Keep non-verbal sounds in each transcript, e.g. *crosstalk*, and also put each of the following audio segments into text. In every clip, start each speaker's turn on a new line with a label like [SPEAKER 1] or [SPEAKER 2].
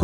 [SPEAKER 1] ค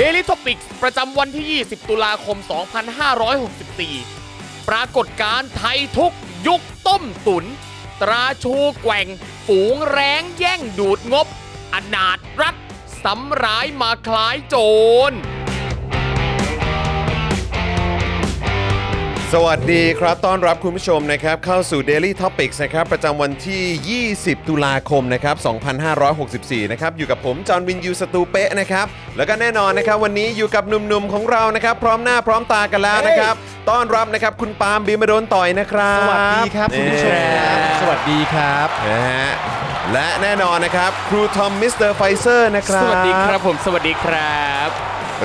[SPEAKER 2] Daily Topics ประจำวันที่ 20 ตุลาคม 2564 ปรากฏการณ์ไทยทุกยุคต้มตุน ตราชูแกว่ง ฝูงแรงแย่งดูดงบ อนาถรัฐสำร้ายมาคล้ายโจร
[SPEAKER 1] สวัสดีครับ ต้อนรับคุณผู้ชมนะครับ เข้าสู่ Daily Topics นะครับ ประจำวันที่ 20 ตุลาคมนะครับ 2564 นะครับ อยู่กับผม จอห์นวินยูสตูเปะนะครับ แล้วก็แน่นอนนะครับ วันนี้อยู่กับหนุ่มๆ ของเรานะครับ พร้อมหน้าพร้อมตากันแล้วนะครับ ต้อนรับนะครับ คุณปาล์มบีมาโดนต่อยนะครับ
[SPEAKER 3] สวัสดีครับคุณผู้ชมครับสวัสดีครับ
[SPEAKER 1] นะฮะและแน่นอนนะครับ ครูทอมมิสเตอร์ไฟเซอร์นะครับ
[SPEAKER 2] สวัสดีครับผม สวัสดีครับ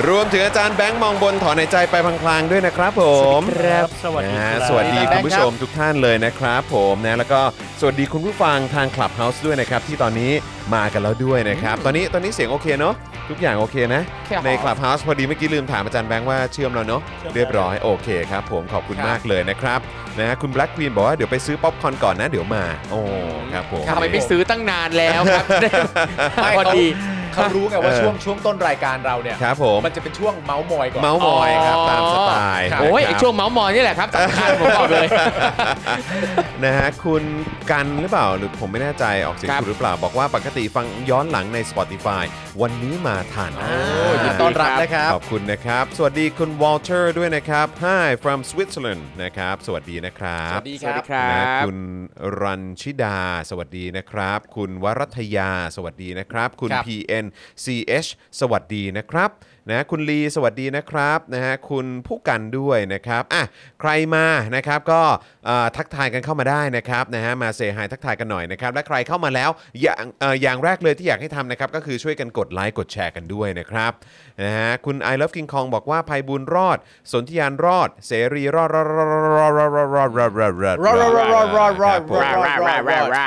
[SPEAKER 1] รวมถึงอาจารย์แบงค์มองบนถอนหายใจไปพลางๆด้วยนะครับผม
[SPEAKER 3] ครับ
[SPEAKER 4] สวัสดี
[SPEAKER 1] นะ
[SPEAKER 4] ค
[SPEAKER 1] ฮะ
[SPEAKER 4] รับ
[SPEAKER 1] สวัสดี
[SPEAKER 3] สวัสดี
[SPEAKER 1] คุณผู้
[SPEAKER 3] ครั
[SPEAKER 1] ช
[SPEAKER 3] บ
[SPEAKER 1] มทุกท่านเลยนะครับผมนะแล้วก็สวัสดีคุณผู้ฟังทาง Clubhouse ด้วยนะครับ ที่ตอนนี้มากันแล้วด้วยนะครับ ตอนนี้ตอนนี้เสียงโอเคเนาะทุกอย่างโอเคนะ
[SPEAKER 2] แค่หอม
[SPEAKER 1] ใน Clubhouse พอดีเมื่อกี้ลืมถามอาจารย์แบงค์ว่าเชื่อมแล้วเนาะเรียบร้อยโอเคครับผมขอบคุณมากเลยนะครับนะฮะคุณ Black Queen บอกว่าเดี๋ยวไปซื้อป๊อปคอร์นก่อนนะเดี๋ยวมาโอ้ครับผม
[SPEAKER 2] ทำไมไม่ซื้อตั้งนานแล้วค
[SPEAKER 1] *laughs*
[SPEAKER 2] รับ พอดี
[SPEAKER 3] เขารู้ไงว่า
[SPEAKER 1] เออ
[SPEAKER 3] ช่วงช่วงต้นรายการเราเนี่ย
[SPEAKER 1] ครับผม
[SPEAKER 3] มันจะเป็นช่วงเมาส์มอยก่อน
[SPEAKER 1] เมาส์มอยครับ ตามสไตล์
[SPEAKER 2] โอ้ย
[SPEAKER 1] นะ
[SPEAKER 2] ไอ
[SPEAKER 1] ครับ
[SPEAKER 2] ช่วงเมาส์มอยนี่แหละครับสำคัญผมบอกเลย
[SPEAKER 1] *laughs* นะฮะคุณกันหรือเปล่าหรือผมไม่แน่ใจออกเสียง
[SPEAKER 2] ครับ
[SPEAKER 1] ถูกหรือเปล่า บอกว่าปกติฟังย้อนหลังใน Spotify วันนี้มาทานอาหาร
[SPEAKER 3] โอ้ยินดีต้อนรับนะครับ
[SPEAKER 1] ขอบคุณนะครับ สวัสดีคุณวอลเตอร์ด้วยนะครับ Hi from Switzerland นะครับ สวัสดีนะครับ
[SPEAKER 2] สวัสดีครับสวัสดีครับ
[SPEAKER 1] นะคุณรันชิดา สวัสดีนะครับ คุณวรัตยา สวัสดีนะครับ คุณ
[SPEAKER 3] ครับ
[SPEAKER 1] PN CH สวัสดีนะครับนะคุณลีสวัสดีนะครับนะฮะคุณผู้กันด้วยนะครับอ่ะใครมานะครับก็เอ่อทักทายกันเข้ามาได้นะครับนะฮะมาเซฮายทักทายกันหน่อยนะครับและใครเข้ามาแล้วอย่างเอ่ออย่างแรกเลยที่อยากให้ทำนะครับก็คือช่วยกันกดไลค์กดแชร์กันด้วยนะครับนะฮะคุณ I love King Kong บอกว่าภัยบุญรอด สนธิยานรอด เสรีรอดรอดรอดรอดรอดรอดรอดรอดรอดรอด
[SPEAKER 3] รอรอรอรอรอรอ
[SPEAKER 1] ครับผม
[SPEAKER 3] รอ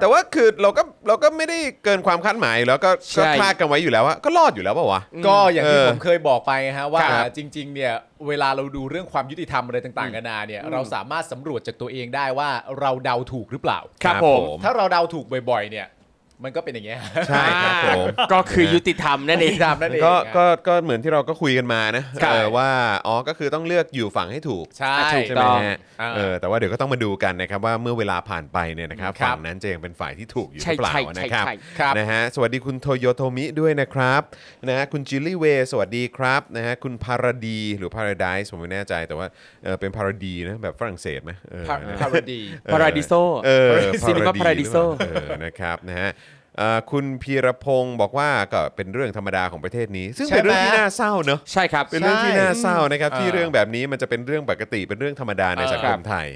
[SPEAKER 1] แต่ว่าคือเราก็เราก็ไม่ได้เกินความคาดหมายแล้วก็
[SPEAKER 2] ใช่
[SPEAKER 1] ก็คาดกันไว้อยู่แล้วว่าก็รอดอยู่แล้วเปล่าวะ
[SPEAKER 3] ก็อย่างที่
[SPEAKER 1] เออ
[SPEAKER 3] ผมเคยบอกไปฮะว่า
[SPEAKER 1] ครับ
[SPEAKER 3] จริงๆเนี่ยเวลาเราดูเรื่องความยุติธรรมอะไรต่างๆกันานาเนี่ยเราสามารถสำรวจจากตัวเองได้ว่าเราเดาถูกหรือเปล่า
[SPEAKER 1] ครับผม
[SPEAKER 3] ถ้าเราเดาถูกบ่อยๆ เนี่ย มันก็เป็นอย่างเงี้ย
[SPEAKER 1] ใช่ครับผม
[SPEAKER 2] ก็คือยุติธรรมนั่นเอง
[SPEAKER 3] ตามนั่นเอง
[SPEAKER 1] ก็
[SPEAKER 3] ฮะ
[SPEAKER 1] ก็ก็เหมือนที่เราก็คุยกันมานะ
[SPEAKER 3] ใช่
[SPEAKER 1] เออว่าอ๋อก็คือต้องเลือกอยู่ฝั่งให้ถูก
[SPEAKER 3] ใช่
[SPEAKER 2] ถูก
[SPEAKER 1] ใช่
[SPEAKER 2] ต้
[SPEAKER 1] ไหม
[SPEAKER 2] อง
[SPEAKER 1] ฮะ
[SPEAKER 3] อ่า
[SPEAKER 1] เออแต่ว่าเดี๋ยวก็ต้องมาดูกันนะครับว่าเมื่อเวลาผ่านไปเนี่ยนะครับ
[SPEAKER 3] ครับ
[SPEAKER 1] ฝั่งนั้นจะยังเป็นฝ่ายที่ถูกอยู่ห
[SPEAKER 2] ใช่
[SPEAKER 1] รือเปล่า
[SPEAKER 2] ใช่
[SPEAKER 1] นะ
[SPEAKER 2] ใช่
[SPEAKER 1] ครับ
[SPEAKER 2] ใช่
[SPEAKER 3] ครับ
[SPEAKER 1] นะฮะสวัสดีคุณโทโยโทมิด้วยนะครับนะฮะคุณจิลลี่เวย์สวัสดีครับนะฮะคุณพารดีหรือพาราไดส์ผมไม่แน่ใจแต่ว่าเออเป็นพารดีนะแบบฝรั่งเศสไหมเออ
[SPEAKER 3] พา
[SPEAKER 1] นะ
[SPEAKER 3] พารดี
[SPEAKER 1] เออ
[SPEAKER 2] Paradiso
[SPEAKER 1] เออ
[SPEAKER 2] Paradiso Cinema Paradiso
[SPEAKER 1] Paradiso เออนะครับนะฮะเอ่อคุณพีรพงศ์บอกว่าก็เป็นเรื่องธรรมดาของประเทศนี้ ซึ่ง
[SPEAKER 3] ใช่
[SPEAKER 1] เป็นเรื่อง
[SPEAKER 3] ไหม
[SPEAKER 1] ที่น่าเศร้าเนอะ
[SPEAKER 2] ใช่ครับ
[SPEAKER 1] เป็นเรื่องที่น่าเศร้านะครับ
[SPEAKER 3] เออ
[SPEAKER 1] ที่เรื่องแบบนี้มันจะเป็นเรื่องปกติเป็นเรื่องธรรมดาใน
[SPEAKER 3] เออ
[SPEAKER 1] สังคมไทย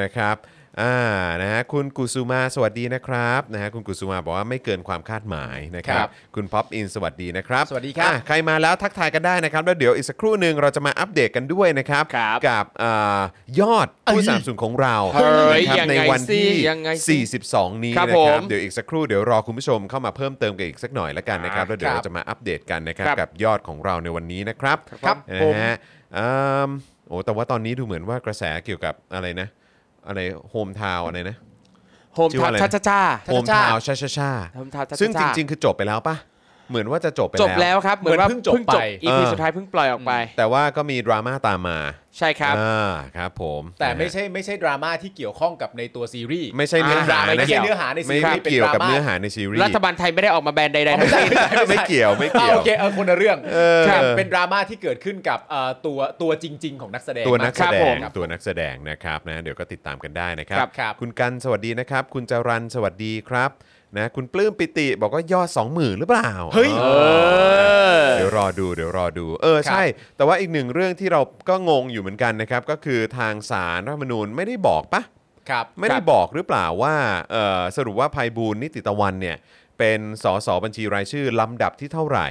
[SPEAKER 1] นะครับ อ่านะฮะคุณกุสุมาสวัสดีนะครับนะฮะคุณกุสุมาบอกว่าไม่เกินความคาดหมายนะครับ
[SPEAKER 3] ครับ
[SPEAKER 1] คุณป๊อปอินสวัสดีนะครับ
[SPEAKER 3] สวัสดีครับ
[SPEAKER 1] อ่ะใครมาแล้วทักทายกันได้นะครับ แล้วเดี๋ยวอีกสักครู่หนึ่งเราจะมาอัปเดตกันด้วยนะครับ
[SPEAKER 2] ครับ
[SPEAKER 1] กับอายอดผู้สนับสนุนของเรา
[SPEAKER 2] เฮ้ย
[SPEAKER 1] นะครับ
[SPEAKER 2] ยัง
[SPEAKER 1] ใน
[SPEAKER 2] ไง
[SPEAKER 1] วันที
[SPEAKER 2] สิยังไงสิ่
[SPEAKER 1] 42 นี้
[SPEAKER 2] ครั
[SPEAKER 1] นะ
[SPEAKER 2] บ
[SPEAKER 1] ค
[SPEAKER 2] ผม
[SPEAKER 1] รับเดี๋ยวอีกสักครู่เดี๋ยวรอคุณผู้ชมเข้ามาเพิ่มเติมกันอีกสักหน่อยละกันนะครับแล้วเดี๋ยว
[SPEAKER 3] ครับ
[SPEAKER 1] เราจะมาอัปเดตกันนะครับ
[SPEAKER 2] ครับ
[SPEAKER 1] กับยอดของเราในวันนี้นะครับ
[SPEAKER 3] ครับ
[SPEAKER 1] นะ
[SPEAKER 3] ผม
[SPEAKER 1] ฮะ อืมโอ้แต่ว่าตอนนี้ดูเหมือนว่ากระแสเกี่ยวกับอะไรนะ อะไรโฮมทาวอะไรนะ
[SPEAKER 2] โฮม
[SPEAKER 1] ชื่อ
[SPEAKER 2] ทั
[SPEAKER 1] ว่า
[SPEAKER 2] ช
[SPEAKER 1] อะไรนะ
[SPEAKER 2] ชาชาชา
[SPEAKER 1] โฮมทาวชาชาชา
[SPEAKER 2] Home Town ชะชะชะ
[SPEAKER 1] ซึ่งจริง ๆ คือจบไปแล้วปะเหมือนว่าจะจบไป
[SPEAKER 2] จบแล้วครับ เหมือนว่า
[SPEAKER 3] เหมือนเพิ่งจบไป
[SPEAKER 2] อีพี
[SPEAKER 1] เออ
[SPEAKER 2] สุดท้ายเพิ่งปล่อยออกไป
[SPEAKER 1] แต่ว่าก็มีดราม่าตามมา
[SPEAKER 2] ใช่ครับ
[SPEAKER 1] อ่าครับผม
[SPEAKER 3] แต่ไม่
[SPEAKER 1] นะฮะ
[SPEAKER 3] ใช่ไม่ใช่ดราม่าที่เกี่ยวข้องกับในตัวซีรีส์
[SPEAKER 1] ไม่ใช่เนื้อหา
[SPEAKER 2] อ่าไม่
[SPEAKER 1] นะ
[SPEAKER 2] เกี่ยว
[SPEAKER 3] ไม่ใช่
[SPEAKER 1] ไม่ไม่
[SPEAKER 3] เนื้อหาในซีรีส์
[SPEAKER 1] เกี่ยวกับ
[SPEAKER 3] เป็นดราม่า
[SPEAKER 1] เนื้อหาในซีรีส์
[SPEAKER 2] รัฐบาลไทยไม่ได้ออกมาแบนใดๆทั้งสิ้น
[SPEAKER 1] ไม่เกี่ยวไม่
[SPEAKER 3] อ่า
[SPEAKER 1] เกี่ยว
[SPEAKER 3] โอเคเออคนละเรื่อง
[SPEAKER 1] อ
[SPEAKER 3] ครับเป็นดราม่าที่เกิดขึ้นกับเอ่อตัวตัวจริง ๆ ของนักแสดง
[SPEAKER 1] ตัวนักแส
[SPEAKER 3] มาก
[SPEAKER 1] ด
[SPEAKER 3] กว่า
[SPEAKER 1] งตัวนักแสดงนะครับนะเดี๋ยวก็ติดตามกันได้นะครับ
[SPEAKER 3] ครับครับ
[SPEAKER 1] คุณกันสวัสดีนะครับ คุณจรันสวัสดีครับนะคุณปลื้มปิติบอกว่ายอด 20,000หรือเปล่า
[SPEAKER 3] เฮ้ย
[SPEAKER 1] ออ เดี๋ยวรอดูเดี๋ยวรอดู เออใช่ แต่ว่าอีกหนึ่งเรื่องที่เราก็งงอยู่เหมือนกันนะครับ ก็คือทางสารรัฐธรรมนูญไม่ได้บอกปะ
[SPEAKER 3] ครับ
[SPEAKER 1] ไม่ได้บอกหรือเปล่าว่าเออสรุปว่าภัยบูลย์นิติตะวันเนี่ย เป็นสสบัญชีรายชื่อลำดับที่เท่าไหร่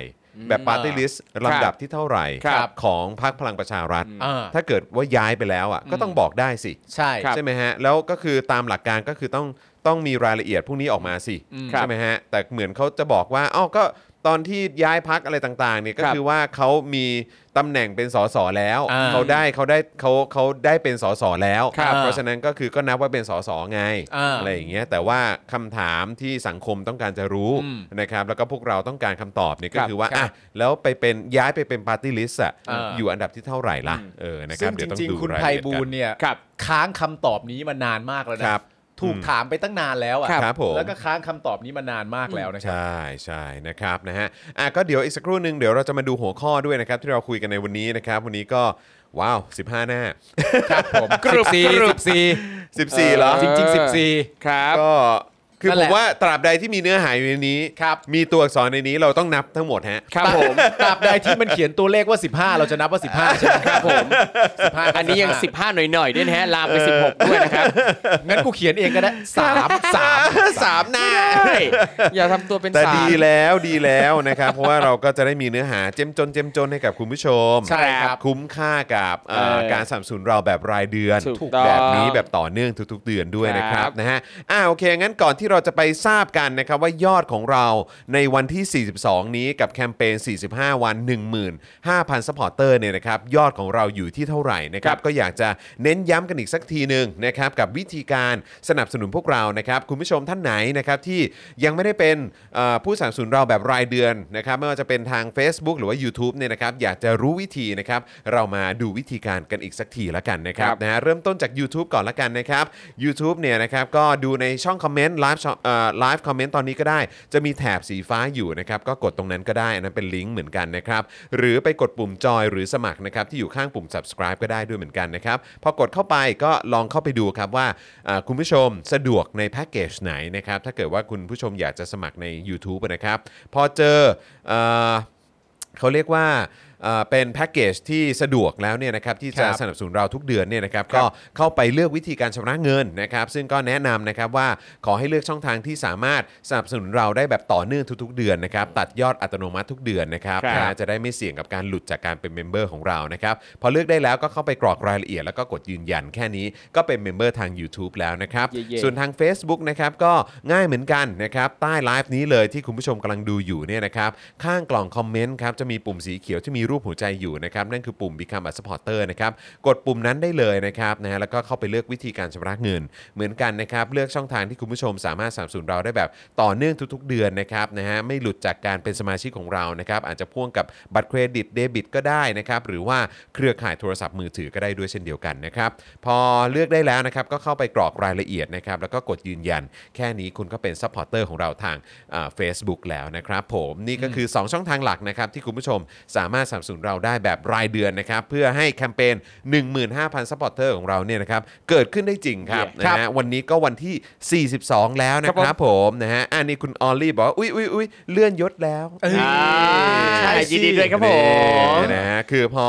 [SPEAKER 1] แบบปาร์ตี้ลิสต์ลำดับที่เท่าไหร่
[SPEAKER 2] ครับ
[SPEAKER 1] ของพรรคพลังประชารัฐ
[SPEAKER 3] อ่า
[SPEAKER 1] ถ้าเกิดว่าย้ายไปแล้วอ่ะก็ต้องบอกได้สิ
[SPEAKER 3] ใช่
[SPEAKER 1] ใช่ไหมฮะ แล้วก็คือตามหลักการก็คือต้องต้องมีรายละเอียดพวกนี้ออกมาสิ
[SPEAKER 2] ครับ
[SPEAKER 1] ใช่ไหมฮะ แต่เหมือนเขาจะบอกว่าอ้าวก็ตอนที่ย้ายพักอะไรต่างๆเนี่ยก็
[SPEAKER 2] ครับ
[SPEAKER 1] คือว่าเขามีตำแหน่งเป็นสสแล้ว
[SPEAKER 3] อ่า
[SPEAKER 1] เขาได้เขาได้เขาเขาได้เป็นสสแล้ว
[SPEAKER 3] ครับ
[SPEAKER 1] เพราะฉะนั้นก็คือก็นับว่าเป็นสสไง
[SPEAKER 3] อ่า
[SPEAKER 1] ไรอย่างเงี้ยแต่ว่าคำถามที่สังคมต้องการจะรู้
[SPEAKER 3] อืม
[SPEAKER 1] นะครับแล้วก็พวกเราต้องการคำตอบเนี่ยก็คือว่า
[SPEAKER 3] ครับ
[SPEAKER 1] อ่ะแล้วไปเป็นย้ายไปเป็นปาร์ตี้ลิสต์อ่ะ
[SPEAKER 3] อ่า
[SPEAKER 1] อยู่อันดับที่เท่าไหร่ล่ะเออนะค
[SPEAKER 3] ซึ่
[SPEAKER 1] รับ
[SPEAKER 3] ง
[SPEAKER 1] เดี๋
[SPEAKER 3] จ
[SPEAKER 1] ยวต้อง
[SPEAKER 3] ริง
[SPEAKER 1] ดู
[SPEAKER 3] ๆ คุณ
[SPEAKER 1] ราย
[SPEAKER 3] ไพ
[SPEAKER 1] ละเอียด
[SPEAKER 3] บู
[SPEAKER 1] กั
[SPEAKER 3] ล
[SPEAKER 1] น
[SPEAKER 3] ย์เนี่ย
[SPEAKER 2] ครับ
[SPEAKER 3] ค้างคำตอบนี้มานานมากแล้ว
[SPEAKER 1] ค
[SPEAKER 3] นะ
[SPEAKER 1] รับ
[SPEAKER 3] ถูก
[SPEAKER 1] อืม
[SPEAKER 3] ถามไปตั้งนานแล้วอ่ะ
[SPEAKER 1] ครับผม
[SPEAKER 3] แล้วก็ค้างคำตอบนี้มานานมากแล้วนะครับ
[SPEAKER 1] ใช่ใช่นะครับนะฮะอ่ะก็เดี๋ยวอีกสักครู่หนึ่งเดี๋ยวเราจะมาดูหัวข้อด้วยนะครับ ที่เราคุยกันในวันนี้นะครับ วันนี้ก็ว้าว 15 หน้า
[SPEAKER 3] ครับผม
[SPEAKER 2] กรุบกรุบ
[SPEAKER 1] 14เหรอ
[SPEAKER 3] จริง ๆ
[SPEAKER 2] 14ครับ
[SPEAKER 1] ก็คือ
[SPEAKER 3] นั่
[SPEAKER 1] ผ
[SPEAKER 3] นแหละ
[SPEAKER 1] มว่าตราบใดที่มีเนื้อหาอยู่ในนี้
[SPEAKER 3] ครับ
[SPEAKER 1] มีตัวอักษรในนี้เราต้องนับทั้งหมดฮะ
[SPEAKER 2] ครับผม
[SPEAKER 3] ตราบใดที่มันเขียนตัวเลขว่า 15 เราจะนับว่า 15 ใช่ไหมครับผม15
[SPEAKER 2] อันนี้ยัง 15 หน่อยๆด้วยนะฮะ ลามไป 16 ด้วยนะครับ
[SPEAKER 3] งั้นกูเขียนเองก็ได้สามสาม
[SPEAKER 1] สามหน้า
[SPEAKER 2] อย่าทำตัวเป็น
[SPEAKER 1] แต่
[SPEAKER 2] สาร
[SPEAKER 1] ดีแล้วดีแล้วนะครับ เพราะว่าเราก็จะได้มีเนื้อหาเจ้มจนเจ้มจนให้กับคุณผู้ชม
[SPEAKER 3] ใช่ครับ
[SPEAKER 1] คุ้มค่ากับเอ่อ
[SPEAKER 2] เออ
[SPEAKER 1] การสนับสนุนเราแบบรายเดือน
[SPEAKER 2] ถูกต้อง
[SPEAKER 1] แบบนี้แบบต่อเนื่องทุก ๆ เดือนด้วยนะค
[SPEAKER 2] ค
[SPEAKER 1] รั
[SPEAKER 2] รับ บ
[SPEAKER 1] นะฮะอ่าโอเค งั้นก่อนที่เราจะไปทราบกันนะครับว่ายอดของเราในวันที่ 42 นี้กับแคมเปญ 45 วัน 15,000ซัพพอร์เตอร์เนี่ยนะครับยอดของเราอยู่ที่เท่าไหร่นะครับ
[SPEAKER 2] ครับ
[SPEAKER 1] ก็อยากจะเน้นย้ำกันอีกสักทีหนึ่งนะครับกับวิธีการสนับสนุนพวกเรานะครับคุณผู้ชมท่านไหนนะครับที่ยังไม่ได้เป็นเอ่อผู้สนับสนุนเราแบบรายเดือนนะครับไม่ว่าจะเป็นทาง Facebook หรือว่า YouTube เนี่ยนะครับอยากจะรู้วิธีนะครับเรามาดูวิธีการกันอีกสักทีละกันนะครับ
[SPEAKER 2] ครับ
[SPEAKER 1] นะฮะเริ่มต้นจาก YouTube ก่อนละกันนะครับ u t u b e เนี่ยนะครับก็ดูในช่องคอมเมนต์ไลฟ์ไลฟ์คอมเมนต์ตอนนี้ก็ได้ จะมีแถบสีฟ้าอยู่นะครับก็กดตรงนั้นก็ได้อันนั้นเป็นลิงก์เหมือนกันนะครับหรือไปกดปุ่มจอยหรือสมัครนะครับที่อยู่ข้างปุ่ม subscribe ก็ได้ด้วยเหมือนกันนะครับพอกดเข้าไปก็ลองเข้าไปดูครับว่าอ่าคุณผู้ชมสะดวกในแพ็กเกจไหนนะครับถ้าเกิดว่าคุณผู้ชมอยากจะสมัครใน YouTube นะครับพอเจอเอ่อ เขาเรียกว่าเอ่อเป็นแพ็กเกจที่สะดวกแล้วเนี่ยนะครับที่จะ
[SPEAKER 3] ครับ
[SPEAKER 1] สนับสนุนเราทุกเดือนเนี่ยนะครับก็เข้าไปเลือกวิธีการชำระเงินนะครับ ซึ่งก็แนะนำนะครับว่าขอให้เลือกช่องทางที่สามารถสนับสนุนเราได้แบบต่อเนื่องทุก ๆ เดือนนะครับตัดยอดอัตโนมัติทุกเดือนนะครับ
[SPEAKER 2] ครับ
[SPEAKER 1] นะฮะจะได้ไม่เสี่ยงกับการหลุดจากการเป็นเมมเบอร์ของเรานะครับพอเลือกได้แล้วก็เข้าไปกรอกรายละเอียดแล้วก็กดยืนยันแค่นี้ก็เป็นเมมเบอร์ทาง YouTube แล้วนะครับ
[SPEAKER 2] เย่ๆ
[SPEAKER 1] ส่วนทาง Facebook นะครับก็ง่ายเหมือนกันนะครับใต้ไลฟ์นี้เลยที่คุณผู้ชมกำลังดูอยู่เนี่ยนะครับข้างกล่องคอมเมนต์ครับจะมีปุ่มสีเขียวที่มีรูปหัวใจอยู่นะครับนั่นคือปุ่ม Become a supporter นะครับกดปุ่มนั้นได้เลยนะครับนะฮะแล้วก็เข้าไปเลือกวิธีการชำระเงิน เหมือนกันนะครับเลือกช่องทางที่คุณผู้ชมสามารถสนับสนุนเราได้แบบต่อเนื่องทุกๆ เดือนนะครับนะฮะไม่หลุดจากการเป็นสมาชิกของเรานะครับอาจจะพ่วงกับบัตรเครดิตเดบิตก็ได้นะครับหรือว่าเครือข่ายโทรศัพท์มือถือก็ได้ด้วยเช่นเดียวกันนะครับพอเลือกได้แล้วนะครับก็เข้าไปกรอกรายละเอียดนะครับแล้วก็กดยืนยัน แค่นี้คุณก็เป็นซัพพอร์เตอร์ของเราทางเฟซบุ๊กแล้วนะครับผมนี่ก็คือ 2 ช่องทางหลักนะครับที่คุณผู้ชมสามารถสนับสนุนเราได้แบบรายเดือนนะครับเพื่อให้แคมเปญ15,000ซัพพอร์เตอร์ของเราเนี่ยนะครับเกิดขึ้นได้จริงครับ
[SPEAKER 3] ครับ
[SPEAKER 1] นะฮะวันนี้ก็วันที่ 42 แล้วนะครับผมนะฮะอันนี้คุณออลลี่บอกว่าอุ้ยอุ้ยอุ้ยเลื่อนยศแล้ว
[SPEAKER 3] เอ้ย
[SPEAKER 2] อ่า
[SPEAKER 3] ใช่สิ
[SPEAKER 2] ยินดีด้วยครับผม
[SPEAKER 1] นี่นะฮะคือพอ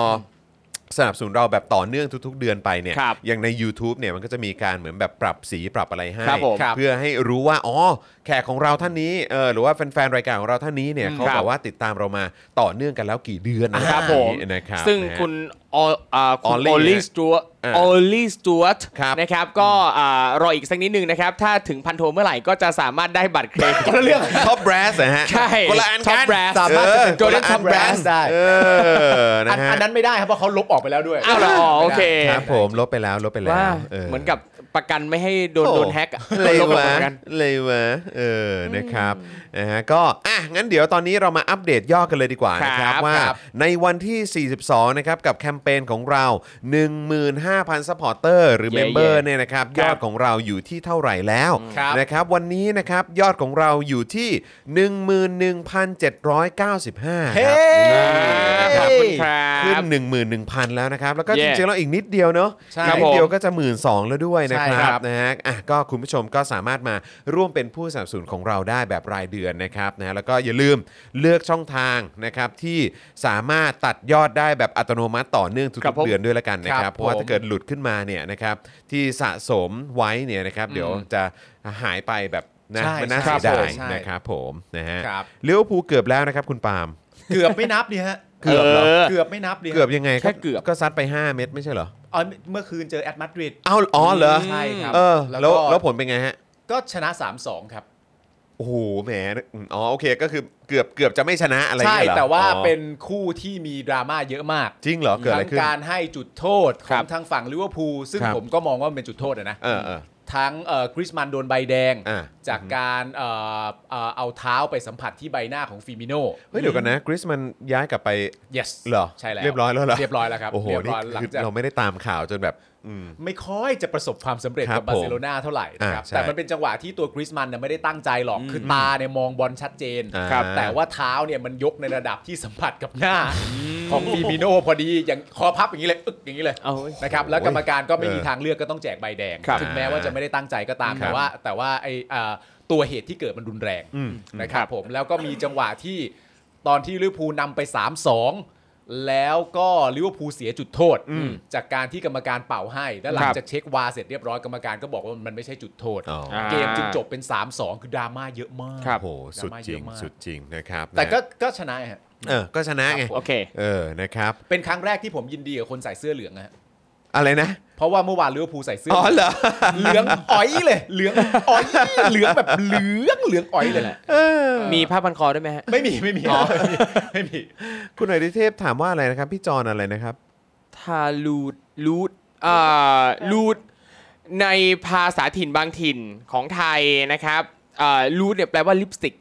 [SPEAKER 1] สนับสนุนเราแบบต่อเนื่องทุก ๆ เดือนไปเนี่ย
[SPEAKER 5] ครับ
[SPEAKER 1] อย่างใน YouTube เนี่ยมันก็จะมีการเหมือนแบบปรับสีปรับอะไรให้
[SPEAKER 5] ครับผม
[SPEAKER 1] เพื่อให้รู้ว่าอ๋อแขกของเราท่านนี้เออหรือว่าแฟนๆรายการของเราท่านนี้เนี่ย
[SPEAKER 5] อืม
[SPEAKER 1] เขา
[SPEAKER 5] ครับ
[SPEAKER 1] แบบว่าติดตามเรามาต่อเนื่องกันแล้วกี่เดือนอะไ
[SPEAKER 5] ครับ
[SPEAKER 1] แ
[SPEAKER 5] ผม
[SPEAKER 1] นี้นะครับ
[SPEAKER 5] ซึ่ง
[SPEAKER 1] นะฮะ
[SPEAKER 5] คุณ *laughs* โออ่าคุณ
[SPEAKER 1] Ollie
[SPEAKER 5] โอลี่สตูวต
[SPEAKER 1] อ่า
[SPEAKER 5] โอลี่สตูวต
[SPEAKER 1] ครับ
[SPEAKER 5] นะครับ ก็อ่ารออีกสักนิดนึงนะครับ ถ้าถึงพันโทเมื่อไหร่ก็จะสามารถได้ *laughs* บัตรเครดิต
[SPEAKER 3] เรื่อง
[SPEAKER 1] ท็อปแบรสนะฮะ
[SPEAKER 5] ใช่
[SPEAKER 1] คนละอันกัน
[SPEAKER 5] Top Brass
[SPEAKER 3] สามารถจะเป็น Golden
[SPEAKER 1] คละ
[SPEAKER 3] Top Brass ได้
[SPEAKER 1] เออนะ
[SPEAKER 3] อั
[SPEAKER 1] ฮะ
[SPEAKER 3] นนั้นไม่ได้ครับเพราะเขาลบออกไปแล้วด้วย
[SPEAKER 5] อ้าวเหรออ๋อโอเค
[SPEAKER 1] ครับผมลบไปแล้วลบไปแล้ว
[SPEAKER 5] ว่า
[SPEAKER 1] เ
[SPEAKER 5] เหมือนกับประกันไม่ให้โดนโดนแฮกอะ
[SPEAKER 1] เล
[SPEAKER 5] โดนลบ
[SPEAKER 1] วะ
[SPEAKER 5] เหมือนกัน
[SPEAKER 1] เลยวะเออนะครับนะฮะก็อ่ะงั้นเดี๋ยวตอนนี้เรามาอัปเดตย่อกันเลยดีกว่านะครับ
[SPEAKER 5] ครับ
[SPEAKER 1] ว่า
[SPEAKER 5] ครับ
[SPEAKER 1] ในวันที่ 42 นะครับกับแคมเปญของเรา 15,000ซัพพอร์เตอร์หรือ
[SPEAKER 5] เย่
[SPEAKER 1] เมมเบอร์
[SPEAKER 5] เย่
[SPEAKER 1] เนี่ยนะครับ
[SPEAKER 5] ค
[SPEAKER 1] ย
[SPEAKER 5] รับ
[SPEAKER 1] อดของเราอยู่ที่เท่าไหร่แล้ว
[SPEAKER 3] ครับ
[SPEAKER 1] นะครับวันนี้นะครับยอดของเราอยู่ที่ 11,795ค
[SPEAKER 3] เฮ้
[SPEAKER 1] รับ
[SPEAKER 5] ขอบคุณค
[SPEAKER 3] ย
[SPEAKER 5] รับ
[SPEAKER 1] ขึ้น 11,000 แล้วนะครับ แล้วก็จ
[SPEAKER 5] เย่
[SPEAKER 1] ริงๆ แล้วอีกนิดเดียวเนาะ
[SPEAKER 3] ใช่
[SPEAKER 1] อีกนิดเดียวก็จะ 1 2ื่นแล้วด้วยนะค
[SPEAKER 3] ใช่
[SPEAKER 1] รั
[SPEAKER 3] ครับ บ
[SPEAKER 1] นะฮะอ่ะก็คุณผู้ชมก็สามารถมาร่วมเป็นผู้สนับสนุนของเราได้แบบรายเดือนนะครับนะฮะแล้วก็อย่าลืมเลือกช่องทางนะครับที่สามารถตัดยอดได้แบบอัตโนมัติต่อเนื่องทุ
[SPEAKER 5] ครับ
[SPEAKER 1] ก
[SPEAKER 5] ผ
[SPEAKER 1] ๆ
[SPEAKER 5] ม
[SPEAKER 1] เดือนด้วยละกันนะค
[SPEAKER 3] ค
[SPEAKER 1] รั
[SPEAKER 3] รับ บ
[SPEAKER 1] เพราะว่า
[SPEAKER 3] ผม
[SPEAKER 1] ถ้าเกิดหลุดขึ้นมาเนี่ยนะครับที่สะสมไว้เนี่ยนะครับเดี๋ยวจะหายไปแบบนะ
[SPEAKER 3] ใช่
[SPEAKER 1] มันน่า
[SPEAKER 3] ใช่
[SPEAKER 1] เสียดาย
[SPEAKER 3] ใช่
[SPEAKER 1] นะครับผมนะฮะ
[SPEAKER 3] ครับ
[SPEAKER 1] เลี้ยวภูลเกือบแล้วนะครับคุณปาล์ม
[SPEAKER 3] เกือบไม่นับดิฮะ
[SPEAKER 1] เกือบเหรอ
[SPEAKER 5] เอ
[SPEAKER 3] เกือบไม่นับดิฮะ
[SPEAKER 1] เกือบยังไง
[SPEAKER 5] แค่เกือบ
[SPEAKER 1] ก็ซัดไป 5 เม็ดไม่ใช่เหรอ
[SPEAKER 3] อ๋อเมื่อคืนเจอแอตมาดริด
[SPEAKER 1] เอาอ๋อเหรอ
[SPEAKER 3] ใช่ครับ
[SPEAKER 1] เออแล้ว
[SPEAKER 3] ก็
[SPEAKER 1] แล้วผลเป็นไงฮะ
[SPEAKER 3] ก็ชนะ 3-2 ครับ
[SPEAKER 1] โอ้โหแหมอ๋อโอเคก็คือเกือบเกือบจะไม่ชนะอะไรอย่ง
[SPEAKER 3] ใช่
[SPEAKER 1] เงี้ยเหรอ
[SPEAKER 3] แต่ว่า
[SPEAKER 1] อ๋อ
[SPEAKER 3] เป็นคู่ที่มีดราม่าเยอะมาก
[SPEAKER 1] จริงเหรอเกิดอะไร
[SPEAKER 3] ทั้ง
[SPEAKER 1] ขึ้น
[SPEAKER 3] การให้จุดโทษข
[SPEAKER 5] ครั
[SPEAKER 3] อง
[SPEAKER 5] บ
[SPEAKER 3] ทางฝั่งลิเวอร์พูลซึ่ง
[SPEAKER 1] ครับ
[SPEAKER 3] ผมก็มองว่ามันเป็นจุดโทษอะนะ
[SPEAKER 1] เออเออ
[SPEAKER 3] ทั้งเอ่อคริสมันโดนใบแดง
[SPEAKER 1] อ่า
[SPEAKER 3] จากการเอ่อเอ่อเอาเท้าไปสัมผัสที่ใบหน้าของฟิมิโน
[SPEAKER 1] เฮ้ยเดี๋ยวกันนะกริสมันย้ายกลับไป
[SPEAKER 3] yes
[SPEAKER 1] เหรอ
[SPEAKER 3] ใช่แล้ว
[SPEAKER 1] เรียบร้อยแล้วเหรอ
[SPEAKER 3] เรียบร้อยแล้วครับ
[SPEAKER 1] โอ้โห
[SPEAKER 3] เรียบ
[SPEAKER 1] นี่
[SPEAKER 3] ร้อยหลั
[SPEAKER 1] คื
[SPEAKER 3] ง
[SPEAKER 1] อ
[SPEAKER 3] จาก
[SPEAKER 1] เราไม่ได้ตามข่าวจนแบบ อืม
[SPEAKER 3] ไม่ค่อยจะประสบความสำเร็จ
[SPEAKER 1] ครั
[SPEAKER 3] กั
[SPEAKER 1] บบ ผม
[SPEAKER 3] บาร์เซโลนาเท่าไหร่นะครับ
[SPEAKER 1] อ่าใช่
[SPEAKER 3] แต่มันเป็นจังหวะที่ตัวคริสมันน่ะไม่ได้ตั้งใจหรอกคือตาเนี่ยมองบอลชัดเจน
[SPEAKER 1] อ่า
[SPEAKER 5] ครับ
[SPEAKER 3] แต่ว่าเท้าเนี่ยมันยกในระดับที่สัมผัสกับหน้า ของฟิมิโนพอดีอย่างคอพับอย่างนี้เลยอึกอย่างนี้เลย
[SPEAKER 5] เอาเว้ย
[SPEAKER 3] นะครับแล้วกรรมการก็ไม่มี
[SPEAKER 1] เออ
[SPEAKER 3] ทางเลือกก็ต้องแจกใบแดง
[SPEAKER 5] ครับ
[SPEAKER 3] ถึงแม้ว่าจะไม่ได้ตั้งใจก็ตาม
[SPEAKER 1] ครั
[SPEAKER 3] แต่
[SPEAKER 1] บ
[SPEAKER 3] ว่า แต่ว่าไออ่าตัวเหตุที่เกิดมันรุนแรง
[SPEAKER 1] อืม
[SPEAKER 3] นะครับผมแล้วก็มีจังหวะที่ตอนที่ลิเวอร์พูลนำไป 3-2 แล้วก็ลิเวอร์พูลเสียจุดโทษ จากการที่กรรมการเป่าให้ แล้วหลั
[SPEAKER 5] ค
[SPEAKER 3] ง
[SPEAKER 5] รับ
[SPEAKER 3] จากเช็ควาเสร็จเรียบร้อยกรรมการก็บอกว่ามันไม่ใช่จุดโทษ
[SPEAKER 1] อ๋อ
[SPEAKER 5] อ่า
[SPEAKER 3] เกมจึงจบเป็น 3-2 คือดราม่าเยอะมาก
[SPEAKER 5] ครับ
[SPEAKER 1] โอ้โหสุดจริง
[SPEAKER 3] ดราม่าเยอะมาก
[SPEAKER 1] สุดจริงนะครับ
[SPEAKER 3] แต่ก็
[SPEAKER 1] นะ
[SPEAKER 3] ก็ชนะฮะ
[SPEAKER 1] เออก็ชนะครับ ไง
[SPEAKER 3] ผม
[SPEAKER 5] โอเค
[SPEAKER 1] เออนะครับ
[SPEAKER 3] เป็นครั้งแรกที่ผมยินดีกับคนใส่เสื้อเหลืองนะฮะ
[SPEAKER 1] อะไรนะ
[SPEAKER 3] เพราะว่าเมื่อวานลิเวอร์พูลใส่เสื้อ
[SPEAKER 1] อ๋อ
[SPEAKER 3] เหลือง
[SPEAKER 1] เหรอ
[SPEAKER 3] เหลืองอ้อยเลย เหลืองอ้อยเหลืองแบบเหลืองเหลืองอ้อยเลยแหละ
[SPEAKER 1] เออ
[SPEAKER 5] มีผ้าพันคอด้วยไหมฮะ
[SPEAKER 3] ไม่มีไม่มีไม่มีไม่มี
[SPEAKER 1] คุณหน่อยดิเทพถามว่าอะไรนะครับ พี่จอนอะไรนะครับ
[SPEAKER 5] ทาลูดลูดอ่าลูดในภาษาถิ่นบางถิ่นของไทยนะครับอ่าลูดเนี่ยแปลว่าลิปสติก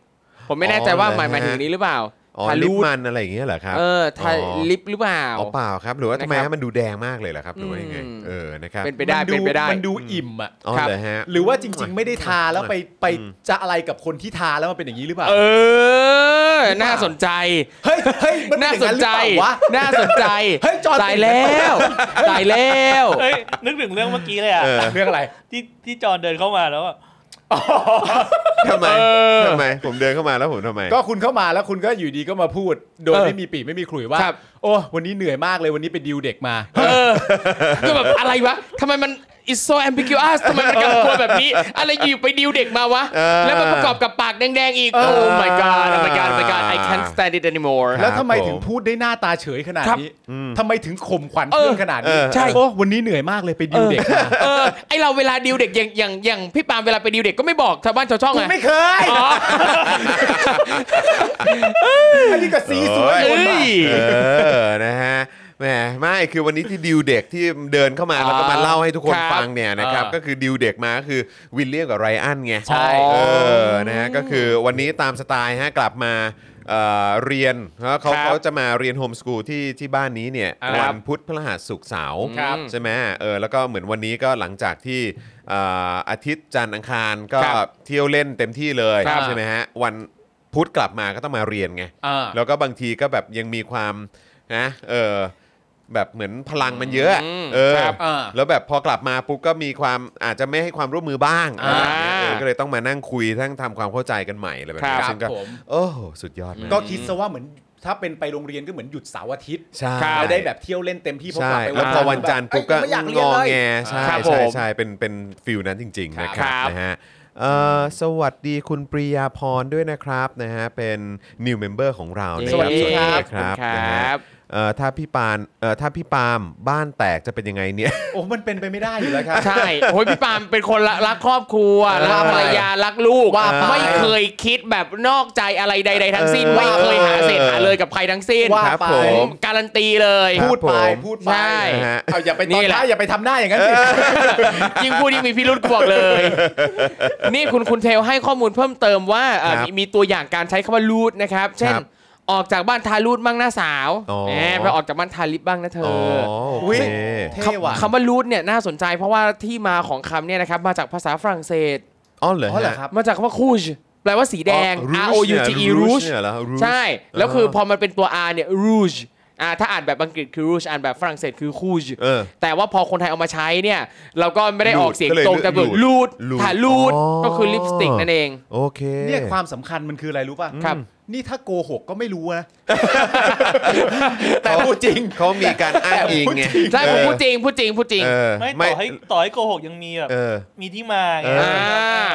[SPEAKER 5] ผมไม่แน่ใจว่า
[SPEAKER 1] อ๋อ
[SPEAKER 5] หมาย
[SPEAKER 1] เหรอฮะ
[SPEAKER 5] หมายถึงนี้หรือเปล่า
[SPEAKER 1] อ๋อ
[SPEAKER 5] ทา
[SPEAKER 1] ลิป
[SPEAKER 5] ลูด
[SPEAKER 1] มันอะไรอย่างเงี้ยเหรอครับ
[SPEAKER 5] เออทา
[SPEAKER 1] อ๋อ
[SPEAKER 5] ลิปหรือเปล่า
[SPEAKER 1] อ๋อเปล่าครับ หรือว่าทำไม
[SPEAKER 5] นะครับ
[SPEAKER 1] ฮะมันดูแดงมากเลยเหรอครับหรือว่ายังไง
[SPEAKER 5] อืม
[SPEAKER 1] เออนะครับ
[SPEAKER 5] เป็นไปได้
[SPEAKER 3] มั
[SPEAKER 5] เป็นไปได้
[SPEAKER 3] มันดูอิ่มอ่ะ
[SPEAKER 1] อ๋อ
[SPEAKER 5] ครับ
[SPEAKER 1] เหรอฮะ
[SPEAKER 3] หรือว่าจริง ๆ ไม่ได้ทาแล้วไปไปจะอะไรกับคนที่ทาแล้วมันเป็นอย่างนี้หรือเปล่า
[SPEAKER 5] เออ น่าสนใจ
[SPEAKER 3] เฮ้ยเฮ้ยมัเป็
[SPEAKER 5] น่า
[SPEAKER 3] อย่
[SPEAKER 5] ส
[SPEAKER 3] ง
[SPEAKER 5] นใจ
[SPEAKER 3] หรือเปล่าวะ
[SPEAKER 5] น่าสนใจ
[SPEAKER 3] เฮ้ยจอห์น
[SPEAKER 5] ตายแล้วตายแล้ว
[SPEAKER 4] เอ้ยนึกถึงเรื่องเมื่อกี้เลยอ่ะ
[SPEAKER 1] เออ
[SPEAKER 3] เรื่องอะไร
[SPEAKER 4] ที่ที่จอนเดินเข้ามาแล้วอะ
[SPEAKER 1] ทำไม
[SPEAKER 5] เออ
[SPEAKER 1] ทำไม ผมเดินเข้ามาแล้วผมทำไม
[SPEAKER 3] ก็คุณเข้ามาแล้วคุณก็อยู่ดีก็มาพูด โดย
[SPEAKER 5] เออ
[SPEAKER 3] ไม่มีปีไม่มีขลุ่ยว่า
[SPEAKER 5] ครับ
[SPEAKER 3] โอ้วันนี้เหนื่อยมากเลยวันนี้ไปดิวเด็กมา
[SPEAKER 5] เออก็แบบอะไรวะทำไมมัน is so ambiguous ทำไมมันกำกวนแบบนี้ อะไรอยู่ไปดิวเด็กมาวะ
[SPEAKER 1] เออ
[SPEAKER 5] แล้วมันประกอบกับปากแดงๆอีก โอ้ my god oh my god oh my god I can't stand it anymore
[SPEAKER 1] ครั
[SPEAKER 3] แล้
[SPEAKER 1] บ
[SPEAKER 3] วทำไมถึงพูดได้หน้าตาเฉยขนาดนี้ทำไมถึงข่มขวัญเพื่อนขนาดนี้
[SPEAKER 1] เออ
[SPEAKER 5] ใช่
[SPEAKER 3] โอ้วันนี้เหนื่อยมากเลยไปดิวเด็กมา
[SPEAKER 5] เออ ไอเราเวลาดิวเด็กอย่างอย่างอย่างพี่ปาล์มเวลาไปดิวเด็กก็ไม่บอกชาวบ้านชาวช่อง
[SPEAKER 3] กู
[SPEAKER 5] ไง
[SPEAKER 3] ไม่เคยอันนี้ก็สีสวย
[SPEAKER 5] เอ้ย
[SPEAKER 1] เออ นะฮะ แหม ไม่ คือวันนี้ที่ดิวเด็กที่เดินเข้ามาแล้วก็มาเล่าให้ทุกคน
[SPEAKER 5] ครับ
[SPEAKER 1] ฟังเนี่ยนะครับ
[SPEAKER 3] เออ
[SPEAKER 1] ก็คือดิวเด็กมาก็คือวิลเลียมกับไรอันไง
[SPEAKER 3] ใช่
[SPEAKER 1] เออ นะฮะ ก็คือวันนี้ตามสไตล์ฮะกลับมาเอ่อเรียนแล้วเขา
[SPEAKER 5] ครับ
[SPEAKER 1] เขาจะมาเรียนโฮมสกูลที่ที่บ้านนี้เนี่ย
[SPEAKER 5] ครับ
[SPEAKER 1] วันพุธพฤหัสศุกร์เสาร์
[SPEAKER 5] ครับ
[SPEAKER 1] ใช่ไหมเออแล้วก็เหมือนวันนี้ก็หลังจากที่เอ่ออาทิตย์จันทร์อังคารก็
[SPEAKER 5] ครับ
[SPEAKER 1] เที่ยวเล่นเต็มที่เลย
[SPEAKER 5] ครับ
[SPEAKER 1] ใช่ไหมฮะวันพุธกลับมาก็ต้องมาเรียนไง
[SPEAKER 3] อ่า
[SPEAKER 1] แล้วก็บางทีก็แบบยังมีความนะเออแบบเหมือนพลังมันเยอะอะ
[SPEAKER 5] อืม
[SPEAKER 1] เออ
[SPEAKER 5] ครับ
[SPEAKER 3] อ่า
[SPEAKER 1] แล้วแบบพอกลับมาปุ๊บก็มีความอาจจะไม่ให้ความร่วมมือบ้าง
[SPEAKER 5] อ่า
[SPEAKER 1] อะไรแบบเนี้ยเออก็เลยต้องมานั่งคุยทั้งทำความเข้าใจกันใหม่อะไรแบบ
[SPEAKER 5] ครั
[SPEAKER 1] นี้
[SPEAKER 5] บ
[SPEAKER 1] ซึ่งก็
[SPEAKER 3] ผม
[SPEAKER 1] โอ้โหสุดยอดมาก
[SPEAKER 3] ก็คิดซะว่าเหมือน ถ้าเป็นไปโรงเรียนก็เหมือนหยุดเสาร์อาทิตย์
[SPEAKER 1] ใช่
[SPEAKER 3] ไม่ได้แบบเที่ยวเล่นเต็มที่เพราะ
[SPEAKER 1] ใช่
[SPEAKER 3] กลับไป
[SPEAKER 1] แล้วพอวันจันทร์ปุ๊บก็
[SPEAKER 3] เอ้ยไม่อยากเรี
[SPEAKER 1] ง
[SPEAKER 3] ยน
[SPEAKER 1] อ
[SPEAKER 3] เลย
[SPEAKER 1] แงใช่
[SPEAKER 5] ครับผ
[SPEAKER 1] ใช่
[SPEAKER 5] ม
[SPEAKER 1] ใช่เป็นเป็นฟิลนั้นจริง ๆ นะค
[SPEAKER 5] ครั
[SPEAKER 1] รับบ นะฮะเอ่อสวัสดีคุณปริยาพรด้วยนะครับนะฮะเป็น new member ของเรานะ
[SPEAKER 3] สวัสดีครั
[SPEAKER 1] สวั
[SPEAKER 3] บ
[SPEAKER 1] สดีครับนะฮะเอ่อถ้าพี่ปานเอ่อถ้าพี่ปาล์มบ้านแตกจะเป็นยังไงเนี่ย
[SPEAKER 3] โอ้มันเป็นไปไม่ได้อยู่แล้วครับ
[SPEAKER 5] ใช่โอ้ยพี่ปาล์มเป็นคนรักครอบครัว
[SPEAKER 1] เออ
[SPEAKER 5] รักภรรยารักลูก
[SPEAKER 3] ว่าไป
[SPEAKER 5] ไม่เคยคิดแบบนอกใจอะไรใด ๆ ทั้งสิ้น
[SPEAKER 1] เออ
[SPEAKER 5] ไม่เคยหาเศษหาเลยกับใครทั้งสิ้น
[SPEAKER 1] ว่า
[SPEAKER 5] ครับ
[SPEAKER 1] ไป
[SPEAKER 5] ผมการันตีเลย
[SPEAKER 3] พูดไป
[SPEAKER 1] ผม
[SPEAKER 3] พูดไป
[SPEAKER 5] ใช่
[SPEAKER 1] ฮะ
[SPEAKER 3] เอาอย่าไปต
[SPEAKER 5] นี่
[SPEAKER 3] อน
[SPEAKER 5] แหละ
[SPEAKER 3] ท้ายอย่าไปทำหน้าอย่างนั้นสิ
[SPEAKER 5] ยิ่งพูดยิ่งมีพิรุษกูบอกเลย นี่คุณคุณเทลให้ข้อมูลเพิ่มเติมว่าเอ่อ
[SPEAKER 1] ครับ
[SPEAKER 5] มีมีตัวอย่างการใช้คำว่าลูดนะครับ เช่น
[SPEAKER 1] ครับ
[SPEAKER 5] ออกจากบ้านทาลูดบ้างนะสาว
[SPEAKER 1] อ๋อ
[SPEAKER 5] แหมไปออกจากบ้านทาลิปบ้างนะเธอ
[SPEAKER 1] อ๋อ
[SPEAKER 5] อ
[SPEAKER 1] โอ
[SPEAKER 3] อุ๊ย
[SPEAKER 1] เค
[SPEAKER 3] เท่ว่ะ
[SPEAKER 5] คำว่ารูทเนี่ยน่าสนใจเพราะว่าที่มาของคำเนี่ยนะครับมาจากภาษาฝรั่งเศส
[SPEAKER 1] อ๋อเหรอ
[SPEAKER 3] อ๋อเหรอครับ
[SPEAKER 5] มาจากคำว่าคูชแปลว่าสีแดง R O U G E rouge ใช่ แล้วคือพอมันเป็นตัว R เนี่ย rouge อ่าถ้าอ่านแบบอังกฤษคือ rouge อ่านแบบฝรั่งเศสคือ rouge
[SPEAKER 1] เออ
[SPEAKER 5] แต่ว่าพอคนไทยเอามาใช้เนี่ย เราก็ไม่ได้ออกเสียง
[SPEAKER 1] ก็เลย
[SPEAKER 5] ตรงแต่แบบ
[SPEAKER 1] รู
[SPEAKER 5] รู
[SPEAKER 1] ท
[SPEAKER 5] ด
[SPEAKER 1] รูท
[SPEAKER 5] ถ้ารูด
[SPEAKER 1] อ๋อ
[SPEAKER 5] ก็คือลิปสติกนั่นเอง
[SPEAKER 1] โอเค
[SPEAKER 3] เนี่ยความสำคัญมันคืออะไรรู้ป่ะ
[SPEAKER 5] ครับ
[SPEAKER 3] นี่ถ้าโกหกก็ไม่รู้นะ แต่พูดจริง
[SPEAKER 1] เขามีการอ้างอิงไง
[SPEAKER 5] ใช่ผมพูดจริงพูดจริงพูดจริง
[SPEAKER 1] เออ
[SPEAKER 4] ไม่ต่อให้ต่อให้โกหกยังมีแบบ
[SPEAKER 1] เออ
[SPEAKER 4] มีที่มาไง
[SPEAKER 1] เอ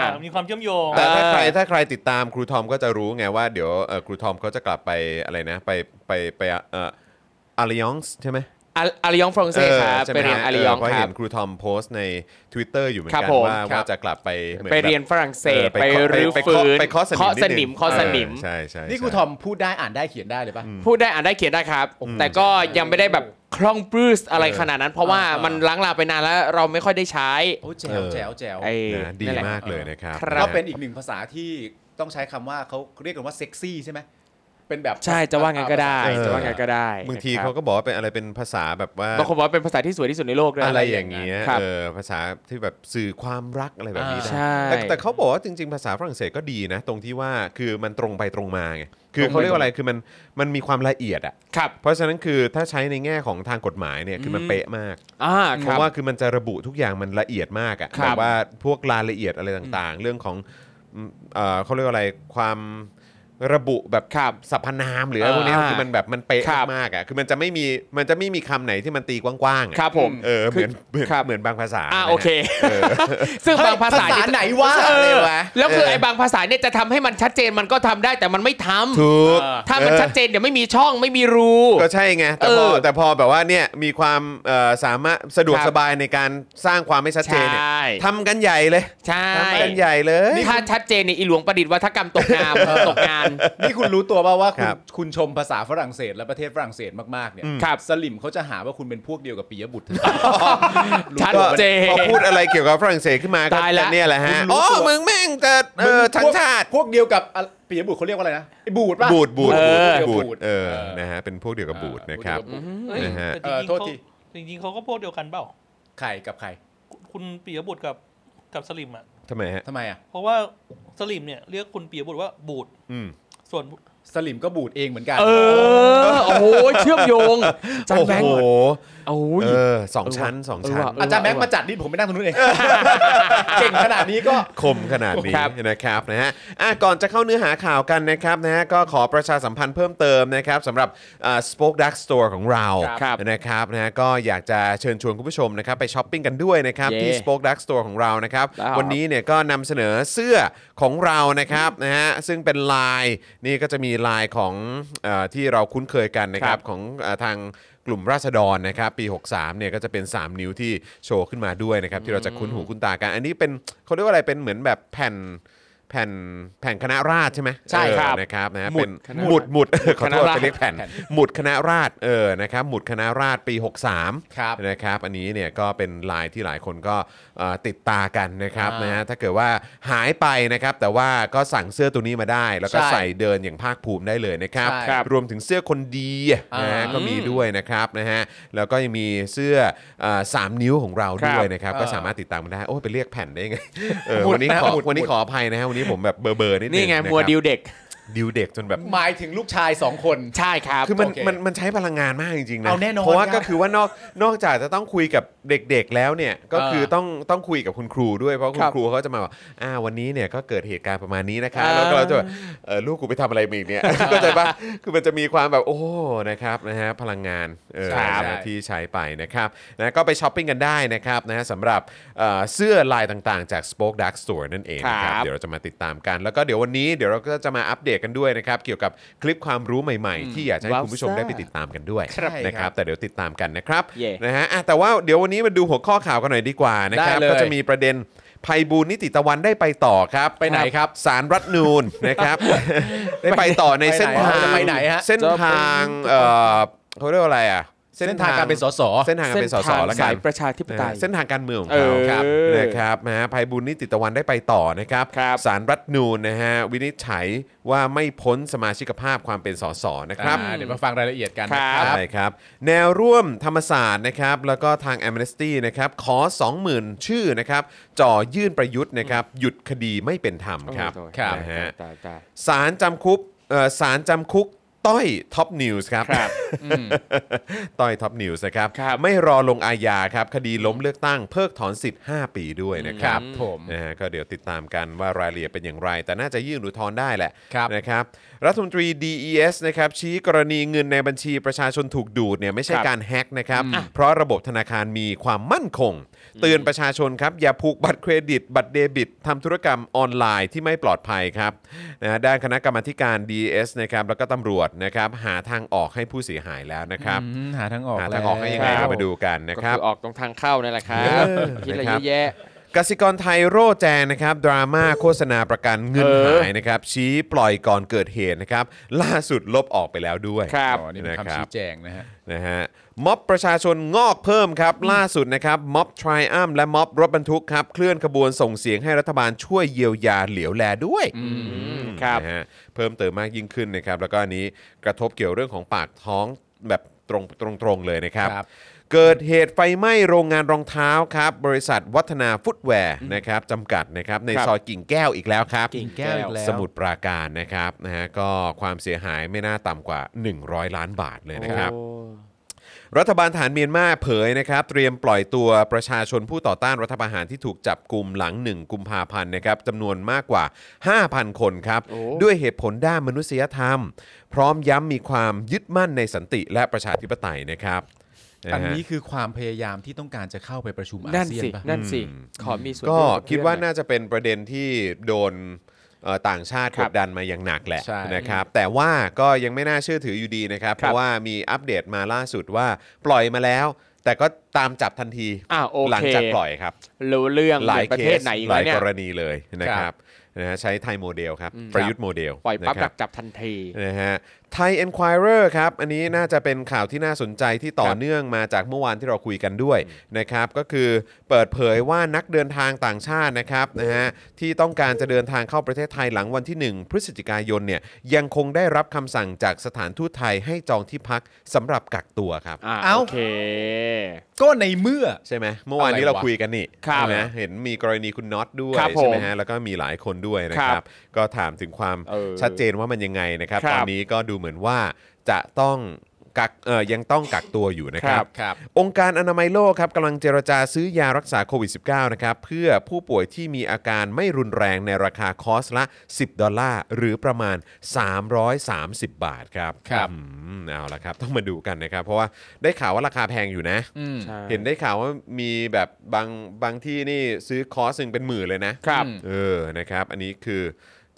[SPEAKER 1] อ
[SPEAKER 4] ามีความเชื่อมโยง
[SPEAKER 1] แต่ถ้าใคร
[SPEAKER 5] เออ
[SPEAKER 1] ถ้าใครติดตามครูทอมก็จะรู้ไงว่าเดี๋ยวเอ่อครูทอมเขาจะกลับไปอะไรนะ ไปไปไปเอ่ออาริยองส์ใช่ไหม
[SPEAKER 5] อาอาริยองฝรั่งเศสครับ
[SPEAKER 1] ใช่ห
[SPEAKER 5] ไป
[SPEAKER 1] ม
[SPEAKER 5] เรียนอาริยอง
[SPEAKER 1] เพราะ
[SPEAKER 5] ครั
[SPEAKER 1] เห็
[SPEAKER 5] บ
[SPEAKER 1] นครูทอมโพสต์ใน Twitter อยู่เหมือน
[SPEAKER 5] ครั
[SPEAKER 1] กัน
[SPEAKER 5] บผม
[SPEAKER 1] ว่า
[SPEAKER 3] ครั
[SPEAKER 1] ว่า
[SPEAKER 3] บ
[SPEAKER 1] จะกลับไปเหมือน
[SPEAKER 5] ไป
[SPEAKER 1] แบบ
[SPEAKER 5] เรียนฝรั่งเศส
[SPEAKER 1] ออ
[SPEAKER 5] ไป
[SPEAKER 1] เคาะ
[SPEAKER 5] รื้อ
[SPEAKER 1] ไป
[SPEAKER 5] ฟื้
[SPEAKER 1] เคาะ
[SPEAKER 5] น
[SPEAKER 1] ไปเคาะสนิมนิดนึง
[SPEAKER 5] เคาะสนิม
[SPEAKER 1] เออ
[SPEAKER 5] เคาะสนิม
[SPEAKER 1] ใช่ใช่
[SPEAKER 3] นี่ครูทอมพูดได้อ่านได้เขียนได้เลยป่ะ
[SPEAKER 5] พูดได้อ่านได้เขียนได้ครับ แต่ก็ยังไม่ได้แบบคล่องปลื้สอะไรขนาดนั้น เพราะว่า
[SPEAKER 3] เออ
[SPEAKER 5] มันล้างลาไปนานแล้วเราไม่ค่อยได้ใช้
[SPEAKER 3] โอ้แจ๋วแจ๋วแจ๋ว
[SPEAKER 5] ไอ้
[SPEAKER 1] นะดี
[SPEAKER 5] นั่นแหละ
[SPEAKER 1] มากเลยนะครับ
[SPEAKER 5] ครับ
[SPEAKER 3] ก็เป็นอีกหนึ่งภาษาที่ต้องใช้คำว่าเขาเรียกกันว่าเซ็กซี่ใช่ไหมเป็นแบบ
[SPEAKER 5] ใช่จะว่าไงก็ได้จะว่าไงก็ได้
[SPEAKER 1] บางที
[SPEAKER 5] นะครั
[SPEAKER 1] เขาก็บอกว่าเป็นอะไรเป็นภาษาแบบว่า
[SPEAKER 5] บางคนบอกว่าเป็นภาษาที่สวยที่สุดในโลกด้วย
[SPEAKER 1] อะไรอย่างเงี้ย
[SPEAKER 5] ครับ
[SPEAKER 1] เออภาษาที่แบบสื่อความรักอะไรแบบนี้
[SPEAKER 5] ใช่
[SPEAKER 1] นะแต่แต่เขาบอกว่าจริง ๆ ภาษาฝรั่งเศสก็ดีนะ ตรงที่ว่าคือมันตรงไปตรงมาไงคือเขาเรียกว่าอะไรคือมันมันมีความละเอียดอ่ะ
[SPEAKER 5] ครับ
[SPEAKER 1] เพราะฉะนั้นคือถ้าใช้ในแง่ของทางกฎหมายเนี่ยคือมันเป๊ะมาก
[SPEAKER 5] อ่า
[SPEAKER 1] เพ
[SPEAKER 5] ครั
[SPEAKER 1] ราะ
[SPEAKER 5] บ
[SPEAKER 1] ว่าคือมันจะระบุทุกอย่างมันละเอียดมากอ่ะ
[SPEAKER 5] ครับ
[SPEAKER 1] แบบว่าพวกรายละเอียดอะไรต่างๆ เรื่องของอืมเอ่อเขาเรียกว่าอะไรความระบุแบบ
[SPEAKER 5] ครับ
[SPEAKER 1] สรรพนามหรืออะไรพวกเนี้ย
[SPEAKER 5] อ่า
[SPEAKER 1] คือมันแบบมันเป๊ะ
[SPEAKER 5] ครับ
[SPEAKER 1] มากๆอ่ะคือมันจะไม่มีมันจะไม่มีคำไหนที่มันตีกว้างๆอ่ะ
[SPEAKER 5] ครับผม
[SPEAKER 1] เออเหมือนเหมือน
[SPEAKER 5] ครับ
[SPEAKER 1] เหมือนบางภาษา
[SPEAKER 5] อ่าโอเค
[SPEAKER 1] เออ
[SPEAKER 5] ซึ่ง
[SPEAKER 3] เฮ้ย
[SPEAKER 5] บางภาษาเนี่ย
[SPEAKER 3] ไหนวะ
[SPEAKER 5] เอ
[SPEAKER 1] อะ
[SPEAKER 5] อ
[SPEAKER 1] ไรวะ
[SPEAKER 5] แล้วคือ
[SPEAKER 1] เออ
[SPEAKER 5] ไอ้บางภาษาเนี่ยจะทำให้มันชัดเจนมันก็ทำได้แต่มันไม่ทำ
[SPEAKER 1] ถูก
[SPEAKER 5] ถ้ามันชัดเจนเดี๋ยวไม่มีช่องไม่มีรู
[SPEAKER 1] ก็ใช่ไงแต่พอ
[SPEAKER 5] เออ
[SPEAKER 1] แต่พอแบบว่าเนี่ยมีความเอ่อสามารถสะดวก
[SPEAKER 5] ครับ
[SPEAKER 1] สบายในการสร้างความไม่ชัดเจนเนี่ย
[SPEAKER 5] ใช่
[SPEAKER 1] ทำกันใหญ่เลย
[SPEAKER 5] ใช่
[SPEAKER 1] ทำกันใหญ่เลย
[SPEAKER 5] ถ้าชัดเจนเนี่ยอีหลวงประดิษฐ์วัฒกรรมตกงานตกงาน
[SPEAKER 3] นี่คุณรู้ตัวป่าว่า
[SPEAKER 1] ค
[SPEAKER 3] คุณ
[SPEAKER 1] รับ
[SPEAKER 3] คุณชมภาษาฝรั่งเศสและประเทศฝรั่งเศสมากๆเนี่ย
[SPEAKER 5] ครับ
[SPEAKER 3] สลิมเขาจะหาว่าคุณเป็นพวกเดียวกับปิยบุตร
[SPEAKER 5] ชัด
[SPEAKER 1] ก็
[SPEAKER 5] เจน
[SPEAKER 1] พอพูดอะไรเกี่ยวกับฝรั่งเศสขึ้นมาก็
[SPEAKER 5] ตายละ
[SPEAKER 1] เนี่ยแหละฮะ
[SPEAKER 3] คุณรู้
[SPEAKER 1] อ๋อ
[SPEAKER 3] ตัว
[SPEAKER 1] มึงแม่งจะเออทั้งชาติ
[SPEAKER 3] พวกเดียวกับอะปิยบุตรเขาเรียกว่าอะไรนะไอ้บูดป่ะ
[SPEAKER 1] บูดบูด
[SPEAKER 5] เอ
[SPEAKER 1] บูด
[SPEAKER 5] อ
[SPEAKER 1] บูด
[SPEAKER 3] บูด
[SPEAKER 1] เออ
[SPEAKER 3] เ
[SPEAKER 1] นะฮะเป็นพวกเดียวกับบูดนะครับ
[SPEAKER 3] พวกเดียวกับบูด
[SPEAKER 4] เอ้ย
[SPEAKER 1] นะฮะ
[SPEAKER 4] แต่จ
[SPEAKER 3] เอ
[SPEAKER 4] ริงๆ
[SPEAKER 3] อโทษ
[SPEAKER 4] เขา
[SPEAKER 3] ที
[SPEAKER 4] จริงๆเขาก็พวกเดียวกันเปล่า
[SPEAKER 3] ใครกับใคร
[SPEAKER 4] คุณปียบุตรกับกับสลิมอ่ะ
[SPEAKER 1] ทำไมฮะ
[SPEAKER 3] ทำไมอ่ะ
[SPEAKER 4] เพราะว่าสลิมเนี่ยเรียกคุณปียบุตรว่าบูด
[SPEAKER 1] อืม
[SPEAKER 4] ส่วน
[SPEAKER 3] สลิมก็บูดเองเหมือนกัน
[SPEAKER 5] เออ โอ้โห เชื่อมโยงจัน
[SPEAKER 1] โอ้
[SPEAKER 5] แบ
[SPEAKER 1] โห
[SPEAKER 5] งค์โอ้ย
[SPEAKER 1] เออสองชั้นสองชั้น
[SPEAKER 5] เออว่ะ
[SPEAKER 3] อาจารย์แบงค์มาจัดนี่ผมไปนั่งตรงนู้นเอง เก่งขนาดนี้ก็
[SPEAKER 1] คมขนาดนี้
[SPEAKER 5] ครับ
[SPEAKER 1] นะครับนะฮะอ่ะก่อนจะเข้าเนื้อหาข่าวกันนะครับนะฮะก็ขอประชาสัมพันธ์เพิ่มเติมนะครับสำหรับสป็อคดักสโตร์ของเรา
[SPEAKER 5] ครับ
[SPEAKER 1] นะครับนะฮะก็อยากจะเชิญชวนคุณผู้ชมนะครับไปช้อปปิ้งกันด้วยนะครับ
[SPEAKER 5] เย้
[SPEAKER 1] ที่ Spoke Dark Store ของเรานะครับ
[SPEAKER 5] แล้ว
[SPEAKER 1] วันนี้เนี่ยก็นำเสนอเสื้อของเรานะครับนะฮะซึ่งเป็นลายนี่ก็จะมีลายของเออที่เราคุ้นเคยกันนะครับของเออทางกลุ่มราษฎรนะครับปี 63เนี่ยก็จะเป็น 3 นิ้วที่โชว์ขึ้นมาด้วยนะครับที่เราจะคุ้นหูคุ้นตากัน อันนี้เป็นเขาเรียกว่าอะไรเป็นเหมือนแบบแผ่นแผ่นแผ่นคณะราษฎรใช่ไหม
[SPEAKER 5] ใช่ครับ
[SPEAKER 1] เออนะครับนะฮะ
[SPEAKER 5] หมุ
[SPEAKER 1] เป็
[SPEAKER 5] ด
[SPEAKER 1] น
[SPEAKER 5] คณะ
[SPEAKER 1] หมุดหมุดเออขอโทษ
[SPEAKER 5] คณะราษฎร
[SPEAKER 1] ไปเรียกแผ่น
[SPEAKER 3] แผ่น
[SPEAKER 1] หมุดคณะราษฎรเออนะครับหมุดคณะราษฎรปี 63
[SPEAKER 3] ครับ
[SPEAKER 1] นะครับอันนี้เนี่ยก็เป็นลายที่หลายคนก็เอ่อติดตากันนะครับ
[SPEAKER 3] อ่าน
[SPEAKER 1] นะฮะถ้าเกิดว่าหายไปนะครับแต่ว่าก็สั่งเสื้อตัวนี้มาได้ แล้วก็
[SPEAKER 3] ใช่
[SPEAKER 1] ใส่เดินอย่างภาคภูมิได้เลยนะครับ
[SPEAKER 3] ใช่ครับ
[SPEAKER 1] รวมถึงเสื้อคนดีนะฮะ
[SPEAKER 3] อ่า
[SPEAKER 1] ก็มีด้วยนะครับนะฮะแล้วก็ยังมีเสื้อเอ่อสามนิ้วของเราด้วย
[SPEAKER 5] ครับ
[SPEAKER 1] นะครับ
[SPEAKER 3] เออ
[SPEAKER 1] ก็สามารถติดตามมาได้โอ้ยไปเรียกแผ่นได้ไงเออ
[SPEAKER 3] หมุด
[SPEAKER 1] วันนี้ขอ
[SPEAKER 3] นะหมุด
[SPEAKER 1] วันนี้
[SPEAKER 3] หมุด
[SPEAKER 1] ขออภัยนะฮะวันนี้ผมแบบเบอร์เบอร์นิดนึง
[SPEAKER 5] นี่ไง
[SPEAKER 1] ะครับ
[SPEAKER 5] มัวดิวเด็ก
[SPEAKER 1] ดิวเด็กจนแบบ
[SPEAKER 3] หมายถึงลูกชายสองคน
[SPEAKER 2] ใช่ครับ
[SPEAKER 1] คือมัน
[SPEAKER 3] โอเค
[SPEAKER 1] มันมันใช้พลังงานมากจริงๆนะ
[SPEAKER 3] เอาแน่นอน
[SPEAKER 1] เพราะว่า
[SPEAKER 3] ครับ
[SPEAKER 1] ก็คือว่านอกนอกจากจะต้องคุยกับเด็กๆแล้วเนี่ยก็คือ
[SPEAKER 3] เออ
[SPEAKER 1] ต้องต้องคุยกับคุณครูด้วยเพราะ
[SPEAKER 2] ค
[SPEAKER 1] คุณ
[SPEAKER 2] รับ
[SPEAKER 1] ครูเขาจะมาบอกอ่าวันนี้เนี่ยก็เกิดเหตุการณ์ประมาณนี้นะคะ
[SPEAKER 2] อ่า
[SPEAKER 1] แล้วก็เราจะแบบเออลูกกูไปทำอะไรมาอีกเนี่ย ก็จะว่าคือมันจะมีความแบบโอ้นะครับนะฮะพลังงานเออ
[SPEAKER 3] ครับ
[SPEAKER 1] นะที่ใช้ไปนะครับนะก็ไปช้อปปิ้งกันได้นะครับนะฮะสำหรับเอ่อเสื้อลายต่างๆจาก Spoke Dark Store นั่นเองนะค
[SPEAKER 2] ครั
[SPEAKER 1] รับ
[SPEAKER 2] บ
[SPEAKER 1] เดี๋ยวเราจะมาติดตามกัน แล้วก็เดี๋ยววันนี้เดี๋ยวเราก็จะมาอัปเดตกันด้วยนะครับเกี่ยวกับคลิปความรู้ใหม่ๆ ที่อยากจะให้คุณผู้ชมได้ไปติดตามกันด้วย
[SPEAKER 3] ครับ
[SPEAKER 1] นะค
[SPEAKER 3] ครั
[SPEAKER 1] รับบแต่เดี๋ยวติดตามกันนะครับ
[SPEAKER 2] เย่
[SPEAKER 1] นะฮะอ่ะแต่ว่าเดี๋ยววันนี้มาดูหัวข้อข่าวกันหน่อยดีกว่านะครับ
[SPEAKER 3] ได้เลย
[SPEAKER 1] ก็จะมีประเด็นภัยบูลย์นิติตะวันได้ไปต่อครับ
[SPEAKER 3] ไปไหนครับ
[SPEAKER 1] สารรัฐธรรมนูน นะครับ ได้ไปต่อในเส้นทาง
[SPEAKER 3] จะไปไหนฮะ
[SPEAKER 1] เส้นทางเอ่อเขาเรียกว่าอะไรอ่ะ
[SPEAKER 3] เส้นทางการเป็นสส
[SPEAKER 1] เส้นทางการเป็นสสแล้วกั
[SPEAKER 2] สาน ยประชาธิปไตย
[SPEAKER 1] นะฮะเส้นทางการเมืองของ
[SPEAKER 2] เอ
[SPEAKER 1] เขา
[SPEAKER 2] อ
[SPEAKER 1] ครับนะครับนะฮะภัยบุญนิติตะวันได้ไปต่อนะครับ
[SPEAKER 2] ครับ
[SPEAKER 1] สารรัฐธรรมนูนนะฮะวินิจฉัยว่าไม่พ้นสมาชิกภาพความเป็นสสนะครับ
[SPEAKER 3] อ่าเดี๋ยวมาฟังรายละเอียดกัน
[SPEAKER 2] ค
[SPEAKER 3] นะค
[SPEAKER 2] รั
[SPEAKER 3] รับ
[SPEAKER 2] บ
[SPEAKER 1] ใช่ครับ แนวร่วมธรรมศาสตร์นะครับ แล้วก็ทาง a อ n ม s t y นะครับ ขอ 20,000 ชื่อนะครับ จ่อยื่นประยุทธ์นะครับ หยุดคดีไม่เป็นธรรมครับ
[SPEAKER 2] โอ้ย
[SPEAKER 1] ค
[SPEAKER 2] ตาย
[SPEAKER 1] รับนะฮะ
[SPEAKER 2] ตายตาย
[SPEAKER 1] สารจำคุกเอ่อสารจำคุกต้อยท็อปนิวส์ครับต้อยท็อปนิวส์นะครับ
[SPEAKER 2] ครับ
[SPEAKER 1] ไม่รอลงอาญาครับ คดีล้มเลือกตั้งเพิกถอนสิทธิ์ 5 ปีด้วยนะครับ
[SPEAKER 3] ครับผม
[SPEAKER 1] นะฮะก็เดี๋ยวติดตามกันว่ารายละเอียดเป็นอย่างไร แต่น่าจะยื่นอุทธรณ์ได้แหละ
[SPEAKER 3] ครับ
[SPEAKER 1] นะครับรัฐมนตรี DES นะครับชี้กรณีเงินในบัญชีประชาชนถูกดูดเนี่ยไม่ใช่
[SPEAKER 2] ครับ
[SPEAKER 1] การแฮกนะครับเพราะระบบธนาคารมีความมั่นคง เตือนประชาชนครับอย่าผูกบัตรเครดิต บัตรเดบิตทำธุรกรรมออนไลน์ที่ไม่ปลอดภัยครับนะด้านคณะกรรมาธิการ DES นะครับแล้วก็ตำรวจนะครับหาทางออกให้ผู้เสียหายแล้วนะครับ
[SPEAKER 3] อืมหาทางออก
[SPEAKER 1] หาทางออกให้ยังไง
[SPEAKER 2] แล้ว
[SPEAKER 1] เรามาดูกันนะค
[SPEAKER 2] ก็
[SPEAKER 1] รับ
[SPEAKER 2] คือออกตรงทางเข้านั่นแหละครับ
[SPEAKER 1] เออ
[SPEAKER 2] คิดอะไร
[SPEAKER 1] นะครับ
[SPEAKER 2] เยอะแยะ
[SPEAKER 1] กสิกรไทยโร่แจงนะครับ ดราม่าโฆษณาประกันเงิน
[SPEAKER 2] เออ
[SPEAKER 1] หายนะครับ ชี้ปล่อยก่อนเกิดเหตุนะครับ *laughs* ล่าสุดลบออกไปแล้วด้วย
[SPEAKER 2] ครับ
[SPEAKER 3] อ๋อนี่เป็น
[SPEAKER 1] นะ
[SPEAKER 3] คำ
[SPEAKER 1] ครั
[SPEAKER 3] ชี้
[SPEAKER 1] บ
[SPEAKER 3] แจงนะฮะ
[SPEAKER 1] นะฮะม็อบประชาชนงอกเพิ่มครับ ล่าสุดนะครับม็อบทริอัมและม็อบรถบรรทุกครับ เคลื่อนขบวนส่งเสียงให้รัฐบาลช่วยเยียวยาเหลียวแลด้วย
[SPEAKER 2] ครับ
[SPEAKER 1] นะฮะเพิ่มเติมมากยิ่งขึ้นนะครับ แล้วก็อันนี้กระทบเกี่ยวเรื่องของปากท้องแบบตรงตรงๆเลยนะครับ
[SPEAKER 3] ครับ
[SPEAKER 1] เกิดเหตุไฟไหม้โรงงานรองเท้าครับ บริษัทวัฒนาฟุตแวร์นะครับจำกัดนะครับใน
[SPEAKER 2] ครับ
[SPEAKER 1] ซอยกิ่งแก้วอีกแล้วครับ
[SPEAKER 2] กิ่งแก้วอีกแล้ว
[SPEAKER 1] สมุทรปราการนะครับนะฮะก็ความเสียหายไม่น่าต่ำกว่า 100 ล้านบาทเลยนะครับ
[SPEAKER 2] โอ้
[SPEAKER 1] รัฐบาลฐานเมียนมาเผยนะครับ เตรียมปล่อยตัวประชาชนผู้ต่อต้านรัฐประหารที่ถูกจับกลุ่มหลัง 1 กุมภาพันธ์นะครับจำนวนมากกว่า 5,000 คนครับ
[SPEAKER 2] โอ้
[SPEAKER 1] ด้วยเหตุผลด้านมนุษยธรรม พร้อมย้ำมีความยึดมั่นในสันติและประชาธิปไตยนะครับ
[SPEAKER 3] อันะ
[SPEAKER 1] ฮะ
[SPEAKER 3] นี้คือความพยายามที่ต้องการจะเข้าไปประชุมอา
[SPEAKER 2] นั่น
[SPEAKER 3] เซียน
[SPEAKER 2] สิ
[SPEAKER 3] ปะ
[SPEAKER 2] นั่นสิ
[SPEAKER 1] อืม
[SPEAKER 2] ขอมีส่วน
[SPEAKER 1] ก็
[SPEAKER 2] ร่มบ
[SPEAKER 1] คิดว่า
[SPEAKER 2] เรื่องหอย
[SPEAKER 1] น่าจะเป็นประเด็นที่โดนเอ่อต่างชาติ
[SPEAKER 2] ค
[SPEAKER 1] ก
[SPEAKER 2] รับ
[SPEAKER 1] ดดันมาอย่างหนักแหละ
[SPEAKER 3] ใช่
[SPEAKER 1] นะครับแต่ว่าก็ยังไม่น่าเชื่อถืออยู่ดีนะครับ
[SPEAKER 2] ครับ
[SPEAKER 1] เพราะว่ามีอัปเดตมาล่าสุดว่าปล่อยมาแล้ว แต่ก็ตามจับทันที
[SPEAKER 2] อ่าโอ
[SPEAKER 1] หลั
[SPEAKER 2] เค
[SPEAKER 1] จากปล่อยครับ
[SPEAKER 2] รู้เรื่อง
[SPEAKER 1] หลาย
[SPEAKER 2] เดี๋วประเทศไหนอีก
[SPEAKER 1] ห
[SPEAKER 2] แล้ว
[SPEAKER 1] ลา
[SPEAKER 2] ย เนี่
[SPEAKER 1] ก
[SPEAKER 2] ย
[SPEAKER 1] รณีเลยนะครับนะฮะใช้ไทยโมเดลครับ
[SPEAKER 2] อืม
[SPEAKER 1] ประยุทธ์โมเดล
[SPEAKER 2] ปล่อยปั๊บ
[SPEAKER 1] นะค
[SPEAKER 2] ดั
[SPEAKER 1] รั
[SPEAKER 2] กจับทันที
[SPEAKER 1] นะฮะไทย Enquirer ครับ อันนี้น่าจะเป็นข่าวที่น่าสนใจที่ต่อ
[SPEAKER 2] ครับ
[SPEAKER 1] เนื่องมาจากเมื่อวานที่เราคุยกันด้วยนะครับ ก็คือเปิดเผยว่านักเดินทางต่างชาตินะครับนะฮะที่ต้องการจะเดินทางเข้าประเทศไทยหลังวันที่ 1 พฤศจิกายนเนี่ยยังคงได้รับคำสั่งจากสถานทูตไทยให้จองที่พักสำหรับกักตัวครับ
[SPEAKER 2] ะ
[SPEAKER 3] เอ้า
[SPEAKER 2] โอเค
[SPEAKER 3] ก็ในเมื่อ
[SPEAKER 1] ใช่ไหมเมื่อวานนี้
[SPEAKER 3] อะไรวะ
[SPEAKER 1] เราคุยกันนี่
[SPEAKER 2] ครับ
[SPEAKER 1] ใช่ไหมเห็นมีกรณีคุณน็อตด้วย
[SPEAKER 2] ครับ
[SPEAKER 1] ใช่ไหม
[SPEAKER 2] ผม
[SPEAKER 1] ฮะแล้วก็มีหลายคนด้วยนะครับ ก็ถามถึงความ
[SPEAKER 2] เออ
[SPEAKER 1] ชัดเจนว่ามันยังไงนะครับ
[SPEAKER 2] ครั
[SPEAKER 1] ต
[SPEAKER 2] บ
[SPEAKER 1] อนนี้ก็ดูเหมือนว่าจะต้องกักเออยังต้องกักตัวอยู่นะครับ
[SPEAKER 3] ครับ
[SPEAKER 1] องค์การอนามัยโลกครับกำลังเจรจาซื้อยารักษาโควิด -19 นะครับ เพื่อผู้ป่วยที่มีอาการไม่รุนแรงในราคาคอร์สละ 10 ดอลลาร์ หรือประมาณ 330 บาทครับ
[SPEAKER 3] ครับ
[SPEAKER 1] อืมเอาละครับ ต้องมาดูกันนะครับ เพราะว่าได้ข่าวว่าราคาแพงอยู่นะ
[SPEAKER 3] อืม
[SPEAKER 2] ใช่
[SPEAKER 1] เห็นได้ข่าวว่ามีแบบบางบางที่นี่ซื้อคอร์สหนึ่งเป็นหมื่นเลยนะครับ เออนะครับ อันนี้คือ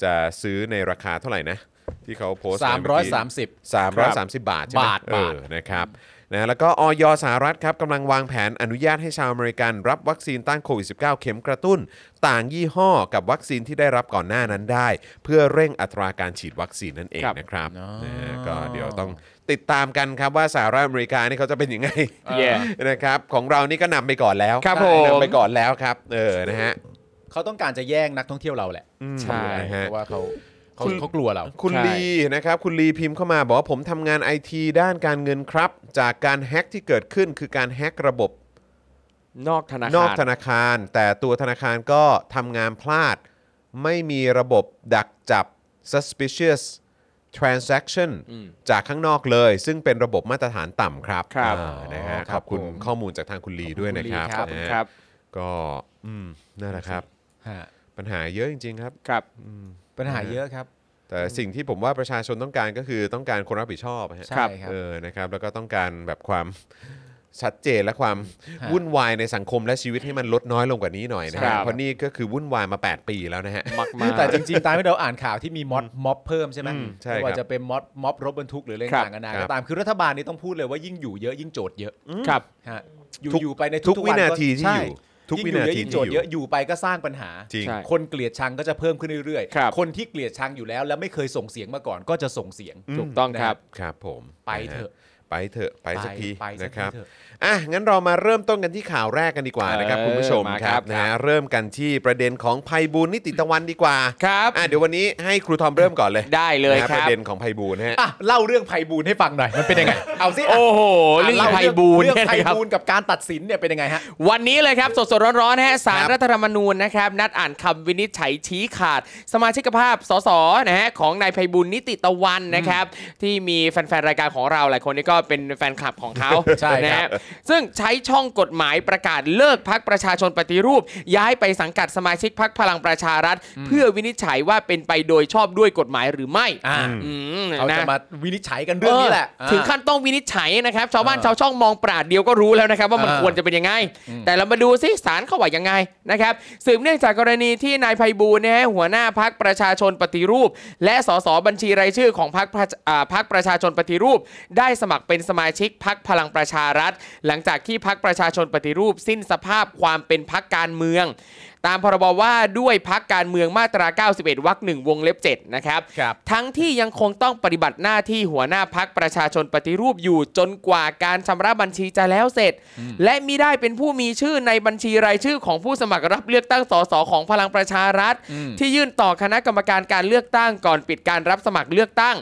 [SPEAKER 1] จะซื้อในราคาเท่าไหร่นะ ที่เขาโพสต์
[SPEAKER 3] สามร้อยสามสิบ
[SPEAKER 1] สามร้อยสามสิบบาทใช่ไหม
[SPEAKER 3] บาท
[SPEAKER 1] เออบ
[SPEAKER 3] าท
[SPEAKER 1] นะครับนะแล้วก็ออยสหรัฐครับกำลังวางแผนอนุญาตให้ชาวอเมริกัน รับวัคซีนต้านโควิด -19 เข็มกระตุ้น ต่างยี่ห้อกับวัคซีนที่ได้รับก่อนหน้านั้นได้ เพื่อเร่งอัตราการฉีดวัคซีนนั่นเอง
[SPEAKER 2] ครับ
[SPEAKER 1] นะครับนะฮะก็เดี๋ยวต้องติดตามกันครับว่าสหรัฐอเมริกานี่เขาจะเป็นยังไง
[SPEAKER 2] เย่
[SPEAKER 1] *laughs* นะครับของเรานี่ก็นำไปก่อนแล้ว
[SPEAKER 2] ครับผม
[SPEAKER 1] นำไปก่อนแล้วครับเออนะฮะ
[SPEAKER 3] เขาต้องการจะแย่งนักท่องเที่ยวเราแหละ
[SPEAKER 2] ใช่
[SPEAKER 1] นะ
[SPEAKER 3] เพ
[SPEAKER 1] ฮะ
[SPEAKER 3] ราะว่าเขาเขาเขากลัวเรา
[SPEAKER 1] คุณ
[SPEAKER 2] ใช่
[SPEAKER 1] ลีนะครับคุณลีพิมพ์เข้ามาบอกว่าผมทำงานไอทีด้านการเงินครับ จากการแฮ็กที่เกิดขึ้นคือการแฮ็กระบบ
[SPEAKER 2] นอกธนาคาร
[SPEAKER 1] นอกธนาคาร แต่ตัวธนาคารก็ทำงานพลาด ไม่มีระบบดักจับ suspicious transaction จากข้างนอกเลย ซึ่งเป็นระบบมาตรฐานต่ำครับ
[SPEAKER 5] ครับ
[SPEAKER 1] อ่านะฮะ
[SPEAKER 5] ค
[SPEAKER 1] ข
[SPEAKER 5] รับ
[SPEAKER 1] อบคุณ
[SPEAKER 5] ผม
[SPEAKER 1] ข้อมูลจากทางคุณลีด้วยนะครับ
[SPEAKER 5] ครับ
[SPEAKER 1] นะฮะ
[SPEAKER 5] ครับ
[SPEAKER 1] ก็อืมนั่นแหละครับ
[SPEAKER 3] ฮะ
[SPEAKER 1] ปัญหาเยอะจริง ๆ ครับ
[SPEAKER 5] ครับ
[SPEAKER 3] ปัญหาเยอะครับ
[SPEAKER 1] แต่สิ่งที่ผมว่าประชาชนต้องการก็คือต้องการคนรับผิดชอบอะฮะ
[SPEAKER 3] ใช่ครับ
[SPEAKER 1] เออนะครับแล้วก็ต้องการแบบความ *laughs* ชัดเจนและความ
[SPEAKER 3] ฮะ
[SPEAKER 1] วุ่นวายในสังคมและชีวิตให้มันลดน้อยลงกว่านี้หน่อยนะค
[SPEAKER 5] ครั
[SPEAKER 1] รับบ เพราะนี่ก็คือวุ่นวายมา 8 ปีแล้วนะฮะ
[SPEAKER 5] มากมา
[SPEAKER 3] คื
[SPEAKER 5] ก
[SPEAKER 3] อแต่จริงๆ ตามที่เราอ่านข่าวที่มีม็อบม็อบเพิ่มใช่ไหม
[SPEAKER 1] อืมใช่
[SPEAKER 3] ไม่ว่า
[SPEAKER 1] ครับ
[SPEAKER 3] จะเป็นม็อบม็อบรถบรรทุกหรืออะไร
[SPEAKER 5] ครับ
[SPEAKER 3] ต่างกันานา
[SPEAKER 1] ครั
[SPEAKER 3] ก็
[SPEAKER 1] บ
[SPEAKER 3] ตามคือรัฐบาลนี้ต้องพูดเลยว่ายิ่งอยู่เยอะยิ่งโจทย์เยอะ
[SPEAKER 5] ครับ
[SPEAKER 3] ฮะอ
[SPEAKER 1] ทุ
[SPEAKER 3] ยู่
[SPEAKER 1] ก
[SPEAKER 3] อยู่ไปใน
[SPEAKER 1] ทุ
[SPEAKER 3] ทุ
[SPEAKER 1] ก
[SPEAKER 3] ก
[SPEAKER 1] วินาทีที่
[SPEAKER 3] ใช่
[SPEAKER 1] อยู่ทุกวิ
[SPEAKER 3] ยิ่ง
[SPEAKER 1] นา
[SPEAKER 3] อ
[SPEAKER 1] ที
[SPEAKER 3] ยู่เยอะยิ่ง
[SPEAKER 1] ที่
[SPEAKER 3] โจทย์
[SPEAKER 1] อ
[SPEAKER 3] เย
[SPEAKER 1] ยู่
[SPEAKER 3] อะอยู่ไปก็สร้างปัญหา
[SPEAKER 1] จริง
[SPEAKER 5] ใช่
[SPEAKER 3] คนเกลียดชังก็จะเพิ่มขึ้นเรื่อย
[SPEAKER 5] ครับ
[SPEAKER 3] คนที่เกลียดชังอยู่แล้ว แล้วไม่เคยส่งเสียงมาก่อนก็จะส่งเสียง
[SPEAKER 1] อืม
[SPEAKER 5] ถูกต้องครับ
[SPEAKER 1] ครับผม
[SPEAKER 3] ไปเถอะ
[SPEAKER 1] นฮไปเถอะไปสักที
[SPEAKER 3] ไปสัก
[SPEAKER 1] นะค
[SPEAKER 3] ที
[SPEAKER 1] รับ
[SPEAKER 3] เถอะ
[SPEAKER 1] อ่ะงั้นเรามาเริ่มต้นกันที่ข่าวแรกกันดีกว่านะครับ
[SPEAKER 5] เออ
[SPEAKER 1] คุณผู้ชม
[SPEAKER 5] มา
[SPEAKER 1] ค
[SPEAKER 5] ครั
[SPEAKER 1] รับบ นะฮะเริ่มกันที่ประเด็นของภัยบูลย์นิติตะวันดีกว่า
[SPEAKER 5] ครับ
[SPEAKER 1] อ่ะเดี๋ยววันนี้ให้ครูทอมเริ่มก่อนเลย
[SPEAKER 5] ได้เลย
[SPEAKER 1] นะฮะ
[SPEAKER 5] ค
[SPEAKER 1] ป
[SPEAKER 5] รับ
[SPEAKER 1] ระเด็นของภัยบูลย์นะฮะ
[SPEAKER 3] อ่ะเล่าเรื่องไพบูลย์ให้ฟังหน่อยมันเป็นยังไง เอาสิ
[SPEAKER 5] โอ้โห
[SPEAKER 3] อ่ะ
[SPEAKER 5] เรื่อง
[SPEAKER 3] เล่า
[SPEAKER 5] ไพบูลย์
[SPEAKER 3] เรื่อง
[SPEAKER 5] เนี่ย
[SPEAKER 3] ไพ
[SPEAKER 5] นะครับ
[SPEAKER 3] บูลย์กับการตัดสินเนี่ยเป็นยังไงฮะ
[SPEAKER 5] วันนี้เลยครับ สดๆ ร้อนๆนะฮะสาร
[SPEAKER 1] ครับ
[SPEAKER 5] รัฐธรรมนูญนะครับ นัดอ่านคำวินิจฉัยชี้ขาด สมาชิกภาพสสนะฮะของนายไพบุญนิติตะวันนะครับ ที่มีแฟนๆ รายการของเราหลายคนนี่ก็เป็นแฟนคลับของเขา
[SPEAKER 3] ใช่ครับ
[SPEAKER 5] นะฮะซึ่งใช้ช่องกฎหมายประกาศเลิกพักประชาชนปฏิรูป ย้ายไปสังกัดสมาชิกพักพลังประชารัฐ เพื่อวินิจฉัยว่าเป็นไปโดยชอบด้วยกฎหมายหรือไม่
[SPEAKER 3] อ่ะ
[SPEAKER 5] อืม
[SPEAKER 3] เขาจะ
[SPEAKER 5] นะ
[SPEAKER 3] มาวินิจฉัยกันเรื่องนี้แหละ
[SPEAKER 5] เออถึง
[SPEAKER 3] อ่ะ
[SPEAKER 5] ขั้นต้องวินิจฉัยนะครับชาวบ้าน
[SPEAKER 3] เออ
[SPEAKER 5] ชาวช่องมองปราดเดียวก็รู้แล้วนะครับ ว่ามัน
[SPEAKER 3] เออ
[SPEAKER 5] ควรจะเป็นยังไง แต่เรามาดูซิศาลเขาว่ายังไงนะครับสืบเนื่องจากกรณีที่นายไพบูลย์นะฮะหัวหน้าพักประชาชนปฏิรูป และสสบัญชีรายชื่อของพักพักประชาชนปฏิรูป ได้สมัครเป็นสมาชิกพักพลังประชารัฐ หลังจากที่พักประชาชนปฏิรูป สิ้นสภาพความเป็นพักการเมือง ตามพรบว่าด้วยพักการเมืองมาตรา 91วรรคหนึ่งวงเล็บ7นะครับ
[SPEAKER 3] ครับ
[SPEAKER 5] ทั้งที่ยังคงต้องปฏิบัติหน้าที่หัวหน้าพักประชาชนปฏิรูปอยู่จนกว่าการชำระบัญชีจะแล้วเสร็จ และมิได้เป็นผู้มีชื่อในบัญชีรายชื่อของผู้สมัครรับเลือกตั้งสสของพลังประชารัฐ ที่ยื่นต่อคณะกรรมการการเลือกตั้งก่อนปิดการรับสมัครเลือกตั้ง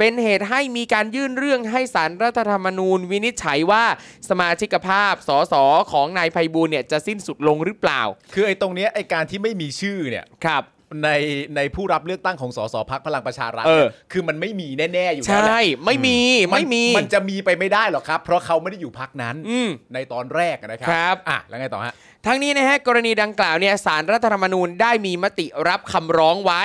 [SPEAKER 5] เป็นเหตุให้มีการยื่นเรื่องให้สารรัฐธรรมนูญ วินิจฉัยว่าสมาชิกภาพสสของนายไพบูลย์เนี่ยจะสิ้นสุดลงหรือเปล่า
[SPEAKER 3] คือไอ้ตรงเนี้ยไอ้การที่ไม่มีชื่อเนี่ย
[SPEAKER 5] ครับ
[SPEAKER 3] ในในผู้รับเลือกตั้งของสสพักพลังประชารัฐ
[SPEAKER 5] เออ
[SPEAKER 3] เนี่ยคือมันไม่มีแน่ ๆ อยู่แล้วแหละ
[SPEAKER 5] ใช่ไม่มีไม่มี
[SPEAKER 3] นมันจะมีไปไม่ได้หรอกครับ เพราะเขาไม่ได้อยู่พักนั้น
[SPEAKER 5] อืม
[SPEAKER 3] ในตอนแรกนะครั
[SPEAKER 5] ครับ
[SPEAKER 3] อ่ะแล้วไงต่อฮะ
[SPEAKER 5] ทั้งนี้นะฮะกรณีดังกล่าวเนี่ยสารรัฐธรรมนูญได้มีมติรับคำร้องไว้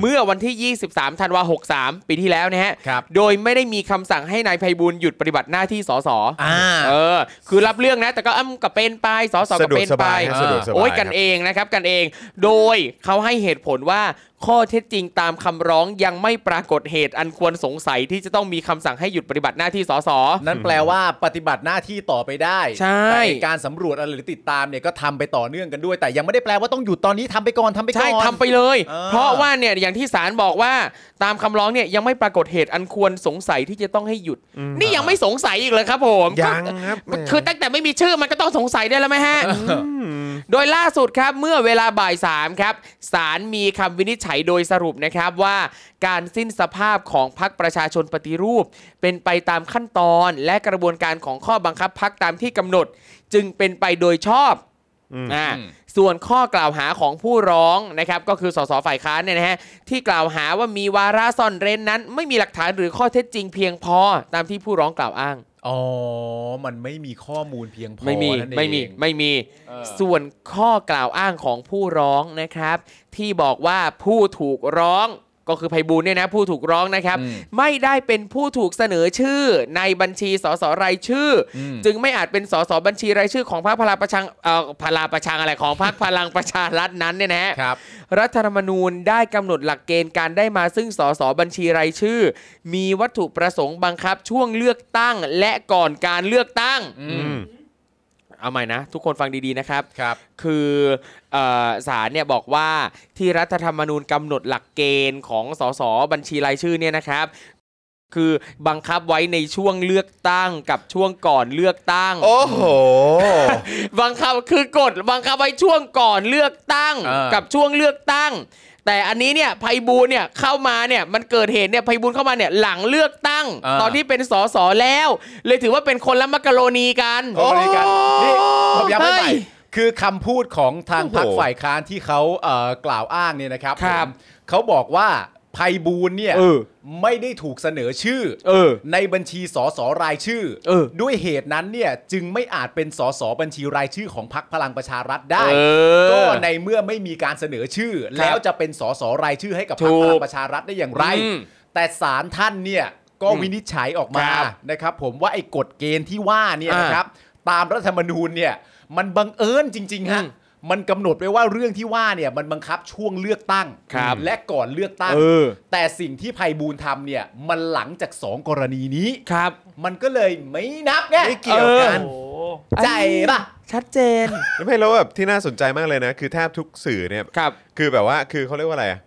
[SPEAKER 5] เมื่อวันที่ 23 ธันวาคม63 ปีที่แล้วนะฮะ
[SPEAKER 3] ครับ
[SPEAKER 5] โดยไม่ได้มีคำสั่งให้นายไพบูลย์หยุดปฏิบัติหน้าที่สส
[SPEAKER 3] อ่า
[SPEAKER 5] เออ คือรับเรื่องนะ แต่ก็อ้ำกับเป็นไปสสก็
[SPEAKER 1] สะดวก
[SPEAKER 5] เป็น
[SPEAKER 1] ส
[SPEAKER 5] ไป
[SPEAKER 1] บายฮะสะดวกสบาย
[SPEAKER 5] โอ้ย
[SPEAKER 1] ครั
[SPEAKER 5] กับ นเองนะครับกันเอง โดยเขาให้เหตุผลว่าข้อเท็จจริงตามคำร้องยังไม่ปรากฏเหตุอันควรสงสัยที่จะต้องมีคำสั่งให้หยุดปฏิบัติหน้าที่สส
[SPEAKER 3] นั่นแปลว่าปฏิบัติหน้าที่ต่อไปได้
[SPEAKER 5] ใช่
[SPEAKER 3] แต่ไอ้การสำรวจอะไรหรือติดตามเนี่ยก็ทำไปต่อเนื่องกันด้วย แต่ยังไม่ได้แปลว่าต้องหยุดตอนนี้ทำไปก่อนทำไปก่อน
[SPEAKER 5] ใช่ทำไปเลย
[SPEAKER 3] เออ
[SPEAKER 5] เพราะว่าเนี่ยอย่างที่ศาลบอกว่าตามคำร้องเนี่ยยังไม่ปรากฏเหตุอันควรสงสัยที่จะต้องให้หยุด นี่ยังไม่สงสัยอีกเลยครับผม
[SPEAKER 1] ยัง
[SPEAKER 5] ก็
[SPEAKER 1] ครับแหม
[SPEAKER 5] คือตั้งแต่ไม่มีชื่อมันก็ต้องสงสัยได้แล้วไหมฮะ โดยล่าสุดครับเมื่อเวลาบ่ายสามครับศาลมีคำวินิจฉัยโดยสรุปนะครับว่าการสิ้นสภาพของพักประชาชนปฏิรูป เป็นไปตามขั้นตอนและกระบวนการของข้อบังคับพักตามที่กำหนด จึงเป็นไปโดยชอบอ่าส่วนข้อกล่าวหาของผู้ร้องนะครับก็คือสสฝ่ายค้านเนี่ยนะฮะที่กล่าวหาว่ามีวาระซ่อนเร้นนั้น ไม่มีหลักฐานหรือข้อเท็จจริงเพียงพอตามที่ผู้ร้องกล่าวอ้าง
[SPEAKER 3] อ๋อ มันไม่มีข้อมูลเพียงพอ
[SPEAKER 5] ไม่มี
[SPEAKER 3] นั่นเอง
[SPEAKER 5] ไม่มีไม่มี
[SPEAKER 3] เออ
[SPEAKER 5] ส่วนข้อกล่าวอ้างของผู้ร้องนะครับ ที่บอกว่าผู้ถูกร้องก็คือไพบูลย์เนี่ยนะผู้ถูกร้องนะครับ ไม่ได้เป็นผู้ถูกเสนอชื่อในบัญชีสสรายชื่ออจึงไม่อาจเป็นสสบัญชีรายชื่อของพรรคพลังประชาเอ่อพลาประชาอะไรของพรรคพลังประชารัฐนั้นเนี่ยนะฮะ
[SPEAKER 3] ครับ
[SPEAKER 5] รัฐธรรมนูญได้กำหนดหลักเกณฑ์การได้มาซึ่งสสบัญชีรายชื่อ มีวัตถุประสงค์บังคับช่วงเลือกตั้งและก่อนการเลือกตั้ง เอาใหม่นะ ทุกคนฟังดีๆนะครับ
[SPEAKER 3] ครับ
[SPEAKER 5] คือเออศาลเนี่ยบอกว่าที่รัฐธรรมนูญกำหนดหลักเกณฑ์ของสสบัญชีรายชื่อเนี่ยนะครับ คือบังคับไว้ในช่วงเลือกตั้งกับช่วงก่อนเลือกตั้ง
[SPEAKER 1] โอ้โห
[SPEAKER 5] บังคับคือกฎบังคับไว้ช่วงก่อนเลือกตั้ง
[SPEAKER 3] อ่ากั
[SPEAKER 5] กับช่วงเลือกตั้ง แต่อันนี้เนี่ยไพบูลย์เนี่ยเข้ามาเนี่ยมันเกิดเหตุเนี่ยไพบูลย์เข้ามาเนี่ยหลังเลือกตั้ง
[SPEAKER 3] อ่า
[SPEAKER 5] ตอนที่เป็นสสแล้ว เลยถือว่าเป็นคนละมักกะโรนีกัน
[SPEAKER 3] โอ้ยกันนี่ผมย้ำให้ใหม่
[SPEAKER 5] เฮ้
[SPEAKER 3] คือคำพูดของทาง
[SPEAKER 1] โอ้โห
[SPEAKER 3] พรรคฝ่ายค้านที่เขาเอ่อกล่าวอ้างเนี่ยนะครับ
[SPEAKER 5] ครับ
[SPEAKER 3] ผมเขาบอกว่าไพ ไพบูลย์เนี่ย
[SPEAKER 5] เออ
[SPEAKER 3] ไม่ได้ถูกเสนอชื่อ
[SPEAKER 5] เออ
[SPEAKER 3] ในบัญชีสอสอรายชื่อ
[SPEAKER 5] เออ
[SPEAKER 3] ด้วยเหตุนั้นเนี่ยจึงไม่อาจเป็นสอสอบัญชีรายชื่อของพักพลังประชารัฐได้
[SPEAKER 5] เออ
[SPEAKER 3] ก็ในเมื่อไม่มีการเสนอชื่อ แล้วจะเป็นสอสอรายชื่อให้กับพรรคพลังประชารัฐได้อย่างไร
[SPEAKER 5] อืม
[SPEAKER 3] แต่สารท่านเนี่ยก็วินิจฉัยออกมา
[SPEAKER 5] ครับ
[SPEAKER 3] นะครับ ผมว่าไอ้กฎเกณฑ์ที่ว่าเนี่ย
[SPEAKER 5] อ่าน
[SPEAKER 3] นะครับ ตามรัฐธรรมนูญเนี่ยมันบังเอิญจริงๆฮะ
[SPEAKER 5] อืม
[SPEAKER 3] มันกำหนดไว้ว่าเรื่องที่ว่าเนี่ยมันบังคับช่วงเลือกตั้ง
[SPEAKER 5] ครับ
[SPEAKER 3] และก่อนเลือกตั้ง
[SPEAKER 5] เออ
[SPEAKER 3] แต่สิ่งที่ไพบูลย์ทำเนี่ยมันหลังจากสองกรณีนี้
[SPEAKER 5] ครับ
[SPEAKER 3] มันก็เลยไม่นับไง
[SPEAKER 1] ไม่เกี่ยวกัน
[SPEAKER 4] โอ้โห
[SPEAKER 3] ใจป่ะ
[SPEAKER 5] ชัดเจน
[SPEAKER 1] ไม่แล้วแบบที่น่าสนใจมากเลยนะ คือแทบทุกสื่อเนี่ย
[SPEAKER 5] ครับ
[SPEAKER 1] คือแบบว่าคือเขาเรียกว่าอะไรอะ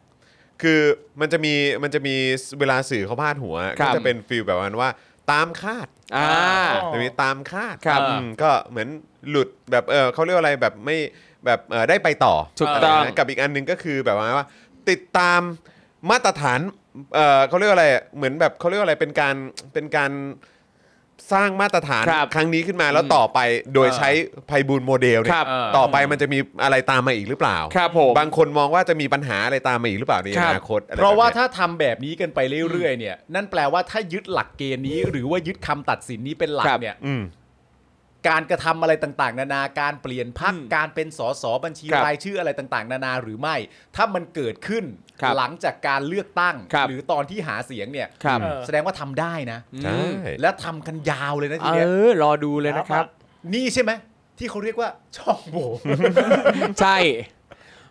[SPEAKER 1] คือมันจะมีมันจะมีเวลาสื่อเขาพาดหัว
[SPEAKER 5] ครั
[SPEAKER 1] ก็
[SPEAKER 5] บ
[SPEAKER 1] จะเป็นฟีลแบบว่าตามคาด
[SPEAKER 5] อ่า
[SPEAKER 4] อ๋อ
[SPEAKER 1] จะมีตามคาด
[SPEAKER 5] ครับ
[SPEAKER 1] อืมก็เหมือนหลุดแบบเออเขาเรียกว่าอะไรแบบไม่แบบเออได้ไปต่อ
[SPEAKER 5] ถูกต้อง
[SPEAKER 1] ะไรนะกับอีกอันหนึงก็คือแบบว่า ติดตามมาตรฐานเออเขาเรียกว่าอะไรอะเหมือนแบบเขาเรียกว่าอะไรเป็นการเป็นการสร้างมาตรฐาน
[SPEAKER 5] ครับ
[SPEAKER 1] ครั้งนี้ขึ้นมาแล้วต่อไปโดย
[SPEAKER 3] เออ
[SPEAKER 1] ใช้ไพบูลย์โมเดลเนี่
[SPEAKER 5] ค
[SPEAKER 1] ย
[SPEAKER 5] รับ
[SPEAKER 1] ต่อไปมันจะมีอะไรตามมาอีกหรือเปล่า
[SPEAKER 5] ครับผม
[SPEAKER 1] บางคนมองว่าจะมีปัญหาอะไรตามมาอีกหรือเปล่าใน
[SPEAKER 5] ครั
[SPEAKER 1] อบ นาคตอไ
[SPEAKER 3] เพราะว่า
[SPEAKER 1] แบบนี้ย
[SPEAKER 3] ถ้าทำแบบนี้กันไปเรื่อยๆเนี่ย นั่นแปลว่าถ้ายึดหลักเกณฑ์นี้ หรือว่ายึดคำตัดสินนี้เป็นหลั
[SPEAKER 5] ค
[SPEAKER 3] ก
[SPEAKER 5] รับ
[SPEAKER 3] เนี่ย
[SPEAKER 1] อืม
[SPEAKER 3] การกระทำอะไรต่างๆ นานาการเปลี่ยนพัก
[SPEAKER 5] อืม
[SPEAKER 3] การเป็นสสบัญชี
[SPEAKER 5] ครับ
[SPEAKER 3] รายชื่ออะไรต่างๆ นานาหรือไม่ ถ้ามันเกิดขึ้น
[SPEAKER 5] ครับ
[SPEAKER 3] หลังจากการเลือกตั้ง
[SPEAKER 5] ครับ
[SPEAKER 3] หรือตอนที่หาเสียงเนี่ย
[SPEAKER 5] ครับ
[SPEAKER 4] เออ
[SPEAKER 3] แสดงว่าทำได้นะ
[SPEAKER 1] ใช่
[SPEAKER 3] และทำกันยาวเลยนะที
[SPEAKER 5] เอ
[SPEAKER 3] เนี้ย
[SPEAKER 5] อ รอดูเลยนะครับ
[SPEAKER 3] นี่ใช่ไหมที่เขาเรียกว่าช่องโหว่
[SPEAKER 5] ใช่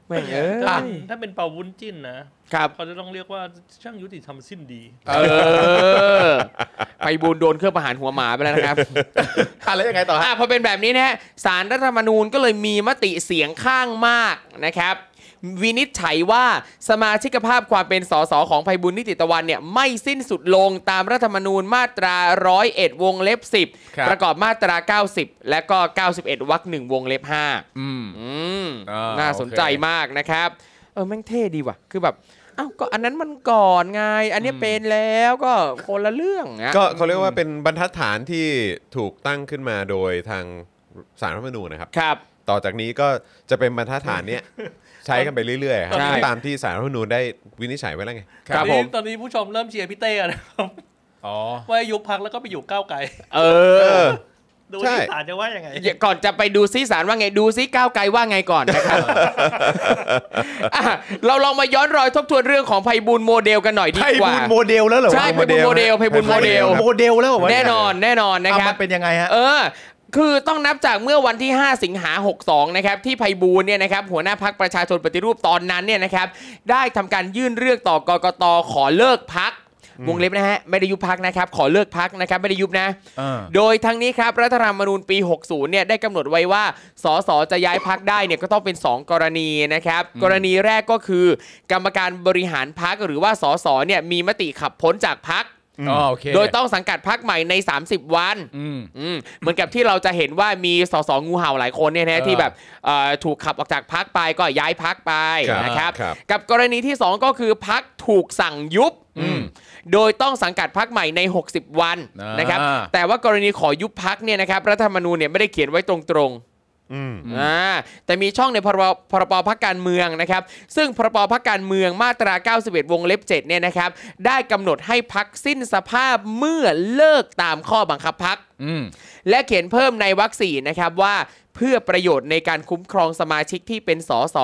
[SPEAKER 5] แม่งเอ้
[SPEAKER 4] ถ้าย เป็นถ้าเป็นเปาวุ้นจิ้นนะครับ เขาจะต้องเรียกว่าช่างยุติธรรมสิ้นดี
[SPEAKER 5] เอ *laughs* อ ไปบูนโดนเครื่องประหารหัวหมาไปแล้วนะครับ
[SPEAKER 3] อะไรยังไงต่อ
[SPEAKER 5] *laughs*
[SPEAKER 3] ฮะ
[SPEAKER 5] อ่ะพอเป็นแบบนี้นะฮะสารรัฐธรรมนูญก็เลยมีมติเสียงข้างมากนะครับ วินิจฉัยว่าสมาชิกภาพความเป็นสสของภัยบุญนิติตะวันเนี่ยไม่สิ้นสุดลงตามรัฐธรรมนูญมาตรา 101 วงเล็บ
[SPEAKER 3] ครั
[SPEAKER 5] 10
[SPEAKER 3] บ
[SPEAKER 5] ประกอบมาตรา 90 และก็ 91วรรคหนึ่งวงเล็บ 5
[SPEAKER 3] อืม
[SPEAKER 5] อืม
[SPEAKER 3] อ่า
[SPEAKER 5] น่าสนใจ
[SPEAKER 3] โอเค
[SPEAKER 5] มากนะครับ เออ แม่งเท่ดีว่ะ คือแบบอ้าวก็อันนั้นมันก่อนไง อันเนี้ยเป็นแล้วก็คนละเรื่องนะ
[SPEAKER 1] ก็เขาเรียกว่าเป็นบรรทัดฐานที่ถูกตั้งขึ้นมาโดยทางสารรัฐธรรมนูญนะครับ
[SPEAKER 5] ครับ
[SPEAKER 1] ต่อจากนี้ก็จะเป็นบรรทัดฐานเนี้ย ใช้กันไปเรื่อยๆครับ
[SPEAKER 5] ใช่
[SPEAKER 1] ตามที่สารรัฐธรรมนูญได้วินิจฉัยไว้แล้วไง
[SPEAKER 5] ครับผม
[SPEAKER 4] ตอนนี้ผู้ชมเริ่มเชียร์พี่เต้นะครับ *laughs*
[SPEAKER 3] อ๋อ
[SPEAKER 4] ว่ายุบพักแล้วก็ไปอยู่ก้าวไกล
[SPEAKER 5] เอ
[SPEAKER 1] เออ
[SPEAKER 5] อ
[SPEAKER 4] ดู
[SPEAKER 1] ใช่
[SPEAKER 4] ที่ศาลจะว่ายังไง
[SPEAKER 5] อย่าก่อนจะไปดูซิสารว่าไงดูซิก้าวไกลว่าไงก่อนนะครับ อ่ะเราลองมาย้อนรอยทบทวนเรื่องของไพบูลย์โมเดลกันหน่อยดี
[SPEAKER 3] ไพ
[SPEAKER 5] ก
[SPEAKER 3] บู
[SPEAKER 5] ว่า
[SPEAKER 3] ลย์โมเดลแล้วเหรอ
[SPEAKER 5] ใช่ไพบูลย์โมเดลไพบูลย์โมเดล
[SPEAKER 3] โมเดลแล้วเหรอวะ
[SPEAKER 5] แน่นอนแน่นอนนะค
[SPEAKER 3] อ่ะ
[SPEAKER 5] รั
[SPEAKER 3] มั
[SPEAKER 5] บ
[SPEAKER 3] นเป็นยังไงฮะ
[SPEAKER 5] เออ คือต้องนับจากเมื่อวันที่ 5 สิงหา 62 นะครับ ที่ไพบูลย์เนี่ยนะครับ หัวหน้าพักประชาชนปฏิรูปตอนนั้นเนี่ยนะครับ ได้ทำการยื่นเรื่องต่อกกตขอเลิกพักวงเล็บนะฮะ ไม่ได้ยุบพักนะครับ ขอเลิกพักนะครับ ไม่ได้ยุบนะ
[SPEAKER 3] เออ
[SPEAKER 5] โดยทั้งนี้ครับ รัฐธรรมนูญปี 60 เนี่ยได้กำหนดไว้ว่า สสจะย้ายพักได้เนี่ยก็ต้องเป็น 2 กรณีนะครับ กรณีแรกก็คือ กรรมการบริหารพักหรือว่าสสเนี่ยมีมติขับพ้นจากพัก
[SPEAKER 3] อ๋อโอเค
[SPEAKER 5] โดยต้องสังกัดพักใหม่ใน 30 วัน
[SPEAKER 3] อืม
[SPEAKER 5] อืมเหมือนกับที่เราจะเห็นว่ามีสสงูเห่าหลายคนเนี่ยนะ
[SPEAKER 3] เออ
[SPEAKER 5] ที่แบบเอ่อถูกขับออกจากพักไปก็ย้ายพักไป
[SPEAKER 1] ครับ
[SPEAKER 5] นะครับ
[SPEAKER 1] ครับ
[SPEAKER 5] กับกรณีที่ 2 ก็คือพักถูกสั่งยุบโดยต้องสังกัดพักใหม่ใน 60 วันนะครับ
[SPEAKER 3] อ่า
[SPEAKER 5] แต่ว่ากรณีขอยุบพักเนี่ยนะครับรัฐธรรมนูญเนี่ยไม่ได้เขียนไว้ตรงๆ
[SPEAKER 1] อืม
[SPEAKER 5] อ่าแต่มีช่องในพรบพรบพักการเมืองนะครับ ซึ่งพรบพักการเมืองมาตรา 91 วงเล็บ 7 เนี่ยนะครับ ได้กำหนดให้พักสิ้นสภาพเมื่อเลิกตามข้อบังคับพัก
[SPEAKER 3] อืม
[SPEAKER 5] และเขียนเพิ่มในวรรคสี่นะครับว่าเพื่อประโยชน์ในการคุ้มครองสมาชิกที่เป็นสส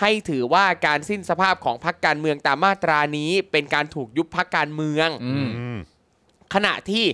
[SPEAKER 5] ให้ถือว่าการสิ้นสภาพของพักการเมืองตามมาตรานี้เป็นการถูกยุบพักการเมือง
[SPEAKER 3] อืม
[SPEAKER 1] อืม
[SPEAKER 5] ขณะที่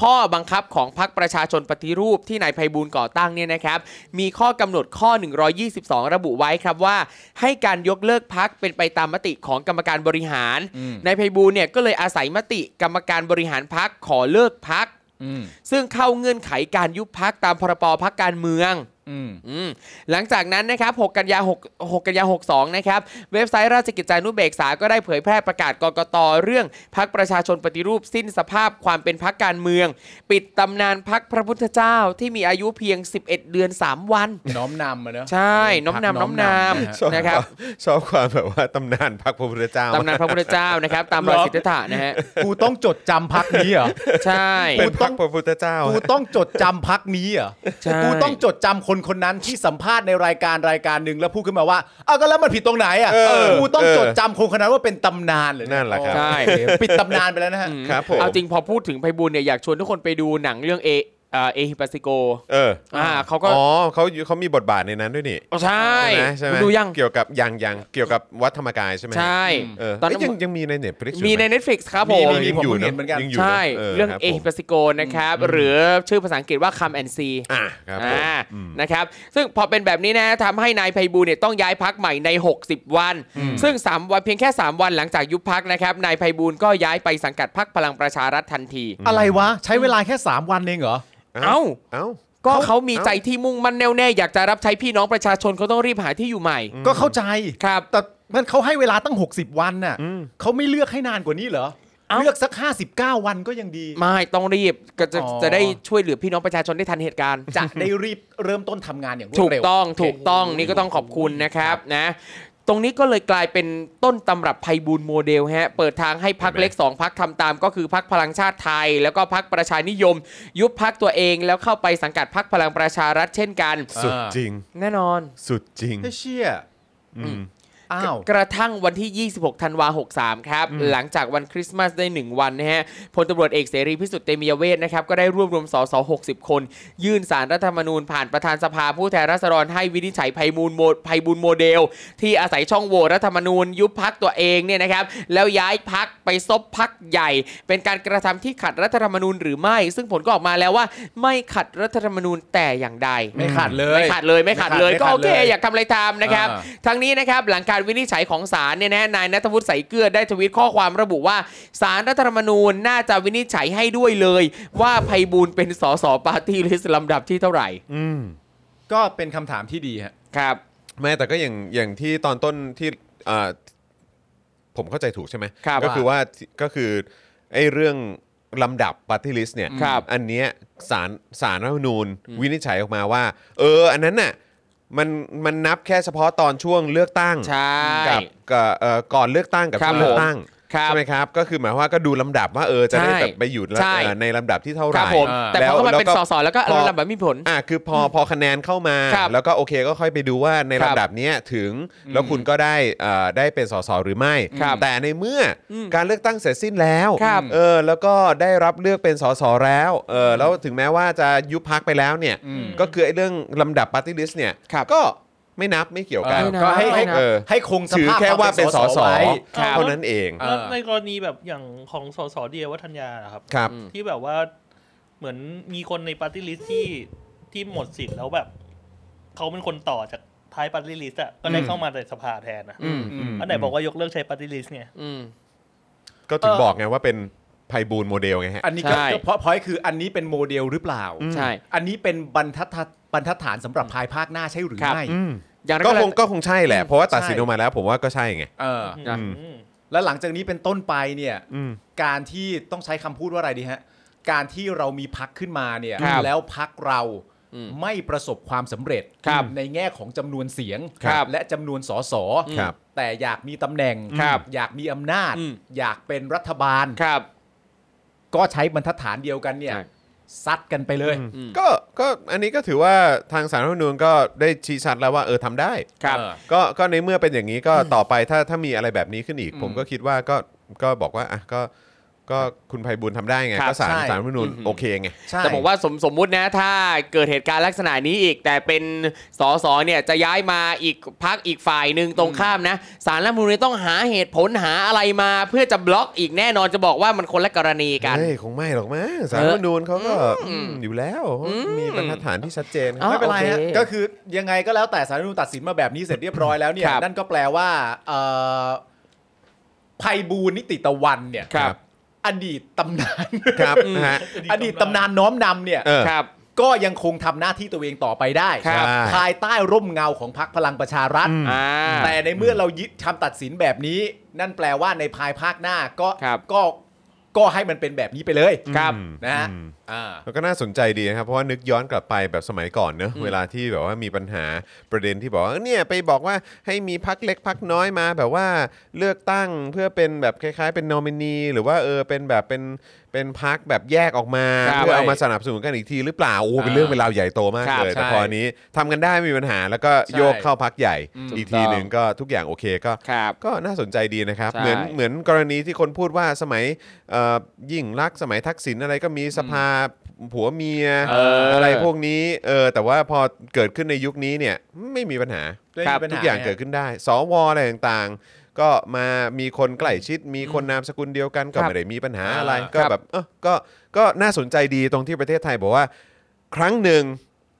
[SPEAKER 5] ข้อบังคับของพรรคประชาชนปฏิรูปที่นายไพบูลย์ก่อตั้งเนี่ยนะครับ มีข้อกำหนดข้อ 122 ระบุไว้ครับว่า ให้การยกเลิกพักเป็นไปตามมติของกรรมการบริหาร
[SPEAKER 3] อืม
[SPEAKER 5] นายไพบูลย์เนี่ยก็เลยอาศัยมติกรรมการบริหารพักขอเลิกพัก
[SPEAKER 3] อืม
[SPEAKER 5] ซึ่งเข้าเงื่อนไขการยุบพักตามพรบพักการเมือง
[SPEAKER 3] อืม
[SPEAKER 5] อืมหลังจากนั้นนะครับ 6 กันยา6 6กันยา62 นะครับ เว็บไซต์ราชกิจจานุเบกษา ก็ได้เผยแพร่ประกาศกกตเรื่องพักประชาชนปฏิรูปสิ้นสภาพความเป็นพักการเมือง ปิดตำนานพักพระพุทธเจ้าที่มีอายุเพียง 11 เดือน 3 วัน
[SPEAKER 3] น้อมนำอะเนอะ
[SPEAKER 5] ใช่น้อมนำน้อมน
[SPEAKER 1] ชอบ
[SPEAKER 5] ำนะครับ
[SPEAKER 1] ชอบความแบบว่าตำนานพรรคพระพุทธเจ้า
[SPEAKER 5] ตำนานพระพุทธเจ้านะครับ ตามรอยสิทธัตถะนะฮะ
[SPEAKER 3] กูต้องจดจำพักนี้เหรอ
[SPEAKER 5] ใช่
[SPEAKER 1] เป็นพรรคพระพุทธเจ้า
[SPEAKER 3] กูต้องจดจำพักนี้เหรอ
[SPEAKER 5] ใช่
[SPEAKER 3] กูต้องจดจำคน คนคนนั้นที่สัมภาษณ์ในรายการรายการหนึ่งแล้วพูดขึ้นมาว่าเอาวก็แล้วมันผิดตรงไหนอ่ะ
[SPEAKER 1] เออ
[SPEAKER 3] กูต้อง
[SPEAKER 1] เออ
[SPEAKER 3] จดจำคนคนนั้นว่าเป็นตำนานเลย
[SPEAKER 1] นั่นแหละครับ
[SPEAKER 5] ใช่
[SPEAKER 3] ปิดตำนานไปแล้วนะฮะ
[SPEAKER 1] ครับผม
[SPEAKER 5] เอาจริงพอพูดถึงไพบูลย์เนี่ยอยากชวนทุกคนไปดูหนังเรื่องเอเอ่อเอฮิปัสซิโก
[SPEAKER 1] เออ
[SPEAKER 5] อ่าเขาก็
[SPEAKER 1] อ๋อเขาอยู่เขามีบทบาทในนั้นด้วยนี่
[SPEAKER 5] ใช่
[SPEAKER 1] ไหมใช่ไหม
[SPEAKER 5] คุณดูยัง
[SPEAKER 1] เกี่ยวกับยังยังเกี่ยวกับวัดธรรมกายใช่ไหม
[SPEAKER 5] ใช่
[SPEAKER 1] เออ
[SPEAKER 5] ตอนนั้
[SPEAKER 1] เอ้ย
[SPEAKER 5] น
[SPEAKER 1] ยังยังมีในเน็ตฟลิก
[SPEAKER 5] มีใน Netflix ครับผม
[SPEAKER 3] มี
[SPEAKER 1] ยังอยู่
[SPEAKER 3] ผมเห็
[SPEAKER 1] นะ
[SPEAKER 3] นเหมือนกัน
[SPEAKER 1] ยังอยู่นะ
[SPEAKER 5] ใช่ เรื่อง
[SPEAKER 1] คบ
[SPEAKER 5] เอ
[SPEAKER 1] ผ
[SPEAKER 5] ฮิ
[SPEAKER 1] ม
[SPEAKER 5] ปัสซิโกนะครับ หรือชื่อภาษาอังกฤษว่า Come and See
[SPEAKER 1] อ่ะครับผม
[SPEAKER 5] อ่านะครับ ซึ่งพอเป็นแบบนี้นะทำให้นายไพบูลย์เนี่ยต้องย้ายพักใหม่ใน 60 วัน ซึ่ง 3 วันเพียงแค่ 3 วันหลังจากยุบพักนะครับ นายไพบูลย์ก็ย้ายไปสังกัดพักพลังประชารัฐทันที
[SPEAKER 3] อะไรวะ ใช้เวลาแค่ 3 วันเองเหรอ
[SPEAKER 5] เอ้า
[SPEAKER 1] เอ้า
[SPEAKER 5] ก็เขามีใจที่มุ่งมั่นแน่วแน่อยากจะรับใช้พี่น้องประชาชนเขาต้องรีบหาที่อยู่ใหม่
[SPEAKER 3] ก็เข้าใจ
[SPEAKER 5] ครับ
[SPEAKER 3] แต่มันเขาให้เวลาตั้ง 60 วันน่ะเขาไม่เลือกให้นานกว่านี้เหรอ
[SPEAKER 5] เอ้า
[SPEAKER 3] เลือกสัก 59 วันก็ยังดี
[SPEAKER 5] ไม่ต้องรีบก็จะ
[SPEAKER 3] อ๋อ
[SPEAKER 5] จะได้ช่วยเหลือพี่น้องประชาชนได้ทันเหตุการณ์
[SPEAKER 3] จะได้รีบเริ่มต้นทำงานอย่างรว
[SPEAKER 5] ถู
[SPEAKER 3] ด
[SPEAKER 5] ก
[SPEAKER 3] เร็ว
[SPEAKER 5] ต้องถูกต้องนี่ก็ต้องขอบคุณนะครับนะ ตรงนี้ก็เลยกลายเป็นต้นตำรับไพบูลย์โมเดลฮะเปิดทางให้พักเล็ก 2 พักทำตาม ก็คือพักพลังชาติไทย แล้วก็พักประชานิยม ยุบพักตัวเองแล้วเข้าไปสังกัดพักพลังประชารัฐเช่นกัน
[SPEAKER 3] อ่า
[SPEAKER 1] สุดจริง
[SPEAKER 5] แน่นอน
[SPEAKER 1] สุดจริง
[SPEAKER 3] เฮ้ยเชี่ย
[SPEAKER 1] อืม
[SPEAKER 3] อ้าว
[SPEAKER 5] กระทั่งวันที่ 26 ธันวา 63 ครับ หลังจากวันคริสต์มาสได้ 1 วันนะฮะ พลตำรวจเอกเสรีพิสุทธิ์เตมียเวทนะครับ ก็ได้รวบรวมสส60 คน ยื่นสารรัฐธรรมนูญผ่านประธานสภาผู้แทนราษฎรให้วินิจฉัยภัยมูลโมภัยบูลย์โมเดล ที่อาศัยช่องโหว่รัฐธรรมนูญ ยุบพักตัวเองเนี่ยนะครับ แล้วย้ายพักไปซบพักใหญ่ เป็นการกระทำที่ขัดรัฐธรรมนูญหรือไม่ ซึ่งผลก็ออกมาแล้วว่าไม่ขัดรัฐธรรมนูญแต่อย่างใด
[SPEAKER 3] ไม่ขาดเลย
[SPEAKER 5] ไม่ขาดเลยไม่ขาดเลย
[SPEAKER 3] ไม่
[SPEAKER 5] ก็
[SPEAKER 3] ขาด
[SPEAKER 5] โอเค
[SPEAKER 3] เลย
[SPEAKER 5] อยากทำอะไรทำนะครับ
[SPEAKER 3] อ่า
[SPEAKER 5] ทั้งนี้นะครับหลังการวินิจฉัยของศาลเนี่ยนะนายนัทวุฒิใสเกลือได้ทวีตข้อความระบุว่าศาลรัฐธรรมนูญน่าจะวินิจฉัยให้ด้วยเลย ว่าภัยบูลย์เป็นสสปาร์ตี้ลิสต์ลำดับที่เท่าไหร่
[SPEAKER 1] อืม
[SPEAKER 3] ก็เป็นคำถามที่ดีฮะ
[SPEAKER 5] ครับ
[SPEAKER 1] แม่แต่ก็อย่างอย่างที่ตอนต้นที่อ่าผมเข้าใจถูกใช่ไหม
[SPEAKER 5] ครับ
[SPEAKER 1] ก็คือว่าก็คือไอ้เรื่องลำดับป a r t ต l i ลิสเนี่ย
[SPEAKER 5] ครับ
[SPEAKER 1] อันเนี้ยสารสารรัฐธรรมนูญวินิจฉัยออกมาว่า เออ อันนั้นน่ะมันมันนับแค่เฉพาะตอนช่วงเลือกตั้ง
[SPEAKER 5] ใช่
[SPEAKER 1] กับกับเอ่อก่อนเลือกตั้งกับ
[SPEAKER 5] ครับ
[SPEAKER 1] ช่วงเลือกตั้ง
[SPEAKER 5] ครับ
[SPEAKER 1] ใช่ไหมครับ ก็คือหมายความว่าก็ดูลำดับว่าเออจะได้
[SPEAKER 5] ใช่
[SPEAKER 1] แบบไปอยู่ละ
[SPEAKER 5] ใช่
[SPEAKER 1] เอ่อในลำดับที่เท่าไหร่
[SPEAKER 5] ครับผม
[SPEAKER 3] อ่า
[SPEAKER 5] แต่พอเข้ามาเป็นสสแล้วก็ลำดับไม่มีผล
[SPEAKER 1] อ่ะคือพอพอคะแนนเข้ามา
[SPEAKER 5] ครับ
[SPEAKER 1] แล้วก็โอเคก็ค่อยไปดูว่าใน
[SPEAKER 5] ครับ
[SPEAKER 1] ลำดับเนี้ยถึงแล้วคุณก็ได้เอ่อได้เป็นสสหรือไม่
[SPEAKER 5] ครับ
[SPEAKER 1] แต่ในเมื่ออ
[SPEAKER 5] ม
[SPEAKER 1] การเลือกตั้งเสร็จสิ้นแล้ว
[SPEAKER 5] ครับ
[SPEAKER 1] เออแล้วก็ได้รับเลือกเป็นสสแล้วเออแล้วถึงแม้ว่าจะยุบพักไปแล้วเนี่ย
[SPEAKER 3] อืม
[SPEAKER 1] ก็คือไอ้เรื่องลำดับปาร์ตี้ลิสต์เนี่ย
[SPEAKER 5] ครับ
[SPEAKER 1] ก็ไม่นับไม่เกี่ยวกัน
[SPEAKER 5] ไม่นับ
[SPEAKER 3] ก็ให้ให้
[SPEAKER 1] เออ
[SPEAKER 3] ให้คงส
[SPEAKER 1] ถือ
[SPEAKER 3] ภาพ
[SPEAKER 1] แค่ว่าเป็นสส
[SPEAKER 3] ไว้
[SPEAKER 4] ครับ
[SPEAKER 1] เท่านั้นเอง
[SPEAKER 3] อ่า
[SPEAKER 4] แล้วในกรณีแบบอย่างของสสเดียวัฒนยาอะครับ
[SPEAKER 1] ครับ
[SPEAKER 4] ที่แบบว่าเหมือนมีคนในปาร์ตี้ลิสที่ที่หมดสิทธิ์แล้วแบบเขาเป็นคนต่อจากท้ายปาร์ตี้ลิสอะก็ได้เข้ามาในสภาแทนนะ
[SPEAKER 5] อืม
[SPEAKER 3] อืม
[SPEAKER 4] อันไหนบอกว่ายกเลิกใช้ปาร์ตี้ลิสเนี่ย
[SPEAKER 5] อืม
[SPEAKER 1] ก็ถึง
[SPEAKER 3] เออ
[SPEAKER 1] บอกไงว่าเป็นไพบูลย์โมเดลไงฮะ
[SPEAKER 3] อันนี้ก็
[SPEAKER 5] ใช่
[SPEAKER 3] เพราะพอยคืออันนี้เป็นโมเดลหรือเปล่า
[SPEAKER 5] ใช่
[SPEAKER 3] อันนี้เป็นบรรทัดฐานบรรทัดฐานสำหรับภายภาคหน้าใช่หรือ
[SPEAKER 5] ครับ
[SPEAKER 3] ไม่
[SPEAKER 5] อย่างไร
[SPEAKER 1] ก็
[SPEAKER 5] ก็แล้
[SPEAKER 1] คว งก็คงใช่แหละเพราะว่าตัดสิน
[SPEAKER 3] ใช่
[SPEAKER 1] ออกมาแล้วผมว่าก็ใช่ไง
[SPEAKER 3] เออ
[SPEAKER 5] นะ
[SPEAKER 4] อืม
[SPEAKER 3] แล้วหลังจากนี้เป็นต้นไปเนี่ย
[SPEAKER 1] อืม
[SPEAKER 3] การที่ต้องใช้คำพูดว่าอะไรดีฮะ การที่เรามีพักขึ้นมาเนี่ย
[SPEAKER 5] ครับ
[SPEAKER 3] แล้วพักเรา
[SPEAKER 5] อืม
[SPEAKER 3] ไม่ประสบความสำเร็จ
[SPEAKER 5] ครับ
[SPEAKER 3] ในแง่ของจำนวนเสียง
[SPEAKER 5] ครับ
[SPEAKER 3] และจำนวนสส
[SPEAKER 1] ครับ
[SPEAKER 3] แต่อยากมีตำแหน่ง
[SPEAKER 5] ครับ
[SPEAKER 3] อยากมีอำนาจ
[SPEAKER 5] อืม
[SPEAKER 3] อยากเป็นรัฐบาล
[SPEAKER 5] ครับ
[SPEAKER 3] ก็ใช้บรรทัดฐานเดียวกันเนี่ย
[SPEAKER 5] ใช่
[SPEAKER 3] ซัดกันไปเลย
[SPEAKER 5] อืม
[SPEAKER 1] ก็ก็อันนี้ก็ถือว่าทางสารรัฐธรรมนูญก็ได้ชี้ชัดแล้วว่าเออทำได้
[SPEAKER 5] ครับ
[SPEAKER 1] เออก็ก็ในเมื่อเป็นอย่างนี้ก็ต่อไปถ้าถ้ามีอะไรแบบนี้ขึ้นอีก
[SPEAKER 3] อืม
[SPEAKER 1] ผมก็คิดว่าก็ก็บอกว่าอ่ะก็ก็คุณภัยบุญทำได้ไง
[SPEAKER 5] ครับ
[SPEAKER 1] ก็สาร
[SPEAKER 3] ใช่
[SPEAKER 1] สารรัฐธรรมนูญ
[SPEAKER 5] อืม
[SPEAKER 1] โอเคไง
[SPEAKER 3] ใช่
[SPEAKER 5] แต่บอกว่าสมสมมุตินะถ้าเกิดเหตุการณ์ลักษณะนี้อีก แต่เป็นสสเนี่ยจะย้ายมาอีกพักอีกฝ่ายหนึ่งตรงข้ามนะสารรัฐธรรมนูญเนี่ยต้องหาเหตุผลหาอะไรมา เพื่อจะบล็อกอีกแน่นอนจะบอกว่ามันคนละกรณีกัน
[SPEAKER 1] เฮ้ย คงไม่หรอกมั้งสารรัฐธรรมนูญเขาก็อืมอยู่แล้วมีบรรทัดฐานที่ชัดเจน
[SPEAKER 5] อ๋อ
[SPEAKER 3] ไม่เป็นไรฮะ
[SPEAKER 5] โอเค
[SPEAKER 3] ก็คือยังไงก็แล้วแต่สารรัฐธรรมนูญตัดสินมาแบบนี้เสร็จเรียบร้อยแล้วเนี่ย
[SPEAKER 5] ครับ
[SPEAKER 3] นั่นก็แปลว่าเอ่อภัยบูลย์นิติตะวันเนี่ย
[SPEAKER 5] ครับ
[SPEAKER 3] อดีตตำนาน
[SPEAKER 1] ครับนะฮะ
[SPEAKER 3] อดีตตำนานน้อมนำเนี่ย
[SPEAKER 1] เออ
[SPEAKER 5] ครับ
[SPEAKER 3] ก็ยังคงทำหน้าที่ตัวเองต่อไปได้
[SPEAKER 5] ครับ
[SPEAKER 3] ภายใต้ร่มเงาของพักพลังประชารัฐ
[SPEAKER 5] อ่า
[SPEAKER 3] แต่ในเมื่อเรายึดคำตัดสินแบบนี้ นั่นแปลว่าในภายภาคหน้าก็
[SPEAKER 5] ครับ
[SPEAKER 3] ก็ก็ให้มันเป็นแบบนี้ไปเลย
[SPEAKER 5] ครับ
[SPEAKER 3] นะฮะ
[SPEAKER 1] อืม
[SPEAKER 3] อ่า
[SPEAKER 1] แล้วก็น่าสนใจดีนะครับ เพราะว่านึกย้อนกลับไปแบบสมัยก่อนเนอะเวลาที่แบบว่ามีปัญหาประเด็นที่บอกว่าเนี่ยไปบอกว่าให้มีพักเล็กพักน้อยมา แบบว่าเลือกตั้งเพื่อเป็นแบบคล้าย ๆ เป็นนอมินี หรือว่าเออเป็นแบบเป็น เป็นพักแบบแยกออกมา
[SPEAKER 5] ครับ
[SPEAKER 1] เพื่อเอามาสนับสนุนกันอีกทีหรือเปล่าโอ้เป็นเรื่องเป็นราวใหญ่โตมาก
[SPEAKER 5] ครับ
[SPEAKER 1] เลยแต่
[SPEAKER 3] ใช่
[SPEAKER 1] พออันนี้ทำกันได้ไม่มีปัญหาแล้วก็
[SPEAKER 3] ใช่
[SPEAKER 1] โยกเข้าพักใหญ่
[SPEAKER 3] อืม
[SPEAKER 1] อีกที
[SPEAKER 3] ถูกต้อง
[SPEAKER 1] หนึ่งก็ทุกอย่างโอเคก็
[SPEAKER 5] ครับ
[SPEAKER 1] ก็น่าสนใจดีนะครับ
[SPEAKER 5] ใช่
[SPEAKER 1] เหมือนเหมือนกรณีที่คนพูดว่าสมัยเอ่อยิ่งรักษณ์สมัยทักษิณอะไรก็มีสภาผัวเมีย
[SPEAKER 5] เอออ
[SPEAKER 1] ไรพวกนี้เออแต่ว่าพอเกิดขึ้นในยุคนี้เนี่ยไม่มีปัญหา
[SPEAKER 5] ครับ
[SPEAKER 3] ไม่มีปัญห
[SPEAKER 1] ทุกอย่างเกิดขึ้นได้ สวอะไรต่างๆ ก็มามีคนใกล้ชิด มีคนนามสกุลเดียวกันก็ไม่ได้มีปัญหาอะไร
[SPEAKER 3] อ่า
[SPEAKER 1] ก็แบบเออก็ก็น่าสนใจดีตรงที่ประเทศไทยบอกว่า ครั้งหนึ่ง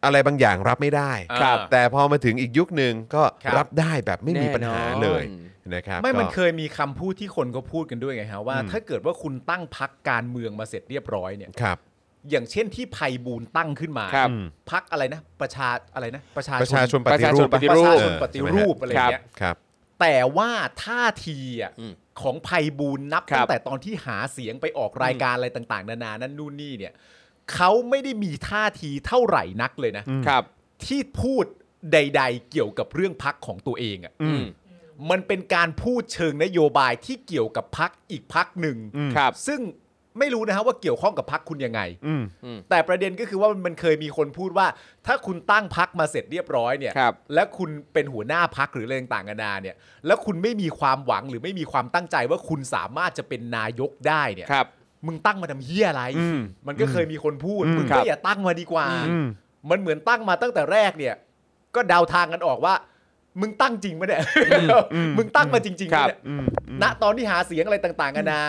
[SPEAKER 1] อะไรบางอย่างรับไม่ได้
[SPEAKER 3] ครับ
[SPEAKER 1] แต่พอมาถึงอีกยุคหนึ่งก็
[SPEAKER 3] ครับ
[SPEAKER 1] รับได้แบบไม่มีปัญหาเลยนะครับ
[SPEAKER 3] ไม่มัน
[SPEAKER 1] ก็
[SPEAKER 3] เคยมีคำพูดที่คนก็พูดกันด้วยไงฮะว่า ถ้าเกิดว่าคุณตั้งพักการเมืองมาเสร็จเรียบร้อยเนี่ย
[SPEAKER 1] ครับ
[SPEAKER 3] อย่างเช่นที่ไพบูลย์ตั้งขึ้นมา
[SPEAKER 5] ครับ
[SPEAKER 3] พักอะไรนะ ประชาอะไรนะ ประชา
[SPEAKER 1] ประชาชนป
[SPEAKER 5] ประ
[SPEAKER 1] ฏิ
[SPEAKER 5] ชา
[SPEAKER 1] รูป
[SPEAKER 5] ชนปฏิ
[SPEAKER 3] ประชา
[SPEAKER 1] เอ
[SPEAKER 3] ชน
[SPEAKER 1] อ
[SPEAKER 3] ปฏิรูป
[SPEAKER 1] ใช่ไหมฮะ
[SPEAKER 3] อะไรอย่างเงี้ย
[SPEAKER 1] ครับ
[SPEAKER 3] แต่ว่าท่าทีอ่ะ
[SPEAKER 5] อืม
[SPEAKER 3] ของไพบูลย์นับ
[SPEAKER 5] ครั
[SPEAKER 3] ตั้
[SPEAKER 5] บ
[SPEAKER 3] งแต่ตอนที่หาเสียงไปออกรายการอะไรต่าง ๆ นานานั่นนู่นนี่เนี่ยเขาไม่ได้มีท่าทีเท่าไหร่นักเลยนะ
[SPEAKER 5] ครับ
[SPEAKER 3] ที่พูดใด ๆ เกี่ยวกับเรื่องพักของตัวเองอ่ะ
[SPEAKER 5] อืม
[SPEAKER 3] มันเป็นการพูดเชิงนโยบายที่เกี่ยวกับพักอีกพักหนึ่ง
[SPEAKER 5] ครับ
[SPEAKER 3] ซึ่งไม่รู้นะฮะว่าเกี่ยวข้องกับพักคุณยังไง
[SPEAKER 1] อืม
[SPEAKER 3] แต่ประเด็นก็คือว่ามันเคยมีคนพูดว่า ถ้าคุณตั้งพักมาเสร็จเรียบร้อยเนี่ย
[SPEAKER 5] ครับ
[SPEAKER 3] และคุณเป็นหัวหน้าพักหรืออะไรต่างๆนานาเนี่ย แล้วคุณไม่มีความหวังหรือไม่มีความตั้งใจว่าคุณสามารถจะเป็นนายกได้เนี่ย
[SPEAKER 5] ครับ
[SPEAKER 3] มึงตั้งมาทำเหี้ยอะไร
[SPEAKER 1] อืม
[SPEAKER 3] มันก็เคยมีคนพูด
[SPEAKER 1] อืม
[SPEAKER 3] มึง
[SPEAKER 5] ครั
[SPEAKER 3] ก็
[SPEAKER 5] บ
[SPEAKER 3] อย่าตั้งมาดีกว่า
[SPEAKER 1] อืม
[SPEAKER 3] มันเหมือนตั้งมาตั้งแต่แรกเนี่ย ก็เดาทางกันออกว่า มึงตั้งจริงไหมเนี่ย
[SPEAKER 1] อืม
[SPEAKER 3] มึงตั้งมาจริงๆไหมเนี่ย
[SPEAKER 1] อืมอืม
[SPEAKER 3] ณตอนที่หาเสียงอะไรต่างๆกันานา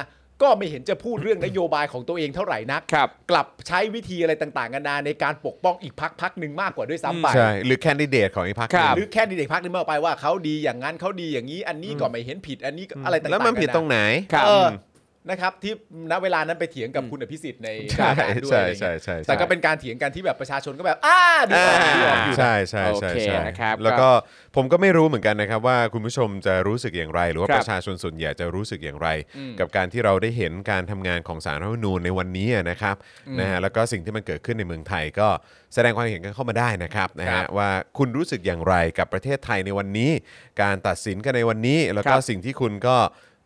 [SPEAKER 3] ก็ไม่เห็นจะพูดเรื่องนโยบายของตัวเองเท่าไหร่นัก
[SPEAKER 5] ครับ
[SPEAKER 3] กลับใช้วิธีอะไรต่างๆกันานาในการปกป้องอีกพักพักหนึ่งมากกว่าด้วยซ้ำไป
[SPEAKER 1] ใช่หรือแคนดิเดตของอีกพรรคหนึ่
[SPEAKER 5] ครั
[SPEAKER 1] ง
[SPEAKER 5] บ
[SPEAKER 3] หรือแค่ในเด็กพักนึงมากไปว่าเขาดีอย่างนั้นเขาดีอย่างนี้ อันนี้ก็ไม่เห็นผิดอันนี้ก็อะไรต่างๆ
[SPEAKER 1] แล้วมันผิด
[SPEAKER 3] กัาา
[SPEAKER 1] ตรงไหน
[SPEAKER 5] ครับ
[SPEAKER 3] เออนะครับ ที่ณเวลานั้นไปเถียงกับคุณอภิสิทธิ์ใน
[SPEAKER 1] ใช่
[SPEAKER 3] รายการด้วย
[SPEAKER 1] ใช่
[SPEAKER 3] อะไรเงี้
[SPEAKER 1] ใช่
[SPEAKER 3] ย
[SPEAKER 1] ใช่
[SPEAKER 3] แต่ก็เป็นการเถียงกันที่แบบประชาชนก็แบบอ้าดูอ
[SPEAKER 1] อ่า
[SPEAKER 3] อกดูออกอยู่นะ
[SPEAKER 1] ใช่ใช่ใช่
[SPEAKER 5] โอเค
[SPEAKER 1] ใช่
[SPEAKER 5] นะครับ
[SPEAKER 1] แล้วก็ผมก็ไม่รู้เหมือนกันนะครับ ว่าคุณผู้ชมจะรู้สึกอย่างไร หรือว่า
[SPEAKER 5] ครับ
[SPEAKER 1] ประชาชนส่วนใหญ่จะรู้สึกอย่างไร
[SPEAKER 3] อืม
[SPEAKER 1] กับการที่เราได้เห็นการทำงานของสารรัฐธรรมนูญในวันนี้นะครับ
[SPEAKER 3] อืม
[SPEAKER 1] นะฮะแล้วก็สิ่งที่มันเกิดขึ้นในเมืองไทยก็แสดงความเห็นกันเข้ามาได้นะครับนะ
[SPEAKER 3] ครั
[SPEAKER 1] ฮะ
[SPEAKER 3] บ
[SPEAKER 1] ว่าคุณรู้สึกอย่างไรกับประเทศไทยในวันนี้ การตัดสินกันในวันนี้ แล้วก็
[SPEAKER 5] ครับ
[SPEAKER 1] สิ่งที่คุณก็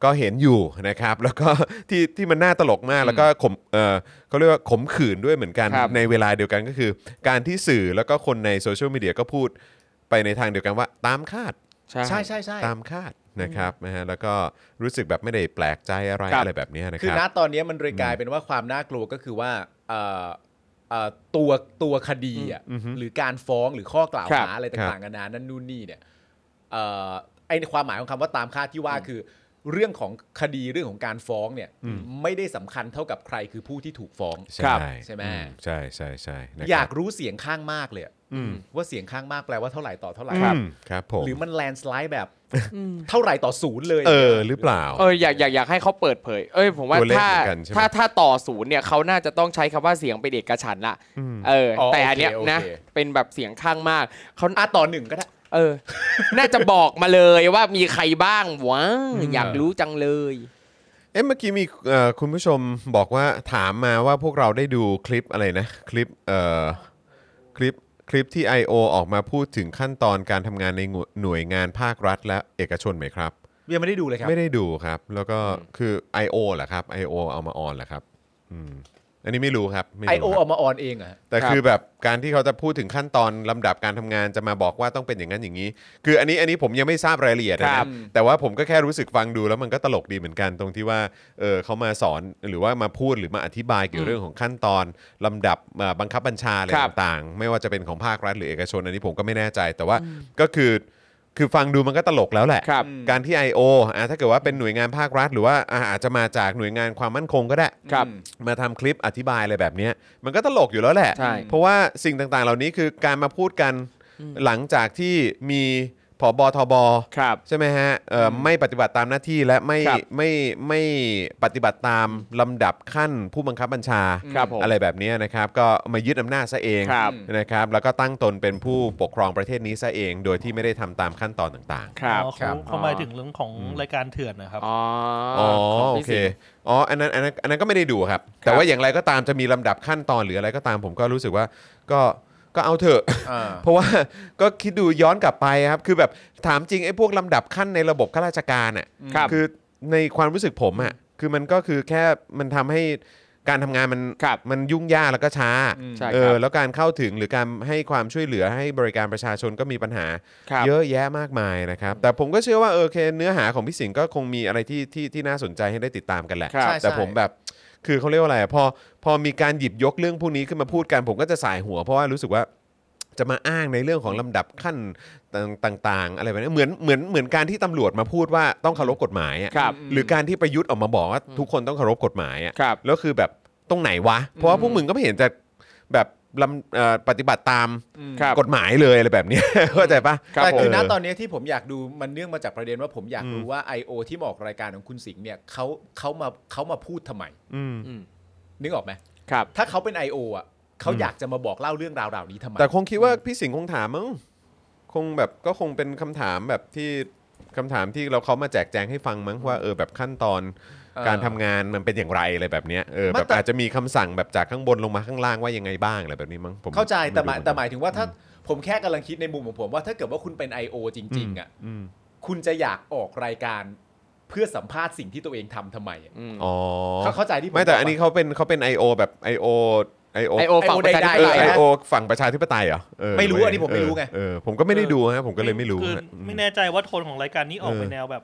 [SPEAKER 1] ก็เห็นอยู่นะครับ *laughs* แล้วก็ที่ที่มันน่าตลกมากแล้วก็ข่มเออเขาเรียกว่าขมขื่นด้วยเหมือนกัน
[SPEAKER 5] ครับ
[SPEAKER 1] ในเวลาเดียวกันก็คือ การที่สื่อแล้วก็คนในโซเชียลมีเดียก็พูดไปในทางเดียวกันว่าตามคาด
[SPEAKER 5] ใช่
[SPEAKER 3] ใช่ใช่ใช่
[SPEAKER 1] ตามคาดนะครับนะฮะแล้วก็รู้สึกแบบไม่ได้แปลกใจอะไร
[SPEAKER 5] ครับ
[SPEAKER 1] อะไรแบบเนี้ยนะค
[SPEAKER 3] คือ
[SPEAKER 1] รับ
[SPEAKER 3] ณตอนนี้มันเลยกลายเป็นว่าความน่ากลัวก็คือว่าเอ่อเอ่อตัวตัวคดีอ่ะ
[SPEAKER 1] อืมอืม
[SPEAKER 3] หรือการฟ้องหรือข้อกล่าว
[SPEAKER 5] ครับ
[SPEAKER 3] หาอะไร
[SPEAKER 1] ครั
[SPEAKER 3] ต่า
[SPEAKER 1] บ
[SPEAKER 3] งๆนานานั่นนู่นนี่เนี่ยเอ่อไอความหมายของคำว่าตามคาดที่ว่าคือ เรื่องของคดีเรื่องของการฟ้องเนี่ยไม่ได้สำคัญเท่ากับใครคือผู้ที่ถูกฟ้อง
[SPEAKER 1] ใช่
[SPEAKER 5] ครับ
[SPEAKER 3] ใช่ไหม
[SPEAKER 1] อืใช่ใช่ใช่นะครับ
[SPEAKER 3] อยากรู้เสียงข้างมากเลยอะ
[SPEAKER 1] อืม
[SPEAKER 3] ว่าเสียงข้างมากแปลว่าเท่าไหร่ต่อเท่าไหร่
[SPEAKER 1] อืมครับผม
[SPEAKER 3] หรือมันแลนสไลด์แบบเท่าไหร่ต่อศูนย์เลย
[SPEAKER 1] เออหรือเปล่า
[SPEAKER 5] เอออยากอยากอยากให้เขาเปิดเผย เอ้ยผมว่า
[SPEAKER 1] ตัวเลข
[SPEAKER 5] ถ้า
[SPEAKER 1] เหมือนกันใช่ไหม
[SPEAKER 5] ถ้าถ้าต่อศูนย์เนี่ยเขาน่าจะต้องใช้คำว่าเสียงเป็นเอกฉันท์ละเอออแต่อันเนี้ยนะเป็นแบบเสียงข้างมากเขา
[SPEAKER 3] อ่ะต่อหนึ่งก็ได้
[SPEAKER 5] เออ น่าจะบอกมาเลยว่ามีใครบ้างวะอยากรู้จังเลย
[SPEAKER 1] เอ๊ะเมื่อกี้มีเอ่อคุณผู้ชมบอกว่าถามมาว่าพวกเราได้ดูคลิปอะไรนะ คลิปเอ่อคลิปคลิปที่ I.O. ออกมาพูดถึงขั้นตอนการทำงานในหน่วยหน่วยงานภาครัฐและเอกชนไหมครับ
[SPEAKER 3] ยังไม่ได้ดูเลยครับ
[SPEAKER 1] ไม่ได้ดูครับ แล้วก็คือ I.O. เหรอครับ I.O. เอามาออนเหรอครับอืมอันนี้ไม่รู้ครับม่รู้
[SPEAKER 3] ไอโอ
[SPEAKER 1] ค
[SPEAKER 3] อ
[SPEAKER 1] รับอก
[SPEAKER 3] มาออนเองเหรอ่ะ
[SPEAKER 1] แต่คือแบบการที่เขาจะพูดถึงขั้นตอนลำดับการทำงานจะมาบอกว่าต้องเป็นอย่างนั้นอย่างนี้ คืออันนี้อันนี้ผมยังไม่ทราบรายละเอียดนะค
[SPEAKER 5] ครั
[SPEAKER 1] รับ
[SPEAKER 5] บ
[SPEAKER 1] แต่ว่าผมก็แค่รู้สึกฟังดูแล้วมันก็ตลกดีเหมือนกันตรงที่ว่าเออเขามาสอนหรือว่ามาพูดหรือมาอธิบายเกี่ยวเรื่องของขั้นตอนลำดับเอ่อบังคับบัญชาอะไร
[SPEAKER 5] ครับ
[SPEAKER 1] ต่างๆ ไม่ว่าจะเป็นของภาครัฐหรือเอกชนอันนี้ผมก็ไม่แน่ใจ แต่ว่าก็คือคือฟังดูมันก็ตลกแล้วแหละ
[SPEAKER 5] ครับ
[SPEAKER 1] การที่ I.O. อ่ะถ้าเกิดว่าเป็นหน่วยงานภาครัฐ หรือว่าอ่ะอาจจะมาจากหน่วยงานความมั่นคงก็ได้
[SPEAKER 5] ครับ
[SPEAKER 1] มาทำคลิปอธิบายอะไรแบบเนี้ยมันก็ตลกอยู่แล้วแหละ
[SPEAKER 5] ใช่
[SPEAKER 1] เพราะว่าสิ่งต่างๆ เหล่านี้คือการมาพูดกันหลังจากที่มีผอบอทบ
[SPEAKER 5] ครับ
[SPEAKER 1] ใช่ไหมฮะเอ่ออไม่ปฏิบัติตามหน้าที่และไม่
[SPEAKER 5] ครับ
[SPEAKER 1] ไม่ไม่ปฏิบัติตามลำดับขั้นผู้บังคับบัญชา
[SPEAKER 5] ครับผม
[SPEAKER 1] อะไรแบบเนี้ยนะครับ ก็มายึดอำนาจซะเอง
[SPEAKER 5] ครับ
[SPEAKER 1] นะครับ แล้วก็ตั้งตนเป็นผู้ปกครองประเทศนี้ซะเอง โดยที่ไม่ได้ทำตามขั้นตอนต่างๆ
[SPEAKER 5] ครับ
[SPEAKER 4] อ๋อ
[SPEAKER 1] ครับ
[SPEAKER 4] เขาเขาหมายถึงเรื่องของรายการเถื่อนนะครับ
[SPEAKER 5] อ๋อ
[SPEAKER 1] อ๋อ
[SPEAKER 5] ของ
[SPEAKER 1] โอ
[SPEAKER 5] พี่
[SPEAKER 1] เค
[SPEAKER 5] สิงห์
[SPEAKER 1] อ๋ออันนั้นอันนั้นอันนั้นก็ไม่ได้ดูครับ แต่ว่าอย่างไรก็ตามจะมีลำดับขั้นตอนหรืออะไรก็ตามผมก็รู้สึกว่าก็ก็เอาเถอะ
[SPEAKER 3] อ่า
[SPEAKER 1] เพราะ *laughs* ว่า ก็คิดดูย้อนกลับไปครับ คือแบบถามจริงไอ้พวกลำดับขั้นในระบบข้าราชการอ่ะ
[SPEAKER 5] ครับ
[SPEAKER 1] อในความรู้สึกผมอ่ะคือมันก็คือแค่มันทำให้ การทำงานมัน
[SPEAKER 5] ครับ
[SPEAKER 1] มันยุ่งยากแล้วก็ช้า
[SPEAKER 3] อืม
[SPEAKER 5] ใช่
[SPEAKER 1] เอ
[SPEAKER 5] ค
[SPEAKER 1] อ
[SPEAKER 5] รับ
[SPEAKER 1] แล้วการเข้าถึงหรือการให้ความช่วยเหลือให้บริการประชาชนก็มีปัญหา
[SPEAKER 5] ครับ
[SPEAKER 1] เยอะแยะมากมายนะครับ แต่ผมก็เชื่อว่าเออโอเคเนื้อหาของพี่สิงห์ก็คงมีอะไรที่ที่ที่น่าสนใจให้ได้ติดตามกันแหละ
[SPEAKER 5] ครับ
[SPEAKER 1] แต่
[SPEAKER 3] ใช่
[SPEAKER 1] ผมแบบคือเขาเรียกว่าอะไรอะพอพอมีการหยิบยกเรื่องพวกนี้ขึ้นมาพูดกัน ผมก็จะสายหัว เพราะว่ารู้สึกว่าจะมาอ้างในเรื่องของลำดับขั้นต่าง ๆ อะไรแบบนี้เหมือนเหมือนเหมือนการที่ตำรวจมาพูดว่าต้องเคารพกฎหมายอะ
[SPEAKER 5] ครับ
[SPEAKER 1] หรือการที่ประยุทธ์ออกมาบอกว่าทุกคนต้องเคารพกฎหมายอะ
[SPEAKER 5] ครับ
[SPEAKER 1] แล้วคือแบบตรงไหนวะ เพราะว่าพวกมึงก็ไม่เห็นจะแบบลำเอ่อปฏิบัติตาม
[SPEAKER 5] ครับ
[SPEAKER 1] กฎหมายเลยอะไรแบบเนี้ย *laughs* เข้าใจปะ
[SPEAKER 5] ครับ
[SPEAKER 3] แต่คือ
[SPEAKER 1] ผม
[SPEAKER 3] ณ
[SPEAKER 1] เออ
[SPEAKER 3] ตอนนี้ที่ผมอยากดูมันเนื่องมาจากประเด็นว่าผมอยาก
[SPEAKER 1] อืม
[SPEAKER 3] รู้ว่า I.O. ที่มาออกรายการของคุณสิงห์เนี่ยเขาเขามาเขามาพูดทำไม
[SPEAKER 1] อืม
[SPEAKER 3] นึกออกไหม
[SPEAKER 5] ครับ
[SPEAKER 3] ถ้าเขาเป็น I.O. อ่ะเขาอยากจะมาบอกเล่าเรื่องราวเหล่านี้ทำไม
[SPEAKER 1] แต่คงคิดว่าพี่สิงห์คงถามมั้งคงแบบก็คงเป็นคำถามแบบที่คำถามที่เราเขามาแจกแจงให้ฟังมั้งว่าเออแบบขั้นตอน
[SPEAKER 3] เออ
[SPEAKER 1] การทำงานมันเป็นอย่างไรอะไรแบบเนี้ยเออ
[SPEAKER 3] ไม่
[SPEAKER 1] แบบ
[SPEAKER 3] แต่
[SPEAKER 1] อาจจะมีคำสั่งแบบจากข้างบนลงมาข้างล่างว่ายังไงบ้างอะไรแบบนี้มั้งผม
[SPEAKER 3] เข้าใจแต่หมาย
[SPEAKER 1] ไรู้
[SPEAKER 3] แต่หมายถึงว่าถ้าผมแค่กำลังคิดในมุมของผมว่าถ้าเกิดว่าคุณเป็น I.O. จริงๆอ่ะ
[SPEAKER 1] ม
[SPEAKER 3] คุณจะอยากออกรายการเพื่อสัมภาษณ์สิ่งที่ตัวเองทำทำไมอะ
[SPEAKER 1] อ๋อ
[SPEAKER 3] เขาเข้าใจที่ผม
[SPEAKER 1] ไม่แต่อัน
[SPEAKER 3] บกปะ
[SPEAKER 1] นี้เขาเป็นเขาเป็น I.O. แบบ I.O. I.O.
[SPEAKER 5] ไอโอฝั่งประชาธิป
[SPEAKER 1] เอ
[SPEAKER 5] ไต
[SPEAKER 1] อย ไอ
[SPEAKER 5] นะ
[SPEAKER 1] โอฝั่งประชาธิปไตยเหรอเ
[SPEAKER 3] ไม่รู้
[SPEAKER 1] เว้ย
[SPEAKER 3] อันนี้ผมไม่รู้ไง
[SPEAKER 1] เออผมก็ไม่ได้ดูฮะผมก็เลยไม่รู้
[SPEAKER 4] คือ
[SPEAKER 1] ฮะอืม
[SPEAKER 4] ไม่แน่ใจว่าโทนของรายการนี้ออกไป
[SPEAKER 1] เออ
[SPEAKER 4] แนวแบบ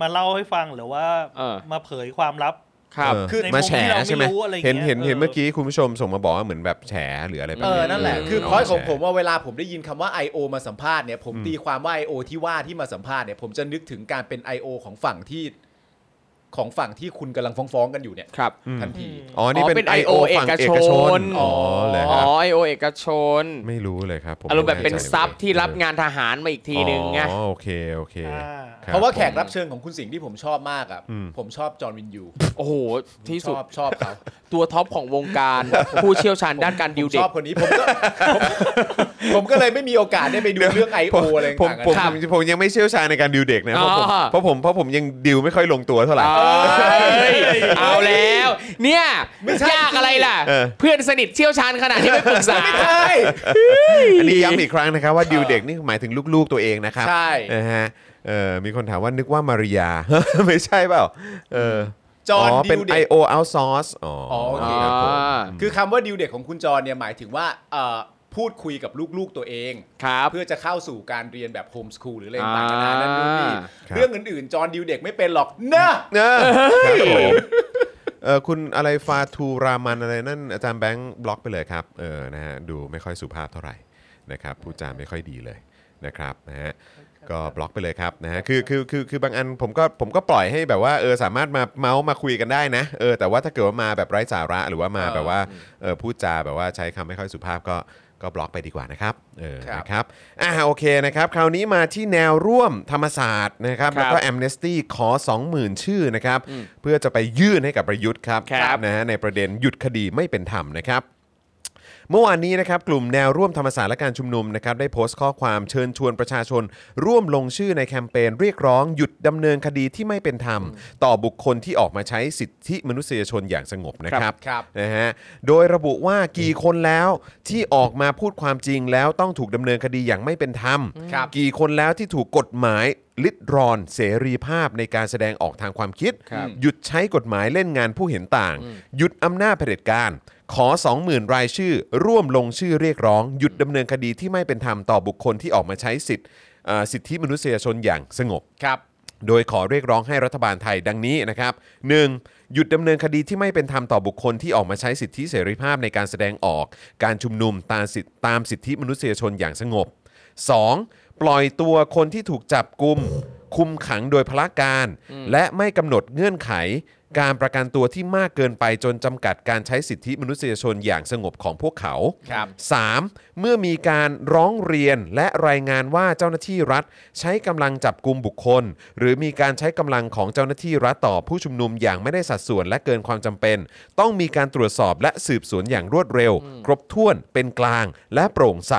[SPEAKER 4] มาเล่าให้ฟังหรือว่า
[SPEAKER 5] เออ
[SPEAKER 4] มาเผยความลับ
[SPEAKER 5] ครับ
[SPEAKER 1] เออ
[SPEAKER 4] คือใน
[SPEAKER 1] มา
[SPEAKER 4] มุม
[SPEAKER 1] แฉ
[SPEAKER 4] ที่เราไม่
[SPEAKER 1] ใช่ไหม
[SPEAKER 4] รู้อะไรอย่างเงี้
[SPEAKER 1] เห็น
[SPEAKER 4] ย
[SPEAKER 1] เห็นเห็น
[SPEAKER 4] เออ
[SPEAKER 1] เมื่อกี้คุณผู้ชมส่งมาบอกว่าเหมือนแบบแฉหรืออะไรแบบ
[SPEAKER 3] เออ นั่นแหละ คือ
[SPEAKER 1] เ
[SPEAKER 3] พอยของ
[SPEAKER 1] แฉ
[SPEAKER 3] ผมว่าเวลาผมได้ยินคำว่า I.O. มาสัมภาษณ์เนี่ย ผม
[SPEAKER 1] อืม
[SPEAKER 3] ตีความว่า I.O. ที่ว่าที่มาสัมภาษณ์เนี่ย ผมจะนึกถึงการเป็น I.O. ของฝั่งที่ของฝั่งที่คุณกำลังฟ้องๆกันอยู่เนี่ย
[SPEAKER 5] ครับ
[SPEAKER 1] อืม
[SPEAKER 3] ทันที
[SPEAKER 1] อ๋อนี่เป็น
[SPEAKER 5] อ๋อเป็น
[SPEAKER 1] I.O. ฝั่งเอกชน
[SPEAKER 5] เอกชน
[SPEAKER 1] อ๋อเลยค
[SPEAKER 5] อ๋อ
[SPEAKER 1] รับ
[SPEAKER 5] ไอโอเอกชน
[SPEAKER 1] ไม่รู้เลยครับผม
[SPEAKER 5] อารมณ์แบบเป็น
[SPEAKER 1] ไใจลย
[SPEAKER 5] ซับที่รับงานทหารมาอีกทีหนึ่งไง
[SPEAKER 1] อ๋อโอเคโอเค
[SPEAKER 4] อ่า
[SPEAKER 1] คบ
[SPEAKER 3] เพราะว่าแขกรับเชิญของคุณสิงห์ที่ผมชอบมากอ่ะ
[SPEAKER 1] อืม
[SPEAKER 3] ผมชอบจอร์นวินยู
[SPEAKER 5] โอ้โห ที่สุด
[SPEAKER 3] ชอบชอบเขา
[SPEAKER 5] ตัวท็อปของวงการ ผู้เชี่ยวชาญด้านการดิว
[SPEAKER 3] ช
[SPEAKER 5] เด็
[SPEAKER 3] อก บคนนี้ผมก็ *laughs* ผมผมก็เลยไม่มีโอกาสได้ไปดูเรื่อง
[SPEAKER 1] ผ
[SPEAKER 3] I.O.
[SPEAKER 1] ม
[SPEAKER 3] อะไร
[SPEAKER 1] ผม
[SPEAKER 3] ต่างๆ
[SPEAKER 1] ผม
[SPEAKER 3] กั
[SPEAKER 1] ผ
[SPEAKER 3] น
[SPEAKER 1] มผมยังไม่เชี่ยวชาญในการดิวเด็กนะเพราะผม
[SPEAKER 5] อ๋อ
[SPEAKER 1] เพราะผมเพราะผมยังดิวไม่ค่อยลงตัวเท่าไหร่
[SPEAKER 5] เอ้ยเอาแล้ว เนี่ย
[SPEAKER 3] ไม่ใช่
[SPEAKER 5] ยากอะไรล่ะ
[SPEAKER 1] เออ
[SPEAKER 5] เพื่อนสนิทเชี่ยวชาญขนาดที่ไม่ปรึกษา
[SPEAKER 3] ไม่ใช่
[SPEAKER 1] อันนี้ย้ำอีกครั้งนะครับว่าดิวเด็กนี่หมายถึงลูกๆตัวเองนะครับ
[SPEAKER 3] ใช่
[SPEAKER 1] นะฮะเออมีคนถามว่านึกว่ามาริยา *laughs* ไม่ใช่เปล่าเออ
[SPEAKER 3] จอห์น
[SPEAKER 1] อ๋อเป็น
[SPEAKER 3] ดิวเด็ก
[SPEAKER 1] I.O. outsource อ๋ออ
[SPEAKER 3] อโอเค
[SPEAKER 1] ครับผม
[SPEAKER 3] คือคำว่าดิวเด็กของคุณจอห์นเนี่ยหมายถึงว่าเอ่อพูดคุยกับลูกๆตัวเอง
[SPEAKER 5] ครับ
[SPEAKER 3] เพื่อจะเข้าสู่การเรียนแบบโฮมสคูลหรืออะไรต่างๆนานานั่นนู่นนี่
[SPEAKER 5] อ่า
[SPEAKER 1] ครับ
[SPEAKER 3] เรื่องอื่นๆ จอห์นดิวเด็กไม่เป็นหรอกนะ
[SPEAKER 1] เนอะครับผมเออคุณอะไรฟาทูรามันอะไรนั่นอาจารย์แบงค์บล็อกไปเลยครับเออนะฮะดูไม่ค่อยสุภาพเท่าไหร่นะครับพูดจาไม่ค่อยดีเลยนะครับนะฮะก็บล็อกไปเลยครับนะฮะคือคือคือคือบางอันผมก็ผมก็ปล่อยให้แบบว่าเออสามารถมาเมาส์มาคุยกันได้นะเออแต่ว่าถ้าเกิดว่ามาแบบไร้สาระหรือว่ามาแบบว่าเออพูดจาแบบว่าใช้คำไม่ค่อยสุภาพก็ก็บล็อกไปดีกว่านะครับเออนะครับอ่าโอเคนะครับคราวนี้มาที่แนวร่วมธรรมศาสตร์นะครับ
[SPEAKER 5] ครับ
[SPEAKER 1] แล้วก็ แอมเนสตี้ขอ 20,000 ชื่อนะครับ เพื่อจะไปยื่นให้กับประยุทธ์ครับ
[SPEAKER 5] ครับ
[SPEAKER 1] นะฮะในประเด็นหยุดคดีไม่เป็นธรรมนะครับ เมื่อวานนี้นะครับกลุ่มแนวร่วมธรรมศาสตร์และการชุมนุมนะครับได้โพสต์ข้อความเชิญชวนประชาชน ร่วมลงชื่อในแคมเปญเรียกร้องหยุดดำเนินคดีที่ไม่เป็นธรรม ต่อบุคคลที่ออกมาใช้สิทธิมนุษยชนอย่างสงบนะครับ
[SPEAKER 3] ครับ
[SPEAKER 1] นะฮะ โดยระบุว่ากี่คนแล้วที่ออกมาพูดความจริงแล้วต้องถูกดำเนินคดีอย่างไม่เป็นธรรม
[SPEAKER 3] ครับ
[SPEAKER 1] กี่คนแล้วที่ถูกกฎหมายลิดรอนเสรีภาพในการแสดงออกทางความคิด
[SPEAKER 5] ครับ
[SPEAKER 1] หยุดใช้กฎหมายเล่นงานผู้เห็นต่าง หยุดอำนาจเผด็จการ ขอ 20,000 รายชื่อ ร่วมลงชื่อเรียกร้อง หยุดดำเนินคดีที่ไม่เป็นธรรมต่อบุคคลที่ออกมาใช้สิทธิเอ่อสิทธิมนุษยชนอย่างสงบ
[SPEAKER 3] ครับ
[SPEAKER 1] โดยขอเรียกร้องให้รัฐบาลไทยดังนี้นะครับ 1. หยุดดำเนินคดีที่ไม่เป็นธรรมต่อบุคคลที่ออกมาใช้สิทธิเสรีภาพในการแสดงออก การชุมนุมตามสิทธิตามสิทธิมนุษยชนอย่างสงบ 2. ปล่อยตัวคนที่ถูกจับกุม คุมขังโดยพละการ และไม่กำหนดเงื่อนไข การประกันตัวที่มากเกินไปจนจำกัดการใช้สิทธิมนุษยชนอย่างสงบของพวกเขา
[SPEAKER 3] ครับ
[SPEAKER 1] สามเมื่อมีการร้องเรียนและรายงานว่าเจ้าหน้าที่รัฐ ใช้กำลังจับกลุ่มบุคคล หรือมีการใช้กำลังของเจ้าหน้าที่รัฐต่อผู้ชุมนุมอย่างไม่ได้สัดส่วนและเกินความจำเป็น ต้องมีการตรวจสอบและสืบสวนอย่างรวดเร็ว ครบถ้วนเป็นกลาง และโปร่งใส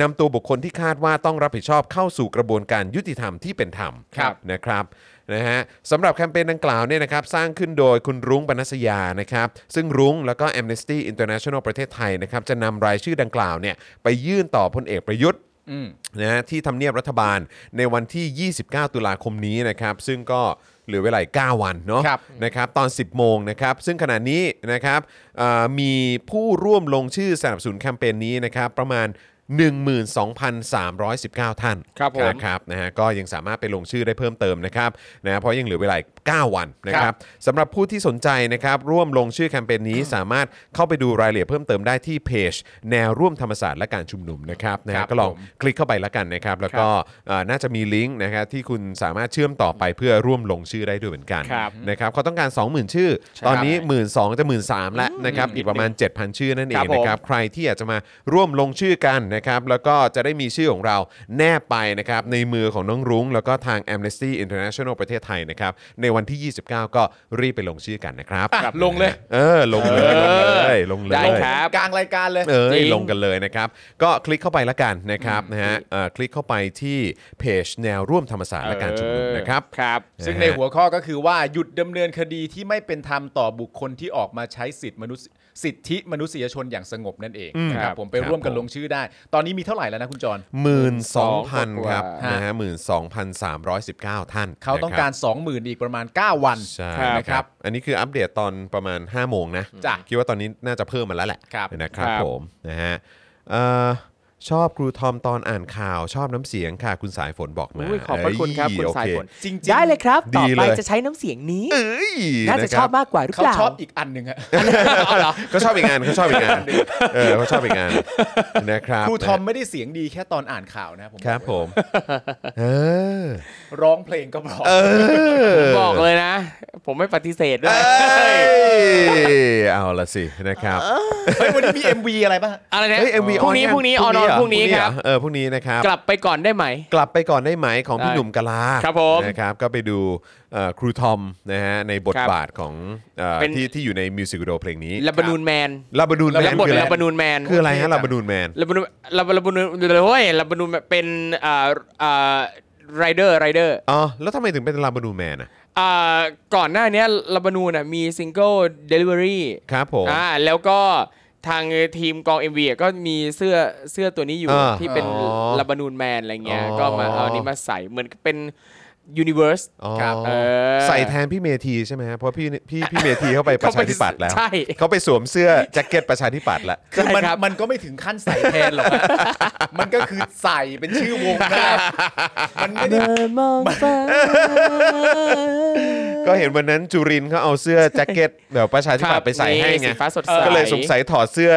[SPEAKER 1] นำตัวบุคคลที่คาดว่าต้องรับผิดชอบเข้าสู่กระบวนการยุติธรรมที่เป็นธรรม
[SPEAKER 5] ครับ
[SPEAKER 1] นะครับ นะฮะสำหรับแคมเปญดังกล่าวเนี่ยนะครับสร้างขึ้นโดยคุณรุ้งปนัสยานะครับซึ่งรุ้งแล้วก็ Amnesty International ประเทศไทยนะครับจะนำรายชื่อดังกล่าวเนี่ยไปยื่นต่อพลเอกประยุทธ์
[SPEAKER 3] อืม
[SPEAKER 1] นะฮะที่ทำเนียบรัฐบาลในวันที่ 29 ตุลาคมนี้นะครับ ซึ่งก็เหลือเวลาอีก9วันเนาะ
[SPEAKER 3] ครับ
[SPEAKER 1] นะครับ ตอน 10 โมงนะครับ ซึ่งขณะนี้นะครับเอ่อมีผู้ร่วมลงชื่อสนับสนุนแคมเปญนี้นะครับ ประมาณ 12,319 ท่าน
[SPEAKER 5] ครับผม
[SPEAKER 1] นะครับนะฮะก็ยังสามารถไปลงชื่อได้เพิ่มเติมนะครับนะเพราะยังเหลือเวลาอีก9วันนะค
[SPEAKER 3] ครั
[SPEAKER 1] รับบ สำหรับผู้ที่สนใจนะครับ ร่วมลงชื่อแคมเปญนี้สามารถเข้าไปดูรายละเอียดเพิ่มเติมได้ที่เพจ แนวร่วมธรรมศาสตร์และการชุมนุมนะครับนะ
[SPEAKER 3] ครั
[SPEAKER 1] ฮะ
[SPEAKER 3] บ
[SPEAKER 1] ก็ลอง
[SPEAKER 3] ผม
[SPEAKER 1] คลิกเข้าไปแล้วกันนะครับ แล้วก็เอ่อน่าจะมีลิงก์นะครับที่คุณสามารถเชื่อมต่อไปเพื่อร่วมลงชื่อได้ด้วยเหมือนกัน
[SPEAKER 5] ครับ
[SPEAKER 1] นะครับเขาต้องการ 20,000 ชื่อ ตอนนี้ 1 2ื่นจะ1 3ื่นแล้วนะครับอีกประมาณ 7,000 ชื่อนั่นเอ
[SPEAKER 5] ครั
[SPEAKER 1] ง
[SPEAKER 5] บผม
[SPEAKER 1] นะครับใครที่อยากจะมาร่วมลงชื่อกันนะครับแล้วก็จะได้มีชื่อของเราแนบไปนะครับในมือของน้องรุ้ง แล้วก็ทาง Amnesty International ประเทศไทยนะครับในวันที่ 29 ก็รีบไปลงชื่อกันนะครับ
[SPEAKER 3] อ่ะลงเลย
[SPEAKER 1] เออลงเลยลงเลยลงเลย
[SPEAKER 5] ได้ครับ
[SPEAKER 3] กลางรายการเลย
[SPEAKER 1] เอ้ย
[SPEAKER 5] จริง
[SPEAKER 1] ลงกันเลยนะครับ ก็คลิกเข้าไปละกันนะครับนะฮะเอ่อคลิกเข้าไปที่เพจแนวร่วมธรรมศาสตร์และการชุมนุม
[SPEAKER 5] เออ
[SPEAKER 1] นะครับ
[SPEAKER 5] ครับ
[SPEAKER 3] ซึ่งในหัวข้อก็คือว่าหยุดดำเนินคดีที่ไม่เป็นธรรมต่อบุคคลที่ออกมาใช้สิทธิมนุษยสิทธิมนุษยชนอย่างสงบนั่นเอง
[SPEAKER 1] อืม
[SPEAKER 3] นะค
[SPEAKER 1] ค
[SPEAKER 3] รับ
[SPEAKER 1] รับ
[SPEAKER 3] ผมไป
[SPEAKER 1] ครับ
[SPEAKER 3] ร่วมกัน
[SPEAKER 1] ผม
[SPEAKER 3] ลงชื่อได้ ตอนนี้มีเท่าไหร่แล้วนะคุณจร
[SPEAKER 1] หมื่นสองพัน
[SPEAKER 5] ก
[SPEAKER 1] ค
[SPEAKER 5] ว่า
[SPEAKER 1] รับ
[SPEAKER 3] ฮะ
[SPEAKER 1] นะฮะหมื่นสองพันสามร้อยสิบเก้าท่าน
[SPEAKER 3] เขาต้องการ
[SPEAKER 1] นะคบ
[SPEAKER 3] 20,000 อีกประมาณ 9 วัน
[SPEAKER 1] ใช่
[SPEAKER 3] ครับ
[SPEAKER 1] นะครับ อันนี้คืออัปเดตตอนประมาณ 5 โมงนะ
[SPEAKER 3] จ้ะ
[SPEAKER 1] คิดว่าตอนนี้น่าจะเพิ่มมาแล้วแหละ
[SPEAKER 3] ครับ
[SPEAKER 1] นะครับ
[SPEAKER 5] ครับ
[SPEAKER 1] ผมนะฮะเอ่อชอบครูทอมตอนอ่านข่าวชอบน้ำเสียงค่ะคุณสายฝนบอกมา
[SPEAKER 5] อุ้ยขอบพระคุณครับ
[SPEAKER 1] เอ้
[SPEAKER 5] คุณสายฝน
[SPEAKER 1] โอ
[SPEAKER 3] จริงๆ
[SPEAKER 5] ได้เลยครับ
[SPEAKER 1] ดี
[SPEAKER 5] ต่อไป
[SPEAKER 1] เลย
[SPEAKER 5] จะใช้น้ำเสียงนี้
[SPEAKER 1] เอ้ย
[SPEAKER 5] น่าจะ
[SPEAKER 1] ค
[SPEAKER 5] ช
[SPEAKER 1] รั
[SPEAKER 5] อบม *laughs* ากกว่าหรือ
[SPEAKER 3] เขา
[SPEAKER 5] เปล่า
[SPEAKER 3] ชอบอีกอันหนึ่งอะ
[SPEAKER 5] เอาเหรอ
[SPEAKER 1] ก็ชอบอีกงานเขาชอบอีกงานเออเขาชอบอีกงานนะครับ
[SPEAKER 3] ครูทอมไม่ได้เสียงดีแค่ตอนอ่านข่าวนะครับผม
[SPEAKER 1] ครับผม เออ
[SPEAKER 3] ร้องเพลงก็เพอ
[SPEAKER 1] เออ
[SPEAKER 5] บอกเลยนะ ผมไม่ปฏิเสธด้
[SPEAKER 1] เอ
[SPEAKER 5] วย
[SPEAKER 1] ้ยเอาละสินะครับ
[SPEAKER 3] เฮ้ยวันนี้มี MV อะไรป่ะ
[SPEAKER 5] อะไรนะ
[SPEAKER 1] เฮ้ยเอ็มวี
[SPEAKER 5] พรุ่งนี้พรุ่งนี้ออนออนพรุ่งนี้ครับ
[SPEAKER 1] เออพรุ่งนี้นะครับ
[SPEAKER 5] กลับไปก่อนได้ไหม
[SPEAKER 1] กลับไปก่อนได้ไหมของพี่
[SPEAKER 5] ได้
[SPEAKER 1] หนุ่มกะลา
[SPEAKER 5] ครับผม
[SPEAKER 1] นะครับก็ไปดูเอ่อครูทอมนะฮะในบท
[SPEAKER 5] ครับ
[SPEAKER 1] บาทของเอ่อ
[SPEAKER 5] เป็น
[SPEAKER 1] ที่ที่อยู่ในมิวสิกวิดีโอเพลงนี้
[SPEAKER 5] ลาบานูนแมน
[SPEAKER 1] ลาบานูนแม
[SPEAKER 5] รั
[SPEAKER 1] น
[SPEAKER 5] บบท
[SPEAKER 1] คืออะไร
[SPEAKER 5] ลาบานูนแมน
[SPEAKER 1] คืออะไรฮะลาบานูนแมน
[SPEAKER 5] ลาบานูนลาบาลาบานูนเลยเว้ยลาบานูนแมนเป็นอ่าอ่าไรเดอร์ไรเดอร์
[SPEAKER 1] อ๋อ แล้วทำไมถึงเป็นลาบานูนแมนอ่ะ
[SPEAKER 5] อ่าก่อนหน้าเนี้ยลาบานูนน่ะมีซิงเกิลเดลิเวอรี่
[SPEAKER 1] ครับผม
[SPEAKER 5] อ่าแล้วก็ทางทีมกอง MV อ่ะก็มีเสื้อเสื้อตัวนี้อยู่
[SPEAKER 1] อ่า
[SPEAKER 5] ที่เป็น
[SPEAKER 1] อ๋อ
[SPEAKER 5] ลาบานูนแมนอะไรเงี้ย
[SPEAKER 1] อ๋อ
[SPEAKER 5] ก็มาเอาอันนี้มาใส่เหมือนเป็นยูนิเวอร์ส
[SPEAKER 1] อ๋อ
[SPEAKER 5] ครับเออ
[SPEAKER 1] ใส่แทนพี่เมธีใช่ไหมฮะเพราะพี่พี่พี่เมธีเขาไปประ
[SPEAKER 5] เขา
[SPEAKER 1] ชา
[SPEAKER 5] ไป
[SPEAKER 1] ธิปัตย์แล้ว
[SPEAKER 5] ใช่
[SPEAKER 1] เขาไปสวมเสื้อแจ็คเก็ตประชาธิปัตย์แล้ว
[SPEAKER 3] คือมัน
[SPEAKER 5] ใช่ครับ
[SPEAKER 3] มันก็ไม่ถึงขั้นใส่แทนหรอก
[SPEAKER 1] *laughs*
[SPEAKER 3] นะมันก็คือใส่เป็นชื่อวงนะมันไม่ได้
[SPEAKER 5] เดินมองฟ้า
[SPEAKER 1] ก็เห็นวันนั้นจุรินทร์เขาเอาเสื้อแจ็คเก็ตแบบประชาธิปัตย์ไปใส่ให้ไง
[SPEAKER 5] นี่สีฟ้าสดใส
[SPEAKER 1] ก็เลยสงสัยถอดเสื้อ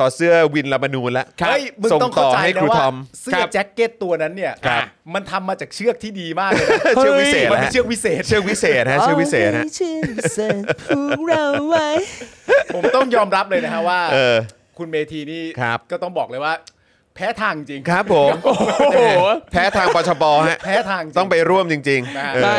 [SPEAKER 1] ถอดเสื้อวินลาบานูนแล้ว
[SPEAKER 3] เฮ้ยมึง
[SPEAKER 1] ส่ง
[SPEAKER 3] ต้อง
[SPEAKER 1] ต่
[SPEAKER 3] เข้า
[SPEAKER 1] อ
[SPEAKER 3] ใจ
[SPEAKER 1] ให้ค
[SPEAKER 3] นะ
[SPEAKER 1] รู
[SPEAKER 3] ว่า
[SPEAKER 1] ทอม
[SPEAKER 3] เสื้อแจ็คเก็ตตัวนั้นเนี่ย
[SPEAKER 1] ครับ
[SPEAKER 3] มันทำมาจากเชือกที่ดีมา
[SPEAKER 1] *laughs*
[SPEAKER 3] กเลยนะ
[SPEAKER 1] เชือกวิเศษ
[SPEAKER 3] มัน
[SPEAKER 1] นะ
[SPEAKER 3] เป็น
[SPEAKER 1] ฮะ
[SPEAKER 3] เชือกวิเศษ
[SPEAKER 1] เชือกวิเศษฮะเชือกวิเศษฮะ
[SPEAKER 5] อาให้ชื่อเสนผูกเราไว้
[SPEAKER 3] ผมต้องยอมรับเลยนะฮะว่า
[SPEAKER 1] เออ
[SPEAKER 3] คุณเมทีนี่
[SPEAKER 1] ครับ
[SPEAKER 3] ก็ต้องบอกเลยว่า แพ้ทางจริง
[SPEAKER 1] ครับผม
[SPEAKER 5] โอ้โห
[SPEAKER 1] แพ้ทางปชบฮะ
[SPEAKER 3] แพ้ทางจริ
[SPEAKER 1] ต้องไปร่วมจริงๆเออ
[SPEAKER 5] ใช่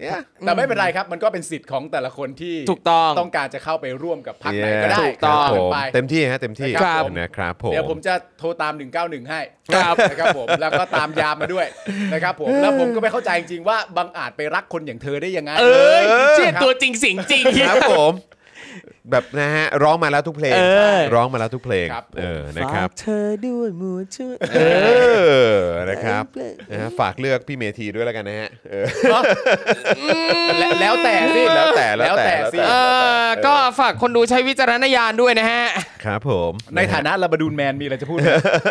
[SPEAKER 1] เนี่ย
[SPEAKER 3] แต่ไม่เป็นไรครับ มันก็เป็นสิทธิ์ของแต่ละคนที่
[SPEAKER 5] ถูกต้อง
[SPEAKER 3] ต้องการจะเข้าไปร่วมกับพรรคไหนก็ได้
[SPEAKER 1] เย้
[SPEAKER 5] ถูกต้อ
[SPEAKER 1] ค
[SPEAKER 5] ง
[SPEAKER 1] รับผม
[SPEAKER 3] ไป
[SPEAKER 1] เต็มที่ฮะเต็มที่
[SPEAKER 3] ครับผม
[SPEAKER 1] นะครับผม
[SPEAKER 3] เดี๋ยวผมจะโทรตาม 191 ให้
[SPEAKER 5] ครับ
[SPEAKER 3] นะครับผมแล้วก็ตามยามมาด้วยนะครับผมแล้วผมก็ไม่เข้าใจจริงๆว่าบังอาจไปรักคนอย่างเธอได้ยังไง
[SPEAKER 5] เอ้ย
[SPEAKER 1] เออ
[SPEAKER 5] เชี่ยตัวจริงเสียงจริง
[SPEAKER 1] ครับผมแบบนะฮะร้องมาแล้วทุกเพลง
[SPEAKER 5] เออ
[SPEAKER 1] ร้องมาแล้วทุกเพลงเออนะครับ
[SPEAKER 6] ฝากเธอด้วยหมูชุด
[SPEAKER 1] เออนะครับนะฮะฝากเลือกพี่เมธีด้วยแล้วกันนะฮะเออ
[SPEAKER 3] และแล้วแต่สิ
[SPEAKER 1] แล้วแต่แล้วแต่แล้วแต่
[SPEAKER 3] สิ
[SPEAKER 5] เออก็ฝากคนดูใช้วิจารณญาณด้วยนะฮะ *laughs*
[SPEAKER 1] ครับผม
[SPEAKER 3] ในฐานะลาบาดูนแมนมีอะไรจะพูดไหม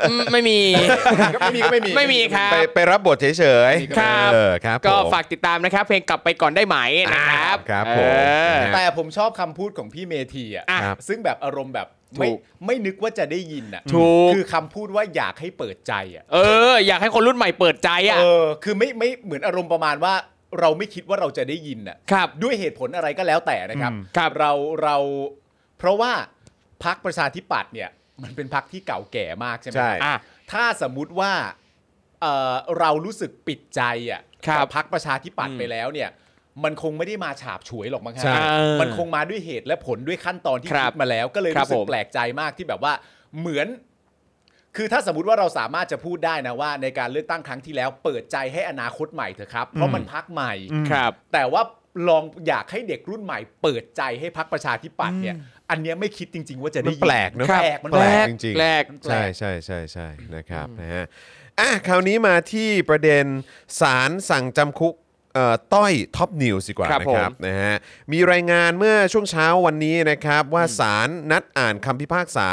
[SPEAKER 5] อืมไม่มี
[SPEAKER 1] *laughs*
[SPEAKER 3] ก็ไม่มีก็ไม่มี
[SPEAKER 5] ไม่มีครั
[SPEAKER 1] ไป
[SPEAKER 5] บ
[SPEAKER 1] ไปรับบทเฉยๆ
[SPEAKER 5] ครับ
[SPEAKER 1] เออครับ
[SPEAKER 5] ก็
[SPEAKER 1] ผม
[SPEAKER 5] ฝากติดตามนะครับ เพลงกลับไปก่อนได้ไหมนะครับ
[SPEAKER 1] ครับ
[SPEAKER 5] เอ
[SPEAKER 1] ผม
[SPEAKER 5] อ
[SPEAKER 1] นะฮะ
[SPEAKER 3] แต่ผมชอบคำพูดของพี่เมธีอ่ะ
[SPEAKER 5] อ่ะ
[SPEAKER 1] ครับ
[SPEAKER 3] ซึ่งแบบอารมณ์แบบไม่
[SPEAKER 5] ถูก
[SPEAKER 3] ไม่นึกว่าจะได้ยินอ่ะ
[SPEAKER 5] ถูก
[SPEAKER 3] คือคำพูดว่าอยากให้เปิดใจอ่ะ
[SPEAKER 5] เออ อยากให้คนรุ่นใหม่เปิดใจอ่ะ
[SPEAKER 3] เออคือไม่ไม่เหมือนอารมณ์ประมาณว่า เราไม่คิดว่าเราจะได้ยินอ่ะ
[SPEAKER 5] ครับ
[SPEAKER 3] ด้วยเหตุผลอะไรก็แล้วแต่นะครับ
[SPEAKER 1] อืม
[SPEAKER 5] ครับ
[SPEAKER 3] เราเราเพราะว่าพักประชาธิปัตย์เนี่ย มันเป็นพักที่เก่าแก่มากใช่ไหม
[SPEAKER 1] ใช่
[SPEAKER 3] ครับ
[SPEAKER 5] อ่ะ
[SPEAKER 3] ถ้าสมมุติว่าเออเรารู้สึกปิดใจอ่ะ
[SPEAKER 5] ครับ
[SPEAKER 3] กัพักประชาธิปัตย์ไปแล้วเนี่ย มันคงไม่ได้มาฉาบฉวยหรอกมั้งฮะ
[SPEAKER 1] ใช่
[SPEAKER 5] เออ
[SPEAKER 3] มันคงมาด้วยเหตุและผลด้วยขั้นตอนที่
[SPEAKER 5] ครับ
[SPEAKER 3] คิดมาแล้ว ก็เลย
[SPEAKER 5] ครับ
[SPEAKER 3] รู้สึ
[SPEAKER 5] ผ
[SPEAKER 3] ก
[SPEAKER 5] ม
[SPEAKER 3] แปลกใจมากที่แบบว่าเหมือน คือถ้าสมมติว่าเราสามารถจะพูดได้นะว่า ในการเลือกตั้งครั้งที่แล้ว เปิดใจให้อนาคตใหม่เถอะครับ เพราะมันพักใหม่
[SPEAKER 5] ครับ
[SPEAKER 3] แต่ว่า ลองอยากให้เด็กรุ่นใหม่เปิดใจให้พักประชาธิปัตย์เนี่ย อันเนี้ยไม่คิดจริง ๆ ว่าจะ
[SPEAKER 1] มัน
[SPEAKER 3] ได้ยิ
[SPEAKER 1] แปลกเนอะ
[SPEAKER 3] ครับแปลกมันแปลก
[SPEAKER 1] จริงๆ
[SPEAKER 5] แรก
[SPEAKER 3] มันแปล
[SPEAKER 1] ใช่
[SPEAKER 3] ก
[SPEAKER 1] ใช่ใช่ใช่นะครับนะฮะอ่ะคราวนี้มาที่ประเด็นสารสั่งจำคุกเอ่อต้อยท็อปนิวส์ดีกว่า
[SPEAKER 5] ครับ
[SPEAKER 1] นะครับ
[SPEAKER 5] ผม
[SPEAKER 1] นะฮะมีรายงานเมื่อช่วงเช้าวันนี้นะครับ ว่าสารนัดอ่านคำพิพากษา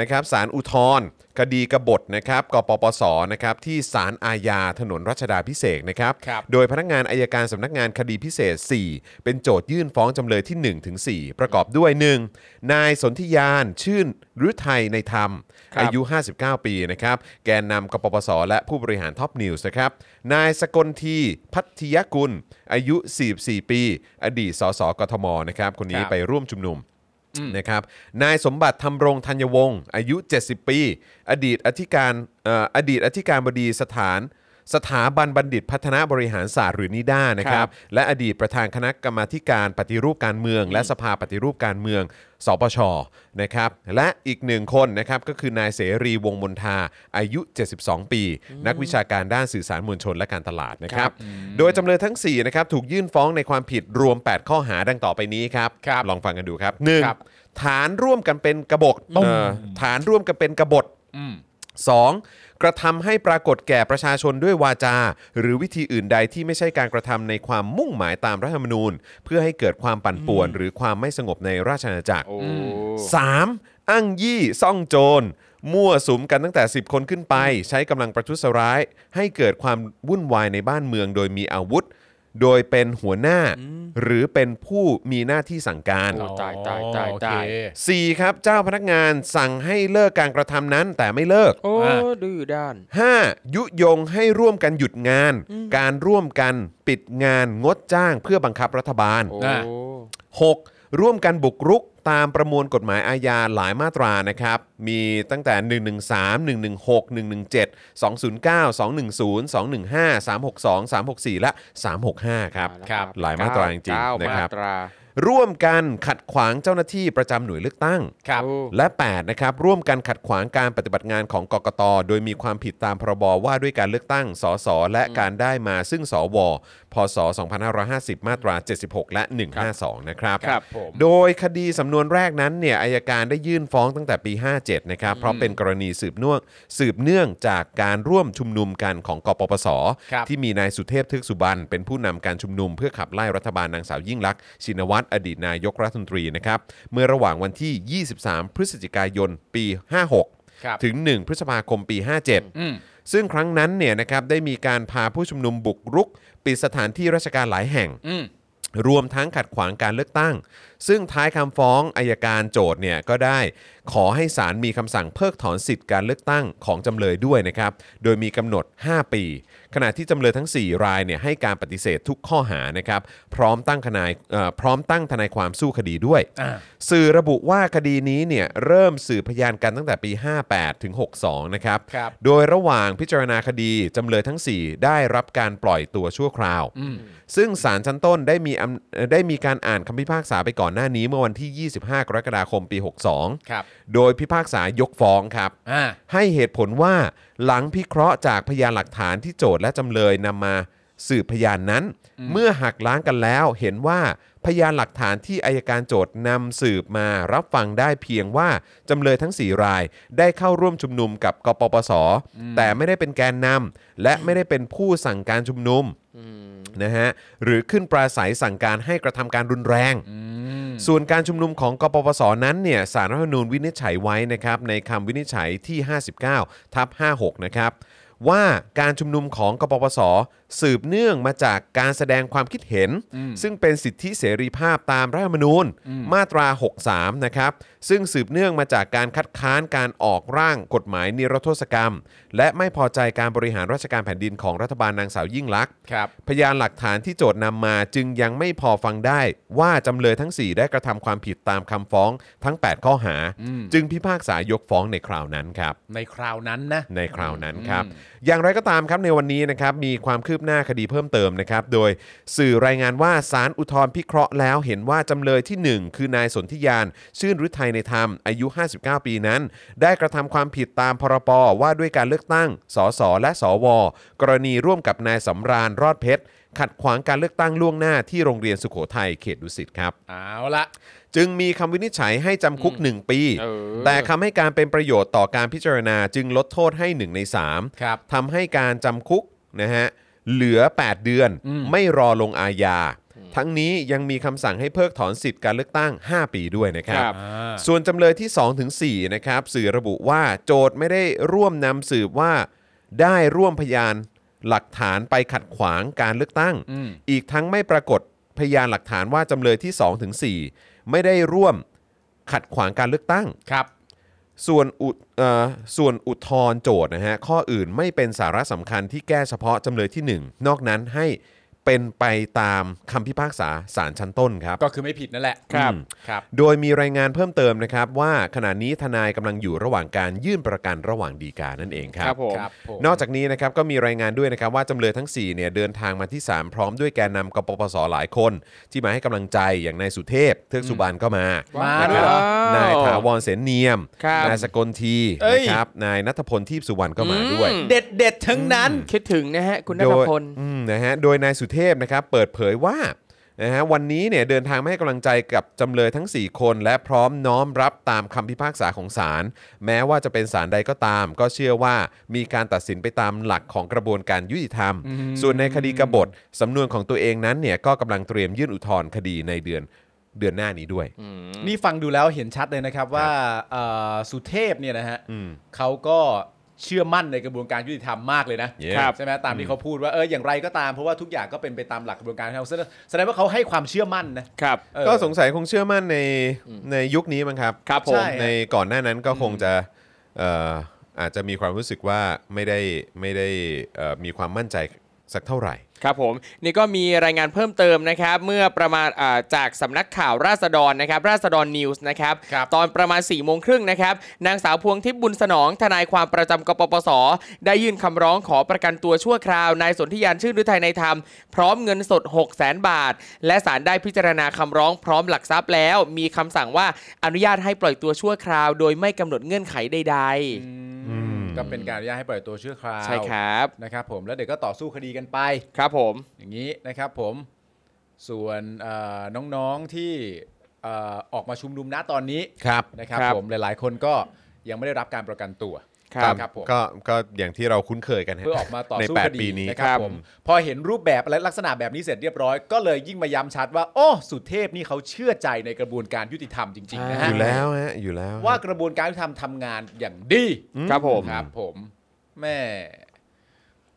[SPEAKER 1] นะครับสารอุทธรณ์คดีกบฏนะครับกปปสนะครับที่สารอาญาถนนรัชดาพิเศษกนะครับ
[SPEAKER 3] ครับ
[SPEAKER 1] โดยพนักงานอายการสำนักงานคดีพิเศษ 4 เป็นโจทยื่นฟ้องจำเลยที่ 1 ถึง 4 ประกอบด้วย 1. นายสนธิยานชื่นฤทัยในธรรม
[SPEAKER 5] ครับ
[SPEAKER 1] อายุ 59 ปีนะครับ แกนนำกปปส และผู้บริหารท็อปนิวส์นะครับ นายสกลที พัทยกุล อายุ 44 ปี อดีตสสกทมนะครับ คนนี้
[SPEAKER 3] ครับ
[SPEAKER 1] ไปร่วมชุมนุม นะครับ นายสมบัติธรรมรงธัญวงศ์อายุ 70 ปี อดีตอธิการเอ่ออดีตอธิการบดีสถาน สถาบันบัณฑิตพัฒนาบริหารศาสตร์หรือนิด้านะครับ และอดีตประธานคณะกรรมาธิการปฏิรูปการเมือง และสภาปฏิรูปการเมือง สปชนะครับ และอีกหนึ่งคนนะครับก็คือนายเสรีวงศ์มนทาอายุ 72 ปี นักวิชาการด้านสื่อสารมวลชนและการตลาดนะครับ โดยจำเลยทั้ง4นะครับถูกยื่นฟ้องในความผิดรวม 8 ข้อหาดังต่อไปนี้ครับ ลองฟังกันดูครับหนึ่ง
[SPEAKER 3] ครับ
[SPEAKER 1] ฐานร่วมกันเป็นกบฏเอ่อฐานร่วมกันเป็นกบฏ
[SPEAKER 3] อืม
[SPEAKER 1] 2. กระทำให้ปรากฏแก่ประชาชนด้วยวาจา หรือวิธีอื่นใดที่ไม่ใช่การกระทำในความมุ่งหมายตามรัฐธรรมนูญ เพื่อให้เกิดความปั่นป่วน หรือความไม่สงบในราชอาณาจักร 3. อ้างยี่ซ่องโจร มั่วสุมกันตั้งแต่ 10 คนขึ้นไป ใช้กำลังประทุษร้าย ให้เกิดความวุ่นวายในบ้านเมือง โดยมีอาวุธ โดยเป็นหัวหน้า หรือเป็นผู้มีหน้าที่สั่งการ
[SPEAKER 5] โอ้ตายตายตายตาย
[SPEAKER 3] โอเค
[SPEAKER 1] 4ครับเจ้าพนักงานสั่งให้เลิกการกระทำนั้นแต่ไม่เลิก
[SPEAKER 5] โอ้
[SPEAKER 3] อ่ะ
[SPEAKER 5] ดื้อด้าน
[SPEAKER 1] 5. ยุยงให้ร่วมกันหยุดงาน การร่วมกันปิดงานงดจ้างเพื่อบังคับรัฐบาล
[SPEAKER 5] โอ้
[SPEAKER 3] น่ะ
[SPEAKER 1] 6. ร่วมกันบุกรุกตามประมวลกฎหมายอาญาหลายมาตรานะครับ มีตั้งแต่ 113 116 117 209 210 215 362 364 และ 365 ครับ
[SPEAKER 5] ครับ
[SPEAKER 1] หลายมาตราจริง
[SPEAKER 5] เก้า
[SPEAKER 1] ๆนะ
[SPEAKER 5] มา
[SPEAKER 1] ครับ
[SPEAKER 5] ตรา
[SPEAKER 1] ร่วมกันขัดขวางเจ้าหน้าที่ประจำหน่วยเลือกตั้ง
[SPEAKER 5] โอ้
[SPEAKER 1] และ 8 นะครับ ร่วมกันขัดขวางการปฏิบัติงานของกกต โดยมีความผิดตามพรบว่าด้วยการเลือกตั้ง สส และการได้มาซึ่งสว พศ 2550 มาตรา 76 และ 152 นะครับ
[SPEAKER 5] ครับผม
[SPEAKER 1] โดยคดีสำนวนแรกนั้นเนี่ยอายการได้ยื่นฟ้องตั้งแต่ปี 57 นะครับ เพราะเป็นกรณีสืบเนื่องสืบเนื่องจากการร่วมชุมนุมกันของกปปส
[SPEAKER 3] ครับ
[SPEAKER 1] ที่มีนายสุเทพเทึกสุบรรณเป็นผู้นำการชุมนุมเพื่อขับไล่รัฐบาลนางสาวยิ่งลักษณ์ชินวัตรอดีตนายกรัฐมนตรีนะครับ เมื่อระหว่างวันที่ 23 พฤศจิกายน ปี
[SPEAKER 3] ครับ
[SPEAKER 1] 56 ถึง 1 พฤษภาคมปี 57
[SPEAKER 3] อืม
[SPEAKER 1] ซึ่งครั้งนั้นเนี่ยนะครับได้มีการพาผู้ชุมนุมบุกรุก ปิดสถานที่ราชการหลายแห่ง
[SPEAKER 3] อืม
[SPEAKER 1] รวมทั้งขัดขวางการเลือกตั้ง ซึ่งท้ายคำฟ้องอายการโจทย์เนี่ยก็ได้ขอให้ศาลมีคำสั่งเพิกถอนสิทธิ์การเลือกตั้งของจำเลยด้วยนะครับ โดยมีกำหนด 5 ปี ขณะที่จำเลยทั้ง 4 รายเนี่ยให้การปฏิเสธทุกข้อหานะครับพร้อมตั้งทนายเอ่อพร้อมตั้งทนายความสู้คดีด้วย สื่อระบุว่าคดีนี้เนี่ยเริ่มสืบพยานกันตั้งแต่ปี 58 ถึง 62 นะครับ
[SPEAKER 3] ครับ
[SPEAKER 1] โดยระหว่างพิจารณาคดีจำเลยทั้ง 4 ได้รับการปล่อยตัวชั่วคราว ซึ่งศาลชั้นต้นได้มีอำเอ่อได้มีการอ่านคำพิพากษาไปก่อนหน้านี้เมื่อวันที่ 25 กรกฎาคมปี
[SPEAKER 3] ครับ
[SPEAKER 1] 62 โดยพิพากษายกฟ้องครับ
[SPEAKER 3] อ่า
[SPEAKER 1] ให้เหตุผลว่าหลังพิเคราะห์จากพยานหลักฐานที่โจทย์และจำเลยนำมาสืบพยานนั้น เมื่อหักล้างกันแล้วเห็นว่าพยานหลักฐานที่อายการโจทย์นำสืบมารับฟังได้เพียงว่าจำเลยทั้ง 4 ราย ได้เข้าร่วมชุมนุมกับกปปส แต่ไม่ได้เป็นแกนนำและไม่ได้เป็นผู้สั่งการชุมนุมนะฮะหรือขึ้นปราศัยสั่งการให้กระทำการรุนแรง ส่วนการชุมนุมของกปปส นั้นเนี่ยสารรัฐธรรมนูญวินิจฉัยไว้นะครับในคำวินิจฉัยที่ 59 ทับ 56 นะครับ ว่าการชุมนุมของกปปส สืบเนื่องมาจากการแสดงความคิดเห็น ซึ่งเป็นสิทธิเสรีภาพตามรัฐธรรมนูญมาตรา 63 นะครับ ซึ่งสืบเนื่องมาจากการคัดค้านการออกร่างกฎหมายนิรโทษกรรม และไม่พอใจการบริหารราชการแผ่นดินของรัฐบาลนางสาวยิ่งลักษณ์
[SPEAKER 3] ครับ
[SPEAKER 1] พยานหลักฐานที่โจทย์นำมาจึงยังไม่พอฟังได้ว่าจำเลยทั้ง 4 ได้กระทำความผิดตามคำฟ้องทั้ง 8 ข้อหา จึงพิพากษายกฟ้องในคราวนั้นครับ
[SPEAKER 3] ในคราวนั้นนะ
[SPEAKER 1] ในคราวนั้นครับ อย่างไรก็ตามครับในวันนี้นะครับมีความคืบหน้าคดีเพิ่มเติมนะครับ โดยสื่อรายงานว่าสารอุทธรณ์พิเคราะห์แล้วเห็นว่าจำเลยที่หนึ่งคือนายสนธิยาน ชื่นฤทัยในธรรมอายุ 59 ปีนั้น ได้กระทำความผิดตามพรปว่าด้วยการเลือกตั้ง สสและสว กรณีร่วมกับนายสำราญรอดเพชร ขัดขวางการเลือกตั้งล่วงหน้าที่โรงเรียนสุโขทัยเขตดุสิตครับ
[SPEAKER 3] เอาละ
[SPEAKER 1] จึงมีคำวินิจฉัยให้จำคุก 1 ปี
[SPEAKER 2] เออ
[SPEAKER 1] แต่คำให้การเป็นประโยชน์ต่อการพิจารณาจึงลดโทษให้ 1 ใน 3
[SPEAKER 3] ครับ
[SPEAKER 1] ทำให้การจำคุกนะฮะเหลือ 8 เดือน
[SPEAKER 3] อืม
[SPEAKER 1] ไม่รอลงอาญา ทั้งนี้ยังมีคำสั่งให้เพิกถอนสิทธิ์การเลือกตั้ง 5 ปีด้วยนะครับ
[SPEAKER 2] ครับ
[SPEAKER 3] อ่า
[SPEAKER 1] ส่วนจำเลยที่ 2-4ถึง4นะครับสื่อระบุว่าโจทย์ไม่ได้ร่วมนำสืบว่า ได้ร่วมพยานหลักฐานไปขัดขวางการเลือกตั้ง
[SPEAKER 3] อืม
[SPEAKER 1] อีกทั้งไม่ปรากฏพยานหลักฐานว่าจำเลยที่ 2-4ถึง4ไม่ได้ร่วมขัดขวางการเลือกตั้ง
[SPEAKER 3] ครับ
[SPEAKER 1] ส่วนอุดเอ่อส่วนอุทธรณ์โจทย์นะฮะข้ออื่นไม่เป็นสาระสำคัญที่แก้เฉพาะจำเลยที่ 1 นอกนั้นให้เป็นไปตามคำพิพากษาศาลชั้นต้นครับ
[SPEAKER 3] ก็คือไม่ผิดนั่นแหละ
[SPEAKER 1] ครับ
[SPEAKER 3] อืมครับ
[SPEAKER 1] โดยมีรายงานเพิ่มเติมนะครับ ว่าขณะนี้ทนายกำลังอยู่ระหว่างการยื่นประกันระหว่างดีกานั่นเองครั
[SPEAKER 2] ครับ บผม
[SPEAKER 3] ครับผม
[SPEAKER 1] นอกจากนี้นะครับก็มีรายงานด้วยนะครับว่าจำเลยทั้ง4เนี่ยเดินทางมาที่ศาลพร้อมด้วยแกนนำกปปสหลายคน ที่มาให้กำลังใจอย่างนายสุเทพ เทือกสุบานก็มา
[SPEAKER 3] มา
[SPEAKER 1] นะ
[SPEAKER 3] ด้
[SPEAKER 1] คว รับ
[SPEAKER 3] ยเหรอ
[SPEAKER 1] นายถาวรเสนเนียม
[SPEAKER 5] ครับ
[SPEAKER 1] นายสกลที
[SPEAKER 3] เอ้ย
[SPEAKER 1] นะครับนายนัทพลทีพสุวรรณก็มาด้วย
[SPEAKER 5] อืม
[SPEAKER 3] เด็ดเด็ดๆทั้งนั้น
[SPEAKER 5] คิดถึงนะฮะ คุณนัทพล
[SPEAKER 1] โดยอืมนะฮะโดยนายสุเทพนะครับเปิดเผยว่านะฮะวันนี้เนี่ยเดินทางมาให้กำลังใจกับจำเลยทั้ง 4 คน และพร้อมน้อมรับตามคำพิพากษาของศาลแม้ว่าจะเป็นศาลใดก็ตาม ก็เชื่อว่ามีการตัดสินไปตามหลักของกระบวนการยุติธรรม ส่วนในคดีกบฏสำนวนของตัวเองนั้นเนี่ยก็กำลังเตรียมยื่นอุทธรณ์คดีในเดือนเดือนหน้านี้ด้วย
[SPEAKER 3] นี่ฟังดูแล้วเห็นชัดเลยนะครับว่าเอ่อสุเทพเนี่ยนะฮะ
[SPEAKER 1] อืม
[SPEAKER 3] เขาก็เชื่อมั่นในกระบวนการยุติธรรมมากเลยนะ
[SPEAKER 1] Yeah ครับ
[SPEAKER 3] ใช่ไหมตามที่เขาพูดว่าเอออย่างไรก็ตามเพราะว่าทุกอย่างก็เป็นไปตามหลักกระบวนการยุติธรรมแสดงแสดงว่าเขาให้ความเชื่อมั่นนะครับ เออ
[SPEAKER 1] ก็สงสัยคงเชื่อมั่นในในยุคนี้มั้งครับ
[SPEAKER 5] ครับผม
[SPEAKER 1] ใช่
[SPEAKER 3] ใช่ฮะ
[SPEAKER 1] ในก่อนหน้านั้นก็คงจะเอ่ออาจจะมีความรู้สึกว่าไม่ได้ไม่ได้เอ่อมีความมั่นใจสักเท่าไหร่
[SPEAKER 5] ครับผมนี่ก็มีรายงานเพิ่มเติมนะครับ เมื่อประมาณอ่าจากสำนักข่าวราษฎรนะครับ ราษฎรนิวส์นะครับ
[SPEAKER 3] ครับ
[SPEAKER 5] ตอนประมาณ4ี่โมงครึ่งนะครับนางสาวพวงทิพย์บุญสนอง ทนายความประจำกปปส ได้ยื่นคำร้องขอประกันตัวชั่วคราวนายสนธิยานชื่นฤทัยในธรรม พร้อมเงินสด 6 0แสนบาท และศาลได้พิจารณาคำร้องพร้อมหลักทรัพย์แล้ว มีคำสั่งว่าอนุญาตให้ปล่อยตัวชั่วคราว โดยไม่กำหนดเงื่อนไขใด
[SPEAKER 3] อืมก็เป็นการอนุญาตให้ปล่อยตัวชั่วครา
[SPEAKER 5] ๆ
[SPEAKER 3] ว
[SPEAKER 5] ใช่ครับ
[SPEAKER 3] นะครับผมแล้วเดี๋ยวก็ต่อสู้คดีกันไป
[SPEAKER 5] ครับผม
[SPEAKER 3] อย่างนี้นะครับผมส่วนเอ่อน้องๆที่เอ่อออกมาชุมนุมณตอนนี้
[SPEAKER 1] ครับ
[SPEAKER 3] นะครับ
[SPEAKER 5] ครับ
[SPEAKER 3] ผมหลายๆ คนก็ยังไม่ได้รับการประกันตัว
[SPEAKER 5] ครับ
[SPEAKER 3] ครับผม
[SPEAKER 1] ก็ก็อย่างที่เราคุ้นเคยกันฮะ
[SPEAKER 3] เพื่อออกมาต่อสู้
[SPEAKER 1] ในแป
[SPEAKER 3] ค
[SPEAKER 1] ด
[SPEAKER 3] ดี
[SPEAKER 1] ปีนี้
[SPEAKER 3] นะครับผมพอเห็นรูปแบบและลักษณะแบบนี้เสร็จเรียบร้อย ก็เลยยิ่งมาย้ำชัดว่า โอ้ สุเทพนี่เขาเชื่อใจในกระบวนการยุติธรรมจริงๆนะ
[SPEAKER 1] อ
[SPEAKER 3] ฮะ
[SPEAKER 1] ยู่แล้วฮะอยู่แล้ว
[SPEAKER 3] ว่ากระบวนการยุติธรรมทำงานอย่างดี
[SPEAKER 5] ครับผม
[SPEAKER 3] ครับผมแม่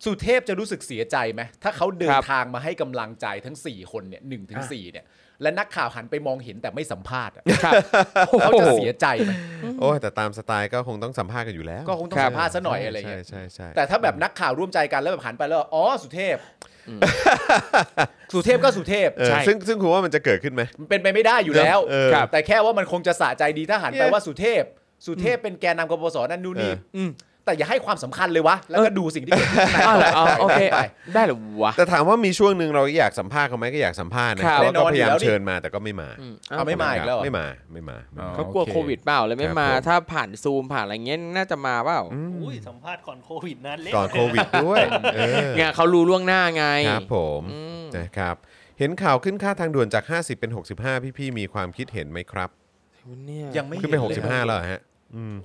[SPEAKER 3] สุเทพจะรู้สึกเสียใจไหมถ้าเขาเดิ
[SPEAKER 5] ค
[SPEAKER 3] น
[SPEAKER 5] รับ
[SPEAKER 3] ทางมาให้กำลังใจทั้ง 4 คนเนี่ยหนึ่งถึงสี่เนี่ย และนักข่าวหันไปมองเห็นแต่ไม่สัมภาษณ์อะ
[SPEAKER 5] ครับ
[SPEAKER 3] เขาจะเสียใจไหม
[SPEAKER 1] โอ้ยแต่ตามสไตล์ก็คงต้องสัมภาษณ์กันอยู่แล้ว
[SPEAKER 3] ก็คงต้องสัมภาษณ์ซะหน่อยอะไรอย่างเงี้ย
[SPEAKER 1] ใช่ใช่ใช่
[SPEAKER 3] แต่ถ้าแบบนักข่าวร่วมใจกันแล้วแบบหันไปแล้ว อ๋อ สุเทพ สุเทพก็สุเทพ
[SPEAKER 1] เออซึ่งซึ่งคุณว่ามันจะเกิดขึ้นไหม
[SPEAKER 3] มันเป็นไปไม่ได้อยู่แล้ว
[SPEAKER 1] เออครับ
[SPEAKER 3] แต่แค่ว่ามันคงจะสะใจดีถ้าหันไป
[SPEAKER 1] เอ๊ะ
[SPEAKER 3] ว่าสุเทพ สุเทพเป็นแกนนำกบสนั่นนู่นนี่
[SPEAKER 1] เออ
[SPEAKER 5] อืม
[SPEAKER 3] แต่อย่าให้ความสำคัญเลยวะ แล้วก็ดูสิ่งที่เกิดขึ้น
[SPEAKER 5] อ้าวเหรอ
[SPEAKER 1] *laughs*
[SPEAKER 5] อ๋อโอเคได้เหรอวะ
[SPEAKER 1] แต่ถามว่ามีช่วงหนึ่งเราอยากสัมภาษณ์เขาไหมก็อยากสัมภาษณ์นะครับ เพราะว่าก็พยายามเชิญมาแต่ก็ไม่มา
[SPEAKER 3] เอาไม่มาอีกแล้วเหรอ
[SPEAKER 1] ไม่มาไม่มาไม่มา
[SPEAKER 3] อ๋อ
[SPEAKER 5] เขากลัวโควิดเปล่าเลยไม่มา
[SPEAKER 1] ครับผม
[SPEAKER 5] ถ้าผ่านซูมผ่านอะไรเงี้ยน่าจะมาเปล่า
[SPEAKER 4] อุ้ยสัมภาษณ์ก่อนโควิดนั้นเละ
[SPEAKER 1] ก่อนโควิดด้วยเออ
[SPEAKER 5] งานเขารู้ล่วงหน้าไง
[SPEAKER 1] ครับผม
[SPEAKER 5] อืม
[SPEAKER 1] นะครับ เห็นข่าวขึ้นค่าทางด่วนจาก 50 เป็น 65 พี่พี่ๆมีความคิดเห็นไหมครับ
[SPEAKER 5] เนี่ย
[SPEAKER 3] ยังไม่
[SPEAKER 1] ขึ้นไป
[SPEAKER 3] เห็เลย
[SPEAKER 1] 65 แล้วเหรอฮะอืม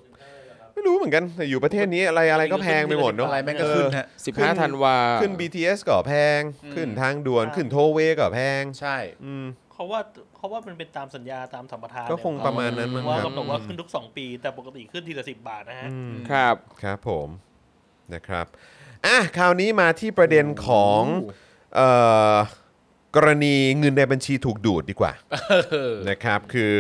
[SPEAKER 1] ไม่รู้เหมือนกันแต่อยู่ประเทศนี้อะไรอะไรก็แพงไปหมดเนาะ
[SPEAKER 3] อะไรแม่งก็ขึ้นฮะ
[SPEAKER 5] สิบห้าธันวา
[SPEAKER 1] เออขึ้น BTS ก็แพง
[SPEAKER 3] อืม
[SPEAKER 1] ขึ้นทางด่วน
[SPEAKER 4] ใช่
[SPEAKER 1] ขึ้นโทเวก็แพง
[SPEAKER 3] ใช่
[SPEAKER 1] อืม
[SPEAKER 4] เขาว่าเขาว่ามันเป็นตามสัญญาตามสัมปทาน
[SPEAKER 1] ก็คงประมาณนั้นมั้งค
[SPEAKER 4] ว่า
[SPEAKER 1] รับ
[SPEAKER 4] กำหนดว่าขึ้นทุกสองปี แต่ปกติขึ้นทีละสิบบาทนะฮะ
[SPEAKER 5] ครับ
[SPEAKER 1] ครับผมนะครับอ่ะคราวนี้มาที่ประเด็นของเอ่อกรณีเงินในบัญชีถูกดูดดีกว่า นะครับ คือ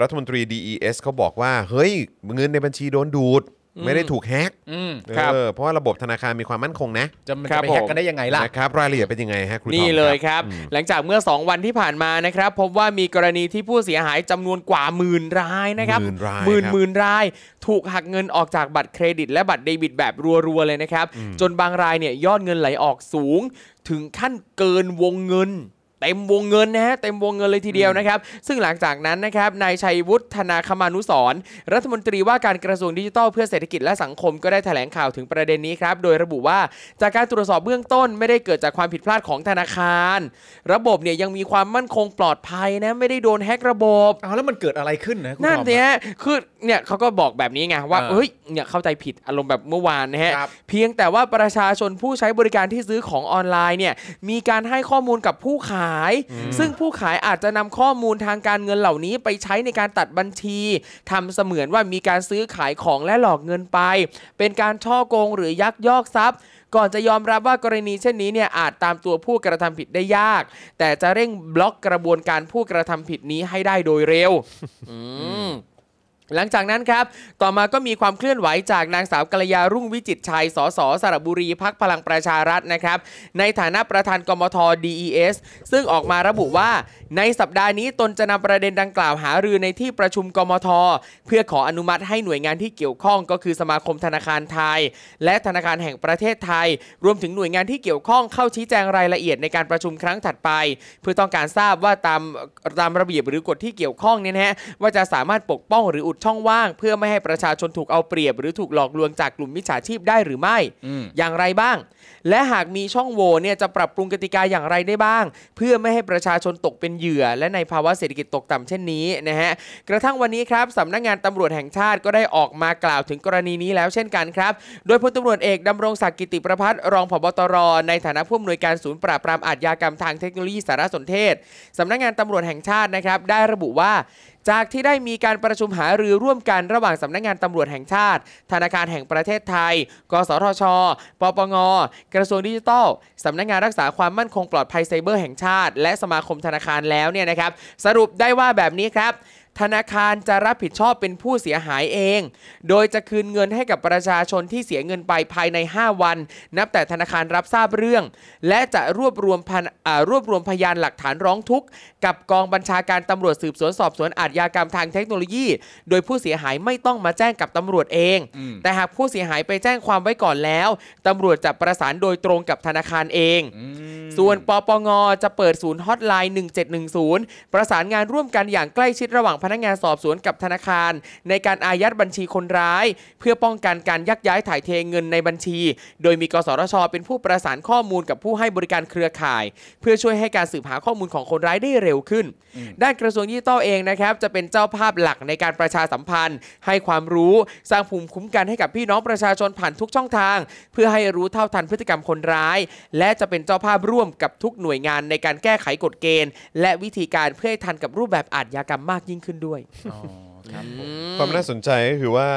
[SPEAKER 1] รัฐมนตรี DES เขาบอกว่า เฮ้ย เงินในบัญชีโดนดูด ไม่ได้ถูกแฮก
[SPEAKER 3] อืม
[SPEAKER 5] ครับ
[SPEAKER 1] เออเพราะว่าระบบธนาคารมีความมั่นคงนะ
[SPEAKER 3] จะมัน
[SPEAKER 5] ครับ
[SPEAKER 3] จะไปแฮก
[SPEAKER 5] ผม
[SPEAKER 3] กันได้ยังไงล่ะ
[SPEAKER 1] นะครับรายละเอียดเป็นยังไงฮะครูทอม
[SPEAKER 5] นี่เลย
[SPEAKER 1] ครับ
[SPEAKER 5] ครับ หลังจากเมื่อ 2 วันที่ผ่านมานะครับ พบว่ามีกรณีที่ผู้เสียหายจำนวนกว่าหมื่นรายนะครับ
[SPEAKER 1] หมื่นราย
[SPEAKER 5] หมื่น
[SPEAKER 1] ครับ
[SPEAKER 5] หมื่นราย ถูกหักเงินออกจากบัตรเครดิต และบัตรเดบิตแบบรัวๆเลยนะครับ จนบางรายเนี่ยยอดเงินไหลออกสูง ถึงขั้นเกินวงเงิน เ เต็มวงเงินนะฮะเต็มวงเงินเลยทีเดียวนะครับ ซึ่งหลังจากนั้นนะครับนายชัยวุฒธนาคมานุสรณ์รัฐมนตรีว่าการกระทรวงดิจิทัลเพื่อเศรษฐกิจและสังคมก็ได้แถลงข่าวถึงประเด็นนี้ครับ โดยระบุว่าจากการตรวจสอบเบื้องต้นไม่ได้เกิดจากความผิดพลาดของธนาคาร ระบบเนี่ยยังมีความมั่นคงปลอดภัยนะไม่ได้โดนแฮกระบบ
[SPEAKER 3] เอาแล้วมันเกิดอะไรขึ้นนะคุณ
[SPEAKER 5] นั่น
[SPEAKER 3] ทอม
[SPEAKER 5] เนี่ยคือเนี่ยเขาก็บอกแบบนี้ไงว่า
[SPEAKER 3] เออ
[SPEAKER 5] เอ้ย เนี่ยเข้าใจผิดอารมณ์แบบเมื่อวานนะฮะ
[SPEAKER 3] ครับ
[SPEAKER 5] เพียงแต่ว่าประชาชนผู้ใช้บริการที่ซื้อของออนไลน์เนี่ย มีการให้ข้อมูลกับผู้ขาย ซึ่งผู้ขายอาจจะนำข้อมูลทางการเงินเหล่านี้ไปใช้ในการตัดบัญชีทำเสมือนว่ามีการซื้อขายของและหลอกเงินไป เป็นการช่อโกงหรือยักยอกทรัพย์ ก่อนจะยอมรับว่ากรณีเช่นนี้เนี่ยอาจตามตัวผู้กระทำผิดได้ยาก แต่จะเร่งบล็อกกระบวนการผู้กระทำผิดนี้ให้ได้โดยเร็ว อืม หลังจากนั้นครับ ต่อมาก็มีความเคลื่อนไหวจากนางสาวกัลยารุ่งวิจิตรชัย สสสระบุรีพักพลังประชารัฐนะครับ ในฐานะประธานกมท DES ซึ่งออกมาระบุว่า ในสัปดาห์นี้ตนจะนำประเด็นดังกล่าวหารือในที่ประชุมกมท เพื่อขออนุมัติให้หน่วยงานที่เกี่ยวข้องก็คือสมาคมธนาคารไทย และธนาคารแห่งประเทศไทย รวมถึงหน่วยงานที่เกี่ยวข้องเข้าชี้แจงรายละเอียดในการประชุมครั้งถัดไป เพื่อต้องการทราบว่าตามตามระเบียบหรือกฎที่เกี่ยวข้องเนี่ยนะฮะว่าจะสามารถปกป้องหรืออุดช่องว่าง เพื่อไม่ให้ประชาชนถูกเอาเปรียบ หรือถูกหลอกลวงจากกลุ่มมิจฉาชีพได้หรือไม่
[SPEAKER 3] อืม
[SPEAKER 5] อย่างไรบ้าง และหากมีช่องโหว่เนี่ยจะปรับปรุงกติกาอย่างไรได้บ้าง เพื่อไม่ให้ประชาชนตกเป็นเหยื่อ และในภาวะเศรษฐกิจตกต่ำเช่นนี้นะฮะ กระทั่งวันนี้ครับสำนักงานตำรวจแห่งชาติก็ได้ออกมากล่าวถึงกรณีนี้แล้วเช่นกันครับ โดยพลตำรวจเอกดำรงศักดิ์กิติประพัฒน์รองผบตร ในฐานะผู้อำนวยการศูนย์ปราบปรามอาชญากรรมทางเทคโนโลยีสารสนเทศสำนักงานตำรวจแห่งชาตินะครับ ได้ระบุว่า จากที่ได้มีการประชุมหารือร่วมกันระหว่างสำนักงานตำรวจแห่งชาติ ธนาคารแห่งประเทศไทย กสทช ปปง กระทรวงดิจิทัลสำนักงานรักษาความมั่นคงปลอดภัยไซเบอร์แห่งชาติ และสมาคมธนาคารแล้วเนี่ยนะครับ สรุปได้ว่าแบบนี้ครับ ธนาคารจะรับผิดชอบเป็นผู้เสียหายเอง โดยจะคืนเงินให้กับประชาชนที่เสียเงินไปภายใน 5 วัน นับแต่ธนาคารรับทราบเรื่อง และจะรวบรวมพันอ่ารวบรวมพยานหลักฐานร้องทุกข์ กับกองบัญชาการตำรวจสืบสวนสอบสวนอาชญากรรมทางเทคโนโลยี โดยผู้เสียหายไม่ต้องมาแจ้งกับตำรวจเอง
[SPEAKER 3] อืม
[SPEAKER 5] แต่หากผู้เสียหายไปแจ้งความไว้ก่อนแล้วตำรวจจะประสานโดยตรงกับธนาคารเอง
[SPEAKER 3] อืม
[SPEAKER 5] ส่วนปปง จะเปิดศูนย์ฮอตไลน์ 1710 ประสานงานร่วมกันอย่างใกล้ชิดระหว่างพนักงานสอบสวนกับธนาคาร ในการอายัดบัญชีคนร้าย เพื่อป้องกันการยักย้ายถ่ายเทเงินในบัญชี โดยมีกสทช เป็นผู้ประสานข้อมูลกับผู้ให้บริการเครือข่าย เพื่อช่วยให้การสืบหาข้อมูลของคนร้ายได้เร็วขึ้น ด้านกระทรวงดิจิทัลเองนะครับจะเป็นเจ้าภาพหลักในการประชาสัมพันธ์ ให้ความรู้สร้างภูมิคุ้มกันให้กับพี่น้องประชาชนผ่านทุกช่องทาง เพื่อให้รู้เท่าทันพฤติกรรมคนร้าย และจะเป็นเจ้าภาพร่วมกับทุกหน่วยงานในการแก้ไขกฎเกณฑ์ และวิธีการเพื่อให้ทันกับรูปแบบอาชญากรรมมากยิ่งขึ้นด้วย
[SPEAKER 1] ความน่าสนใจก็คือว่า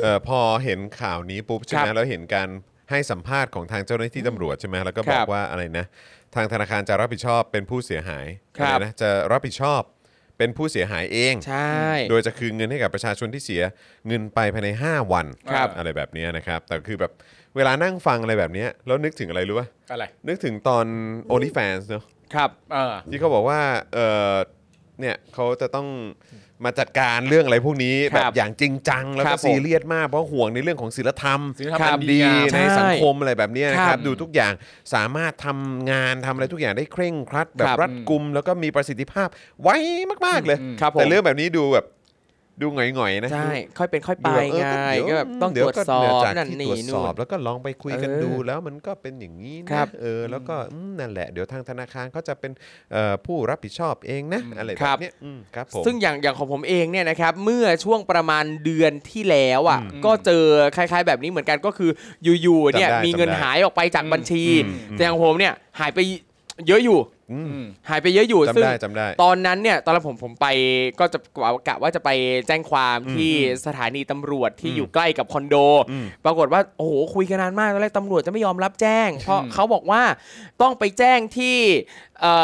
[SPEAKER 1] เออพอเห็นข่าวนี้ปุ๊บใช่ไหมแล้วเห็นการให้สัมภาษณ์ของทางเจ้าหน้าที่ตำรวจใช่ไหมแล้วก็บอก
[SPEAKER 5] ครับ
[SPEAKER 1] ว่าอะไรนะ ทางธนาคารจะรับผิดชอบเป็นผู้เสียหาย
[SPEAKER 5] ครับ
[SPEAKER 1] อะไรนะจะรับผิดชอบเป็นผู้เสียหายเอง
[SPEAKER 5] ใช่
[SPEAKER 1] โดยจะคืนเงินให้กับประชาชนที่เสียเงินไปภายใน 5 วัน
[SPEAKER 3] ครับ
[SPEAKER 1] อะไรแบบเนี้ยนะครับ แต่คือแบบเวลานั่งฟังอะไรแบบเนี้ยแล้วนึกถึงอะไรรู้ป่ะ
[SPEAKER 3] อะไร
[SPEAKER 1] นึกถึงตอน o n l y f a n s เนอะ
[SPEAKER 5] ครับ
[SPEAKER 3] เออ
[SPEAKER 1] ที่เขาบอกว่าเออเนี่ยเขาจะต้องมาจัดการเรื่องอะไรพวกนี้
[SPEAKER 5] ค
[SPEAKER 1] แบ
[SPEAKER 5] รับบ
[SPEAKER 1] อย่างจริงจัง แล้ว
[SPEAKER 5] ครั
[SPEAKER 1] ก็
[SPEAKER 5] บผม
[SPEAKER 1] ซีเรียสมากเพราะห่วงในเรื่องของศีลธรรม
[SPEAKER 3] ศีลธรรม
[SPEAKER 1] ค
[SPEAKER 3] อั
[SPEAKER 1] วาม
[SPEAKER 3] นดี
[SPEAKER 1] ดี
[SPEAKER 3] งาม
[SPEAKER 1] ใน
[SPEAKER 5] ใช่
[SPEAKER 1] สังคมอะไรแบบเนี้ยนะค
[SPEAKER 5] ครั
[SPEAKER 1] รั
[SPEAKER 5] บบ
[SPEAKER 1] ดูทุกอย่างสามารถทำงานทำอะไรทุกอย่างได้เคร่งครัด แบบ
[SPEAKER 5] ครับ
[SPEAKER 1] รัดกุมแล้วก็มีประสิทธิภาพไว้มากๆเลย
[SPEAKER 5] ครับผม
[SPEAKER 1] แต่เรื่องแบบนี้ดูแบบดูหง่อยๆนะ
[SPEAKER 5] ใช่ ค่อยเป็นค่อยไป
[SPEAKER 1] ดูแบบเออ
[SPEAKER 5] ไง
[SPEAKER 1] เดี๋ยว
[SPEAKER 5] ก็แบบต้อง
[SPEAKER 1] เดี๋ย
[SPEAKER 5] ตรวจ
[SPEAKER 1] ก็
[SPEAKER 5] สอบ
[SPEAKER 1] เดี๋ยจาก
[SPEAKER 5] นั่น
[SPEAKER 1] ที่
[SPEAKER 5] นี่
[SPEAKER 1] ตรวจส
[SPEAKER 5] นู่
[SPEAKER 1] อบ
[SPEAKER 5] น
[SPEAKER 1] แล้วก็ลองไปคุยกัน
[SPEAKER 5] เออ
[SPEAKER 1] ดูแล้วมันก็เป็นอย่างนี้
[SPEAKER 5] ครั
[SPEAKER 1] นะ
[SPEAKER 5] บ
[SPEAKER 1] เออแล้วก็อืมนั่นแหละเดี๋ยวทางธนาคารเขาจะเป็นเอ่อผู้รับผิดชอบเองนะอะไร
[SPEAKER 5] ค
[SPEAKER 1] แบ
[SPEAKER 5] รั
[SPEAKER 1] บบ เนี้ยอืมครับผม
[SPEAKER 5] ซึ่งอย่างอย่างของผมเองเนี่ยนะครับเมื่อช่วงประมาณเดือนที่แล้วอ่ะก็เจอคล้ายๆ แบบนี้เหมือนกันก็คืออยู่ๆเนี่ย
[SPEAKER 1] จำได้
[SPEAKER 5] มีเงิน
[SPEAKER 1] จำได้
[SPEAKER 5] หายออกไปจากบัญชี
[SPEAKER 1] อืมอืม
[SPEAKER 5] แต่ของผมเนี่ยหายไปเยอะอยู่
[SPEAKER 1] อืม
[SPEAKER 5] หายไปเยอะอยู่
[SPEAKER 1] จำ
[SPEAKER 5] ซึ่ง
[SPEAKER 1] ได้จำได้
[SPEAKER 5] ตอนนั้นเนี่ยตอนแรกผมผมไปก็จะกะกะว่าจะไปแจ้งความที่สถานีตำรวจที่อยู่ใกล้กับคอนโด
[SPEAKER 1] อืม
[SPEAKER 5] ปรากฏว่าโอ้โหคุยกันนานมากตอนแรกตำรวจจะไม่ยอมรับแจ้ง เพราะเขาบอกว่าต้องไปแจ้งที่เอ่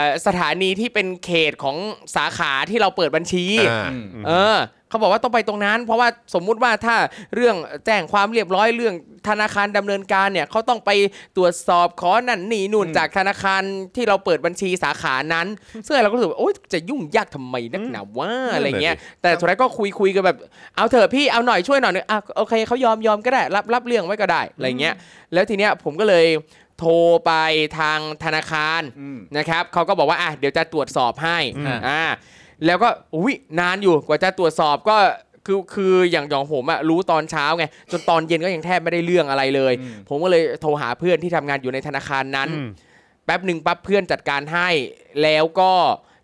[SPEAKER 5] อสถานีที่เป็นเขตของสาขาที่เราเปิดบัญชี
[SPEAKER 1] อ่า
[SPEAKER 3] อืม
[SPEAKER 5] เออเขาบอกว่าต้องไปตรงนั้น เพราะว่าสมมุติว่าถ้าเรื่องแจ้งความเรียบร้อยเรื่องธนาคารดำเนินการเนี่ยเขาต้องไปตรวจสอบขอนั่นนี่นู่นจากธนาคารที่เราเปิดบัญชีสาขานั้น ซึ่งเราก็รู้สึกว่าโอ๊ยจะยุ่งยากทำไมนักหนาว่าอะไรเงี้ยแต่สุดท้ายก็คุยคุยกันแบบเอาเถอะพี่เอาหน่อยช่วยหน่อยหนึงอ่ะโอเคเขายอมยอมก็ได้รับรับเรื่องไว้ก็ได้อะไรเงี้ยแล้วทีเนี้ยผมก็เลย โทรไปทางธนาคาร
[SPEAKER 3] อืม
[SPEAKER 5] นะครับเขาก็บอกว่าอ่ะเดี๋ยวจะตรวจสอบให้
[SPEAKER 3] อืม
[SPEAKER 5] อ่าแล้วก็อุ้ยนานอยู่กว่าจะตรวจสอบก็คือคืออย่างอย่างผมอะรู้ตอนเช้าไงจนตอนเย็นก็ยังแทบไม่ได้เรื่องอะไรเลย ผมก็เลยโทรหาเพื่อนที่ทำงานอยู่ในธนาคารนั้น
[SPEAKER 1] อืม
[SPEAKER 5] แป๊บหนึ่งปั๊บเพื่อนจัดการให้ แล้วก็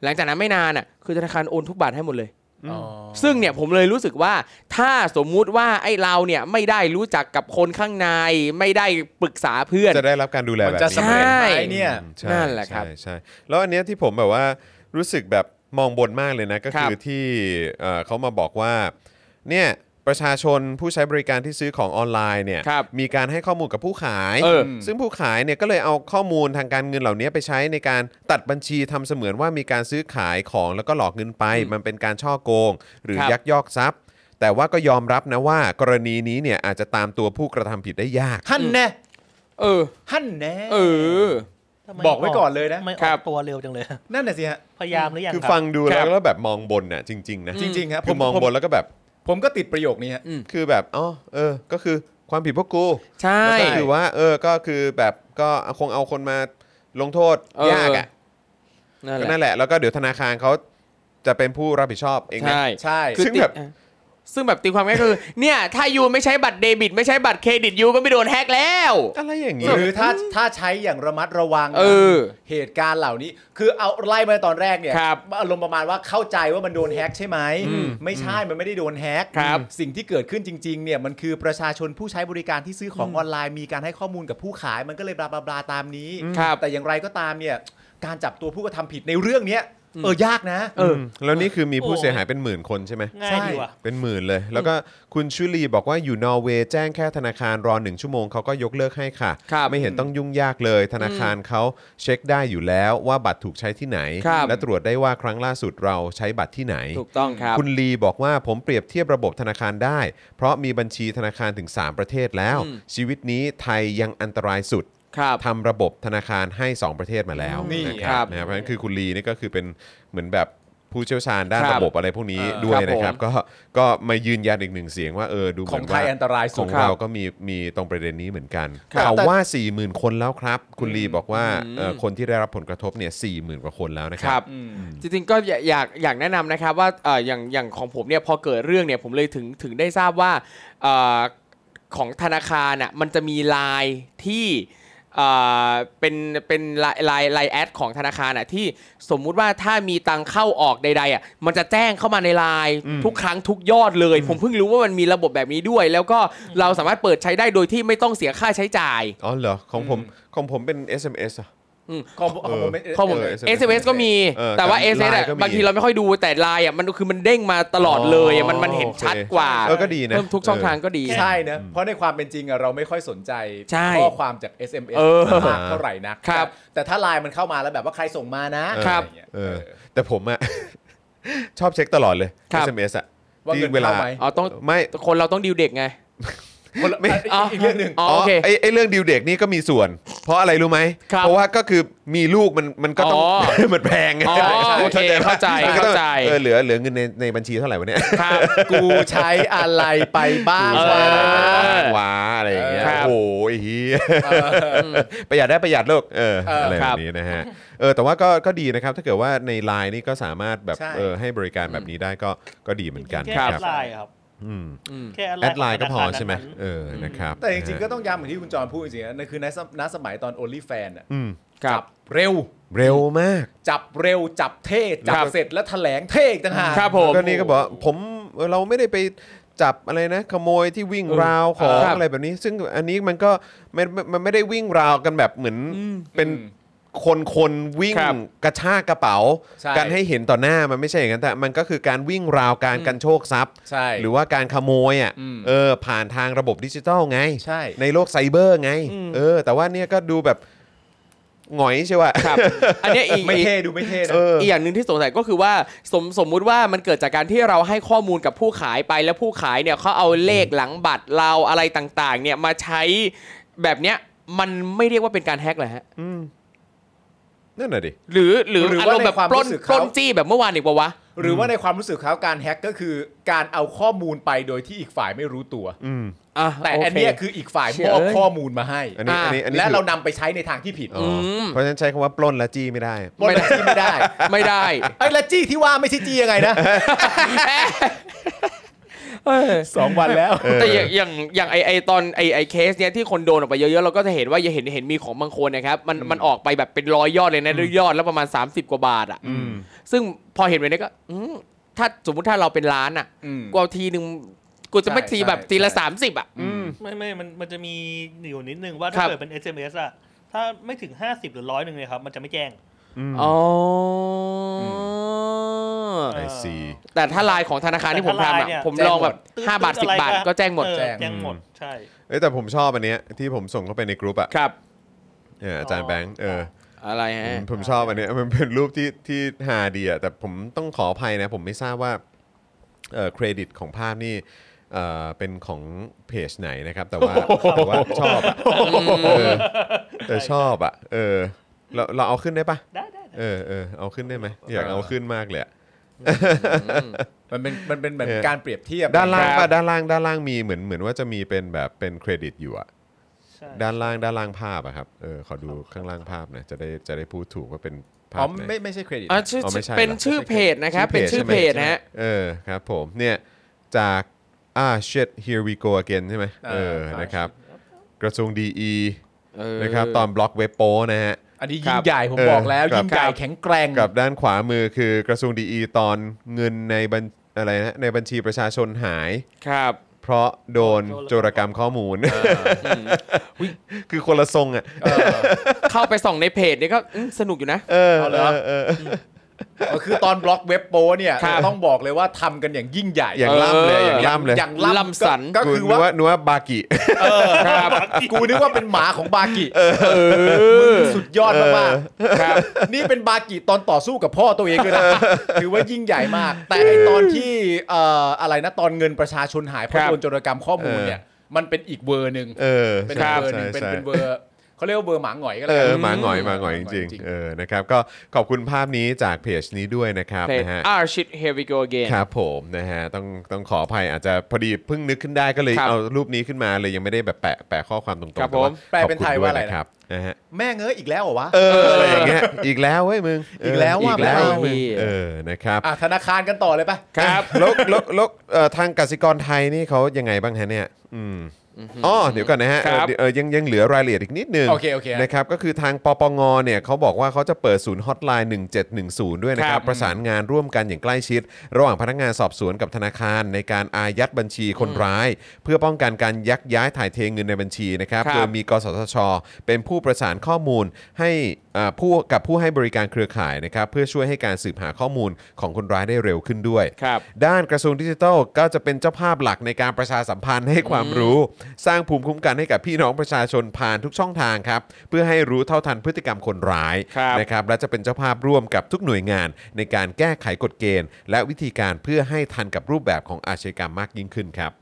[SPEAKER 5] หลังจากนั้นไม่นานอ่ะคือธนาคารโอนทุกบาทให้หมดเลย
[SPEAKER 3] อ๋อ
[SPEAKER 5] ซึ่งเนี่ยผมเลยรู้สึกว่าถ้าสมมุติว่าไอ้เราเนี่ยไม่ได้รู้จักกับคนข้างใน ไม่ได้ปรึกษาเพื่อน
[SPEAKER 1] จะได้รับการดูแล
[SPEAKER 3] มัน
[SPEAKER 1] แบบ
[SPEAKER 3] จะ
[SPEAKER 1] นี้
[SPEAKER 3] สำเร็จไหมเนี่ย
[SPEAKER 1] อืมใช่
[SPEAKER 5] นั่นแหละครับ
[SPEAKER 1] ใช่ใช่แล้วอันเนี้ยที่ผมแบบว่ารู้สึกแบบมองบนมากเลยนะ ก็คือ
[SPEAKER 5] ครับ
[SPEAKER 1] ที่เอ่อเขามาบอกว่าเนี่ยประชาชนผู้ใช้บริการที่ซื้อของออนไลน์เนี่ย
[SPEAKER 5] ครับ
[SPEAKER 1] มีการให้ข้อมูลกับผู้ขาย
[SPEAKER 5] เออ
[SPEAKER 1] ซึ่งผู้ขายเนี่ยก็เลยเอาข้อมูลทางการเงินเหล่านี้ไปใช้ในการตัดบัญชีทำเสมือนว่ามีการซื้อขายของแล้วก็หลอกเงินไป มันเป็นการช่อโกง หรือ
[SPEAKER 5] ครับ
[SPEAKER 1] ยักยอกทรัพย์ แต่ว่าก็ยอมรับนะว่ากรณีนี้เนี่ยอาจจะตามตัวผู้กระทำผิดได้ยาก
[SPEAKER 3] หั่นแน่
[SPEAKER 5] เออ
[SPEAKER 3] หั่นแน่
[SPEAKER 5] เออ
[SPEAKER 4] ทำไม
[SPEAKER 3] บอกไว้ก่อนเลยนะ
[SPEAKER 4] ไม่อ
[SPEAKER 5] ครั
[SPEAKER 4] อบ กตัวเร็วจังเลย
[SPEAKER 3] นั่นน่ะสิฮะ
[SPEAKER 4] พยายามหรือยัง
[SPEAKER 1] คือ
[SPEAKER 4] รับ
[SPEAKER 1] ฟังดูแล้
[SPEAKER 5] ค
[SPEAKER 1] ว
[SPEAKER 5] รับ
[SPEAKER 1] แล้วแบบมองบนน่ะจริง ๆ นะ
[SPEAKER 3] จริงๆครับ
[SPEAKER 1] คือมอง
[SPEAKER 3] ผม
[SPEAKER 1] บนแล้วก็แบบ
[SPEAKER 3] ผมก็ติดประโยคนี้ฮะ
[SPEAKER 1] คือแบบอ๋อเออ ก็คือความผิดพวกกู
[SPEAKER 5] ใช่
[SPEAKER 1] แล้วก็คือว่า เออก็คือแบบก็คงเอาคนมาลงโทษ
[SPEAKER 5] เออ
[SPEAKER 1] ยากอ่ะ
[SPEAKER 5] นั่น
[SPEAKER 1] ก็
[SPEAKER 5] แห
[SPEAKER 1] นั่
[SPEAKER 5] ละ
[SPEAKER 1] นแหละ แล้วก็เดี๋ยวธนาคารเขาจะเป็นผู้รับผิดชอบเองนะ
[SPEAKER 5] ใช่
[SPEAKER 3] ใช่
[SPEAKER 1] ซึ่งแบบ
[SPEAKER 5] ซึ่งแบบตีความง่ายคือ เนี่ย ถ้ายูไม่ใช้บัตรเดบิต ไม่ใช้บัตรเครดิตยูก็ไม่โดนแฮกแล้ว
[SPEAKER 1] อะไรอย่าง
[SPEAKER 3] ห
[SPEAKER 1] งี้
[SPEAKER 3] รือถ้าถ้าใช้อย่างระมัดระวัง
[SPEAKER 5] เออ
[SPEAKER 3] เหตุการณ์เหล่านี้ คือเอาไล่มาตอนแรกเนี่ย
[SPEAKER 5] ครับ
[SPEAKER 3] อารมณ์ประมาณว่าเข้าใจว่ามันโดนแฮ็กใช่ไหมไม่ใช่มันไม่ได้โดนแฮ็ก
[SPEAKER 5] ครับ
[SPEAKER 3] สิ่งที่เกิดขึ้นจริง ๆ เนี่ยมันคือประชาชนผู้ใช้บริการที่ซื้อของออนไลน์มีการให้ข้อมูลกับผู้ขายมันก็เลยบลาบลาบลาตามนี้
[SPEAKER 5] ครับ
[SPEAKER 3] แต่อย่างไรก็ตามเนี่ยการจับตัวผู้กระทำผิดในเรื่องเนี้ยเออยากนะ
[SPEAKER 5] เออ
[SPEAKER 1] แล้วนี่คือมีผู้เสียหายเป็นหมื่นคนใช่ไหม
[SPEAKER 4] ง่ายดีว่ะ
[SPEAKER 1] เป็นหมื่นเลย แล้วก็คุณชุลีบอกว่าอยู่นอร์เวย์แจ้งแค่ธนาคารรอหนึ่งชั่วโมงเขาก็ยกเลิกให้ค่ะ
[SPEAKER 5] ครับ
[SPEAKER 1] ไม่เห็นต้องยุ่งยากเลย ธนาคารเขาเช็คได้อยู่แล้วว่าบัตรถูกใช้ที่ไหน
[SPEAKER 5] ครับ
[SPEAKER 1] และตรวจได้ว่าครั้งล่าสุดเราใช้บัตรที่ไหน
[SPEAKER 5] ถูกต้องครับ
[SPEAKER 1] คุณลีบอกว่าผมเปรียบเทียบระบบธนาคารได้ เพราะมีบัญชีธนาคารถึง 3 ประเทศแล้ว
[SPEAKER 5] อืม
[SPEAKER 1] ชีวิตนี้ไทยยังอันตรายสุด
[SPEAKER 5] ครับ
[SPEAKER 1] ทำระบบธนาคารให้ 2 ประเทศมาแล้ว
[SPEAKER 3] นี่
[SPEAKER 1] นะค
[SPEAKER 5] ครั
[SPEAKER 1] รับบ นะครับเพราะฉะนั้นคือคุณลีนี่ก็คือเป็นเหมือนแบบผู้เชี่ยวชาญด้าน
[SPEAKER 5] ครับ
[SPEAKER 1] ระบบอะไรพวกนี้
[SPEAKER 3] เออ
[SPEAKER 1] ด้วย
[SPEAKER 5] ครับ
[SPEAKER 1] นะครับ ก็ก็มายืนยันอีกหนึ่งเสียงว่าเออดูเห
[SPEAKER 3] ข
[SPEAKER 1] มื
[SPEAKER 3] อง
[SPEAKER 1] อน
[SPEAKER 3] ไท
[SPEAKER 1] ว่าย
[SPEAKER 3] อันตราย
[SPEAKER 1] ข
[SPEAKER 3] สู
[SPEAKER 1] อง ง
[SPEAKER 5] ครับ
[SPEAKER 1] เราก็มีมีตรงประเด็นนี้เหมือนกัน
[SPEAKER 3] ครับ
[SPEAKER 1] ข่าว
[SPEAKER 3] แต่
[SPEAKER 1] ว่า 40,000 คนแล้วครับ คุณลีบอกว่าเอ่อคนที่ได้รับผลกระทบเนี่ย40,000 กว่าคนแล้วนะค
[SPEAKER 5] ค
[SPEAKER 1] รั
[SPEAKER 5] รับ บ จริงๆก็อยากอยากอยากแนะนำนะครับว่าเอ่ออย่างอย่างของผมเนี่ยพอเกิดเรื่องเนี่ยผมเลยถึงถึงได้ทราบว่าเอ่อของธนาคารน่ะมันจะมีไลน์ที่เอ่อเป็นเป็นไลน์ไลน์ไลน์แอดของธนาคารน่ะที่สมมุติว่าถ้ามีตังเข้าออกใดๆอ่ะมันจะแจ้งเข้ามาในไลน์ทุกครั้งทุกยอดเลย ผมเพิ่งรู้ว่ามันมีระบบแบบนี้ด้วย แล้วก็เราสามารถเปิดใช้ได้โดยที่ไม่ต้องเสียค่าใช้จ่าย
[SPEAKER 1] อ๋อเหรอของผมของผมเป็น SMS อะ
[SPEAKER 5] อืม
[SPEAKER 3] ของผมของผมเป็น
[SPEAKER 5] ข้อมูล
[SPEAKER 1] เออ SMS
[SPEAKER 5] SMS ก็มี
[SPEAKER 1] เออ
[SPEAKER 5] แต่ว่า
[SPEAKER 1] แต่
[SPEAKER 5] s อ
[SPEAKER 1] LINE
[SPEAKER 5] อะ
[SPEAKER 1] ก็มี
[SPEAKER 5] บางทีเราไม่ค่อยดูแต่ไลน์อ่ะมันคือมันเด้งมาตลอดเลยอะมันมันเห็น
[SPEAKER 1] โอเค
[SPEAKER 5] ชัดกว่า
[SPEAKER 1] เออก็ดีนะ
[SPEAKER 5] เพิ่มทุกช่อง
[SPEAKER 1] เออ
[SPEAKER 5] ทางก็ดี
[SPEAKER 3] ใช่นะ เพราะในความเป็นจริงอะเราไม่ค่อยสนใจ
[SPEAKER 5] ใช่
[SPEAKER 3] ข้อความจาก SMS
[SPEAKER 5] เออ
[SPEAKER 3] มากเท่าไหร่นัก
[SPEAKER 5] ครับ
[SPEAKER 3] แต่แต่ถ้าไลน์มันเข้ามาแล้วแบบว่าใครส่งมานะ
[SPEAKER 5] ครับ
[SPEAKER 3] อะไอย่างเงี้ย
[SPEAKER 1] เออ
[SPEAKER 3] เออ
[SPEAKER 1] แต่ผมอะ *laughs* ชอบเช็คตลอดเลย
[SPEAKER 5] ครับ
[SPEAKER 1] SMS อะ
[SPEAKER 3] ว่า
[SPEAKER 1] ที่
[SPEAKER 3] เงิน
[SPEAKER 1] เวลา
[SPEAKER 3] เข้าไหม
[SPEAKER 5] อ๋อต้อง
[SPEAKER 1] ไม่
[SPEAKER 5] คนเราต้องดีลเด็กไง
[SPEAKER 3] คนละ
[SPEAKER 1] ไม่
[SPEAKER 3] อ่ะอีกอีกเรื่องหนึ่ง
[SPEAKER 5] อ๋ออ๋อโอเค
[SPEAKER 1] ไอ้ไอ้เรื่องดิวเด็กนี่ก็มีส่วน เพราะอะไรรู้ไหม
[SPEAKER 5] ครับ
[SPEAKER 1] เพราะว่าก็คือมีลูกมันมันก็ต้อง
[SPEAKER 5] อ๋
[SPEAKER 1] มันแพงไง
[SPEAKER 5] อ๋อโอเคเข้าใจ
[SPEAKER 1] มันก็ต้อง
[SPEAKER 5] เข้าใจ
[SPEAKER 1] เออเหลือเหลือเงินในในบัญชีเท่าไหร่วะเนี่ย
[SPEAKER 5] ครับ
[SPEAKER 3] กูใช้อะไรไปบ้าง
[SPEAKER 5] เอ
[SPEAKER 3] วะ
[SPEAKER 5] อ
[SPEAKER 1] ว้าอะไรอย่างเงี้ย
[SPEAKER 5] ครับ
[SPEAKER 1] โอ้ยเฮียประหยัดได้ประหยัดโลกเออ
[SPEAKER 3] เอออ
[SPEAKER 1] อะไร
[SPEAKER 5] ค
[SPEAKER 1] แบ
[SPEAKER 5] รับบ
[SPEAKER 1] นี้นะฮะเออแต่ว่าก็ก็ดีนะครับ ถ้าเกิดว่าในไลน์นี่ก็สามารถแบบ
[SPEAKER 3] ใช่
[SPEAKER 1] เออให้บริการแบบนี้ได้ก็ก็ดีเหมือนกัน
[SPEAKER 4] แค่
[SPEAKER 1] ค
[SPEAKER 4] แอ
[SPEAKER 1] รับ
[SPEAKER 4] ดไลน์ครับ
[SPEAKER 1] อืม
[SPEAKER 4] แค่
[SPEAKER 1] แอดไลน์ก็พอ
[SPEAKER 4] ขงธนาคาร
[SPEAKER 1] ใช่ไหม
[SPEAKER 4] นั้น
[SPEAKER 1] เออนะครับ
[SPEAKER 3] แต่จริงๆก็ต้องย้ำเหมือนที่คุณจอนพูดจริงๆนะนั่นคือในสมณสมัยตอน OnlyFans อะ
[SPEAKER 1] อืม
[SPEAKER 5] ครับ
[SPEAKER 3] จัเร็ว
[SPEAKER 1] เร็วมาก
[SPEAKER 3] จับเร็วจับเท่จับ
[SPEAKER 5] ครับ
[SPEAKER 3] เสร็จแล้วแถลงเท่อีกต่างหาก
[SPEAKER 5] ครับผม
[SPEAKER 1] ก็นี่ก็บอกว่าผมเราไม่ได้ไปจับอะไรนะ ขโมยที่วิ่งราวของ
[SPEAKER 5] ครับ
[SPEAKER 1] อะไรแบบนี้ ซึ่งอันนี้มันก็มันมันไม่ได้วิ่งราวกันแบบเหมือนเป็นคนคนๆวิ่ง
[SPEAKER 5] ครับ
[SPEAKER 1] กระชากกระเป๋า
[SPEAKER 3] ใช่
[SPEAKER 1] กันให้เห็นต่อหน้ามันไม่ใช่อย่างนั้นแต่มันก็คือการวิ่งราวการกันโชคทรัพย์
[SPEAKER 3] ใช่
[SPEAKER 1] หรือว่าการขโมยอ่ะ
[SPEAKER 3] อืม
[SPEAKER 1] เออผ่านทางระบบดิจิตอลไง
[SPEAKER 3] ใช่
[SPEAKER 1] โลกไซเบอร์ไง
[SPEAKER 5] อืม
[SPEAKER 1] เออ แต่ว่าเนี่ยก็ดูแบบหงอยใช่ป่ะ
[SPEAKER 5] ครับ อันเนี้ยอีก
[SPEAKER 3] ไม่
[SPEAKER 5] อีก
[SPEAKER 3] เท่ดูไม่เท่นะ
[SPEAKER 1] เออ
[SPEAKER 5] อีกอย่างหนึ่งที่สงสัยก็คือว่าสมสมมุติว่ามันเกิดจากการที่เราให้ข้อมูลกับผู้ขายไปแล้วผู้ขายเนี่ยเขาเอาเลขหลังบัตรเราอะไรต่างๆ เนี่ยมาใช้แบบเนี้ยมันไม่เรียกว่าเป็นการแฮกเลยฮะ
[SPEAKER 1] นั่นน่ะดิ
[SPEAKER 5] หรือหรือ
[SPEAKER 3] หรือ
[SPEAKER 5] อา
[SPEAKER 3] ว่าร
[SPEAKER 5] มณ์แบบ
[SPEAKER 3] ในความ
[SPEAKER 5] ป
[SPEAKER 3] รู้
[SPEAKER 5] ล้น
[SPEAKER 3] สึกเขา
[SPEAKER 5] ปล้นจี้แบบเมื่อวานอีกปะวะ
[SPEAKER 3] หรือว่าในความรู้สึกเขาการแฮ็กก็คือการเอาข้อมูลไปโดยที่อีกฝ่ายไม่รู้ตัว
[SPEAKER 1] อืม
[SPEAKER 5] อ่ะ
[SPEAKER 3] แต่
[SPEAKER 5] โ
[SPEAKER 3] อันเนี้ยคืออีกฝ่ายมอบข้อมูลมาให้
[SPEAKER 1] อันนี้อันนี้อันนี้
[SPEAKER 3] และ
[SPEAKER 1] คือ
[SPEAKER 3] เรานำไปใช้ในทางที่ผิด
[SPEAKER 1] อ๋ออเพราะฉะนั้นใช้คำว่าปล้นและจี้ไม่ได้
[SPEAKER 3] ปล้นและจี้ไม่ได้
[SPEAKER 5] ไม่ได้
[SPEAKER 3] ไอ้และจี้ที่ว่าไม่ใช่จี้ยังไงนะ
[SPEAKER 5] เออ
[SPEAKER 3] สองวันแล้ว
[SPEAKER 5] แต่อย่างอย่างอย่างไอไอตอนไอไอเคสเนี้ยที่คนโดนออกไปเยอะๆเราก็จะเห็นว่ายังเห็นเห็นมีของบางคนนะครับมันมันออกไปแบบเป็นร้อยยอดเลยนะยอดแล้วประมาณ 30 กว่าบาทอ่ะ
[SPEAKER 1] อืม
[SPEAKER 5] ซึ่งพอเห็นแบบนี้ก็อืมถ้าสมมุติถ้าเราเป็นร้านอ่ะ
[SPEAKER 3] อืม
[SPEAKER 5] กูเอาทีหนึ่งกูจะไม่
[SPEAKER 3] ใช่
[SPEAKER 5] ทีแบบ
[SPEAKER 3] ใช่
[SPEAKER 5] ทีละ
[SPEAKER 3] ใช่
[SPEAKER 5] 30 อ่ะ
[SPEAKER 3] อืม
[SPEAKER 4] ไม่ไม่มันมันจะมีอยู่นิดนึงว่า
[SPEAKER 5] ครั
[SPEAKER 4] ถ้า
[SPEAKER 5] บ
[SPEAKER 4] เกิดเป็น SMS อะถ้าไม่ถึง 50 หรือร้อยหนึ่งเลยครับมันจะไม่แจ้ง
[SPEAKER 5] อ๋ออ
[SPEAKER 1] ไอซี
[SPEAKER 5] แต่ถ้าลายของธนาคารที่ผมทำ
[SPEAKER 4] แต่ถ้าลาย
[SPEAKER 5] อ่ะ
[SPEAKER 4] เนี่ย
[SPEAKER 5] ผม
[SPEAKER 3] แจ้ง
[SPEAKER 5] ลองแบบ
[SPEAKER 3] หม
[SPEAKER 4] ตื้อ
[SPEAKER 5] 5บาท
[SPEAKER 4] ตื้
[SPEAKER 5] 10
[SPEAKER 4] ออะไร
[SPEAKER 5] บาทก็แจ้งหมด
[SPEAKER 4] เออ
[SPEAKER 3] แจ้ง
[SPEAKER 4] แจ้งหมดใช่
[SPEAKER 1] เอ้ยแต่ผมชอบอันเนี้ยที่ผมส่งเข้าไปในกรุ๊ปอ่ะ
[SPEAKER 5] ครับ
[SPEAKER 1] เอออาจารย์แบงค์เออ
[SPEAKER 5] อะไร
[SPEAKER 1] อ
[SPEAKER 5] ฮะ
[SPEAKER 1] ผมผมชอบอันเนี้ย *laughs* มันเป็นรูปที่ที่ฮาดีอ่ะแต่ผมต้องขออภัยนะ ผมไม่ทราบว่าเออเครดิตของภาพนี่เออเป็นของเพจไหนนะครับ แต่ว่าแต่ว่าชอบอะเออแต่ชอบอ่ะเออเราเราเอาขึ้นได้ปะ
[SPEAKER 4] ได้ได้ได้
[SPEAKER 1] เออเออเอาขึ้นได้ไหมอยากเอาขึ้นมากเลยอะ
[SPEAKER 3] มันเป็นมันเป็นแบบ
[SPEAKER 1] เออ
[SPEAKER 3] การเปรียบเทียบ
[SPEAKER 1] ด้านล่าง
[SPEAKER 3] ค
[SPEAKER 1] ปะ
[SPEAKER 3] รับ
[SPEAKER 1] ด้านล่างด้านล่างมีเหมือนเหมือนว่าจะมีเป็นแบบเป็นเครดิตอยู่อ่ะ
[SPEAKER 4] ใช่
[SPEAKER 1] ด้านล่างด้านล่างภาพอะครับ เออ ขอดูข้างล่างภาพหนะจะได้จะได้พูดถูกว่าเป็นภา
[SPEAKER 3] อ๋อ
[SPEAKER 1] พไหน
[SPEAKER 3] ไม่ไม่ใช่เครดิต
[SPEAKER 5] อ่ะชื่อ
[SPEAKER 1] อ๋อไม่ใช่
[SPEAKER 5] เป็น
[SPEAKER 1] เหรอ
[SPEAKER 5] ชื่อเพจนะครับ เป็นชื่อเพจนะฮะ
[SPEAKER 1] เออครับผม เนี่ย จากอ่า shit here we go again ใช่ไหมเออ
[SPEAKER 3] อ่าน
[SPEAKER 1] นะครับ กระทรวงดีอีนะครับ ตอนบล็อกเว็บโปนะฮะ
[SPEAKER 3] อันนี้
[SPEAKER 5] ค
[SPEAKER 3] ยิ่
[SPEAKER 5] รั
[SPEAKER 3] ง
[SPEAKER 5] บ
[SPEAKER 3] ใหญ่ผม
[SPEAKER 1] เออ
[SPEAKER 3] บอกแล้ว
[SPEAKER 1] ครับ
[SPEAKER 3] ยิ่งใหญ่แข็งแกร่ง
[SPEAKER 1] กับด้านขวามือคือกระทรวงดีอีตอนเงินในบัญอะไรนะ ในบัญชีประชาชนหาย
[SPEAKER 5] ครับ
[SPEAKER 1] เพราะโดนโจรกรรมข้อมูล คือคนละทรงอ่ะ
[SPEAKER 5] เข้าไปส่องในเพจนี่ก็อืมสนุกอยู่นะ
[SPEAKER 1] เออ
[SPEAKER 3] เอาเหรอ
[SPEAKER 1] เออ
[SPEAKER 3] ก็คือตอนบล็อกเว็บโปเนี่ย
[SPEAKER 5] ครับ
[SPEAKER 3] ต้องบอกเลยว่าทำกันอย่างยิ่งใหญ่
[SPEAKER 1] อย่างล่ำเลย อย่างล่ำเลย
[SPEAKER 3] อย่างล่ำ
[SPEAKER 5] ล่ำสัน
[SPEAKER 3] ก็ก็
[SPEAKER 1] กู
[SPEAKER 3] คือ
[SPEAKER 1] นึก
[SPEAKER 3] ว่า
[SPEAKER 1] ว่านึกว่าบากิ
[SPEAKER 5] ครับ
[SPEAKER 3] กูนึกว่าเป็นหมาของบากิมึงสุดยอดมาก
[SPEAKER 5] ครับ
[SPEAKER 3] ๆนี่เป็นบากิตอนต่อสู้กับพ่อตัวเองเลยนะถือว่ายิ่งใหญ่มาก แต่ไอ้ตอนที่เอ่ออะไรนะตอนเงินประชาชนหายเพราะ
[SPEAKER 5] ครับ
[SPEAKER 3] โดนโจรกรรมข้อมูลเนี่ย มันเป็นอีกเวอร์หนึ่ง
[SPEAKER 1] เออ
[SPEAKER 3] เป็น
[SPEAKER 1] ใช่
[SPEAKER 3] เบอร์หนึ่ง
[SPEAKER 1] ใช่
[SPEAKER 3] เป็น
[SPEAKER 1] ใช่
[SPEAKER 3] เป็นเบอร์เขาเรียกว่าเบอร์หมาหงอยก็
[SPEAKER 1] เอ
[SPEAKER 3] แล้วกั
[SPEAKER 1] อน หมาหงอยหมาหงอยจริง
[SPEAKER 3] จริง
[SPEAKER 1] ๆเออนะครับก็ขอบคุณภาพนี้จากเพจนี้ด้วยนะครับ
[SPEAKER 5] เพจ
[SPEAKER 1] นะฮะ
[SPEAKER 5] Ah shit here we go again
[SPEAKER 1] ครับผมนะฮะต้องต้องขออภัยอาจจะพอดีเพิ่งนึกขึ้นได้ก็เลย
[SPEAKER 5] ครับ
[SPEAKER 1] เอารูปนี้ขึ้นมาเลยยังไม่ได้แบบแปะแปะข้อความตรงๆ
[SPEAKER 5] ครับ
[SPEAKER 1] ต่ว่า
[SPEAKER 5] ผม
[SPEAKER 3] แปลเป็นไทย
[SPEAKER 1] ขบคุณด้
[SPEAKER 3] ว่าอะไรนะ
[SPEAKER 1] ครับนะฮะ
[SPEAKER 3] แม่เงยอีกแล้วเหรอวะ
[SPEAKER 1] เอออะไรอย่างเงี้ยอีกแล้วเว้ยมึงเ
[SPEAKER 3] กแล้ว
[SPEAKER 1] อี
[SPEAKER 3] ว่ะ
[SPEAKER 1] กแล้ว
[SPEAKER 3] ไม่เอา
[SPEAKER 1] เว้ยมึงเออนะครับ
[SPEAKER 3] อ่ะธนาคารกันต่อเลยปะ
[SPEAKER 1] ครับ *laughs* แล้วแล้วแล้วเอ่อทางกสิกรไทยนี่เขายังไงบ้างฮะเนี่ยอืมอ๋อเดี๋ยวก่อนนะฮะ
[SPEAKER 5] ครับ
[SPEAKER 1] เออเออยังยังเหลือรายละเอียดอีกนิดนึง
[SPEAKER 3] โอเคโอเค
[SPEAKER 1] นะครับก็คือทางปปงเนี่ยเขาบอกว่าเขาจะเปิดศูนย์ฮอตไลน์ 1710 ด้วยนะครับ ประสานงานร่วมกันอย่างใกล้ชิด ระหว่างพนักงานสอบสวนกับธนาคารในการอายัดบัญชีคนร้าย เพื่อป้องกันการยักย้ายถ่ายเทเงินในบัญชีนะครับ
[SPEAKER 5] ครับ
[SPEAKER 1] โดยมีกสทช เป็นผู้ประสานข้อมูลให้อ่าผู้กับผู้ให้บริการเครือข่ายนะครับเพื่อช่วยให้การสืบหาข้อมูลของคนร้ายได้เร็วขึ้นด้วย
[SPEAKER 5] ครับ
[SPEAKER 1] ด้านกระทรวงดิจิทัลก็จะเป็นเจ้าภาพหลักในการประชาสัมพันธ์ให้ความรู้ สร้างภูมิคุ้มกันให้กับพี่น้องประชาชนผ่านทุกช่องทางครับ เพื่อให้รู้เท่าทันพฤติกรรมคนร้าย
[SPEAKER 5] ครับ
[SPEAKER 1] นะครับและจะเป็นเจ้าภาพร่วมกับทุกหน่วยงาน ในการแก้ไขกฎเกณฑ์ และวิธีการเพื่อให้ทันกับรูปแบบของอาชญากรรมมากยิ่งขึ้นครับ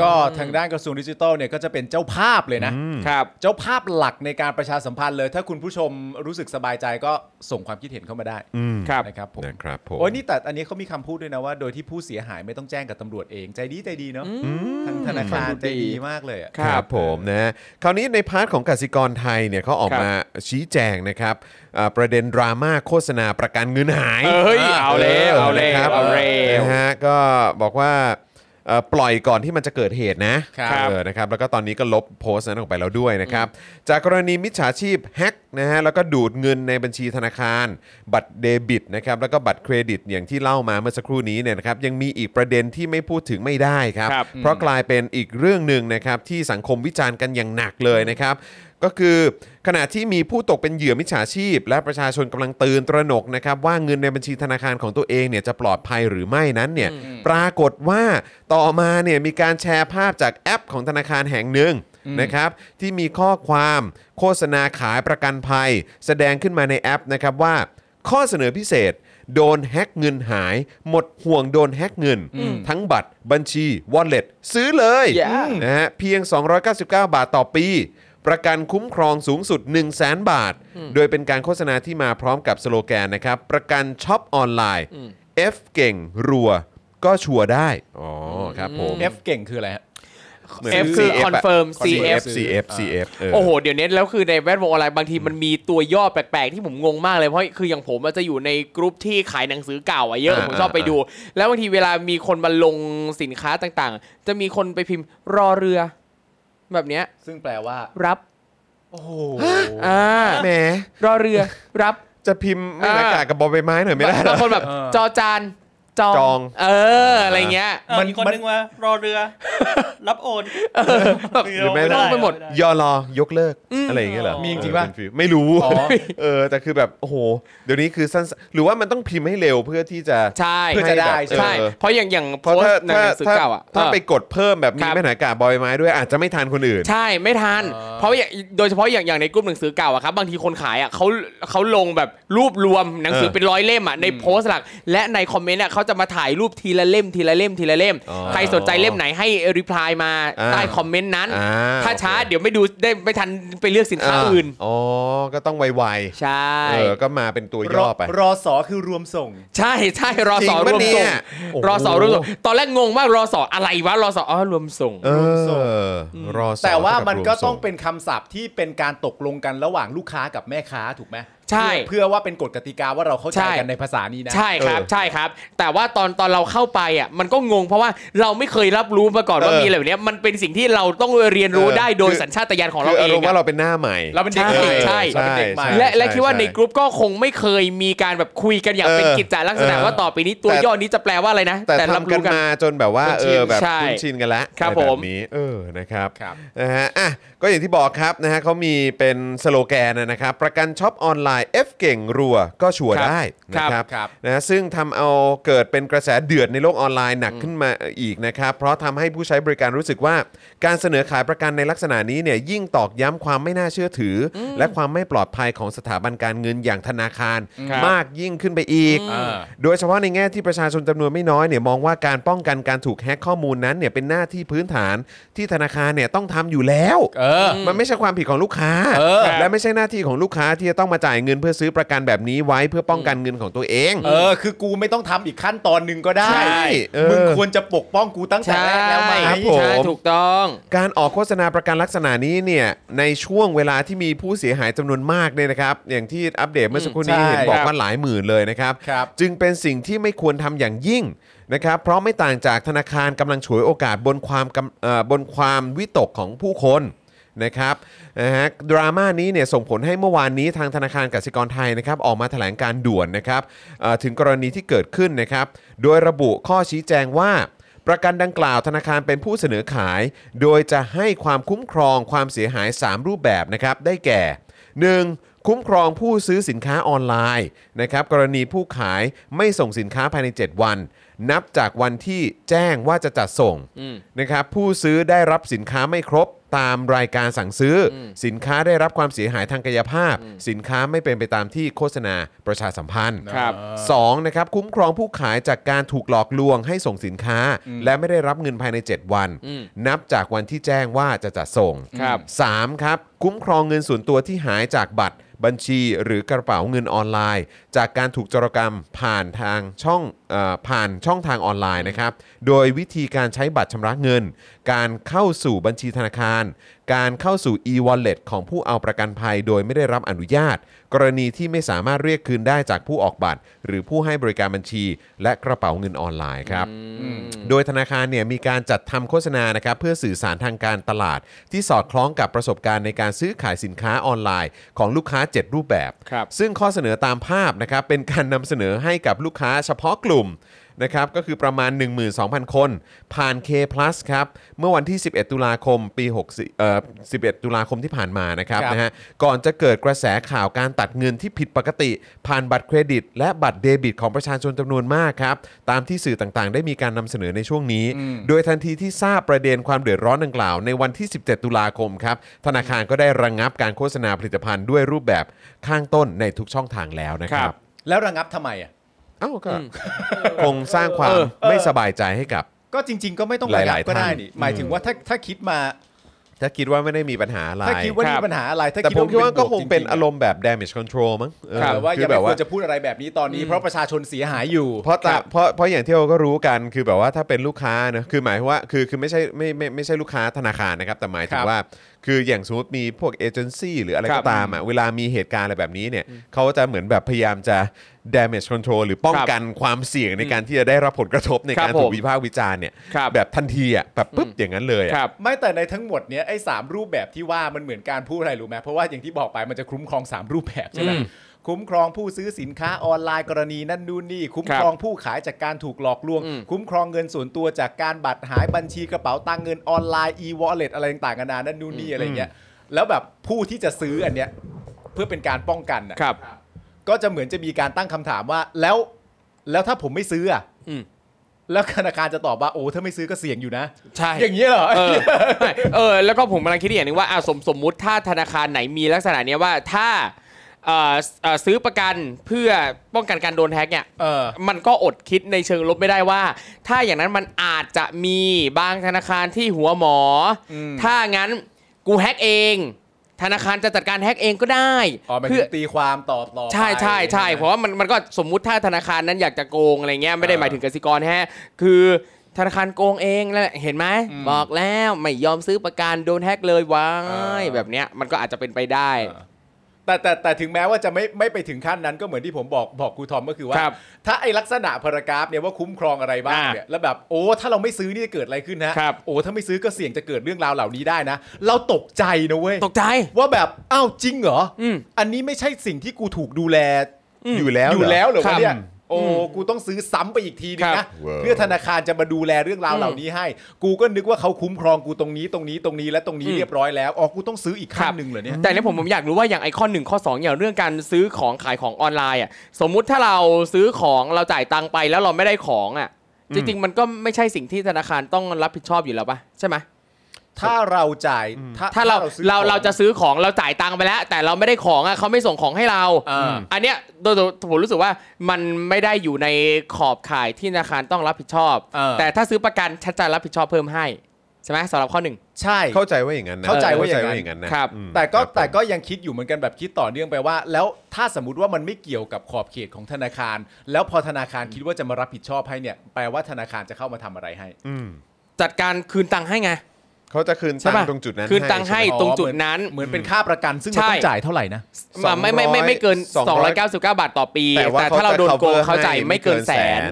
[SPEAKER 3] ก็ทางด้านกระทรวงดิจิทัลเนี่ยก็จะเป็นเจ้าภาพเลยนะ
[SPEAKER 5] ครับ
[SPEAKER 3] เจ้าภาพหลักในการประชาสัมพันธ์เลย ถ้าคุณผู้ชมรู้สึกสบายใจก็ส่งความคิดเห็นเข้ามาได้
[SPEAKER 5] ครับ
[SPEAKER 3] นะครับผม
[SPEAKER 1] นะครับผม
[SPEAKER 3] โอ้ยนี่แต่อันนี้เขามีคำพูดด้วยนะว่า โดยที่ผู้เสียหายไม่ต้องแจ้งกับตำรวจเองใจดีใจดีเนาะทางธนาคารใจดีมากเลยอะ
[SPEAKER 1] ค
[SPEAKER 5] ค
[SPEAKER 1] รับ รับผมนะคราวนี้ในพาร์ทของกสิกรไทยเนี่ยเขาออก
[SPEAKER 5] ครับ
[SPEAKER 1] มาชี้แจงนะครับอ่าประเด็นดราม่าโฆษณาประกันเงินหาย
[SPEAKER 5] เอ้ยเอาแล้วเอาแล้
[SPEAKER 1] นะควรับ
[SPEAKER 5] เอาแล้ว
[SPEAKER 1] นะฮะก็บอกว่าเอ่อปล่อยก่อนที่มันจะเกิดเหตุนะครับ เออนะครับแล้วก็ตอนนี้ก็ลบโพสต์นั้นออกไปแล้วด้วยนะครับ จากกรณีมิจฉาชีพแฮกนะฮะแล้วก็ดูดเงินในบัญชีธนาคาร บัตรเดบิตนะครับแล้วก็บัตรเครดิตอย่างที่เล่ามาเมื่อสักครู่นี้เนี่ยนะครับยังมีอีกประเด็นที่ไม่พูดถึงไม่ได้ครับ
[SPEAKER 5] ครับ
[SPEAKER 1] เพราะกลายเป็นอีกเรื่องหนึ่งนะครับที่สังคมวิจารณ์กันอย่างหนักเลยนะครับ ก็คือขณะที่มีผู้ตกเป็นเหยื่อมิจฉาชีพ และประชาชนกำลังตื่นตระหนกนะครับว่าเงินในบัญชีธนาคารของตัวเองเนี่ยจะปลอดภัยหรือไม่นั้นเนี่ยปรากฏว่าต่อมาเนี่ยมีการแชร์ภาพจากแอปของธนาคารแห่งหนึ่งนะครับที่มีข้อความโฆษณาขายประกันภัย แสดงขึ้นมาในแอปนะครับว่า ข้อเสนอพิเศษ โดนแฮกเงินหาย หมดห่วงโดนแฮกเงิน ทั้งบัตรบัญชี วอลเล็ตซื้อเลย
[SPEAKER 5] Yeah
[SPEAKER 1] อืมนะฮะเพียง 299 บาทต่อปี ประกันคุ้มครองสูงสุด 1 0 0 0 0แบาท โดยเป็นการโฆษณาที่มาพร้อมกับสโลแกนนะครับ ประกันช็อปออนไลน์ F เก่งรัวก็ชัวร์ได้ อ๋อครับผม
[SPEAKER 3] F เก่งคืออะไรฮะ
[SPEAKER 1] เหมืน
[SPEAKER 5] F คือ
[SPEAKER 1] CF ะ
[SPEAKER 5] confirm CF
[SPEAKER 1] CF CF CF เ
[SPEAKER 5] โอ้โห เดี๋ยวนี้แล้วคือในแวดวงออนไลน์บางทีมันมีตัวย่อแปลกๆ ที่ผมงงมากเลยเพราะคืออย่างผมอาจจะอยู่ในกรุ๊ปที่ขายหนังสือเก่าอะเยอะ
[SPEAKER 1] อ่า
[SPEAKER 5] ผมชอบไปดู แล้วบางทีเวลามีคนมาลงสินค้าต่างๆ จะมีคนไปพิมพ์รอเรือ แบบเนี้ย
[SPEAKER 3] ซึ่งแปลว่า
[SPEAKER 5] รับ
[SPEAKER 3] โอ้โห
[SPEAKER 5] อ่า
[SPEAKER 1] แหม
[SPEAKER 5] รอเรือรับ
[SPEAKER 1] จะพิมพ์ไม่ละ
[SPEAKER 5] อ่า
[SPEAKER 1] กากกับบอลใบไม้หน่อยไม่ได้เหร
[SPEAKER 5] บา
[SPEAKER 1] อ
[SPEAKER 5] งคนแบบจอจานจอง
[SPEAKER 1] จอง
[SPEAKER 5] เอออะไรเงี้ย
[SPEAKER 4] เอา
[SPEAKER 3] มัน
[SPEAKER 4] มีคน
[SPEAKER 3] มัน
[SPEAKER 4] นึงว่ารอเรือ
[SPEAKER 1] *laughs*
[SPEAKER 4] รับโอน
[SPEAKER 5] แบบ
[SPEAKER 1] หรือไม่
[SPEAKER 5] ลงไปหมด
[SPEAKER 1] ยอรอยกเลิกอะไรอย่างเงี้ยเหรอ
[SPEAKER 3] มีจริง
[SPEAKER 1] เออ
[SPEAKER 3] ปะ
[SPEAKER 1] เป็นฟิลไม่รู้
[SPEAKER 3] อ๋อ
[SPEAKER 1] เออแต่คือแบบโอ้โหเดี๋ยวนี้คือสั้นๆหรือว่ามันต้องพิมพ์ให้เร็วเพื่อที่จะ
[SPEAKER 5] ใช่
[SPEAKER 3] เพื่อจะได้ใช่ไหม
[SPEAKER 5] ใช่
[SPEAKER 1] เออ
[SPEAKER 5] เพราะอย่างอย่าง
[SPEAKER 1] เพราะ
[SPEAKER 5] โพส
[SPEAKER 1] ถ้า
[SPEAKER 5] ต์ใน
[SPEAKER 1] ถ้า
[SPEAKER 5] หนังสือ
[SPEAKER 1] ถ้า
[SPEAKER 5] เก่าอ่ะ
[SPEAKER 1] ถ้า
[SPEAKER 5] เออ
[SPEAKER 1] ไปกดเพิ่มแบบมี
[SPEAKER 5] ครับ
[SPEAKER 1] ไม่หนากากบอยไม้ด้วยอาจจะไม่ทันคนอื่น
[SPEAKER 5] ใช่ไม่ทัน
[SPEAKER 3] อ่า
[SPEAKER 5] เพราะอย่างโดยเฉพาะอย่างอย่างในกลุ่มหนังสือเก่าอะครับบางทีคนขายอะเขาเขาลงแบบรูปรวมหนังสือ
[SPEAKER 1] เออ
[SPEAKER 5] เป็นร้อยเล่มอะในโพสต์หลัก และในคอมเมนต์อะเขาจะมาถ่ายรูปทีละเล่มทีละเล่มทีละเล่ม
[SPEAKER 1] อ๋อ
[SPEAKER 5] ใครสนใจเล่มไหนให้รีพลายมา
[SPEAKER 1] อ่า
[SPEAKER 5] ใต้คอมเมนต์นั้น
[SPEAKER 1] อ่า
[SPEAKER 5] ถ้าช้า
[SPEAKER 1] โอเค
[SPEAKER 5] เดี๋ยวไม่ดูได้ไม่ทันไปเลือกสินค้า
[SPEAKER 1] อ่า
[SPEAKER 5] อื่น
[SPEAKER 1] อ๋อก็ต้องไว
[SPEAKER 5] ใช่
[SPEAKER 1] ๆเออก็มาเป็นตัวย่อไป
[SPEAKER 3] รอสอคือรวมส่ง
[SPEAKER 5] ใช่ใช่รอส
[SPEAKER 1] จริ
[SPEAKER 5] อ
[SPEAKER 1] งปะ
[SPEAKER 5] รวม
[SPEAKER 1] เนี่
[SPEAKER 5] ส่ง
[SPEAKER 1] ยโอ้โห
[SPEAKER 5] รอสอรวมส่งตอนแรกงงว่ารอสออะไรวะรอสออ๋อรวมส่ง
[SPEAKER 1] เอ
[SPEAKER 3] รวมส่ง
[SPEAKER 1] อรอสอ
[SPEAKER 3] แต่ว่ามันก็
[SPEAKER 1] บรวส่
[SPEAKER 3] ต้องเป็นคำศัพท์ที่เป็นการตกลงกันระหว่างลูกค้ากับแม่ค้าถูกไหม
[SPEAKER 5] ใช่
[SPEAKER 3] เพื่อเพื่อว่าเป็นกฎกติกาว่าเราเข้าใจ
[SPEAKER 5] ใช่
[SPEAKER 3] กันในภาษานี้นะ
[SPEAKER 5] ใช่ครับใช่ครับ แต่ว่าตอนตอนเราเข้าไปอ่ะมันก็งงเพราะว่าเราไม่เคยรับรู้มาก่อนว่ามีอะไรแบบเนี้ยมันเป็นสิ่งที่เราต้องเรียนรู้ได้โดยสัญชาตญาณของ
[SPEAKER 1] คื
[SPEAKER 5] เรา
[SPEAKER 1] อ
[SPEAKER 5] เอ
[SPEAKER 1] อารม
[SPEAKER 5] ง
[SPEAKER 1] ณ์ว่า
[SPEAKER 5] อะ
[SPEAKER 1] เราเป็นหน้าใหม่
[SPEAKER 3] เราเป็นเด็ก
[SPEAKER 5] ใช่
[SPEAKER 3] ใหม่
[SPEAKER 5] ใช่
[SPEAKER 3] เราเป็นเด็กใหม่
[SPEAKER 1] ใช่
[SPEAKER 5] และและคิดว่า
[SPEAKER 1] ช่
[SPEAKER 5] ในกรุ๊ปก็คงไม่เคยมีการแบบคุยกันอย่างเป็น
[SPEAKER 1] เออ
[SPEAKER 5] กิจจลักษณะ
[SPEAKER 1] เออ
[SPEAKER 5] ว่าต่อไปนี้ตัว
[SPEAKER 1] แต่
[SPEAKER 5] ย่อนี้จะแปลว่าอะไรนะ
[SPEAKER 1] แต่
[SPEAKER 5] รับ
[SPEAKER 1] ทำกัน
[SPEAKER 5] รู้กัน
[SPEAKER 1] มาจนแบบว่า
[SPEAKER 3] จน
[SPEAKER 1] เอ
[SPEAKER 3] ชิน
[SPEAKER 1] อแบบ
[SPEAKER 5] ใช่
[SPEAKER 1] คุ้นชินกันแล้ว
[SPEAKER 5] ครับ
[SPEAKER 1] อะไร
[SPEAKER 5] ผม
[SPEAKER 1] แนี้เออนะครับ
[SPEAKER 3] ครับ
[SPEAKER 1] นะฮะอ่ะก็อย่างที่บอกครับนะฮะเขามีเป็นสโลแกนนะครับ ประกันช็อปออนไลน์ F เก่งรัวก็ชัวร์ได้นะครับ
[SPEAKER 3] ครับ
[SPEAKER 1] นะฮะซึ่งทำเอาเกิดเป็นกระแสเดือดในโลกออนไลน์หนักขึ้นมาอีกนะครับ เพราะทำให้ผู้ใช้บริการรู้สึกว่า การเสนอขายประกันในลักษณะนี้เนี่ยยิ่งตอกย้ำความไม่น่าเชื่อถืออและความไม่ปลอดภัยของสถาบันการเงินอย่างธนาคาร
[SPEAKER 5] ครับ
[SPEAKER 1] มากยิ่งขึ้นไปอีก
[SPEAKER 3] อ่า
[SPEAKER 1] โดยเฉพาะในแง่ที่ประชาชนจำนวนไม่น้อยเนี่ยมองว่าการป้องกันการถูกแฮ็กข้อมูลนั้นเนี่ยเป็นหน้าที่พื้นฐานที่ธนาคารเนี่ยต้องทำอยู่แล้ว
[SPEAKER 3] เออ
[SPEAKER 1] มันไม่ใช่ความผิดของลูกค้า
[SPEAKER 3] เออ
[SPEAKER 1] และไม่ใช่หน้าที่ของลูกค้าที่จะต้องมาจ่ายเงินเพื่อซื้อประกันแบบนี้ไว้เพื่อป้องกันเงินของตัวเอง
[SPEAKER 3] เออ คือกูไม่ต้องทำอีกขั้นตอนหนึ่งก็ได้
[SPEAKER 1] ใช่เออ
[SPEAKER 3] มึงควรจะปกป้องกูตั้งแต่
[SPEAKER 5] ใช่
[SPEAKER 3] แรกแล้วไหม
[SPEAKER 1] ครับผม
[SPEAKER 5] ใช่ถูกต้อง
[SPEAKER 1] การออกโฆษณาประกันลักษณะนี้เนี่ยในช่วงเวลาที่มีผู้เสียหายจำนวนมากเนี่ยนะครับ อย่างที่อัปเดตเมื่อสักครู่นี้
[SPEAKER 3] ใช่
[SPEAKER 1] เห็นบอก
[SPEAKER 3] ครับ
[SPEAKER 1] ว่าหลายหมื่นเลยนะครับ
[SPEAKER 3] ครับ
[SPEAKER 1] จึงเป็นสิ่งที่ไม่ควรทำอย่างยิ่งนะครับ เพราะไม่ต่างจากธนาคารกำลังฉวยโอกาสบนความกำเอ่อบนความวิตกของผู้คนนะครับนะฮะดราม่านี้เนี่ยส่งผลให้เมื่อวานนี้ทางธนาคารกสิกรไทยนะครับออกมาแถลงการด่วนนะครับเอ่อถึงกรณีที่เกิดขึ้นนะครับ โดยระบุข้อชี้แจงว่า ประกันดังกล่าวธนาคารเป็นผู้เสนอขาย โดยจะให้ความคุ้มครองความเสียหาย 3 รูปแบบนะครับ ได้แก่ 1. คุ้มครองผู้ซื้อสินค้าออนไลน์นะครับกรณีผู้ขายไม่ส่งสินค้าภายใน 7 วัน นับจากวันที่แจ้งว่าจะจัดส่งนะครับผู้ซื้อได้รับสินค้าไม่ครบตามรายการสั่งซื้ออสินค้าได้รับความเสียหายทางกายภาพ สินค้าไม่เป็นไปตามที่โฆษณาประชาสัมพันธ์
[SPEAKER 5] ครับ
[SPEAKER 1] 2นะครับคุ้มครองผู้ขายจากการถูกหลอกลวงให้ส่งสินค้า และไม่ได้รับเงินภายใน 7 วัน นับจากวันที่แจ้งว่าจะจัดส่ง
[SPEAKER 5] ครับ
[SPEAKER 1] สามครับคุ้มครองเงินส่วนตัวที่หายจากบัตรบัญชีหรือกระเป๋าเงินออนไลน์ จากการถูกจรกรรมผ่านทางช่องเออผ่านช่องทางออนไลน์นะครับโดยวิธีการใช้บัตรชำระเงิน การเข้าสู่บัญชีธนาคาร การเข้าสู่ e-wallet ของผู้เอาประกันภัยโดยไม่ได้รับอนุญาต กรณีที่ไม่สามารถเรียกคืนได้จากผู้ออกบัตร หรือผู้ให้บริการบัญชี และกระเป๋าเงินออนไลน์ครับ โดยธนาคารเนี่ยมีการจัดทำโฆษณานะครับเพื่อสื่อสารทางการตลาด ที่สอดคล้องกับประสบการณ์ในการซื้อขายสินค้าออนไลน์ ของลูกค้า 7 รูปแบบ
[SPEAKER 5] ครับ
[SPEAKER 1] ซึ่งข้อเสนอตามภาพนะครับเป็นการนำเสนอให้กับลูกค้าเฉพาะกลุ่มนะครับก็คือประมาณ 12,000 คน ผ่าน K+ ครับเมื่อวันที่ 11 ตุลาคมปี6เอ่อ11 ตุลาคมที่ผ่านมานะครับ
[SPEAKER 3] ครับ
[SPEAKER 1] นะฮะก่อนจะเกิดกระแสข่าวการตัดเงินที่ผิดปกติ ผ่านบัตรเครดิต และบัตรเดบิตของประชาชนจำนวนมากครับตามที่สื่อต่างๆ ได้มีการนำเสนอในช่วงนี้ โดยทันทีที่ทราบประเด็นความเดือดร้อนดังกล่าว ในวันที่ 17 ตุลาคมครับธนาคารก็ได้ระงงับการโฆษณาผลิตภัณฑ์ด้วยรูปแบบข้างต้นในทุกช่องทางแล้วนะค
[SPEAKER 5] ครั
[SPEAKER 1] รับบ
[SPEAKER 3] แล้วระงับทำไมอ่ะ
[SPEAKER 1] เอ้าก็คงสร้างความไม่สบายใจให้กับ
[SPEAKER 3] ก็จริง ๆ ก็ไม่ต้อง
[SPEAKER 1] หลายๆ
[SPEAKER 3] ระงับก็ได้
[SPEAKER 1] ท่าน
[SPEAKER 3] นี่ หมายถึงว่าถ้าถ้าคิดมา
[SPEAKER 1] ถ้าคิดว่าไม่ได้มีปัญหาอะไร
[SPEAKER 3] ถ้าคิดว่ามีปัญหาอะไรถ้า
[SPEAKER 1] แต่
[SPEAKER 3] คิ
[SPEAKER 1] ผ
[SPEAKER 3] ด
[SPEAKER 1] มคิดว่าก็คงเป็น
[SPEAKER 3] จๆะ
[SPEAKER 1] อารมณ์แบบ damage control มั้งเออ
[SPEAKER 3] เออว่า
[SPEAKER 1] คื
[SPEAKER 3] อย่า
[SPEAKER 1] แบ
[SPEAKER 3] ไม่
[SPEAKER 1] บ
[SPEAKER 3] คว
[SPEAKER 1] ว่า
[SPEAKER 3] รจะพูดอะไรแบบนี้ตอนนี้ เพราะประชาชนเสียหายอยู่
[SPEAKER 1] เพราะตาเพราะเพราะอย่างที่เราก็รู้กันคือแบบว่าถ้าเป็นลูกค้านะคือหมายว่าคือคือไม่ใช่ไม่ไม่ไม่ใช่ลูกค้าธนาคารนะครับแต่หมายถึงว่า คืออย่างสมมติมีพวกเอเจนซี่หรืออะไร
[SPEAKER 5] ครั
[SPEAKER 1] ก็
[SPEAKER 5] บ
[SPEAKER 1] ตามอ่ะเวลามีเหตุการณ์อะไรแบบนี้เนี่ยเขาจะเหมือนแบบพยายามจะ damage control หรือป้องกันความเสี่ยงในการที่จะได้รับผลกระทบใน
[SPEAKER 5] ครับ
[SPEAKER 1] การถู
[SPEAKER 5] ผ
[SPEAKER 1] ก
[SPEAKER 5] ม
[SPEAKER 1] วิพากษ์วิจารณ์เนี่ย
[SPEAKER 5] ครับ
[SPEAKER 1] แบบทันทีอ่ะแบบปุ๊บอย่างนั้นเลยอ่ะ
[SPEAKER 5] ครับ
[SPEAKER 3] ไม่แต่ในทั้งหมดเนี้ยไอ้สามรูปแบบที่ว่ามันเหมือนการพูดอะไรรู้ไหมเพราะว่าอย่างที่บอกไปมันจะคุ้มครองสามรูปแบบใช่ไหม
[SPEAKER 5] อืม
[SPEAKER 3] คุ้มครองผู้ซื้อสินค้าออนไลน์กรณีนั่นนู่นนี่ คุ้ม
[SPEAKER 5] ครับ
[SPEAKER 3] ครองผู้ขายจากการถูกหลอกลวง
[SPEAKER 5] อืม
[SPEAKER 3] คุ้มครองเงินส่วนตัวจากการบัตรหายบัญชีกระเป๋าตังค์เงินออนไลน์ e-wallet อะไรต่างๆนานานั่นนู่นนี่อะไรเงี้ยแล้วแบบผู้ที่จะซื้ออันเนี้ยเพื่อเป็นการป้องกันอ่ะ
[SPEAKER 5] ครับ
[SPEAKER 3] ก็จะเหมือนจะมีการตั้งคำถามว่าแล้วแล้วถ้าผมไม่ซื้ออ่ะ
[SPEAKER 5] อืม
[SPEAKER 3] แล้วธนาคารจะตอบว่าโอ้ถ้าไม่ซื้อก็เสี่ยงอยู่นะ
[SPEAKER 5] ใช่
[SPEAKER 3] อย่างนี้ยเหรอ
[SPEAKER 5] เออไม่เออ แล้วก็ผมกำลังคิดอีกอย่างหนึงว่าอ่ะสมสมมุติถ้าธนาคารไหนมีลักษณะเนี้ยว่าถ้าเอ่อเอ่อซื้อประกันเพื่อป้องกันการโดนแฮ็กเนี่ย
[SPEAKER 3] เออ
[SPEAKER 5] มันก็อดคิดในเชิงลบไม่ได้ว่า ถ้าอย่างนั้นมันอาจจะมีบางธนาคารที่หัวหมออ
[SPEAKER 3] ม
[SPEAKER 5] ถ้างั้นกูแฮ็กเอง ธนาคารจะจัดการแฮ็กเองก็ได้
[SPEAKER 3] อ๋อหมาย
[SPEAKER 5] เพื่
[SPEAKER 3] ถึ
[SPEAKER 5] อ
[SPEAKER 3] งตีความตอบต่อไป
[SPEAKER 5] ใช่ใช่ใช่เพราะ
[SPEAKER 3] ไหม
[SPEAKER 5] ว่ามันมันก็สมมุติถ้าธนาคารนั้นอยากจะโกงอะไรเงี้ยไม่ได้
[SPEAKER 3] เออ
[SPEAKER 5] หมายถึงกสิกรแฮะคือธนาคารโกงเองแล้วเห็นไหม
[SPEAKER 3] อืม
[SPEAKER 5] บอกแล้วไม่ยอมซื้อประกันโดนแฮกเลยวา
[SPEAKER 3] เอย อ
[SPEAKER 5] แบบเนี้ยมันก็อาจจะเป็นไปได้
[SPEAKER 3] แต่แต่แต่ถึงแม้ว่าจะไม่ไม่ไปถึงขั้นนั้นก็เหมือนที่ผมบอกบอกครูทอมก็คือว่า
[SPEAKER 5] ครับ
[SPEAKER 3] ถ้าไอลักษณะพารากราฟเนี่ยว่าคุ้มครองอะไรบ้างเนี่ยแล้วแบบโอ้ถ้าเราไม่ซื้อนี่จะเกิดอะไรขึ้นนะครับ โอ้ถ้าไม่ซื้อก็เสี่ยงจะเกิดเรื่องราวเหล่านี้ได้นะ เราตกใจนะเว้ย
[SPEAKER 5] ตกใจ
[SPEAKER 3] ว่าแบบอ้าวจริงเหรออ
[SPEAKER 5] ม
[SPEAKER 3] อันนี้ไม่ใช่สิ่งที่กูถูกดูแล
[SPEAKER 1] อยู่แล้ว
[SPEAKER 3] อ
[SPEAKER 1] เห
[SPEAKER 3] ยู่
[SPEAKER 1] รอ
[SPEAKER 3] แล้วเหรอ
[SPEAKER 5] ครั
[SPEAKER 3] วะ
[SPEAKER 5] บ
[SPEAKER 3] เนี่ยโอ้กูต้องซื้อซ้ำไปอีกทีนึง
[SPEAKER 5] ครั
[SPEAKER 3] นะ
[SPEAKER 5] บ
[SPEAKER 1] ว้าว
[SPEAKER 3] เพื่อธนาคารจะมาดูแลเรื่องราว
[SPEAKER 5] อืม
[SPEAKER 3] เหล่านี้ให้ กูก็นึกว่าเขาคุ้มครองกูตรงนี้ตรงนี้ตรงนี้และตรงนี้
[SPEAKER 5] อืม
[SPEAKER 3] เรียบร้อยแล้วอ๋อกูต้องซื้ออีกขั้นหนึ่งเหรอเนี่ย
[SPEAKER 5] แต่เนี่ยผมผมอยากรู้ว่าอย่างไอข้อหนึ่งข้อสองอย่างเรื่องการซื้อของขายของออนไลน์อ่ะสมมุติถ้าเราซื้อของเราจ่ายตังค์ไปแล้วเราไม่ได้ของอ่ะ จริง ๆ มันก็ไม่ใช่สิ่งที่ธนาคารต้องรับผิดชอบอยู่แล้วปะใช่ไหม
[SPEAKER 3] ถ้าเราจ่าย
[SPEAKER 5] ถ้าเราเราเราจะซื้อของเราจ่ายตังค์ไปแล้ว แต่เราไม่ได้ของอ่ะเขาไม่ส่งของให้เรา
[SPEAKER 3] อ่า
[SPEAKER 5] นเนี้ยโดยตัวผมรู้สึกว่ามันไม่ได้อยู่ในขอบข่ายที่ธนาคารต้องรับผิดชอบ
[SPEAKER 3] เออ
[SPEAKER 5] แต่ถ้าซื้อประกันชัดเจนรับผิดชอบเพิ่มให้ใช่ไหมสำหรับข้อหนึ่ง
[SPEAKER 3] ใช่
[SPEAKER 1] เข้าใจว่าอย่างนั้นนะ
[SPEAKER 3] เข้าใจว่าอย่างนั้น
[SPEAKER 1] นะครับ อืม
[SPEAKER 3] แต่ก็
[SPEAKER 1] ครับผม
[SPEAKER 3] แต่ก็ยังคิดอยู่เหมือนกันแบบคิดต่อเนื่องไปว่า แล้วถ้าสมมติว่ามันไม่เกี่ยวกับขอบเขตของธนาคาร แล้วพอธนาคารคิดว่าจะมารับผิดชอบให้เนี่ยแปลว่าธนาคารจะเข้ามาทำอะไรให้
[SPEAKER 1] อืม
[SPEAKER 5] จัดการคืนตังค์ให้ไง
[SPEAKER 1] เขาจะคืน
[SPEAKER 5] ใช่
[SPEAKER 1] ตัง
[SPEAKER 5] ปะ
[SPEAKER 1] ค์ตรงจุดนั้น
[SPEAKER 5] คืนตังค์ให้
[SPEAKER 3] ใช่ไหม
[SPEAKER 5] ตรงจุดนั้น
[SPEAKER 3] เหมือนเป็นค่าประกันซึ่งมัน
[SPEAKER 5] ใช่
[SPEAKER 3] ต้องจ่ายเท่าไหร่นะ
[SPEAKER 5] มาไม่ไม่ไม่ไม่เกิน 299 บาทต่อปี แต่
[SPEAKER 1] ข
[SPEAKER 5] ถ้าเรา
[SPEAKER 1] จะ
[SPEAKER 5] โดนโกง
[SPEAKER 1] cover
[SPEAKER 5] เขาจ่ายไม่เกินแสน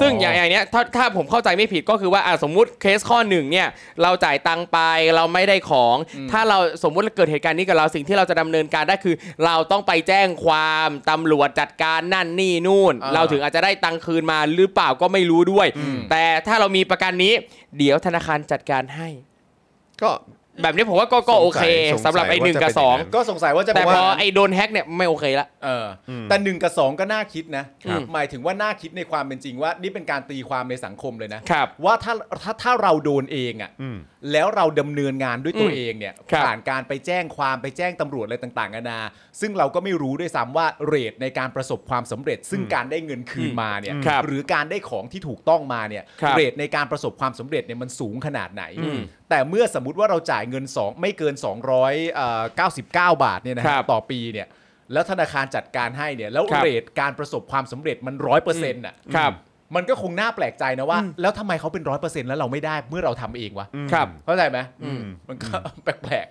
[SPEAKER 5] ซึ่งอย่างอย่างเนี้ยถ้าถ้าผมเข้าใจไม่ผิดก็คือว่าอ่ะสมมุติเคสข้อหนึ่งเนี่ยเราจ่ายตังค์ไปเราไม่ได้ของ ถ้าเราสมมุติเกิดเหตุการณ์นี้กับเราสิ่งที่เราจะดำเนินการได้คือ เราต้องไปแจ้งความตำรวจจัดการนั่นนี่นู่น
[SPEAKER 3] อ่า
[SPEAKER 5] เราถึงอาจจะได้ตังค์คืนมาหรือเปล่าก็ไม่รู้ด้วย แต่ถ้าเรามีประกันนี้ เดี๋ยวธนาคารจัดการให้
[SPEAKER 1] ก็
[SPEAKER 5] แบบนี้ผมว่าก็ก็โอเค
[SPEAKER 1] สงสัย
[SPEAKER 5] สำหรับไอ้
[SPEAKER 1] ว่า
[SPEAKER 5] หนึ่ง
[SPEAKER 1] จะ
[SPEAKER 5] กับ
[SPEAKER 1] เป็น
[SPEAKER 5] สอง
[SPEAKER 1] อย่างนั้น
[SPEAKER 3] ก็สงสัยว่าจะ
[SPEAKER 5] แต่
[SPEAKER 3] เป็น
[SPEAKER 5] พอ
[SPEAKER 3] ว่า
[SPEAKER 5] ไอ้โดนแฮ็กเนี่ยไม่โอเคละ
[SPEAKER 3] เอออ
[SPEAKER 1] ม
[SPEAKER 3] แต่หนึ่งกับสองก็น่าคิดนะครับ หมายถึงว่าน่าคิดในความเป็นจริงว่า นี่เป็นการตีความในสังคมเลยนะครับ ว่าถ้าถ้าถ้าเราโดนเองอะ่ะ
[SPEAKER 1] อืม
[SPEAKER 3] แล้วเราดำเนินงานด้วยตัว
[SPEAKER 5] อืม
[SPEAKER 3] เองเนี่ย
[SPEAKER 5] ครับ
[SPEAKER 3] ผ่านการไปแจ้งความไปแจ้งตำรวจอะไรต่างๆนานาซึ่งเราก็ไม่รู้ด้วยซ้ำว่าเรทในการประสบความสำเร็จ ซึ่งการได้เงินคืนมาเนี่ย
[SPEAKER 5] ครับ
[SPEAKER 3] หรือการได้ของที่ถูกต้องมาเนี่ย
[SPEAKER 5] ครับ
[SPEAKER 3] เรทในการประสบความสำเร็จเนี่ยมันสูงขนาดไหน
[SPEAKER 5] อืม
[SPEAKER 3] แต่เมื่อสมมติว่าเราจ่ายเงินสองไม่เกิน299 บาทเนี่ยนะฮะ
[SPEAKER 5] ครับ
[SPEAKER 3] ต่อปีเนี่ย แล้วธนาคารจัดการให้เนี่ย แล้ว
[SPEAKER 5] ครับ
[SPEAKER 3] เรทการประสบความสำเร็จมันร้อยเปอร์เซ็นต์อ่ะ
[SPEAKER 5] ครับ
[SPEAKER 3] มันก็คงน่าแปลกใจนะว่า แล้วทำไมเขาเป็นร้อยเปอร์เซ็นต์แล้วเราไม่ได้เมื่อเราทำเองวะ
[SPEAKER 5] ครับ
[SPEAKER 3] เข้าใจไหมมันก็ แปลก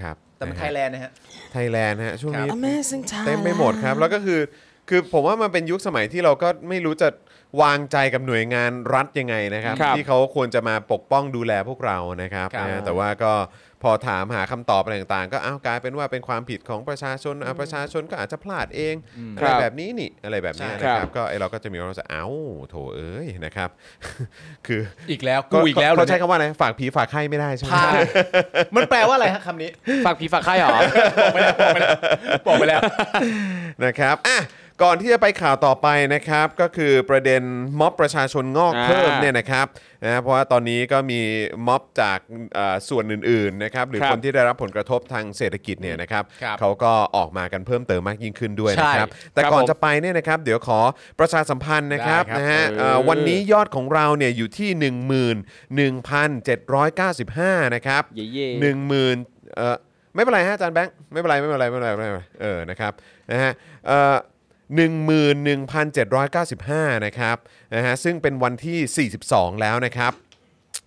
[SPEAKER 1] ครับ
[SPEAKER 3] ๆ แต่มันไทยแลนด์นะฮะ
[SPEAKER 1] ไทยแลนด์ฮะช่วงนี้
[SPEAKER 6] Amazing Thailand
[SPEAKER 1] เต็มไปหมดครับ แล้วก็คือคือผมว่ามันเป็นยุคสมัยที่เราก็ไม่รู้จะวางใจกับหน่วยงานรัฐยังไงนะครับ
[SPEAKER 5] ครับ
[SPEAKER 1] ที่เขาควรจะมาปกป้องดูแลพวกเรานะครับ
[SPEAKER 3] ครับ
[SPEAKER 1] นะฮะแต่ว่าก็พอถามหาคำตอบอะไรต่างๆ ก็อ้าวกลายเป็นว่าเป็นความผิดของประชาชนอ่ะประชาชนก็อาจจะพลาดเองอะไร
[SPEAKER 5] ครับ
[SPEAKER 1] แบบนี้นี่อะไรแบบนี้นะค
[SPEAKER 5] ใช่ครั
[SPEAKER 1] รับบ ก็ไอเราก็จะมีความรู้สึกอ้าวโถเอ้ยนะครับ *laughs* คือ
[SPEAKER 3] อีกแล้วกูอีกแล้วเหร
[SPEAKER 1] เขา
[SPEAKER 3] อ
[SPEAKER 1] ใช้
[SPEAKER 3] เนี่
[SPEAKER 1] คำ
[SPEAKER 3] ย
[SPEAKER 1] ว่าอะไรฝากผีฝากไข้ไม่ได้ใช่ไหม
[SPEAKER 3] พามันแปลว่าอะไรฮะคำนี้
[SPEAKER 1] *laughs*
[SPEAKER 5] ฝากผีฝากไข้เหรอ
[SPEAKER 3] บอกไปแล้ว
[SPEAKER 1] *laughs* นะครับอ่ะ ก่อนที่จะไปข่าวต่อไปนะครับ ก็คือประเด็นม็อบประชาชนงอก
[SPEAKER 5] อ่า
[SPEAKER 1] เพิ่มเนี่ยนะครับนะเพราะว่าตอนนี้ก็มีม็อบจากเอ่อส่วนอื่นๆนะครับหรือ
[SPEAKER 5] ครับ
[SPEAKER 1] คนที่ได้รับผลกระทบทางเศรษฐกิจเนี่ยนะครับ
[SPEAKER 3] ครับ
[SPEAKER 1] เขาก็ออกมากันเพิ่มเติมมากยิ่งขึ้นด้วยนะครับ
[SPEAKER 3] ใช่
[SPEAKER 1] แต่ก่อน
[SPEAKER 5] ครับผม
[SPEAKER 1] จะไปเนี่ยนะครับ เดี๋ยวขอประชาสัมพันธ์นะครับ
[SPEAKER 3] ได้ครับ
[SPEAKER 1] นะฮะเอ่อวันนี้ยอดของเราเนี่ยอยู่ที่ 11,795 นะครับ
[SPEAKER 5] เย่ๆ
[SPEAKER 1] หนึ่งหมื่นเออไม่เป็นไรฮะอาจารย์แบงค์ไม่เป็นไรไม่เป็นไรไม่เป็นไรไม่เป็นไรเออนะครับนะฮะเออหนึ่งหมื่นหนึ่งพันเจ็ดร้อยเก้าสิบห้านะครับนะฮะซึ่งเป็นวันที่ 42 แล้วนะครับ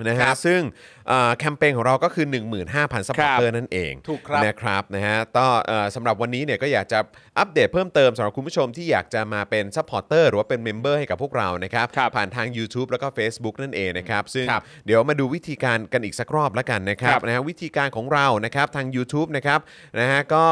[SPEAKER 1] นะฮะซึ่งเอ่อแคมเปญของเราก็คือ 15,000ซัพพอร์เตอร์นั่นเอง
[SPEAKER 3] ถูกครับ
[SPEAKER 1] นะครับนะฮะต่อเอ่อสำหรับวันนี้เนี่ยก็อยากจะอัปเดตเพิ่มเติมสำหรับคุณผู้ชมที่อยากจะมาเป็นซัพพอร์เตอร์หรือว่าเป็นเมมเบอร์ให้กับพวกเรานะครับ
[SPEAKER 5] ครับ
[SPEAKER 1] ผ่านทาง YouTube แล้วก็ Facebook นั่นเองนะครับ ซึ่ง
[SPEAKER 3] ครับ
[SPEAKER 1] เดี๋ยวมาดูวิธีการกันอีกสักรอบแล้วกันนะครั
[SPEAKER 5] ครับ บ
[SPEAKER 1] นะฮะวิธีการของเรานะครับทาง YouTube นะครับนะฮะก็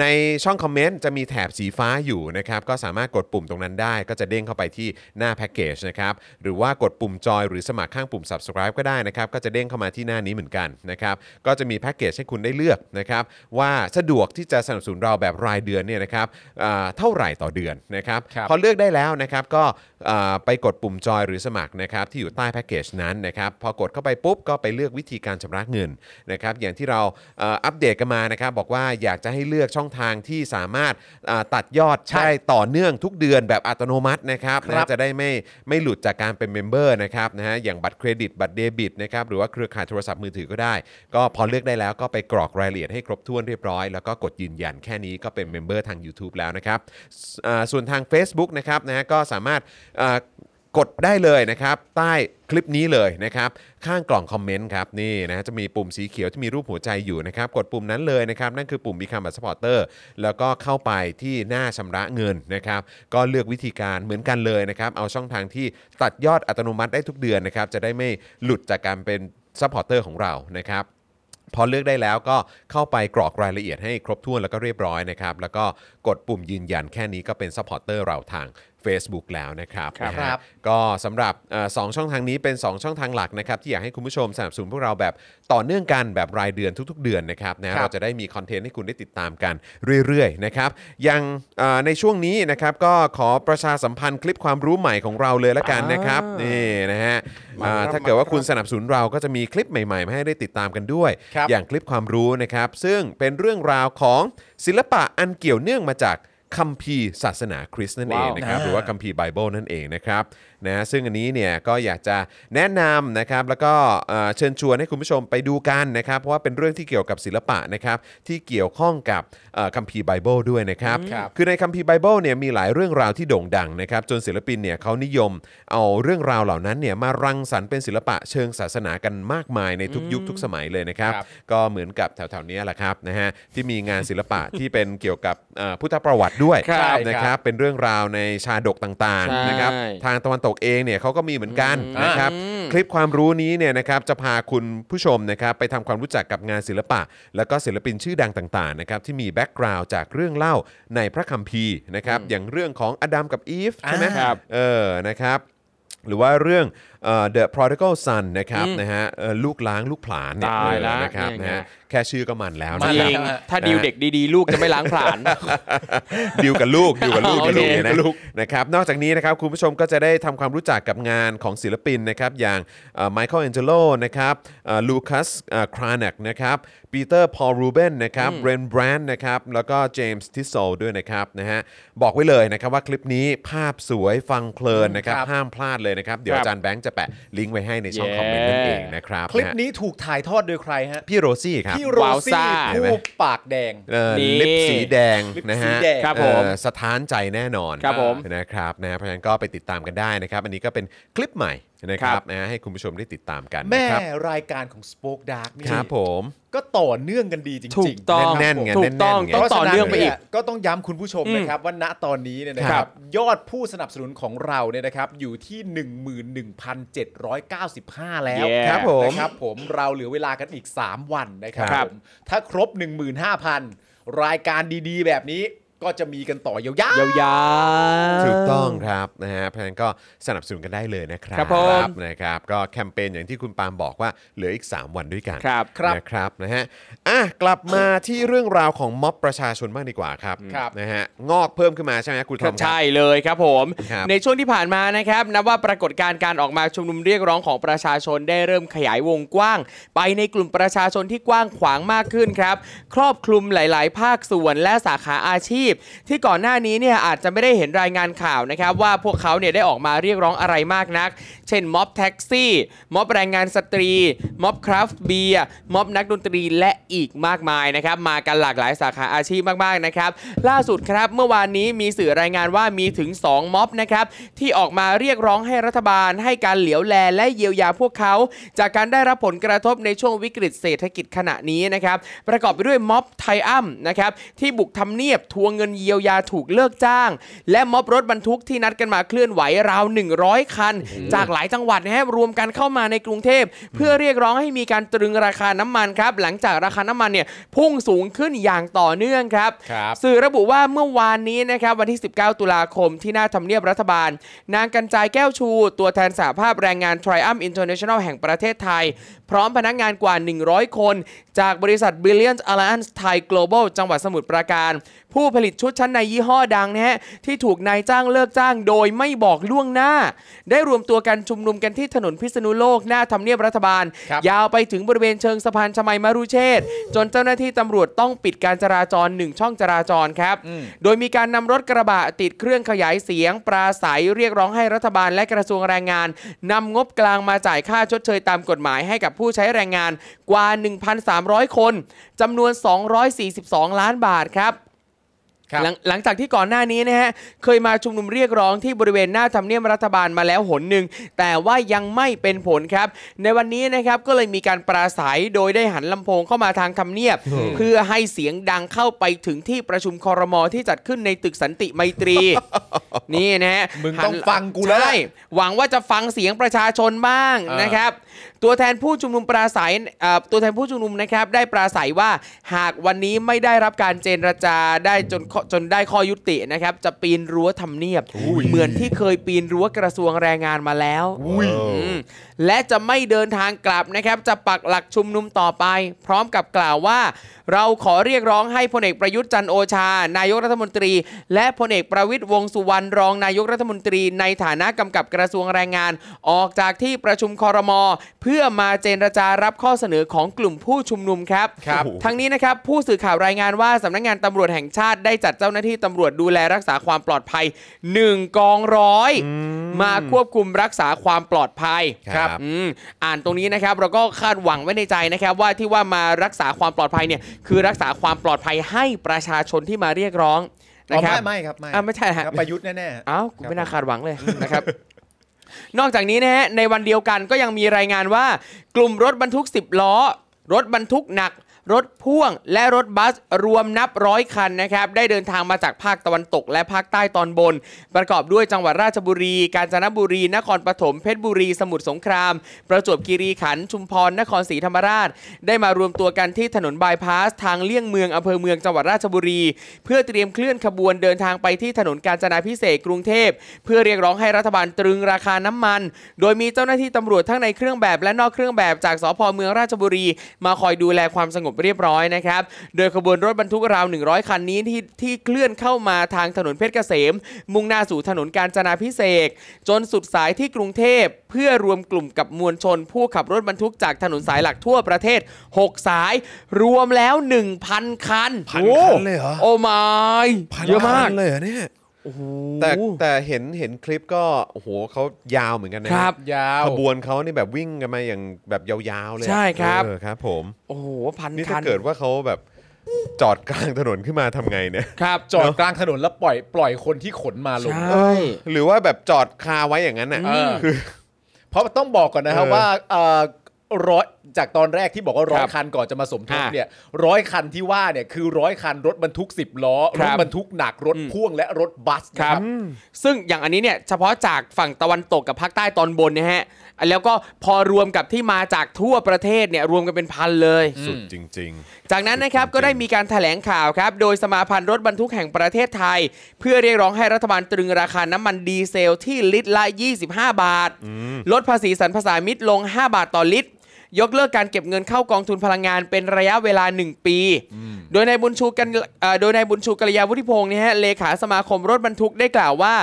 [SPEAKER 1] ในช่องคอมเมนต์จะมีแถบสีฟ้าอยู่นะครับ ก็สามารถกดปุ่มตรงนั้นได้ ก็จะเด้งเข้าไปที่หน้าแพ็กเกจนะครับหรือว่ากดปุ่มจอยหรือสมัครข้างปุ่ม subscribe ก็ได้นะครับ ก็จะเด้งเข้ามาที่หน้านี้เหมือนกันนะครับก็จะมีแพ็กเกจให้คุณได้เลือกนะครับว่าสะดวกที่จะสนับสนุนเราแบบรายเดือนเนี่ยนะครับอ่าเท่าไหร่ต่อเดือนนะครับ
[SPEAKER 3] ครับ
[SPEAKER 1] พอ พอเลือกได้แล้วนะครับก็เอ่อไปกดปุ่มจอยหรือสมัครนะครับที่อยู่ใต้แพ็กเกจนั้นนะครับพอกดเข้าไปปุ๊บก็ไปเลือกวิธีการชำระเงินนะครับอย่างที่เราเอ่ออัปเดตกันมานะครับบอกว่าอยากจะให้เลือกช่องทางที่สามารถเอ่อตัดยอด
[SPEAKER 3] ใช่
[SPEAKER 1] ได้ต่อเนื่องทุกเดือนแบบอัตโนมัตินะครับ
[SPEAKER 3] ครับ
[SPEAKER 1] นะจะได้ไม่ไม่หลุดจากการเป็นเมมเบอร์นะครับนะฮะอย่างบัตรเครดิตบัตรเดบิตนะครับหรือว่าเครือข่ายโทรศัพท์มือถือก็ได้ ก็พอเลือกได้แล้วก็ไปกรอกรายละเอียดให้ครบถ้วนเรียบร้อยแล้วก็กดยืนยันแค่นี้ก็เป็นเมมเบอร์ทาง YouTube แล้วนะครับ สอ่าส่วนทาง Facebook นะครับนะฮะก็สามารถอ่ากดได้เลยนะครับ ใต้คลิปนี้เลยนะครับ ข้างกล่องคอมเมนต์ครับนี่นะฮะจะมีปุ่มสีเขียวที่มีรูปหัวใจอยู่นะครับ กดปุ่มนั้นเลยนะครับ นั่นคือปุ่ม Become a supporter แล้วก็เข้าไปที่หน้าชำระเงินนะครับ ก็เลือกวิธีการเหมือนกันเลยนะครับ เอาช่องทางที่ตัดยอดอัตโนมัติได้ทุกเดือนนะครับ จะได้ไม่หลุดจากการเป็น supporter ของเรานะครับ พอเลือกได้แล้วก็เข้าไปกรอกรายละเอียดให้ครบถ้วนแล้วก็เรียบร้อยนะครับ แล้วก็กดปุ่มยืนยันแค่นี้ก็เป็นซัพพอร์ตเตอร์เราทาง Facebook แล้วนะครับ
[SPEAKER 3] ครับ
[SPEAKER 1] นะฮะ
[SPEAKER 3] ครับ
[SPEAKER 1] ก็สำหรับเอ่อสองช่องทางนี้เป็น 2 ช่องทางหลักนะครับ ที่อยากให้คุณผู้ชมสนับสนุนพวกเราแบบต่อเนื่องกันแบบรายเดือนทุกๆ เดือนนะครับนะเราจะได้มีคอนเทนต์ให้คุณได้ติดตามกันเรื่อยๆนะครับอย่างเอ่อในช่วงนี้นะครับก็ขอประชาสัมพันธ์คลิปความรู้ใหม่ของเราเลยละกันนะครับ
[SPEAKER 5] อ่า
[SPEAKER 1] นี่ นี่นะฮะอ่าถ้าเกิดว่าคุณสนับสนุนเราก็จะมีคลิปใหม่ๆมาให้ได้ติดตามกันด้วย
[SPEAKER 3] ครับ
[SPEAKER 1] อย่างคลิปความรู้นะครับ ซึ่งเป็นเรื่องราวของศิลปะอันเกี่ยวเนื่องมาจากคัมภีร์ศาสนาคริสต์นั่นเองนะครับ
[SPEAKER 3] ว้าว
[SPEAKER 1] หรือว่าคัมภีร์ไบเบิลนั่นเองนะครับนะซึ่งอันนี้เนี่ยก็อยากจะแนะนำนะครับแล้วก็เอ่อเชิญชวนให้คุณผู้ชมไปดูกันนะครับ เพราะว่าเป็นเรื่องที่เกี่ยวกับศิลปะนะครับที่เกี่ยวข้องกับเอ่อคัมภีร์ไบเบิลด้วยนะครับ
[SPEAKER 3] ครับ
[SPEAKER 1] คือในคัมภีร์ไบเบิลเนี่ยมีหลายเรื่องราวที่โด่งดังนะครับจนศิลปินเนี่ยเขานิยมเอาเรื่องราวเหล่านั้นเนี่ยมารังสรรค์เป็นศิลปะเชิงศาสนากันมากมายในทุกยุคทุกสมัยเลยนะครับ
[SPEAKER 3] ครับ
[SPEAKER 1] ก็เหมือนกับแถวๆเนี้ยแหละครับนะฮะที่มีงานศิลปะ ที่เป็นเกี่ยวกับเอ่อพุทธประวัติด้วย
[SPEAKER 5] ครับ
[SPEAKER 1] นะครับเป็นเรื่องราวในชาดกต่างๆนะครับ
[SPEAKER 5] ใช่
[SPEAKER 1] ทางตะวันตกเองเนี่ยเขาก็มีเหมือนกัน
[SPEAKER 3] อืม
[SPEAKER 1] นะครับ
[SPEAKER 5] อืม
[SPEAKER 1] คลิปความรู้นี้เนี่ยนะครับจะพาคุณผู้ชมนะครับไปทำความรู้จักกับงานศิลปะ แล้วก็ศิลปินชื่อดังต่างๆนะครับที่มีแบ็กกราวด์จากเรื่องเล่าในพระคัมภีร์นะครับอย่างเรื่องของอดัมกับอีฟใช่ไหม
[SPEAKER 3] อ่าครับ
[SPEAKER 1] เออนะครับ หรือว่าเรื่องเอ่อ The Prodigal Son นะครับ
[SPEAKER 5] อืม
[SPEAKER 1] นะฮะเอ่อลูกล้างลูกผลาญเนี่ย
[SPEAKER 5] ตายละ
[SPEAKER 1] เออนะครับนะฮะแค่ชื่อก็มันแล้ว
[SPEAKER 5] จ
[SPEAKER 1] นะค
[SPEAKER 5] ริ
[SPEAKER 1] รับ
[SPEAKER 5] งถ้าดีลเด็กดีๆ ลูกจะไม่ล้างผลาญ
[SPEAKER 1] ดิวกับลูกดิวกับลูก
[SPEAKER 5] โอ
[SPEAKER 1] ดิว
[SPEAKER 5] เค
[SPEAKER 1] กับลูกเนี่ยนะนะครับนอกจากนี้นะครับคุณผู้ชมก็จะได้ทำความรู้จักกับงานของศิลปินนะครับอย่างไมเคิลแองเจโลนะครับลูคัสครานักนะครับปีเตอร์พอลรูเบนนะครับเรนแบรนด์นะครับแล้วก็เจมส์ทิสโซด้วยนะครับนะฮะบอกไว้เลยนะครับว่าคลิปนี้ภาพสวยฟังเพลินนะครับ
[SPEAKER 3] ครับ
[SPEAKER 1] ห้ามพลาดเลยนะครับ เดี๋ยวอาจารย์แบงค์จะแปะลิงก์ไว้ให้ในช่องคอมเมนต์นั่นเองนะครับ
[SPEAKER 3] คลิป
[SPEAKER 1] นะฮะ
[SPEAKER 3] นี้ถูกถ่ายทอดโดยใครฮะ
[SPEAKER 1] พี่โรซี่ครับ
[SPEAKER 3] พี่โร
[SPEAKER 5] วาวซ่า
[SPEAKER 3] ซี่ผู้ปากแดง
[SPEAKER 1] เอ่อ
[SPEAKER 5] นี่
[SPEAKER 1] ลิปสีแดง
[SPEAKER 3] ลิป
[SPEAKER 1] นะ
[SPEAKER 3] สี
[SPEAKER 1] ฮะ
[SPEAKER 3] แดง
[SPEAKER 5] ครับผม
[SPEAKER 1] เอ่อสถานใจแน่นอน
[SPEAKER 5] ครับผม
[SPEAKER 1] นะครับนะเพราะฉะนั้นก็ไปติดตามกันได้นะครับ อันนี้ก็เป็นคลิปใหม่นะค
[SPEAKER 5] ค
[SPEAKER 1] รั
[SPEAKER 5] รั
[SPEAKER 1] บบ นะฮะให้คุณผู้ชมได้ติดตามกัน
[SPEAKER 3] แม่
[SPEAKER 1] นะครับ
[SPEAKER 3] รายการของ Spoke Dark นี่
[SPEAKER 1] ครับผม
[SPEAKER 3] ก็ต่อเนื่องกันดีจริงๆ
[SPEAKER 5] ถูกต้อง
[SPEAKER 1] แน่นๆไง
[SPEAKER 5] ถูกต้อง
[SPEAKER 1] แน่นๆไง
[SPEAKER 5] ต้องต่อเนื่องไปอีก
[SPEAKER 3] พราะฉะนั้นเนี่ยก็ต้องย้ำคุณผู้ชม
[SPEAKER 5] อืม
[SPEAKER 3] นะครับ ว่าณตอนนี้เนี่ยนะค
[SPEAKER 5] ครั
[SPEAKER 3] รับ
[SPEAKER 5] บ
[SPEAKER 3] ยอดผู้สนับสนุนของเราเนี่ยนะครับ อยู่ที่ 11,795 แล้ว
[SPEAKER 5] Yeah
[SPEAKER 1] ครับผม
[SPEAKER 3] นะครับผมเราเหลือเวลากันอีก 3 วันนะครั
[SPEAKER 1] ครับ
[SPEAKER 3] ผมถ้าครบ 15,000 รายการดีๆ แบบนี้ ก็จะมีกันต่อยาวย
[SPEAKER 5] าวๆ
[SPEAKER 1] ถูกต้องครับนะฮะเพราะฉะนั้นก็สนับสนุนกันได้เลยนะครับ
[SPEAKER 5] ครับผม
[SPEAKER 1] นะครับ ก็แคมเปญอย่างที่คุณปาล์มบอกว่าเหลืออีก 3 วันด้วยกัน
[SPEAKER 5] ครับ
[SPEAKER 1] นะครับนะฮะอ่ะกลับมาที่เรื่องราวของม็อบประชาชนบ้างดีกว่าครับครับนะฮะงอกเพิ่มขึ้นมาใช่ไหมครับคุณทอมครับ
[SPEAKER 5] ใช่เลยครับผม
[SPEAKER 1] ครับ
[SPEAKER 5] ในช่วงที่ผ่านมานะครับนับว่าปรากฏการณ์การออกมาชุมนุมเรียกร้องของประชาชนได้เริ่มขยายวงกว้าง ไปในกลุ่มประชาชนที่กว้างขวางมากขึ้นครับ ครอบคลุมหลาย ๆ ภาคส่วนและสาขาอาชีพ ที่ก่อนหน้านี้เนี่ยอาจจะไม่ได้เห็นรายงานข่าวนะครับว่าพวกเขาเนี่ยได้ออกมาเรียกร้องอะไรมากนัก เช่นม็อบแท็กซี่ ม็อบแรงงานสตรี ม็อบคราฟต์เบียร์ ม็อบนักดนตรีและอีกมากมายนะครับ มากันหลากหลายสาขาอาชีพมาก ๆ นะครับ ล่าสุดครับเมื่อวานนี้มีสื่อรายงานว่ามีถึง 2 ม็อบนะครับ ที่ออกมาเรียกร้องให้รัฐบาล ให้การเหลียวแลและเยียวยาพวกเขา จากการได้รับผลกระทบในช่วงวิกฤตเศรษฐกิจขณะนี้นะครับ ประกอบไปด้วยม็อบไทอัมนะครับที่บุกทำเนียบทวงเงินเยียวยาถูกเลิกจ้าง และม็อบรถบรรทุกที่นัดกันมาเคลื่อนไหวราว 100 คัน จากหลายจังหวัดนะฮะรวมกันเข้ามาในกรุงเทพ เพื่อเรียกร้องให้มีการตรึงราคาน้ำมันครับ หลังจากราคาน้ำมันเนี่ยพุ่งสูงขึ้นอย่างต่อเนื่องครับ
[SPEAKER 3] ครับ
[SPEAKER 5] สื่อระบุว่าเมื่อวานนี้นะครับวันที่ 19 ตุลาคมที่หน้าทำเนียบรัฐบาล นางกันจายแก้วชู ตัวแทนสหภาพแรงงาน Triumph International แห่งประเทศไทย พร้อมพนักงานกว่า 100 คน จากบริษัท Brilliant Alliance Thai Global จังหวัดสมุทรปราการ ผู้ผลิตชุดชั้นในยี่ห้อดังนะฮะ ที่ถูกนายจ้างเลิกจ้างโดยไม่บอกล่วงหน้า ได้รวมตัวกันชุมนุมกันที่ถนนพิษณุโลกหน้าทำเนียบรัฐบาล
[SPEAKER 3] ครับ
[SPEAKER 5] ยาวไปถึงบริเวณเชิงสะพานชมัยมรุเชษฐ์จนเจ้าหน้าที่ตำรวจต้องปิดการจราจรหนึ่งช่องจราจรครับ โดยมีการนำรถกระบะติดเครื่องขยายเสียง ปราศัยเรียกร้องให้รัฐบาลและกระทรวงแรงงานนำงบกลางมาจ่ายค่าชดเชยตามกฎหมายให้กับผู้ใช้แรงงานกว่า 1,300 คนจำนวน 242 ล้านบาทครับ
[SPEAKER 3] ครับ
[SPEAKER 5] หลังหลังจากที่ก่อนหน้านี้นะฮะเคยมาชุมนุมเรียกร้องที่บริเวณหน้าทำเนียบรัฐบาลมาแล้วหนหนึ่งแต่ว่ายังไม่เป็นผลครับ ในวันนี้นะครับก็เลยมีการปราศัยโดยได้หันลำโพงเข้ามาทางทำเนียบ เพื่อให้เสียงดังเข้าไปถึงที่ประชุมคอรมอที่จัดขึ้นในตึกสันติไมตรี
[SPEAKER 3] *laughs*
[SPEAKER 5] นี่นะฮะ
[SPEAKER 3] มึงต้องฟังกูแล้วล่ะ
[SPEAKER 5] ใช่ หวังว่าจะฟังเสียงประชาชนบ้าง
[SPEAKER 3] เออ
[SPEAKER 5] นะครับ ตัวแทนผู้ชุมนุมปราศัยเอ่อตัวแทนผู้ชุมนุมนะครับ ได้ปราศัยว่าหากวันนี้ไม่ได้รับการเจรจาได้จนข้อจนได้ข้อยุตินะครับ จะปีนรั้วทำเนียบ เหมือนที่เคยปีนรั้วกระทรวงแรงงานมาแล้ว
[SPEAKER 1] อุ้ย
[SPEAKER 5] อืมและจะไม่เดินทางกลับนะครับ จะปักหลักชุมนุมต่อไป พร้อมกับกล่าวว่า เราขอเรียกร้องให้พลเอกประยุทธ์จันทร์โอชา นายกรัฐมนตรี และพลเอกประวิตรวงษ์สุวรรณรองนายกรัฐมนตรี ในฐานะกำกับกระทรวงแรงงาน ออกจากที่ประชุมคอรมอเพื่อมาเจรจารับข้อเสนอของกลุ่มผู้ชุมนุมครับ
[SPEAKER 1] ครับ
[SPEAKER 5] ทั้งนี้นะครับผู้สื่อข่าวรายงานว่าสำนักงานตำรวจแห่งชาติได้จัดเจ้าหน้าที่ตำรวจดูแลรักษาความปลอดภัย 1 กองร้อย มาควบคุมรักษาความปลอดภัย
[SPEAKER 1] ครับ
[SPEAKER 5] อืมอ่านตรงนี้นะครับเราก็คาดหวังไว้ในใจนะครับว่าที่ว่ามารักษาความปลอดภัยเนี่ยคือรักษาความปลอดภัยให้ประชาชนที่มาเรียกร้อง
[SPEAKER 3] อ๋
[SPEAKER 5] นะ
[SPEAKER 3] อ
[SPEAKER 5] ครับ
[SPEAKER 3] ไม่ไม่ครับไม่
[SPEAKER 5] อ่ะไม่ใช่ฮะ
[SPEAKER 3] ครับประยุทธ์แน่
[SPEAKER 5] อ้าวกู
[SPEAKER 3] ครับ
[SPEAKER 5] ไม่น่าคาดหวังเลยนะครับ นอกจากนี้นะฮะในวันเดียวกันก็ยังมีรายงานว่า กลุ่มรถบรรทุก 10 ล้อ รถบรรทุกหนัก รถพ่วง และรถบัสรวมนับร้อยคันนะครับ ได้เดินทางมาจากภาคตะวันตก และภาคใต้ตอนบน ประกอบด้วยจังหวัดราชบุรี กาญจนบุรี นครปฐมเพชรบุรี สมุทรสงคราม ประจวบคีรีขันธ์ชุมพรนครศรีธรรมราช ได้มารวมตัวกันที่ถนนบายพาสทางเลี่ยงเมืองอำเภอเมืองจังหวัดราชบุรี เพื่อเตรียมเคลื่อนขบวนเดินทางไปที่ถนนกาญจนาพิเศษกกรุงเทพ เพื่อเรียกร้องให้รัฐบาลตรึงราคาน้ำมัน โดยมีเจ้าหน้าที่ตำรวจทั้งในเครื่องแบบและนอกเครื่องแบบจากสพเมืองราชบุรี มาคอยดูแลความสงบเรียบร้อยนะครับ โดยขบวนรถบรรทุกราว 100 คันนี้ที่ที่เคลื่อนเข้ามาทางถนนเพชรเกษม มุ่งหน้าสู่ถนนกาญจนาพิเศษกจนสุดสายที่กรุงเทพ เพื่อรวมกลุ่มกับมวลชน ผู้ขับรถบรรทุกจากถนนสายหลักทั่วประเทศ 6 สาย รวมแล้ว 1,000 คัน
[SPEAKER 1] พันคันเลยเหรอ
[SPEAKER 5] โอ้ my
[SPEAKER 1] พัน
[SPEAKER 5] เยอะมาก
[SPEAKER 1] คันเลยเหรอเนี่ยแต่แต่เห็นเห็นคลิปก็โอ้โหเขายาวเหมือนกันนะครับ
[SPEAKER 3] ๆยาว
[SPEAKER 1] ขบวนเขานี่แบบวิ่งกันมาอย่างแบบยาวๆเลยอะ
[SPEAKER 5] ใช่ครับ
[SPEAKER 1] เออครับ ผม
[SPEAKER 5] โอ้โหพัน
[SPEAKER 1] นี่
[SPEAKER 5] คั
[SPEAKER 1] ถ้านเกิดว่าเขาแบบจอดกลางถนนขึ้นมาทำไงเนี่ย
[SPEAKER 5] ครับ
[SPEAKER 3] จอดกลางถนนแล้วปล่อยปล่อยคนที่ขนมาลง
[SPEAKER 5] ใช่
[SPEAKER 1] *laughs* หรือว่าแบบจอดคาไว้อย่างนั้นน่ะ
[SPEAKER 3] เออ
[SPEAKER 1] คือ
[SPEAKER 3] เพราะต้องบอกก่อนนะครับ
[SPEAKER 1] เออ
[SPEAKER 3] ว่าเอ่อร้อย จากตอนแรกที่บอกว่าร้อ
[SPEAKER 5] ค
[SPEAKER 3] ย
[SPEAKER 5] รับ
[SPEAKER 3] คันก่อนจะมาสมทบ
[SPEAKER 5] อ่ะ
[SPEAKER 3] เนี่ยร้อยคันที่ว่าเนี่ยคือร้อยคันรถบรรทุก 10 ล้อ
[SPEAKER 5] ค
[SPEAKER 3] ร
[SPEAKER 5] รั
[SPEAKER 3] ถ
[SPEAKER 5] บบ
[SPEAKER 3] รรทุกหนักรถ
[SPEAKER 5] อืม
[SPEAKER 3] พ่วงและรถบัส
[SPEAKER 5] ค
[SPEAKER 3] นะค
[SPEAKER 5] รั
[SPEAKER 3] รับ บ
[SPEAKER 5] ซึ่งอย่างอันนี้เนี่ยเฉพาะจากฝั่งตะวันตกกับภาคใต้ตอนบนนะฮะ แล้วก็พอรวมกับที่มาจากทั่วประเทศเนี่ยรวมกันเป็นพันเลย
[SPEAKER 1] สุดจริง
[SPEAKER 5] จากนั้นนะครับก็ได้มีการแถลงข่าวครับ โดยสมาพันธ์รถบรรทุกแห่งประเทศไทย เพื่อเรียกร้องให้รัฐบาลตรึงราคาน้ำมันดีเซลที่ลิตรละ 25 บาท ลดภาษีสรรพสามิตลง 5 บาทต่อลิตร ยกเลิกการเก็บเงินเข้ากองทุนพลังงานเป็นระยะเวลา 1 ปี โดยนายบุญชูกันเอ่อโดยนายบุญชูกัลยาวุฒิพงศ์เนี่ยฮะเลขาสมาคมรถบรรทุกได้กล่าวว่า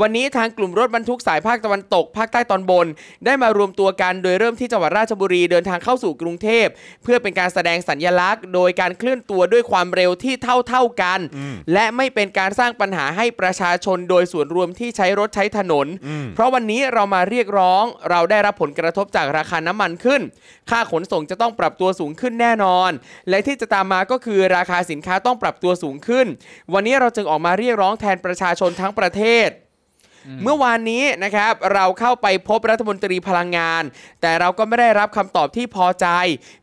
[SPEAKER 5] วันนี้ทางกลุ่มรถบรรทุกสายภาคตะวันตก ภาคใต้ตอนบน ได้มารวมตัวกันโดยเริ่มที่จังหวัดราชบุรีเดินทางเข้าสู่กรุงเทพ เพื่อเป็นการแสดงสัญญลักษณ์ โดยการเคลื่อนตัวด้วยความเร็วที่เท่าเท่าๆกัน
[SPEAKER 1] อืม
[SPEAKER 5] และไม่เป็นการสร้างปัญหาให้ประชาชนโดยส่วนรวมที่ใช้รถใช้ถนน
[SPEAKER 1] ๆอืม
[SPEAKER 5] เพราะวันนี้เรามาเรียกร้อง เราได้รับผลกระทบจากราคาน้ำมันขึ้น ค่าขนส่งจะต้องปรับตัวสูงขึ้นแน่นอน และที่จะตามมาก็คือราคาสินค้าต้องปรับตัวสูงขึ้น วันนี้เราจึงออกมาเรียกร้องแทนประชาชนทั้งประเทศ เมื่อวานนี้นะครับเราเข้าไปพบรัฐมนตรีพลังงาน แต่เราก็ไม่ได้รับคำตอบที่พอใจ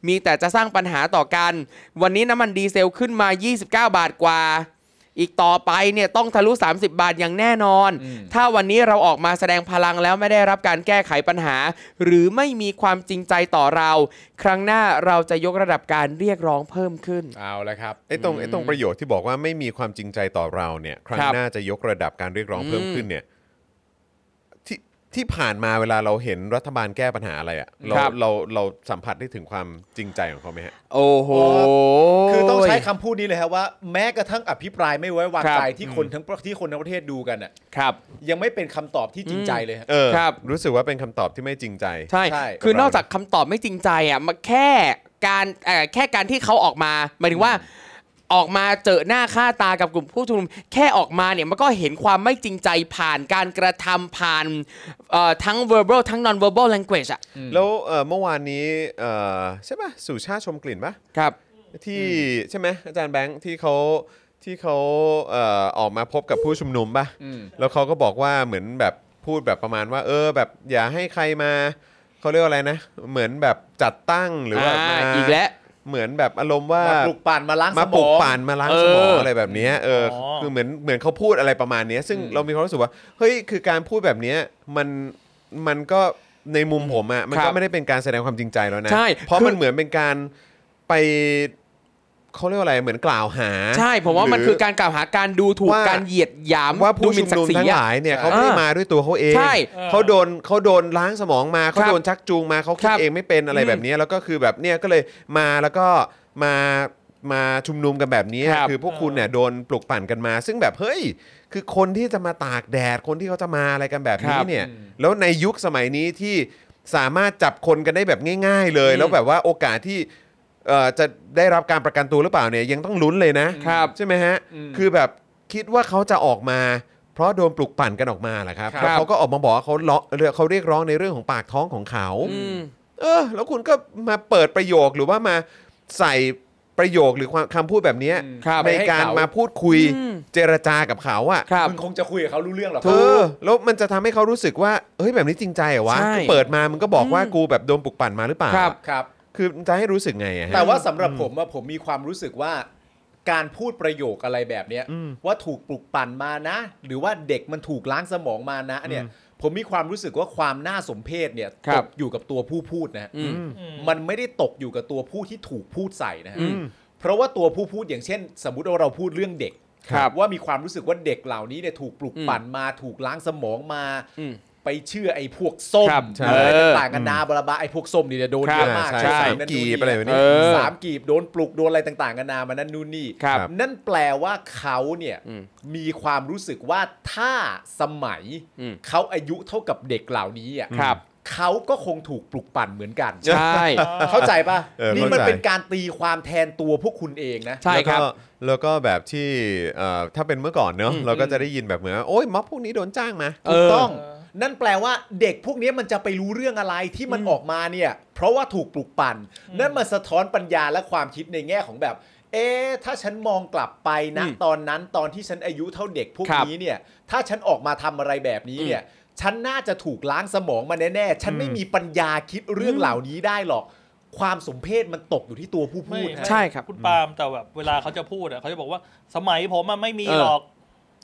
[SPEAKER 5] มีแต่จะสร้างปัญหาต่อกัน วันนี้น้ำมันดีเซลขึ้นมา 29 บาทกว่า อีกต่อไปเนี่ยต้องทะลุ 30 บาทอย่างแน่นอน
[SPEAKER 3] อืม
[SPEAKER 5] ถ้าวันนี้เราออกมาแสดงพลังแล้วไม่ได้รับการแก้ไขปัญหา หรือไม่มีความจริงใจต่อเรา ครั้งหน้าเราจะยกระดับการเรียกร้องเพิ่มขึ้น
[SPEAKER 3] เอาละครับ
[SPEAKER 1] ไอ้ตรงไอ้ตรงประโยชน์ที่บอกว่าไม่มีความจริงใจต่อเราเนี่ยครั้ง
[SPEAKER 5] ครับ
[SPEAKER 1] หน้าจะยกระดับการเรียกร้องเพิ่ม
[SPEAKER 5] อืม
[SPEAKER 1] ขึ้นเนี่ยที่ที่ผ่านมาเวลาเราเห็นรัฐบาลแก้ปัญหาอะไรอะเรา
[SPEAKER 5] ครับ
[SPEAKER 1] เราเราสัมผัสได้ถึงความจริงใจของเขาไหมฮะ
[SPEAKER 5] โอ้โห
[SPEAKER 3] คือต้องใช้คำพูดนี้เลยครับว่าแม้กระทั่งอภิปรายไม่ไว้วาง
[SPEAKER 5] ครับ
[SPEAKER 3] ใจที่คนทั้งประที่คนทั้งประเทศดูกันอ่ะ
[SPEAKER 5] ครับ
[SPEAKER 3] ยังไม่เป็นคำตอบที่จริงใจเลยฮะ
[SPEAKER 1] เออ
[SPEAKER 5] ครับ
[SPEAKER 1] รู้สึกว่าเป็นคำตอบที่ไม่จริงใจ
[SPEAKER 5] ใช่
[SPEAKER 3] ใช่
[SPEAKER 5] คือนอกจากคำตอบไม่จริงใจอ่ะมาแค่การเอ่อแค่การที่เขาออกมาหมายถึงว่าออกมาเจอหน้าค่าตากับกลุ่มผู้ชุมนุมแค่ออกมาเนี่ยมันก็เห็นความไม่จริงใจผ่านการกระทำผ่านเอ่อทั้ง verbal ทั้ง non verbal language อ่ะ
[SPEAKER 1] แล้วเอ่อเมื่อวานนี้เอ่อใช่ปะสุชาติชมกลิ่นปะ
[SPEAKER 5] ครับ
[SPEAKER 1] ที่ใช่ไหมอาจารย์แบงค์ที่เขาที่เขาเอ่อออกมาพบกับผู้ชุมนุมปะ
[SPEAKER 3] อืม
[SPEAKER 1] แล้วเขาก็บอกว่าเหมือนแบบพูดแบบประมาณว่า เออแบบอย่าให้ใครมาเขาเรียกว่าอะไรนะ เหมือนแบบจัดตั้งหรือว่า
[SPEAKER 5] อ่า
[SPEAKER 1] มา
[SPEAKER 5] อีกแล้ว
[SPEAKER 1] เหมือนแบบอารมณ์ว่า
[SPEAKER 3] มาปลุกปั่นมาล้างส
[SPEAKER 1] มาม
[SPEAKER 3] อง
[SPEAKER 1] ปลุกปั่นมาล้าง
[SPEAKER 5] เออ
[SPEAKER 1] สมองอะไรแบบเนี้ยเอออ
[SPEAKER 4] อ
[SPEAKER 1] คือเหมือนเหมือนเขาพูดอะไรประมาณเนี้ยซึ่งเรามีความรู้สึกว่าเฮ้ยคือการพูดแบบเนี้ยมันมันก็ในมุมผมอะมัน
[SPEAKER 5] ครั
[SPEAKER 1] ก็
[SPEAKER 5] บ
[SPEAKER 1] ไม่ได้เป็นการแสดงความจริงใจแล้วนะ
[SPEAKER 5] ใช่
[SPEAKER 1] เพราะ
[SPEAKER 5] คือ
[SPEAKER 1] มันเหมือนเป็นการไปเขาเรียกว่าอะไรเหมือนกล่าวหา
[SPEAKER 5] ใช่ผมว่ามัน
[SPEAKER 1] หรื
[SPEAKER 5] คือการกล่าวหาการดูถูก
[SPEAKER 1] ว่า
[SPEAKER 5] การเหยียดหยาม
[SPEAKER 1] ว่า
[SPEAKER 5] ดู
[SPEAKER 1] ผู้
[SPEAKER 5] ห
[SPEAKER 1] ชุ
[SPEAKER 5] มิ่
[SPEAKER 1] ม
[SPEAKER 5] นศัก
[SPEAKER 1] นุม
[SPEAKER 5] ดิ์ศรี
[SPEAKER 1] ทั้งห
[SPEAKER 5] อ่ะ
[SPEAKER 1] ลายเนี่ย
[SPEAKER 3] อ่ะ
[SPEAKER 1] เขาไม่ได้มาด้วยตัวเขาเอง
[SPEAKER 5] ใช่
[SPEAKER 1] เขาโดนเขาโดนล้างสมองมาเขา
[SPEAKER 5] ครับ
[SPEAKER 1] โดนชักจูงมาเขาคิด
[SPEAKER 5] ครับ
[SPEAKER 1] เองไม่เป็นอะไรแบบนี้แล้วก็คือแบบเนี่ยก็เลยมาแล้วก็มามาชุมนุมกันแบบนี้
[SPEAKER 5] ครับ
[SPEAKER 1] คือพวกคุณเนี่ยโดนปลุกปั่นกันมา ซึ่งแบบเฮ้ยคือคนที่จะมาตากแดดคนที่เขาจะมาอะไรกันแบบ
[SPEAKER 5] ค
[SPEAKER 1] นี้
[SPEAKER 5] รับ
[SPEAKER 1] เนี่ยแล้วในยุคสมัยนี้ที่สามารถจับคนกันได้แบบง่าย ๆ เลย
[SPEAKER 5] อืม
[SPEAKER 1] แล้วแบบว่าโอกาสที่เอ่อจะได้รับการประกันตัวหรือเปล่าเนี่ยยังต้องลุ้นเลยนะ
[SPEAKER 5] ครับ
[SPEAKER 1] ใช่ไหมฮะ
[SPEAKER 3] อืม
[SPEAKER 1] คือแบบคิดว่าเขาจะออกมา เพราะโดนปลุกปั่นกันออกมาแหละครับ
[SPEAKER 3] ครับ
[SPEAKER 1] แล้วเขาก็ออกมาบอกว่าเขาเลาะเขาเรียกร้องในเรื่องของปากท้องของเขา
[SPEAKER 5] อืม
[SPEAKER 1] เออ แล้วคุณก็มาเปิดประโยคหรือว่ามาใส่ประโยคหรือความคำพูดแบบเนี้ย
[SPEAKER 3] อืม
[SPEAKER 5] ครับ
[SPEAKER 1] ในการ
[SPEAKER 3] ให้เข
[SPEAKER 1] มาพูดคุย
[SPEAKER 5] อืม
[SPEAKER 1] เจรจากับเขาอะ
[SPEAKER 5] ครับ
[SPEAKER 3] มึงคงจะคุยกับเขารู้เรื่องหรอก
[SPEAKER 1] เออแล้วมันจะทำให้เขารู้สึกว่าเฮ้ยแบบนี้จริงใจเหรอวะ
[SPEAKER 5] ใช่
[SPEAKER 1] คือเปิดมามึงก็บอกว่า
[SPEAKER 5] อืม
[SPEAKER 1] กูแบบโดนปลุกปั่นมาหรือเปล่า
[SPEAKER 5] ครับ
[SPEAKER 3] ครับ
[SPEAKER 1] คือจะให้รู้สึกไงอะฮะ
[SPEAKER 3] แต่ว่าสำหรับผมอะผมมีความรู้สึกว่า การพูดประโยคอะไรแบบเนี้ย
[SPEAKER 1] อืม
[SPEAKER 3] ว่าถูกปลุกปั่นมานะ หรือว่าเด็กมันถูกล้างสมองมานะเนี่ย ผมมีความรู้สึกว่าความน่าสมเพชเนี่ย
[SPEAKER 5] ครั
[SPEAKER 3] ต
[SPEAKER 5] บ
[SPEAKER 3] กอยู่กับตัวผู้พูดนะฮะ
[SPEAKER 5] อืม
[SPEAKER 4] อืม
[SPEAKER 3] มันไม่ได้ตกอยู่กับตัวผู้ที่ถูกพูดใส่นะฮะ
[SPEAKER 5] อืม
[SPEAKER 3] เพราะว่าตัวผู้พูดอย่างเช่น สมมติว่าเราพูดเรื่องเด็ก
[SPEAKER 5] ครับ
[SPEAKER 3] ว่ามีความรู้สึกว่าเด็กเหล่านี้เนี่ยถูกปลุก
[SPEAKER 5] อืม
[SPEAKER 3] ปั่นมาถูกล้างสมองมา
[SPEAKER 5] อืม
[SPEAKER 3] ไปเชื่อไอ้พวกส้ม
[SPEAKER 5] ครับใช่
[SPEAKER 3] อะไรต่างๆกันานาบลาบลาไอ้พวกส้มนี่เนี่ยโดน
[SPEAKER 5] ครับ
[SPEAKER 3] เยอะมาก
[SPEAKER 1] ใช่
[SPEAKER 3] สาม
[SPEAKER 1] ใช่
[SPEAKER 3] นั่น
[SPEAKER 1] กี
[SPEAKER 3] นู่น
[SPEAKER 1] บอะไรแบบนี้
[SPEAKER 3] นี่
[SPEAKER 5] เออ
[SPEAKER 3] สามกีบโดนปลุกโดนอะไรต่างๆกันานามานั่นนู่นนี่
[SPEAKER 5] ครับ
[SPEAKER 3] นั่นแปลว่าเขาเนี่ย
[SPEAKER 5] อืม
[SPEAKER 3] มีความรู้สึกว่าถ้าสมัย
[SPEAKER 5] อืม
[SPEAKER 3] เขาอายุเท่ากับเด็กเหล่านี้อ่ะ
[SPEAKER 5] ครับ
[SPEAKER 3] เขาก็คงถูกปลุกปั่นเหมือนกัน
[SPEAKER 5] ใช่
[SPEAKER 3] เข้าใจป่ะ
[SPEAKER 1] เออ
[SPEAKER 3] นี่มัน
[SPEAKER 1] เข้าใจ
[SPEAKER 3] เป็นการตีความแทนตัวพวกคุณเองนะ
[SPEAKER 5] ใช่ครับ
[SPEAKER 1] แล้วก็แล้วก็แบบที่เอ่อถ้าเป็นเมื่อก่อนเนอะเราก็จะได้ยินแบบเหมือนว่าโอ้ยม็อบพวกนี้โดนจ้างมา
[SPEAKER 5] เอ
[SPEAKER 3] ถูก
[SPEAKER 5] อ
[SPEAKER 3] ต้อง นั่นแปลว่าเด็กพวกนี้มันจะไปรู้เรื่องอะไรที่มันออกมาเนี่ย เพราะว่าถูกปลุกปั่น นั่นมันสะท้อนปัญญาและความคิดในแง่ของแบบ เอ๊ะถ้าฉันมองกลับไปนะ
[SPEAKER 5] อืม
[SPEAKER 3] ตอนนั้นตอนที่ฉันอายุเท่าเด็กพวก
[SPEAKER 5] ครับ
[SPEAKER 3] นี้เนี่ย ถ้าฉันออกมาทำอะไรแบบนี้เนี่ย ฉันน่าจะถูกล้างสมองมาแน่ๆ ฉันไม่มีปัญญาคิดเรื่องเหล่านี้ได้หรอก ความสมเพศมันตกอยู่ที่ตัวผู้พูดนะ
[SPEAKER 5] ใช่ครับ
[SPEAKER 4] คุณปาล์มแต่แบบเวลาเขาจะพูดอ่ะเขาจะบอกว่าสมัยผมมันไม่มีหรอก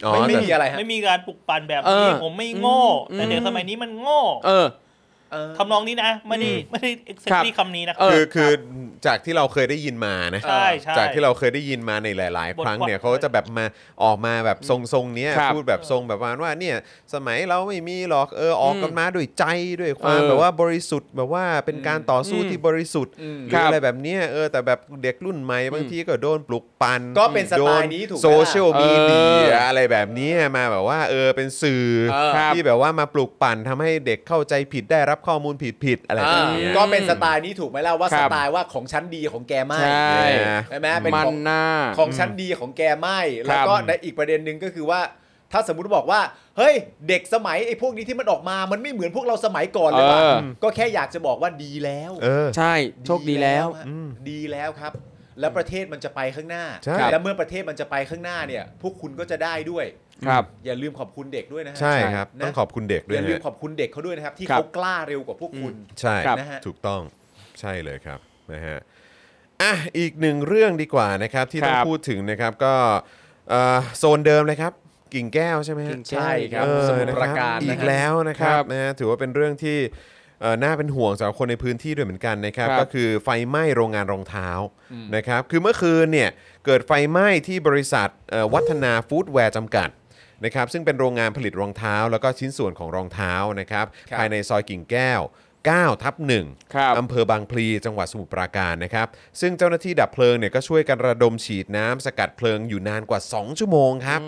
[SPEAKER 1] อ๋อ
[SPEAKER 3] ไม่ไม่
[SPEAKER 1] แต่
[SPEAKER 3] มีอะไรฮะ
[SPEAKER 4] ไม่มีการปลุกปั่นแบบ
[SPEAKER 5] เอ
[SPEAKER 4] นี้
[SPEAKER 5] อ
[SPEAKER 4] ผมไม่โง่
[SPEAKER 5] อืม
[SPEAKER 4] แต่เด็กสมัยนี้มันโง่
[SPEAKER 5] เออ
[SPEAKER 3] เออ
[SPEAKER 4] ทำนองนี้นะไม่ได้ไม่ได้ exactly
[SPEAKER 5] ครับ
[SPEAKER 4] คำนี้นะ
[SPEAKER 5] เอ
[SPEAKER 1] คือคือจากที่เราเคยได้ยินมานะ
[SPEAKER 4] ใช่ใช่
[SPEAKER 1] จากที่เราเคยได้ยินมาในหลาย ๆ ครั้งเนี่ย
[SPEAKER 4] บทความ
[SPEAKER 1] เขาก็จะแบบมาออกมาแบบทรงๆเนี้ย
[SPEAKER 5] ครับ
[SPEAKER 1] พูดแบบทรงแบบว่าว่าเนี่ยสมัยเราไม่มีหรอกเออออกกัน
[SPEAKER 5] อืม
[SPEAKER 1] มาด้วยใจด้วยความ
[SPEAKER 5] เออ
[SPEAKER 1] แบบว่าบริสุทธิ์แบบว่าเป็นการต่อสู้
[SPEAKER 5] อืม
[SPEAKER 1] ที่บริสุทธิ์
[SPEAKER 3] อืม
[SPEAKER 1] ห
[SPEAKER 5] ค
[SPEAKER 1] รื
[SPEAKER 5] รั
[SPEAKER 1] อบ อะไรแบบเนี้ยเออแต่แบบเด็กรุ่นใหม่บางทีก็โดนปลุกปัน
[SPEAKER 3] ก็เป็นสไตล์นี้ถูกไหมล่ะ
[SPEAKER 1] โซเชียลมีเดี
[SPEAKER 5] เอยออ
[SPEAKER 1] อะไรแบบเนี้ยมาแบบว่าเออเป็นสื่อ
[SPEAKER 3] เออ
[SPEAKER 5] ครับ
[SPEAKER 1] ที่แบบว่ามาปลุกปั่นทำให้เด็กเข้าใจผิดได้รับข้อมูลผิดๆอะไรแบ
[SPEAKER 3] อ่า
[SPEAKER 1] บเนี้ย
[SPEAKER 3] ก็เป็นสไตล์นี้ถูกไหมล่ะว่า
[SPEAKER 5] ครั
[SPEAKER 3] ส
[SPEAKER 5] บ
[SPEAKER 3] ไตล์ว่าของชั้นดีของแกไม่
[SPEAKER 5] ใช่
[SPEAKER 3] ใช่ไหมเป็น
[SPEAKER 5] มัน
[SPEAKER 3] ของ
[SPEAKER 5] หน้า
[SPEAKER 3] ของชั้นดีของแกไม่
[SPEAKER 5] ครั
[SPEAKER 3] แล้ว
[SPEAKER 5] บ
[SPEAKER 3] ก็ในอีกประเด็นหนึ่งก็คือว่า ถ้าสมมติบอกว่า เฮ้ย เด็กสมัยไอ้พวกนี้ที่มันออกมา มันไม่เหมือนพวกเราสมัยก่อนเลยว่ะ
[SPEAKER 5] เออ
[SPEAKER 3] ก็แค่อยากจะบอกว่าดีแล้ว
[SPEAKER 1] เออ
[SPEAKER 5] ใช่ โชคดีแล้ว
[SPEAKER 3] ฮะดีแล้วครับ แล้วประเทศมันจะไปข้างหน้า
[SPEAKER 1] ใช่
[SPEAKER 3] และเมื่อประเทศมันจะไปข้างหน้าเนี่ย พวกคุณก็จะได้ด้วย
[SPEAKER 5] ครับ
[SPEAKER 3] อย่าลืมขอบคุณเด็กด้วยนะฮะ
[SPEAKER 1] ใช่ครับ
[SPEAKER 3] นะ
[SPEAKER 1] ต้องขอบคุณเด็กด้
[SPEAKER 3] อ
[SPEAKER 1] วย
[SPEAKER 3] ย่าลืม
[SPEAKER 1] นะ
[SPEAKER 3] ขอบคุณเด็กเขาด้วยนะครับ ที่
[SPEAKER 5] ครับ
[SPEAKER 3] เขากล้าเร็วกว่าพวกคุณ
[SPEAKER 1] ใช่
[SPEAKER 5] ครับ
[SPEAKER 3] นะฮะ
[SPEAKER 1] ถูกต้องใช่เลยครับนะฮะอ่ะอีกหนึ่งเรื่องดีกว่านะครับ ที่ต้อง
[SPEAKER 5] ครับ
[SPEAKER 1] พูดถึงนะครับก็เอ่อโซนเดิมเลยครับ กิ่งแก้วใช่ไหมฮะ
[SPEAKER 3] ใช่ครับ
[SPEAKER 1] เออ
[SPEAKER 3] สมุทรปราการ
[SPEAKER 1] นคบอี
[SPEAKER 3] นะ
[SPEAKER 1] ก
[SPEAKER 3] ฮะ
[SPEAKER 1] แล้วนะครั
[SPEAKER 5] ครับ บ
[SPEAKER 1] นะฮะถือว่าเป็นเรื่องที่เอ่อน่าเป็นห่วงสำหรับคนในพื้นที่ด้วยเหมือนกันนะครับ
[SPEAKER 5] ครับ
[SPEAKER 1] ก็คือไฟไหม้โรงงานรองเท้านะครับคือเมื่อคืนเนี่ยเกิดไฟไหม้ที่บริษัทเอ่อวัฒนาฟู้ดแวร์จำกัดนะครับซึ่งเป็นโรงงานผลิตรองเท้า แล้วก็ชิ้นส่วนของรองเท้านะครับ
[SPEAKER 3] ครับ
[SPEAKER 1] ภายในซอยกิ่งแก้ว 9 ทับหนึ่ง
[SPEAKER 5] ครับ
[SPEAKER 1] อำเภอบางพลีจังหวัดสมุทรปราการนะครับ ซึ่งเจ้าหน้าที่ดับเพลิงเนี่ยก็ช่วยกันระดมฉีดน้ำสกัดเพลิงอยู่นานกว่า 2 ชั่วโมงครับ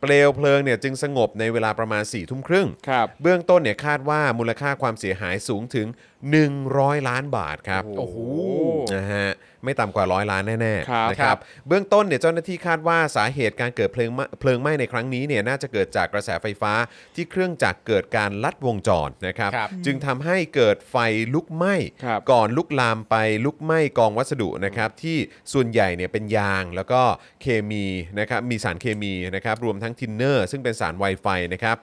[SPEAKER 1] เปลวเพลิงเนี่ยจึงสงบในเวลาประมาณ4ี่ทุ่มครึ่ง
[SPEAKER 5] ครับ
[SPEAKER 1] เบื้องต้นเนี่ยคาดว่ามูลค่าความเสียหายสูงถึง 100 ล้านบาทครับ
[SPEAKER 5] โอ้โห
[SPEAKER 1] นะฮะไม่ต่ำกว่าร้อยล้านแน่
[SPEAKER 5] ครับ
[SPEAKER 1] ๆนะครับเบื้องต้นเนี่ยเจ้าหน้าที่คาดว่าสาเหตุการเกิดเพลิงไหม้เพลิงไหม้ในครั้งนี้เนี่ยน่าจะเกิดจากกระแสไฟฟ้าที่เครื่องจักรเกิดการลัดวงจรนะครับ
[SPEAKER 3] ครับ
[SPEAKER 1] จึงทำให้เกิดไฟลุกไหม้
[SPEAKER 5] ครับ
[SPEAKER 1] ก่อนลุกลามไปลุกไหม้กองวัสดุนะครับที่ส่วนใหญ่เนี่ยเป็นยางแล้วก็เคมีนะครับมีสารเคมีนะครับรวมทั้งทินเนอร์ ซึ่งเป็นสารไวไฟนะครับ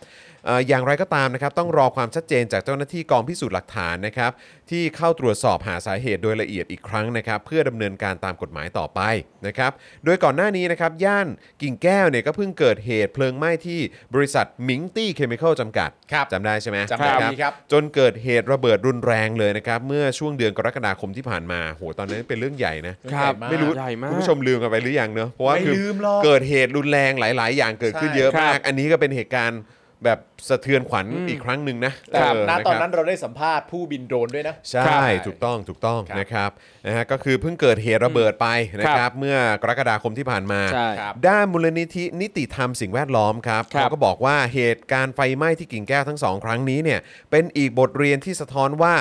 [SPEAKER 1] เอ่ออย่างไรก็ตามนะครับต้องรอความชัดเจนจากเจ้าหน้าที่กองพิสูจน์หลักฐานนะครับ ที่เข้าตรวจสอบหาสาเหตุโดยละเอียดอีกครั้งนะครับ เพื่อดำเนินการตามกฎหมายต่อไปนะครับ โดยก่อนหน้านี้นะครับ ย่านกิ่งแก้วเนี่ยก็เพิ่งเกิดเหตุเพลิงไหม้ที่บริษัทมิงตี้เคมีคอลจำกัด
[SPEAKER 3] ครับ
[SPEAKER 1] จำได้ใช่ไหม
[SPEAKER 3] จำได้
[SPEAKER 1] นะครับ จนเกิดเหตุระเบิดรุนแรงเลยนะครับ เมื่อช่วงเดือนกรกฎาคมที่ผ่านมาโหตอนนั้นเป็นเรื่องใหญ่นะ
[SPEAKER 5] ครับ
[SPEAKER 3] ใหญ่าก
[SPEAKER 1] ไม่รู้
[SPEAKER 5] ใหญ่มาก
[SPEAKER 1] คุณผู้ชมลืมกันไปหรือยังเนอะเพราะว่า
[SPEAKER 3] ไม่
[SPEAKER 1] คือ
[SPEAKER 3] ลืมหรอก
[SPEAKER 1] เกิดเหตุรุนแรงหลาย ๆ อย่างเกิดขึ้น
[SPEAKER 3] ใช่
[SPEAKER 1] เยอะมาก
[SPEAKER 5] ครับ
[SPEAKER 1] อันนี้ก็เป็นเหตุการณ์แบบสะเทือนขวัญอีกครั้งหนึ่งนะ
[SPEAKER 3] แต่
[SPEAKER 1] เ
[SPEAKER 3] ณต
[SPEAKER 1] ค
[SPEAKER 3] อน
[SPEAKER 1] รับ
[SPEAKER 3] นั้นเราได้สัมภาษณ์ผู้บินโดรนด้วยนะ
[SPEAKER 1] ใช่ ถูกต้องถูกต้อง
[SPEAKER 3] ครับ
[SPEAKER 1] นะครับนะฮะก็คือเพิ่งเกิดเหตุระเบิดไปนะค
[SPEAKER 5] ครั
[SPEAKER 1] รับบ เมื่อกรกฎาคมที่ผ่านมา
[SPEAKER 5] ใช่
[SPEAKER 3] ครับ
[SPEAKER 1] ด้านมูลนิธินิติธรรมสิ่งแวดล้อมครับ
[SPEAKER 5] ครับ
[SPEAKER 1] เขาก็บอกว่าเหตุการณ์ไฟไหม้ที่กิ่งแก้วทั้งสองครั้งนี้เนี่ยเป็นอีกบทเรียนที่สะท้อนว่า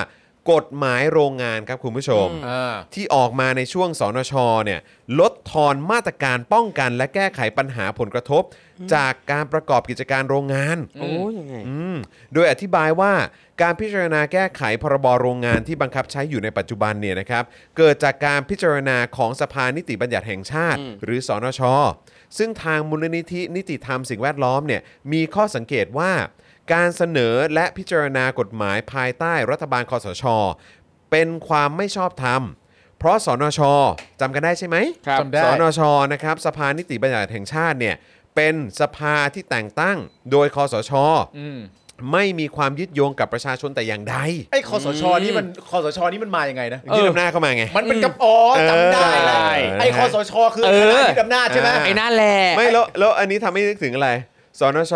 [SPEAKER 1] กฎหมายโรงงานครับคุณผู้ชม ที่ออกมาในช่วงสนชเนี่ยลดทอนมาตรการป้องกันและแก้ไขปัญหาผลกระทบ จากการประกอบกิจการโรงงาน
[SPEAKER 5] โอ้ยังไง
[SPEAKER 1] อืมโดยอธิบายว่าการพิจารณาแก้ไขพรบโรงงานที่บังคับใช้อยู่ในปัจจุบันเนี่ยนะครับ เกิดจากการพิจารณาของสภานิติบัญญัติแห่งชาติ หรือสอนช ซึ่งทางมูลนิธินิติธรรมสิ่งแวดล้อมเนี่ยมีข้อสังเกตว่า การเสนอและพิจารณากฎหมายภายใต้รัฐบาลคอสช เป็นความไม่ชอบธรรม เพราะสนชจำกันได้ใช่ไหม
[SPEAKER 5] ครับ
[SPEAKER 3] จำได้
[SPEAKER 1] สนชนะครับสภานิติบัญญัติแห่งชาติเนี่ยเป็นสภาที่แต่งตั้งโดยคอสช
[SPEAKER 3] อืม
[SPEAKER 1] ไม่มีความยึดโยงกับประชาชนแต่อย่างใด
[SPEAKER 3] ไอ้คอสชนี่มันคอสชนี่มันมาอย่างไงนะ
[SPEAKER 1] ยึดอำนาจเข้ามาไง
[SPEAKER 3] มันเป็นกับอ๋อจำได้ละ
[SPEAKER 1] เออ
[SPEAKER 3] ไอ้คอสช คือ
[SPEAKER 5] เออ
[SPEAKER 3] คณะที่ดำหน้าจใช่ไหม
[SPEAKER 1] เอ
[SPEAKER 5] ไอ้นั่นแหละ
[SPEAKER 1] ไม่แล้วแล้วอันนี้ทำให้นึกถึงอะไรสนช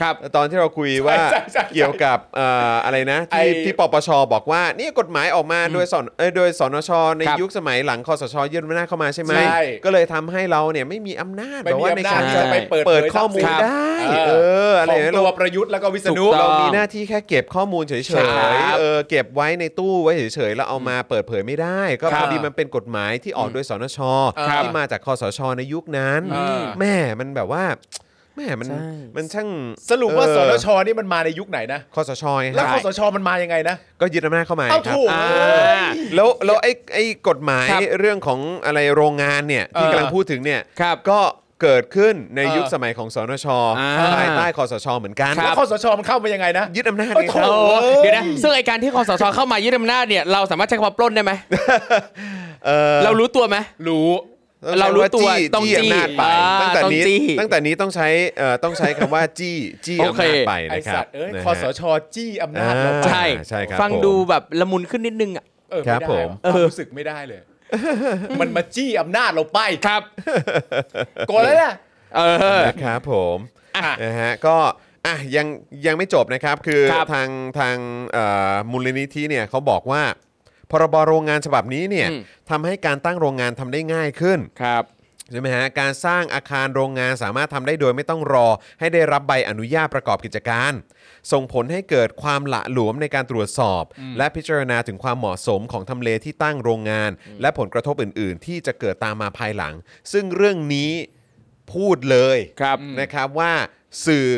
[SPEAKER 5] ครับ
[SPEAKER 1] ตอนที่เราคุยว่า
[SPEAKER 3] ใช่ใช่ใช่
[SPEAKER 1] เกี่ยวกับเอ่ออะไรนะที่
[SPEAKER 3] ไอ้
[SPEAKER 1] ที่ปปชบอกว่าเนี่ยกฎหมายออกมาโดยสนเอ้ยโดยสนชใน
[SPEAKER 5] ครับ
[SPEAKER 1] ยุคสมัยหลังคอสชยึดอำนาจเข้ามาใช่ไหม
[SPEAKER 3] ใช่
[SPEAKER 1] ก็เลยทำให้เราเนี่ยไม่มีอำนาจ
[SPEAKER 3] ไม่
[SPEAKER 1] แบบ
[SPEAKER 3] มี
[SPEAKER 1] ว่าใน
[SPEAKER 3] อำนา
[SPEAKER 1] การ
[SPEAKER 3] จ
[SPEAKER 5] ใช่
[SPEAKER 1] จะ
[SPEAKER 3] จะไปเปิด
[SPEAKER 1] เปิด
[SPEAKER 3] เผย
[SPEAKER 1] ข้อมูล
[SPEAKER 3] ทรัพย์สิน
[SPEAKER 1] ได้
[SPEAKER 3] เออ
[SPEAKER 1] เอออะไรอ
[SPEAKER 3] ของ
[SPEAKER 1] ย่างเงี้ย
[SPEAKER 3] ตัวประยุทธ์แล้วก็วิษณุ
[SPEAKER 1] ถูก
[SPEAKER 5] ต้
[SPEAKER 1] เรา
[SPEAKER 5] อง
[SPEAKER 1] มีหน้าที่แค่เก็บข้อมูลเฉย
[SPEAKER 5] ครั
[SPEAKER 1] ๆ
[SPEAKER 5] บ
[SPEAKER 1] เออเก็บไว้ในตู้ไว้เฉยๆ แล้วเอามาเปิดเผยไม่ได้ ก็
[SPEAKER 3] ครั
[SPEAKER 1] พ
[SPEAKER 3] บ
[SPEAKER 1] อดีมันเป็นกฎหมายที่ออกโดยสนช
[SPEAKER 3] ครับ
[SPEAKER 1] ที่มาจากคอสชในยุคนั้น
[SPEAKER 3] เออ
[SPEAKER 1] แม่มันแบบว่า แม่มัน
[SPEAKER 5] ใช่
[SPEAKER 1] มันช่าง
[SPEAKER 3] สรุปว่า
[SPEAKER 1] เออ
[SPEAKER 3] สนชนี่มันมาในยุคไหนนะ
[SPEAKER 1] คอสชไง
[SPEAKER 3] แล้ว
[SPEAKER 1] ค
[SPEAKER 3] ครับ อสชมันมายังไงนะ
[SPEAKER 1] ก็ยึดอำนาจเข้ามา
[SPEAKER 3] เอ้า
[SPEAKER 1] ครับ
[SPEAKER 3] ถูก
[SPEAKER 5] อ่า
[SPEAKER 1] แล้วแล้วไอ้ไอ้กฎหมาย
[SPEAKER 5] ครับ
[SPEAKER 1] เรื่องของอะไรโรงงานเนี่ยที่
[SPEAKER 3] เออ
[SPEAKER 1] กำลังพูดถึงเนี่ย
[SPEAKER 5] ครับ
[SPEAKER 1] ก็ เกิดขึ้นใน
[SPEAKER 3] เออ
[SPEAKER 1] ยุคสมัยของสนช
[SPEAKER 5] อ่า
[SPEAKER 1] ภายใต้คอสชเหมือนกัน
[SPEAKER 5] ครับ
[SPEAKER 3] แล้วคอสชมันเข้ามายังไงนะ
[SPEAKER 1] ยึดอำนาจ
[SPEAKER 3] โอ้
[SPEAKER 1] ไง
[SPEAKER 3] โถ
[SPEAKER 1] ครับ
[SPEAKER 5] โอ้เดี๋ยวนะซึ่งไอการที่คอสชเข้ามายึดอำนาจเนี่ยเราสามารถใช้คำว่าปล้นได้ไหม
[SPEAKER 1] เอ่อ
[SPEAKER 5] เรารู้ตัวไหม
[SPEAKER 1] รู้
[SPEAKER 5] เรารู้ตัว
[SPEAKER 1] ต้องใช้
[SPEAKER 5] ต้องจี้
[SPEAKER 1] คำว่าจี้จี้อำนาจไป
[SPEAKER 5] อ่า
[SPEAKER 1] ตั้งแต่นี้
[SPEAKER 5] ต้องจี้
[SPEAKER 1] ตั้งแต่นี้ต้องใช้เอ่อต้องใช้คำว่า *laughs* จี้จี้
[SPEAKER 5] โอ
[SPEAKER 1] อำ
[SPEAKER 5] เค
[SPEAKER 1] นาจไป
[SPEAKER 3] ไอ
[SPEAKER 1] นะค
[SPEAKER 3] สั
[SPEAKER 1] รับ
[SPEAKER 3] ตว์เอ้ย
[SPEAKER 1] นะฮะ
[SPEAKER 3] คอสชจี้อำนาจเรา
[SPEAKER 1] อ่า
[SPEAKER 3] ไป
[SPEAKER 5] ใช่
[SPEAKER 1] ใช่ครับ
[SPEAKER 5] ฟังดูแบบละมุนขึ้นนิดนึงอ่ะ
[SPEAKER 3] เออ
[SPEAKER 1] ครั
[SPEAKER 3] ไม่
[SPEAKER 1] บ
[SPEAKER 3] ได้
[SPEAKER 1] ผม
[SPEAKER 3] ความรู้สึกไม่ได้เลย มันมาจี้อำนาจเราไป
[SPEAKER 5] ครับ
[SPEAKER 3] ก่อนแล้วนะ
[SPEAKER 5] เออ
[SPEAKER 1] นะครับผม
[SPEAKER 5] อ่ะ
[SPEAKER 1] นะฮะก็อ่ะยังยังไม่จบนะครับคือ
[SPEAKER 5] ครับ
[SPEAKER 1] ทางทางเอ่อมูลนิธิเนี่ยเขาบอกว่า พรบโรงงานฉบับนี้เนี่ย
[SPEAKER 5] อืม
[SPEAKER 1] ทำให้การตั้งโรงงานทำได้ง่ายขึ้น
[SPEAKER 5] ครับ
[SPEAKER 1] ใช่ไหมฮะการสร้างอาคารโรงงานสามารถทำได้โดยไม่ต้องรอ ให้ได้รับใบอนุญาตประกอบกิจการ ส่งผลให้เกิดความหละหลวมในการตรวจสอบ และพิจารณาถึงความเหมาะสมของทำเลที่ตั้งโรงงาน และผลกระทบอื่น ๆ ที่จะเกิดตามมาภายหลัง ซึ่งเรื่องนี้พูดเลย
[SPEAKER 5] ครับ
[SPEAKER 1] นะครับว่าสื่อ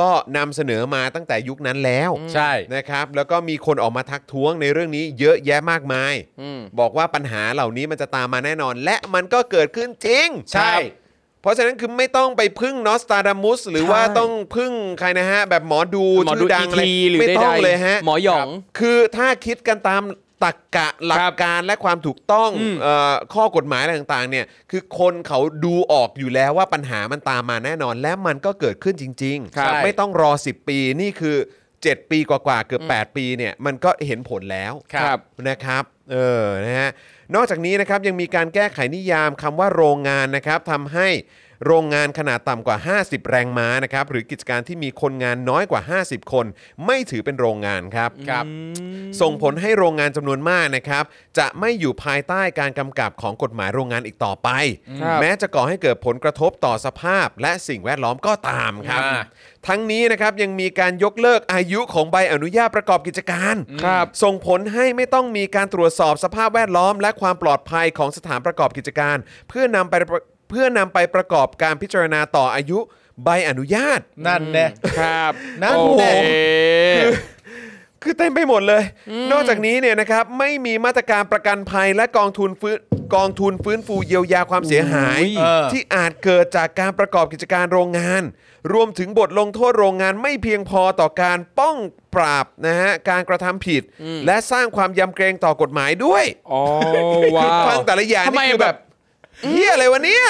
[SPEAKER 1] ก็นำเสนอมาตั้งแต่ยุคนั้นแล้ว
[SPEAKER 3] ใช่
[SPEAKER 1] นะครับแล้วก็มีคนออกมาทักท้วงในเรื่องนี้เยอะแยะมากมาย บอกว่าปัญหาเหล่านี้มันจะตามมาแน่นอน และมันก็เกิดขึ้นจริงค
[SPEAKER 3] ใช่
[SPEAKER 1] รับเพราะฉะนั้นคือไม่ต้องไปพึ่งนอสตาดามุสหรือว่าต้องพึ่งใครนะฮะ แบบหมอดู
[SPEAKER 5] หมอดู
[SPEAKER 1] ชื่ดังอะไร
[SPEAKER 5] ET หรือ
[SPEAKER 1] ไม่ต้อง
[SPEAKER 5] ใดๆ
[SPEAKER 1] เลยฮะ
[SPEAKER 5] หมอหยอ
[SPEAKER 1] คร
[SPEAKER 5] ง
[SPEAKER 1] ับคือถ้าคิดกันตามตรกกะหลักการและความถูกต้องเอ่อข้อกฎหมายอะไรต่างๆเนี่ยคือคนเขาดูออกอยู่แล้วว่าปัญหามันตามมาแน่นอน และมันก็เกิดขึ้นจริง
[SPEAKER 5] ครับ
[SPEAKER 1] ๆไม่ต้องรอ 10 ปีนี่คือ 7 ปีกว่าๆเกือบ8 ปีเนี่ยมันก็เห็นผลแล้ว
[SPEAKER 5] ครับ
[SPEAKER 1] นะครับเออนะฮะนอกจากนี้นะครับยังมีการแก้ไขนิยามคำว่าโรงงานนะครับทำให้โรงงานขนาดต่ำกว่า 50 แรงม้านะครับหรือกิจการที่มีคนงานน้อยกว่า 50 คน ไม่ถือเป็นโรงงานครับครับ ส่งผลให้โรงงานจำนวนมากนะครับ จะไม่อยู่ภายใต้การกำกับของกฎหมายโรงงานอีกต่อไป
[SPEAKER 5] ครับ
[SPEAKER 1] แม้จะก่อให้เกิดผลกระทบต่อสภาพ และสิ่งแวดล้อมก็ตามครับ
[SPEAKER 3] อ่า
[SPEAKER 1] ทั้งนี้นะครับยังมีการยกเลิกอายุของใบอนุญาตประกอบกิจการ
[SPEAKER 5] ครับ
[SPEAKER 1] ส่งผลให้ไม่ต้องมีการตรวจสอบสภาพแวดล้อม และความปลอดภัยของสถานประกอบกิจการ เพื่อนำไปเพื่อนำไปประกอบการพิจารณาต่ออายุใบอนุญาต
[SPEAKER 3] นั่นแน่
[SPEAKER 5] ครับ
[SPEAKER 3] นั่น
[SPEAKER 5] โอ
[SPEAKER 3] แหละ
[SPEAKER 5] เค
[SPEAKER 1] คือเต็มไปหมดเลย นอกจากนี้เนี่ยนะครับไม่มีมาตรการประกันภัยและกองทุนฟื้นกองทุนฟื้นฟูเยียวยาความเสียหาย
[SPEAKER 5] อุ้ย
[SPEAKER 3] เออ
[SPEAKER 1] ที่อาจเกิดจากการประกอบกิจการโรงงาน รวมถึงบทลงโทษโรงงานไม่เพียงพอต่อการป้องปราบนะฮะการกระทำผิด และสร้างความยำเกรงต่อกฎหมายด้วย
[SPEAKER 5] โอ้ว้าว
[SPEAKER 1] ฟังแต่ละอย่าง
[SPEAKER 5] ทำไม
[SPEAKER 1] นี่คือแบบเฮียอะไรวะเนี่ย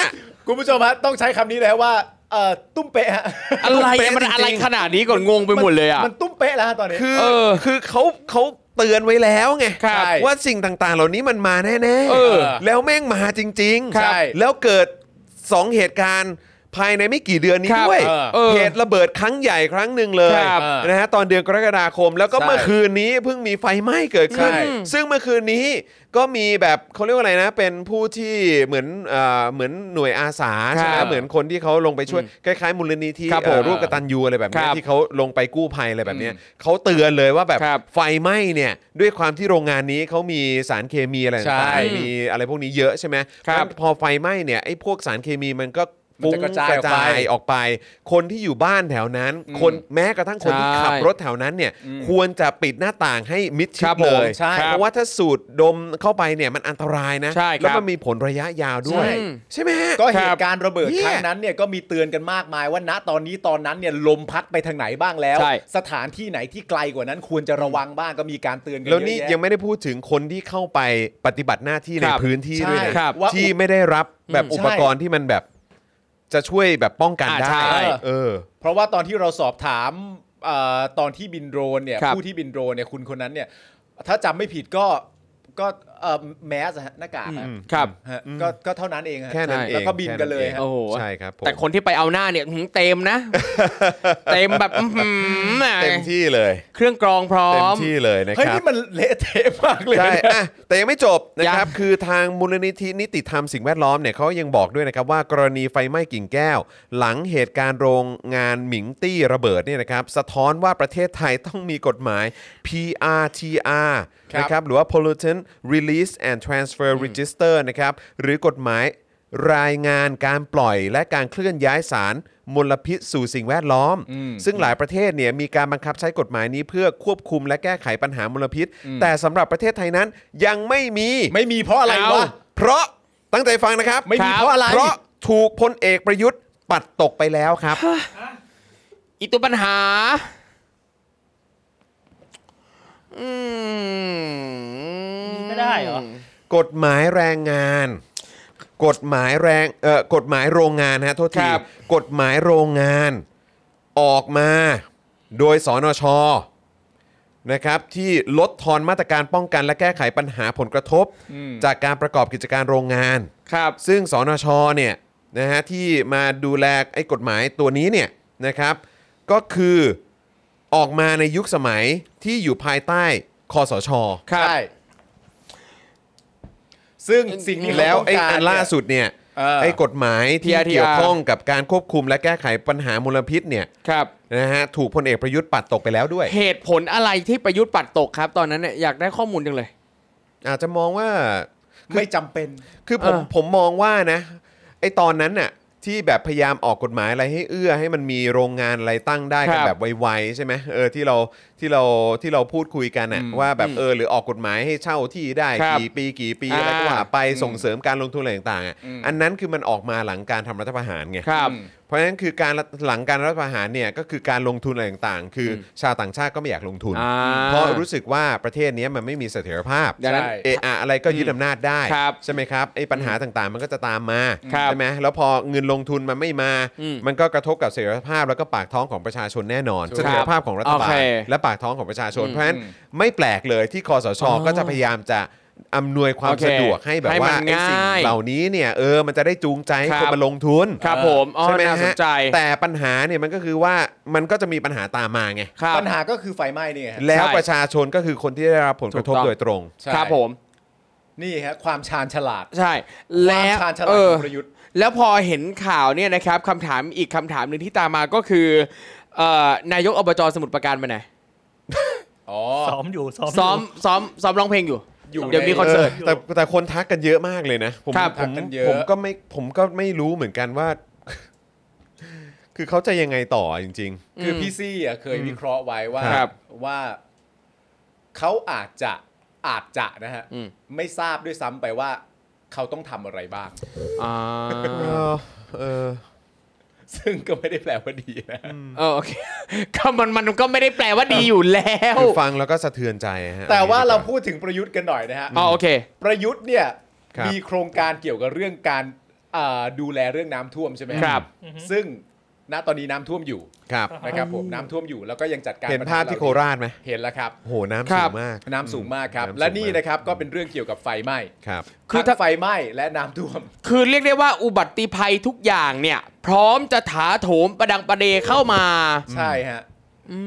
[SPEAKER 3] คุณผู้ชมฮะต้องใช้คำนี้แล้วว่าเอ่อตุ้มเป๊ะฮะ
[SPEAKER 5] อะไร
[SPEAKER 1] เป๊ะ
[SPEAKER 5] มันอะไร
[SPEAKER 1] จริงๆ
[SPEAKER 5] ขนาดนี้ก่อนงงไปหมดเลยอ่ะ
[SPEAKER 3] มันตุ้มเป๊ะแล้วฮะตอนนี้
[SPEAKER 1] คือ
[SPEAKER 5] เออ
[SPEAKER 1] คือเขาเขาเตือนไว้แล้วไง
[SPEAKER 5] ครับ
[SPEAKER 3] ใช่
[SPEAKER 1] ว่าสิ่งต่างๆ เหล่านี้มันมาแน่
[SPEAKER 5] เออ
[SPEAKER 1] ๆแล้วแม่งมาจริง
[SPEAKER 3] ครับใช่
[SPEAKER 1] แล้วเกิด 2 เหตุการณ์ภายในไม่กี่เดือนนี้
[SPEAKER 5] ครับ
[SPEAKER 1] ด้วย
[SPEAKER 3] เออ
[SPEAKER 5] เออ
[SPEAKER 1] เหตุระเบิดครั้งใหญ่ครั้งหนึ่งเลย
[SPEAKER 5] ครับ
[SPEAKER 1] นะฮะตอนเดือนกรกฎาคม แล้วก็
[SPEAKER 3] ใช่
[SPEAKER 1] เมื่อคืนนี้เพิ่งมีไฟไหม้เกิดขึ้น
[SPEAKER 3] ใช่
[SPEAKER 1] ซึ่งเมื่อคืนนี้ก็มีแบบเขาเรียกว่าอะไรนะ เป็นผู้ที่เหมือนเอ่อเหมือนหน่วยอาสาใช่ไหม
[SPEAKER 5] ครับ
[SPEAKER 1] เหมือนคนที่เขาลงไปช่วยคล้ายๆมูลนิธิ
[SPEAKER 5] ครับ
[SPEAKER 1] เอ่อ
[SPEAKER 5] ผม
[SPEAKER 1] ร่วมกตัญญูอะไรแบบเนี้
[SPEAKER 5] ค
[SPEAKER 1] ย
[SPEAKER 5] รับ
[SPEAKER 1] ที่เขาลงไปกู้ภัยอะไรแบบเนี้ยเขาเตือนเลยว่าแบบ
[SPEAKER 5] ครับ
[SPEAKER 1] ไฟไหม้เนี่ยด้วยความที่โรงงานนี้เขามีสารเคมีอะไร
[SPEAKER 3] ใช่
[SPEAKER 1] ต่างๆมีอะไรพวกนี้เยอะใช่ไหม
[SPEAKER 5] ครับ
[SPEAKER 1] แล้วพอไฟไหม้เนี่ยไอ้พวกสารเคมีมันก็
[SPEAKER 3] มันจะกระจายออกไป
[SPEAKER 1] ออกไป คนที่อยู่บ้านแถวนั้น คนแม้กระทั่งคนที่
[SPEAKER 5] ใช่
[SPEAKER 1] ขับรถแถวนั้นเนี่ยควรจะปิดหน้าต่างให้มิดชิ
[SPEAKER 5] ครั
[SPEAKER 1] ด
[SPEAKER 5] บ
[SPEAKER 1] เลย
[SPEAKER 3] ผมใช่
[SPEAKER 1] เพราะว่าถ้าสูดดมเข้าไปเนี่ยมันอันตรายนะ
[SPEAKER 5] ใช่ครับ
[SPEAKER 1] แล้วมันมีผลระยะยาวด้วย
[SPEAKER 3] ใช่
[SPEAKER 1] ใช่ไหมฮะ
[SPEAKER 3] ก็
[SPEAKER 5] ครั
[SPEAKER 3] เห
[SPEAKER 5] บ
[SPEAKER 3] ตุการณ์ระเบิด
[SPEAKER 1] เหี้ย
[SPEAKER 3] ครั้งนั้นเนี่ยก็มีเตือนกันมากมายว่าณตอนนี้ตอนนั้นเนี่ยลมพัดไปทางไหนบ้างแล้ว
[SPEAKER 5] ใช่
[SPEAKER 3] สถานที่ไหนที่ไกลกว่านั้นควรจะระวังบ้างก็มีการเตือนกัน
[SPEAKER 1] แล้วนี่
[SPEAKER 3] เอะะ
[SPEAKER 1] ยังไม่ได้พูดถึงคนที่เข้าไปปฏิบัติหน้าที่ใน
[SPEAKER 5] ครับ
[SPEAKER 1] พื้นที่ด้วยนะครับ ที่ไม่ได้รับแบบอุปกรณ์ที่มันแบบ จะช่วยแบบป้องกัน
[SPEAKER 5] อ่า
[SPEAKER 1] ได้
[SPEAKER 5] ใช่
[SPEAKER 1] เออ
[SPEAKER 3] เพราะว่าตอนที่เราสอบถามเออตอนที่บินโดรนเนี่ย
[SPEAKER 5] ครับ
[SPEAKER 3] ผู้ที่บินโดรนเนี่ยคุณคนนั้นเนี่ย ถ้าจำไม่ผิดก็ก็เอ่อแมสอะฮะหน้ากากอะ
[SPEAKER 5] ครับ
[SPEAKER 3] ฮะก็ก็เท่านั้นเองฮะ
[SPEAKER 1] แค่นั้น
[SPEAKER 5] ใช่
[SPEAKER 1] เอง
[SPEAKER 3] แล้วก็บินกันเลย
[SPEAKER 1] แค่
[SPEAKER 3] ฮะ
[SPEAKER 5] โอ้โห
[SPEAKER 1] ใช่ครับผม
[SPEAKER 5] แต่คนที่ไปเอาหน้าเนี่ยหืมเต็ม
[SPEAKER 1] *laughs*
[SPEAKER 5] นะ เต็มแบบอื้อหือ
[SPEAKER 1] เต็มที่เลย
[SPEAKER 5] เครื่องกรองพร้อ
[SPEAKER 1] เต็ม
[SPEAKER 5] ม
[SPEAKER 1] ที่เลยนะ
[SPEAKER 3] เฮ้ย
[SPEAKER 1] ครับ
[SPEAKER 3] นี่มันเละเทะมากเลย
[SPEAKER 1] ใช่
[SPEAKER 3] นะ
[SPEAKER 1] อ่ะแต่ยังไม่จบนะครับ
[SPEAKER 5] ยัง
[SPEAKER 1] คือทางมูลนิธินิติธรรมสิ่งแวดล้อมเนี่ยเขายังบอกด้วยนะครับว่ากรณีไฟไหม้กิ่งแก้ว หลังเหตุการณ์โรงงานหมิงตี้ระเบิดเนี่ยนะครับ สะท้อนว่าประเทศไทยต้องมีกฎหมาย PRTR
[SPEAKER 3] ครับ
[SPEAKER 1] นะครับหรือว่า Pollutant Release and Transfer Register นะครับ หรือกฎหมายรายงานการปล่อยและการเคลื่อนย้ายสารมลพิษสู่สิ่งแวดล้อม ซึ่งหลายประเทศเนี่ยมีการบังคับใช้กฎหมายนี้เพื่อควบคุมและแก้ไขปัญหามลพิษ แต่สำหรับประเทศไทยนั้นยังไม่มี
[SPEAKER 3] ไม่มีเพราะอะไร
[SPEAKER 5] เอา
[SPEAKER 3] วะ
[SPEAKER 1] เพราะตั้งใจฟังนะครับ
[SPEAKER 3] ไม่มีเพราะอะไร
[SPEAKER 1] เพราะ ถูกพลเอกประยุทธ์ปัดตกไปแล้วครับ
[SPEAKER 5] อีตัวปัญหา อืม
[SPEAKER 4] ไม่ได้เหรอ
[SPEAKER 1] กฎหมายแรงงาน กฎหมายแรงเอ่อกฎหมายโรงงานฮะโทษทีกฎหมายโรงงานออกมาโดยสนชนะครับที่ลดทอนมาตรการป้องกันและแก้ไขปัญหาผลกระทบ จากการประกอบกิจการโรงงาน
[SPEAKER 5] ครับ
[SPEAKER 1] ซึ่งสนชเนี่ยนะฮะที่มาดูแลไอ้กฎหมายตัวนี้เนี่ยนะครับ ก็คือออกมาในยุคสมัยที่อยู่ภายใต้คอสช
[SPEAKER 5] ครับ
[SPEAKER 3] ใช่ซึ่งสิ่งที่
[SPEAKER 1] แล้วไอ้
[SPEAKER 3] เขาต้งก
[SPEAKER 1] อั
[SPEAKER 3] ร
[SPEAKER 1] นล่าสุดเนี่ย
[SPEAKER 3] เออ
[SPEAKER 1] ไอ้กฎหมายที่
[SPEAKER 5] TRTR
[SPEAKER 1] เกี่ยวข้องกับการควบคุมและแก้ไขปัญหามลพิษเนี่ย
[SPEAKER 5] ครับ
[SPEAKER 1] นะฮะถูกพลเอกประยุทธ์ปัดตกไปแล้วด้วย
[SPEAKER 5] เหตุผลอะไรที่ประยุทธ์ปัดตกครับ ตอนนั้นเนี่ยอยากได้ข้อมูลจังเลย
[SPEAKER 1] อาจจะมองว่า
[SPEAKER 3] ไม่จำเป็น
[SPEAKER 1] คือผม
[SPEAKER 5] เออ
[SPEAKER 1] ผมมองว่านะไอ้ตอนนั้นน่ะที่แบบพยายามออกกฎหมายอะไรให้เอื้อให้มันมีโรงงานอะไรตั้งได้กัน
[SPEAKER 5] ครับ
[SPEAKER 1] แบบไวๆใช่ไหมเออที่เราที่เราที่เราพูดคุยกันน่ะว่าแบบเออหรือออกกฎหมายให้เช่าที่ได้
[SPEAKER 5] ครับ
[SPEAKER 1] กี่ปีกี่ปีอะไรก็
[SPEAKER 5] อ่า
[SPEAKER 1] ว่าไปส่งเสริมการลงทุนอะไรต่างๆอ่ะอันนั้นคือมันออกมาหลังการทำรัฐประหารไง
[SPEAKER 5] ครับ
[SPEAKER 1] เพราะฉะนั้นคือการรัฐหลังการรัฐประหารเนี่ยก็คือการลงทุนอะไรต่างๆ คืออชาวต่างชาติก็ไม่อยากลงทุน
[SPEAKER 5] อ่า
[SPEAKER 1] เพราะรู้สึกว่าประเทศเนี้ยมันไม่มีเสถียรภาพ
[SPEAKER 5] ดังนั้น
[SPEAKER 1] ใช่เอะอะอะไรก็ยึดอำนาจได้
[SPEAKER 5] ครับ
[SPEAKER 1] ใช่ไหมครับไอ้ปัญหาต่างๆ มันก็จะตามมา
[SPEAKER 5] ครับ
[SPEAKER 1] ใช่ไหมแล้วพอเงินลงทุนมันไม่มา
[SPEAKER 5] อืม
[SPEAKER 1] มันก็กระทบกับเสถียรภาพแล้วก็ปากท้องของประชาชนแน่นอน
[SPEAKER 5] ถูก
[SPEAKER 1] เสถียรภาพของรัฐบาล
[SPEAKER 5] โอเค
[SPEAKER 1] และปากท้องของประชาชน
[SPEAKER 5] อืม
[SPEAKER 1] เพราะฉะนั้นไม่แปลกเลยที่คอสช
[SPEAKER 5] อ๋อ
[SPEAKER 1] ก็จะพยายามจะอำนวยความ
[SPEAKER 5] โอเค
[SPEAKER 1] สะดวกให้แบบ
[SPEAKER 5] ให้มั
[SPEAKER 1] ว่าน ไอ้สิ่ง
[SPEAKER 5] ง่าย
[SPEAKER 1] เหล่านี้เนี่ยเออมันจะได้จูงใจให้
[SPEAKER 5] ค
[SPEAKER 1] คน
[SPEAKER 5] รับ
[SPEAKER 1] มาลงทุน
[SPEAKER 5] ครับผมอ๋อ
[SPEAKER 1] ใช่ไหม
[SPEAKER 5] น่าสนใจ
[SPEAKER 1] ฮะแต่ปัญหาเนี่ยมันก็คือว่ามันก็จะมีปัญหาตามมาไง
[SPEAKER 5] ครับ
[SPEAKER 3] ปัญหาก็คือไฟไหม้เนี่ยฮะ
[SPEAKER 1] แล้วประชาชนก็คือคนที่ได้รับผลกระทบ
[SPEAKER 5] ถูกต้อง
[SPEAKER 1] โดยตรง
[SPEAKER 3] ใช่
[SPEAKER 5] ครับผม
[SPEAKER 3] นี่ฮะความชาญฉลาด
[SPEAKER 5] ใช่
[SPEAKER 3] ควา
[SPEAKER 5] แล้
[SPEAKER 3] ม
[SPEAKER 5] ว
[SPEAKER 3] ชาญฉลา
[SPEAKER 5] เอ
[SPEAKER 3] ดข
[SPEAKER 5] อ
[SPEAKER 3] องประยุทธ์
[SPEAKER 5] แล้วพอเห็นข่าวเนี่ยนะครับคำถามอีกคำถามหนึ่งที่ตามมาก็คือเอ่อนายกอบจสมุทรปราการไปไหน
[SPEAKER 3] อ๋อ
[SPEAKER 4] ซ้อมอยู่ซ้อม
[SPEAKER 5] ซ้อม
[SPEAKER 4] ยู่
[SPEAKER 5] ซ้อมซ้อมร้องเพลงอยู่
[SPEAKER 3] อยู่
[SPEAKER 5] เดี๋ยวมี
[SPEAKER 3] ใน
[SPEAKER 5] คอนเสิร์ต
[SPEAKER 1] แต่แต่คนทักกันเยอะมากเลยนะผม
[SPEAKER 5] ครับ
[SPEAKER 1] ผ
[SPEAKER 3] ทั
[SPEAKER 1] ม
[SPEAKER 3] กกันเยอะ
[SPEAKER 1] ผมก็ไม่ผมก็ไม่รู้เหมือนกันว่า *laughs* คือเขาจะยังไงต่อจริง
[SPEAKER 3] คือพี่ซี่อ่ะเคยวิเคราะห์ไว้ว่า
[SPEAKER 5] ครับ
[SPEAKER 3] ว่าเขาอาจจะอาจจะนะฮะ
[SPEAKER 5] อืม
[SPEAKER 3] ไม่ทราบด้วยซ้ำไปว่า เขาต้องทำอะไรบ้าง
[SPEAKER 5] อ่า
[SPEAKER 1] ๆ เออเออ
[SPEAKER 3] ซึ่งก็ไม่ได้แปลว่าดีนะ
[SPEAKER 5] เออโอเค *laughs* ก็มันมันก็ไม่ได้แปลว่าดีอยู่แล้ว
[SPEAKER 1] คือฟังแล้วก็สะเทือนใจฮะ
[SPEAKER 3] แต่ว่าเรา
[SPEAKER 1] อันนี้ดีก
[SPEAKER 3] พูดถึงประยุทธ์กันหน่อยนะฮะ
[SPEAKER 5] อ๋อโอเค
[SPEAKER 3] ประยุทธ์เนี่ย
[SPEAKER 1] ครับ
[SPEAKER 3] มีโครงการเกี่ยวกับเรื่องการอ่าดูแลเรื่องน้ำท่วมใช่ไหมฮะ
[SPEAKER 5] ครับ
[SPEAKER 3] ซึ่งณตอนนี้น้ำท่วมอยู่
[SPEAKER 1] ครับ
[SPEAKER 3] นะครับผมน้ำท่วมอยู่แล้วก็ยังจัดการ
[SPEAKER 1] เห็นภาพที่โคราชไหม
[SPEAKER 3] เห็นแล้วครับ
[SPEAKER 1] โหน้ำ
[SPEAKER 5] ครั
[SPEAKER 1] สู
[SPEAKER 5] บ
[SPEAKER 1] งมาก
[SPEAKER 3] น้ำสูงมากครับ
[SPEAKER 1] น้ำสูง
[SPEAKER 3] และนี่
[SPEAKER 1] มาก
[SPEAKER 3] นะครับก็เป็นเรื่องเกี่ยวกับไฟไหม้
[SPEAKER 1] ครับ
[SPEAKER 5] คือ
[SPEAKER 3] ทั้
[SPEAKER 5] ถ้า
[SPEAKER 3] งไฟไหม้และน้ำท่วม
[SPEAKER 5] คือเรียกได้ว่าอุบัติภัยทุกอย่างเนี่ย พร้อมจะถาโถมประดังประเดเข้ามา
[SPEAKER 3] ใช่ฮะ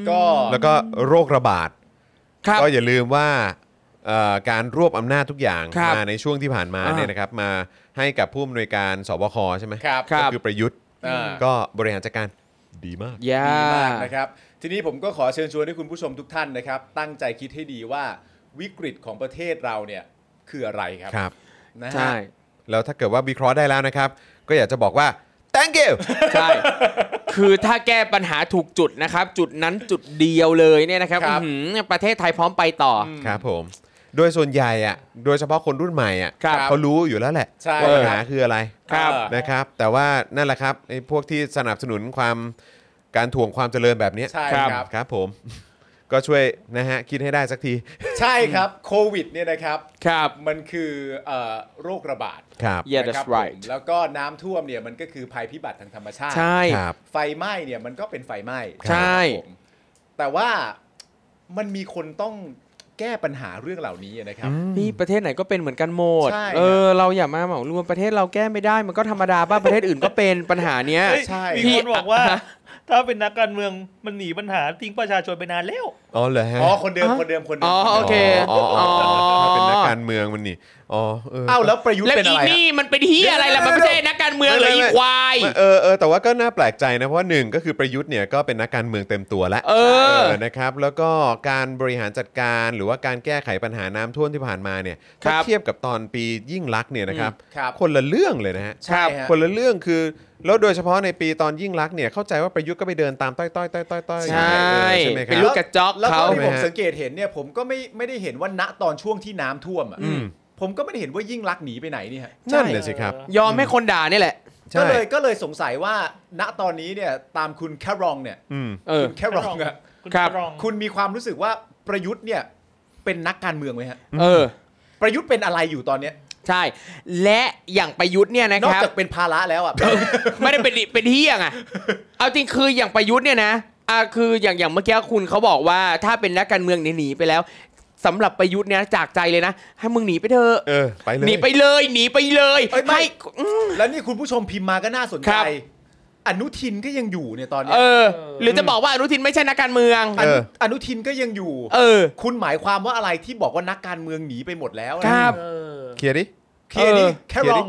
[SPEAKER 3] ก็
[SPEAKER 1] แล้วก็โรคระบาด
[SPEAKER 5] ครับ
[SPEAKER 1] ก็อย่าลืมว่าเอ่อการรวบอำนาจทุกอย่าง
[SPEAKER 5] ครับ
[SPEAKER 1] มาในช่วงที่ผ่านมา
[SPEAKER 5] อ่า
[SPEAKER 1] เนี่ยนะครับมาให้กับผู้อำนวยการสบคใช่ไหม
[SPEAKER 3] ครับ
[SPEAKER 5] ครั
[SPEAKER 1] ก็
[SPEAKER 5] บ
[SPEAKER 1] คือประยุทธ์
[SPEAKER 3] อ่า
[SPEAKER 1] ก็บริหารจัดการดีมาก
[SPEAKER 5] อย่า
[SPEAKER 3] ดีมากนะครับทีนี้ผมก็ขอเชิญชวนให้คุณผู้ชมทุกท่านนะครับ ตั้งใจคิดให้ดีว่าวิกฤตของประเทศเราเนี่ยคืออะไรครับ
[SPEAKER 1] ครับ
[SPEAKER 3] นะฮะ
[SPEAKER 5] ใช่
[SPEAKER 1] แล้วถ้าเกิดว่าวิเคราะห์ได้แล้วนะครับ ก็อยากจะบอกว่า thank you
[SPEAKER 5] ใช่
[SPEAKER 3] *laughs*
[SPEAKER 5] คือถ้าแก้ปัญหาถูกจุดนะครับ จุดนั้นจุดเดียวเลยเนี่ยนะครับ
[SPEAKER 3] ครับ
[SPEAKER 5] อื้อหือประเทศไทยพร้อมไปต่ออ
[SPEAKER 1] ครับผม โดยส่วนใหญ่อะโดยเฉพาะคนรุ่นใหม่อะ
[SPEAKER 5] ครับ
[SPEAKER 1] เขารู้อยู่แล้วแหละ
[SPEAKER 3] ใช่
[SPEAKER 1] ว่าปัญหาคืออะไร
[SPEAKER 5] ครับ
[SPEAKER 3] เออ
[SPEAKER 1] นะครับ แต่ว่านั่นแหละครับไอ้พวกที่สนับสนุนความการถ่วงความเจริญแบบเนี้ย
[SPEAKER 3] ใช่
[SPEAKER 5] ครับ
[SPEAKER 3] ครับ
[SPEAKER 1] ครับผม ก็ช่วยนะฮะคิดให้ได้สักที
[SPEAKER 3] ใช่ครับโควิดเนี่ยนะครับ
[SPEAKER 5] ครับ
[SPEAKER 3] มันคือเอ่อโรคระบาด
[SPEAKER 1] ครับ
[SPEAKER 5] Yeah
[SPEAKER 3] นะครั
[SPEAKER 5] that's right
[SPEAKER 3] ผมแล้วก็น้ำท่วมเนี่ยมันก็คือภัยพิบัติทางธรรมชาติ
[SPEAKER 5] ใช่
[SPEAKER 1] ครับ
[SPEAKER 3] ไฟไหม้เนี่ยมันก็เป็นไฟไหม้
[SPEAKER 5] ใช่
[SPEAKER 3] ครับผมแต่ว่ามันมีคนต้องแก้ปัญหาเรื่องเหล่านี้นะครับ
[SPEAKER 5] พี่ประเทศไหนก็เป็นเหมือนกันหมด
[SPEAKER 3] ใช่
[SPEAKER 5] เออ เราอย่ามาเหมารวมประเทศเราแก้ไม่ได้มันก็ธรรมดาบ้างประเทศอื่นก็เป็นปัญหาเนี้ย
[SPEAKER 4] เฮ้ย
[SPEAKER 3] ใช่
[SPEAKER 4] มี
[SPEAKER 5] พี่
[SPEAKER 4] คนบอกว่า
[SPEAKER 5] ฮะ
[SPEAKER 4] ถ้าเป็นนักการเมืองมันหนีปัญหาทิ้งประชาชนไปนานแล้ว
[SPEAKER 1] อ๋อเหรอฮะ
[SPEAKER 3] อ๋อคนเดิมคนเดิมคนเดิม
[SPEAKER 5] อ๋อโอเค
[SPEAKER 1] อ๋ออ๋ออ๋อถ้าเป็น
[SPEAKER 5] อ๋อ
[SPEAKER 1] นักการเมืองมันนี่ อ๋อเออ
[SPEAKER 3] เอ้าแล้วประยุทธ์
[SPEAKER 5] แล้ว
[SPEAKER 3] เป็น
[SPEAKER 5] อี
[SPEAKER 3] อะไรอะ
[SPEAKER 5] นี่มันเป็นเฮียอะไรล่ะมันไม่ใช่นักการเมืองเลยอีควาย
[SPEAKER 1] เออเออแต่ว่าก็น่าแปลกใจนะ เพราะว่าหนึ่งก็คือประยุทธ์เนี่ยก็เป็นนักการเมืองเต็มตัวแล้ว
[SPEAKER 5] เออ
[SPEAKER 1] นะครับ แล้วก็การบริหารจัดการหรือว่าการแก้ไขปัญหาน้ำท่วมที่ผ่านมาเนี่ย ถ้า
[SPEAKER 5] ครับ
[SPEAKER 1] เทียบกับตอนปียิ่งลักษณ์เนี่ยนะครับ
[SPEAKER 3] อืมครับ
[SPEAKER 1] คนละเรื่องเลยนะฮะ
[SPEAKER 3] ใช่ฮะ
[SPEAKER 1] คนละเรื่องคือ แล้วโดยเฉพาะในปีตอนยิ่งรักษณ์เนี่ยเข้าใจว่าประยุทธ์ก็ไปเดินตามต้อยต้อยต้อยต้อยต้อย
[SPEAKER 5] ใช่
[SPEAKER 1] ใช่ไหมค
[SPEAKER 5] เป็
[SPEAKER 1] รั
[SPEAKER 5] น
[SPEAKER 1] บ
[SPEAKER 5] ลูกกระจอก
[SPEAKER 3] แล้ว
[SPEAKER 5] เขา
[SPEAKER 3] ก็ที่ผ
[SPEAKER 1] ใช่ไหม
[SPEAKER 3] ม
[SPEAKER 1] ฮะ
[SPEAKER 3] สังเกตเห็นเนี่ยผมก็ไม่ไม่ได้เห็นว่าณตอนช่วงที่น้ำท่วมอ่ะ
[SPEAKER 1] อืม
[SPEAKER 3] ผมก็ไม่ได้เห็นว่ายิ่งรักษณ์หนีไปไหนนี่ฮะ
[SPEAKER 1] นั่นเลยสิครับ
[SPEAKER 5] ยอมให้คนด่านี่แหละ
[SPEAKER 1] ใช่
[SPEAKER 3] ก็เลยก็เลยสงสัยว่า ณตอนนี้เนี่ยตามคุณแครองเนี่ย
[SPEAKER 1] อืม
[SPEAKER 5] เออ
[SPEAKER 3] คุณแครองอะ
[SPEAKER 4] คุณ
[SPEAKER 5] ครับ
[SPEAKER 4] รอง
[SPEAKER 3] คุณมีความรู้สึกว่าประยุทธ์เนี่ยเป็นนักการเมืองไหมฮะ
[SPEAKER 5] เออ
[SPEAKER 3] ประยุทธ์เป็นอะไรอยู่ตอนเนี้ย
[SPEAKER 5] ใช่ และอย่างประยุทธ์เนี่ยนะ
[SPEAKER 3] นอ
[SPEAKER 5] ค
[SPEAKER 3] ก
[SPEAKER 5] รับ
[SPEAKER 3] จากเป็นภาระแล้วอ่ะ
[SPEAKER 5] *laughs* ไม่ได้เป็นเป็นที่ยังไงเอาจริงคืออย่างประยุทธ์เนี่ยนะอ่าคืออย่างอย่างเมื่อกี้คุณเขาบอกว่าถ้าเป็นนักการเมืองเนี่ยหนีไปแล้วสำหรับประยุทธ์เนี่ยจากใจเลยนะ ให้มึงหนีไปเถอะ
[SPEAKER 1] เออ ไปเลย
[SPEAKER 5] หนีไปเลยหนีไปเลย
[SPEAKER 3] เอ้ยไม่
[SPEAKER 5] ให้
[SPEAKER 3] *laughs* แล้วนี่คุณผู้ชมพิมพ์มาก็น่าสน
[SPEAKER 5] ค
[SPEAKER 3] ใจ
[SPEAKER 5] รับ
[SPEAKER 3] อนุทินก็ยังอยู่เนี่ยตอนเนี้ย
[SPEAKER 5] เออ หรือจะบอกว่าอนุทินไม่ใช่นักการเมือง
[SPEAKER 1] เออ
[SPEAKER 3] อนุทินก็ยังอยู่
[SPEAKER 5] เออ
[SPEAKER 3] คุณหมายความว่าอะไรที่บอกว่านักการเมืองหนีไปหมดแล้วนะครับ
[SPEAKER 4] เออ
[SPEAKER 1] เคลียร์ดิ
[SPEAKER 3] เคลียร์ดิ
[SPEAKER 5] เออ
[SPEAKER 3] แครอง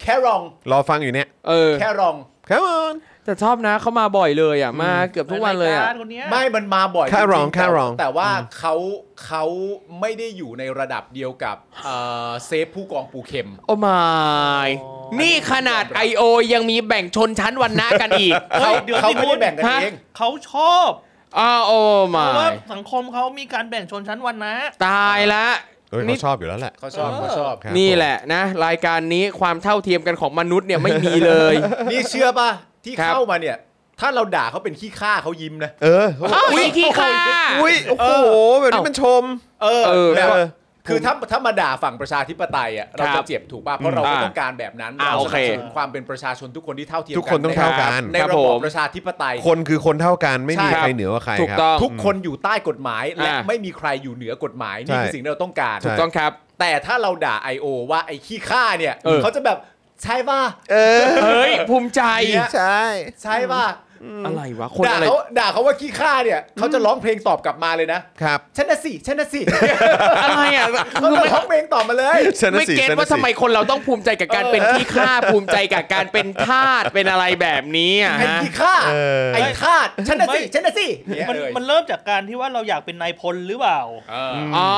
[SPEAKER 3] แครอง
[SPEAKER 1] รอฟังอยู่เนี่ย
[SPEAKER 5] เออ
[SPEAKER 3] แครอง
[SPEAKER 1] come on
[SPEAKER 5] แต่ชอบนะเขามาบ่อยเลยอ่ะมาเกือบทุกวันเลยอ่ะ
[SPEAKER 4] รายการคนเนี้ย
[SPEAKER 3] ไม่มันมาบ่อย
[SPEAKER 1] แค่รอง
[SPEAKER 3] จๆ
[SPEAKER 1] แค่รอง
[SPEAKER 3] แต่ว่าเขาเขาไม่ได้อยู่ในระดับเดียวกับเอ่อเซฟผู้กองปูเข็ม
[SPEAKER 5] โอ้ my
[SPEAKER 4] อ๋อ
[SPEAKER 5] นี่ขนาด I.O. ยังมีแบ่งชนชั้นวันนะกัน *laughs* อีก
[SPEAKER 4] เฮ้ยเดี๋ยว
[SPEAKER 3] เขา
[SPEAKER 4] สิ
[SPEAKER 3] ไม่
[SPEAKER 4] คุ
[SPEAKER 3] ได้
[SPEAKER 4] ณ
[SPEAKER 3] แบ่งกัน
[SPEAKER 5] ฮะ
[SPEAKER 3] เอง
[SPEAKER 4] เขาชอบ
[SPEAKER 5] อ้าวโอ้
[SPEAKER 4] เพราะว่า
[SPEAKER 5] my
[SPEAKER 4] สังคมเขามีการแบ่งชนชั้นวรรณะ
[SPEAKER 5] ตายละ
[SPEAKER 1] เฮ้ย
[SPEAKER 5] นี่
[SPEAKER 1] เขาชอบอยู่แล้วแหละ
[SPEAKER 3] เขาชอบเขาชอบ
[SPEAKER 1] ครับ
[SPEAKER 5] นี่แหละนะ รายการนี้ความเท่าเทียมกันของมนุษย์เนี่ยไม่มีเลย
[SPEAKER 3] นี่เชื่อป่ะ ที่
[SPEAKER 5] ครับ
[SPEAKER 3] เข้ามาเนี่ย ถ้าเราด่าเขาเป็นขี้ข้าเขายิ้มนะ
[SPEAKER 1] เออ
[SPEAKER 5] อุ้ยขี้ข้า
[SPEAKER 1] อุ้ยโอ้โห แบบนี้มันชม
[SPEAKER 3] เออ
[SPEAKER 5] เออ
[SPEAKER 3] แล้ว
[SPEAKER 1] เออ
[SPEAKER 3] คือถ้าถ้ามาด่าฝั่งประชาธิปไตยอ่ะเรา
[SPEAKER 5] ครั
[SPEAKER 3] จะ
[SPEAKER 5] บ
[SPEAKER 3] เจ็บถูกป่ะ เพราะเราก็
[SPEAKER 5] อ่า
[SPEAKER 3] ต้องการแบบนั้น
[SPEAKER 5] อ่า
[SPEAKER 3] เรา
[SPEAKER 5] โอ
[SPEAKER 3] ส
[SPEAKER 5] เค
[SPEAKER 3] นับสนุนความเป็นประชาชนทุกคนที่เท่าเทียม
[SPEAKER 1] ทุกคนต้อง
[SPEAKER 3] ใ
[SPEAKER 1] เท่ากัน
[SPEAKER 3] ใน
[SPEAKER 5] ครับ
[SPEAKER 3] ระ
[SPEAKER 5] ผ
[SPEAKER 3] บอบ
[SPEAKER 5] ม
[SPEAKER 3] ประชาธิปไตย
[SPEAKER 1] คนคือคนเท่ากันไม่มี
[SPEAKER 3] ใช่
[SPEAKER 1] ใครเหนือกว่าใคร
[SPEAKER 5] ถูก
[SPEAKER 1] ครับ
[SPEAKER 5] ต้อง
[SPEAKER 3] ทุกคนอยู่ใต้กฎหมายและ
[SPEAKER 5] อ่า
[SPEAKER 3] ไม่มีใครอยู่เหนือกฎหมายนี่
[SPEAKER 1] ใช่
[SPEAKER 3] คือสิ่งที่เราต้องการ
[SPEAKER 1] ใช่
[SPEAKER 5] ต้องครับ
[SPEAKER 3] แต่ถ้าเราด่า I.O. ว่าไอ้ขี้ข้าเนี่ย
[SPEAKER 5] เออ
[SPEAKER 3] เขาจะแบบใช่ป่ะ
[SPEAKER 1] เออ
[SPEAKER 5] เฮ้ย ภูมิใจ
[SPEAKER 3] เนี่ย
[SPEAKER 1] ใช่
[SPEAKER 3] ใช่ป่ะ
[SPEAKER 5] อะไรวะ คน
[SPEAKER 3] ด่า
[SPEAKER 5] อะไร
[SPEAKER 3] เขาด่าเขาว่าขี้ข้าเนี่ยเขาจะร้องเพลงตอบกลับมาเลยนะครับ ฉันนะสิฉันนะ *laughs* สิ
[SPEAKER 5] อะไรอ่ะ
[SPEAKER 3] เขา
[SPEAKER 5] คือ
[SPEAKER 3] จะ
[SPEAKER 5] ไม่
[SPEAKER 3] ร้องเพลงตอบมาเลย
[SPEAKER 1] ฉันน่ะ
[SPEAKER 5] ไม่
[SPEAKER 1] สิ
[SPEAKER 5] เก็ต
[SPEAKER 1] ฉันน่ะ
[SPEAKER 5] ว่า
[SPEAKER 1] สิ
[SPEAKER 5] ทำไมคนเราต้องภูมิใจกับการเป็นขี้ข้าภูมิใจกับการเป็นทาสเป็นอะไรแบบนี้อ่ะ
[SPEAKER 3] ไอ้
[SPEAKER 5] ฮะ
[SPEAKER 3] ขี้ข้า
[SPEAKER 1] เออ
[SPEAKER 3] ไอ้ข้าฉันนะ
[SPEAKER 4] ไม่
[SPEAKER 3] สิฉันนะสิเนี่ย
[SPEAKER 4] มัน
[SPEAKER 3] เลย
[SPEAKER 4] มันเริ่มจากการที่ว่าเราอยากเป็นนายพลหรือเปล่า
[SPEAKER 3] เออ
[SPEAKER 5] อ๋อ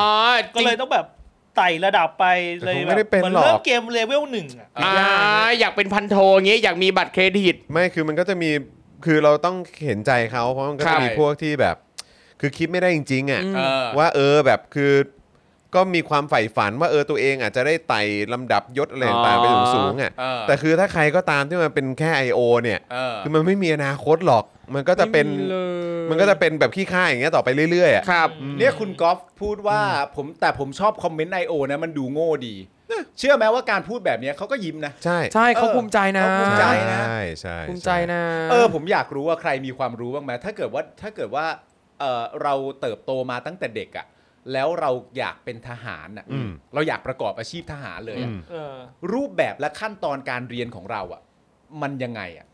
[SPEAKER 4] ก็เลยต้องแบบไต่ระดับไปเลย
[SPEAKER 1] แต่คง
[SPEAKER 4] แบ
[SPEAKER 1] ไม่
[SPEAKER 4] บ
[SPEAKER 1] ได้เป็น
[SPEAKER 4] มัน
[SPEAKER 1] หรอก
[SPEAKER 4] เริ่มเกมเลเวลหนึ่งอะ
[SPEAKER 5] อ่าอยากเป็นพันโทอย่างเงี้ยอยากมีบัตรเครดิต
[SPEAKER 1] ไม่คือมันก็จะมีคือเราต้องเห็นใจเขาเพราะมันก็
[SPEAKER 5] ครั
[SPEAKER 1] จะ
[SPEAKER 5] บ
[SPEAKER 1] มีพวกที่แบบ คือคิดไม่ได้จริง ๆ อ่ะ
[SPEAKER 5] อืม
[SPEAKER 3] เออ
[SPEAKER 1] ว่าเออแบบคือก็มีความใฝ่ฝันว่าเออตัวเองอาจจะได้ไต่ลำดับยศอะไรต่างๆไปสูงๆอ่ะ
[SPEAKER 3] เออ
[SPEAKER 1] แต่คือถ้าใครก็ตามที่มันเป็นแค่ I.O. เนี่ย
[SPEAKER 3] เออ
[SPEAKER 1] คือมันไม่มีอนาคตหรอก มันก็จะเป็น
[SPEAKER 5] ไม่มีเลย
[SPEAKER 1] มันก็จะเป็นแบบขี้ข้าอย่างเงี้ยต่อไปเรื่อยๆอะ
[SPEAKER 5] ครับ
[SPEAKER 3] เนี่ยคุณกอล์ฟพูดว่าผมแต่ผมชอบคอมเมนต์ไอโอนะมันดูโง่ดี เชื่อไหมว่าการพูดแบบเนี้ยเขาก็ยิ้มนะ
[SPEAKER 1] ใช่
[SPEAKER 5] ใช่เขาภูมิใจนะ
[SPEAKER 3] เขาภูมิใจ นะ
[SPEAKER 1] ใช่ใช่
[SPEAKER 5] ภูมิใจนะ
[SPEAKER 3] เออผมอยากรู้ว่าใครมีความรู้บ้างไหมถ้าเกิดว่าถ้าเกิดว่าเออเราเติบโตมาตั้งแต่เด็กอะ่ะแล้วเราอยากเป็นทหารอ่ะเราอยากประกอบอาชีพทหารเลยอะ
[SPEAKER 4] เออ
[SPEAKER 3] รูปแบบและขั้นตอนการเรียนของเราอะ่ะมันยังไงอะ่ะ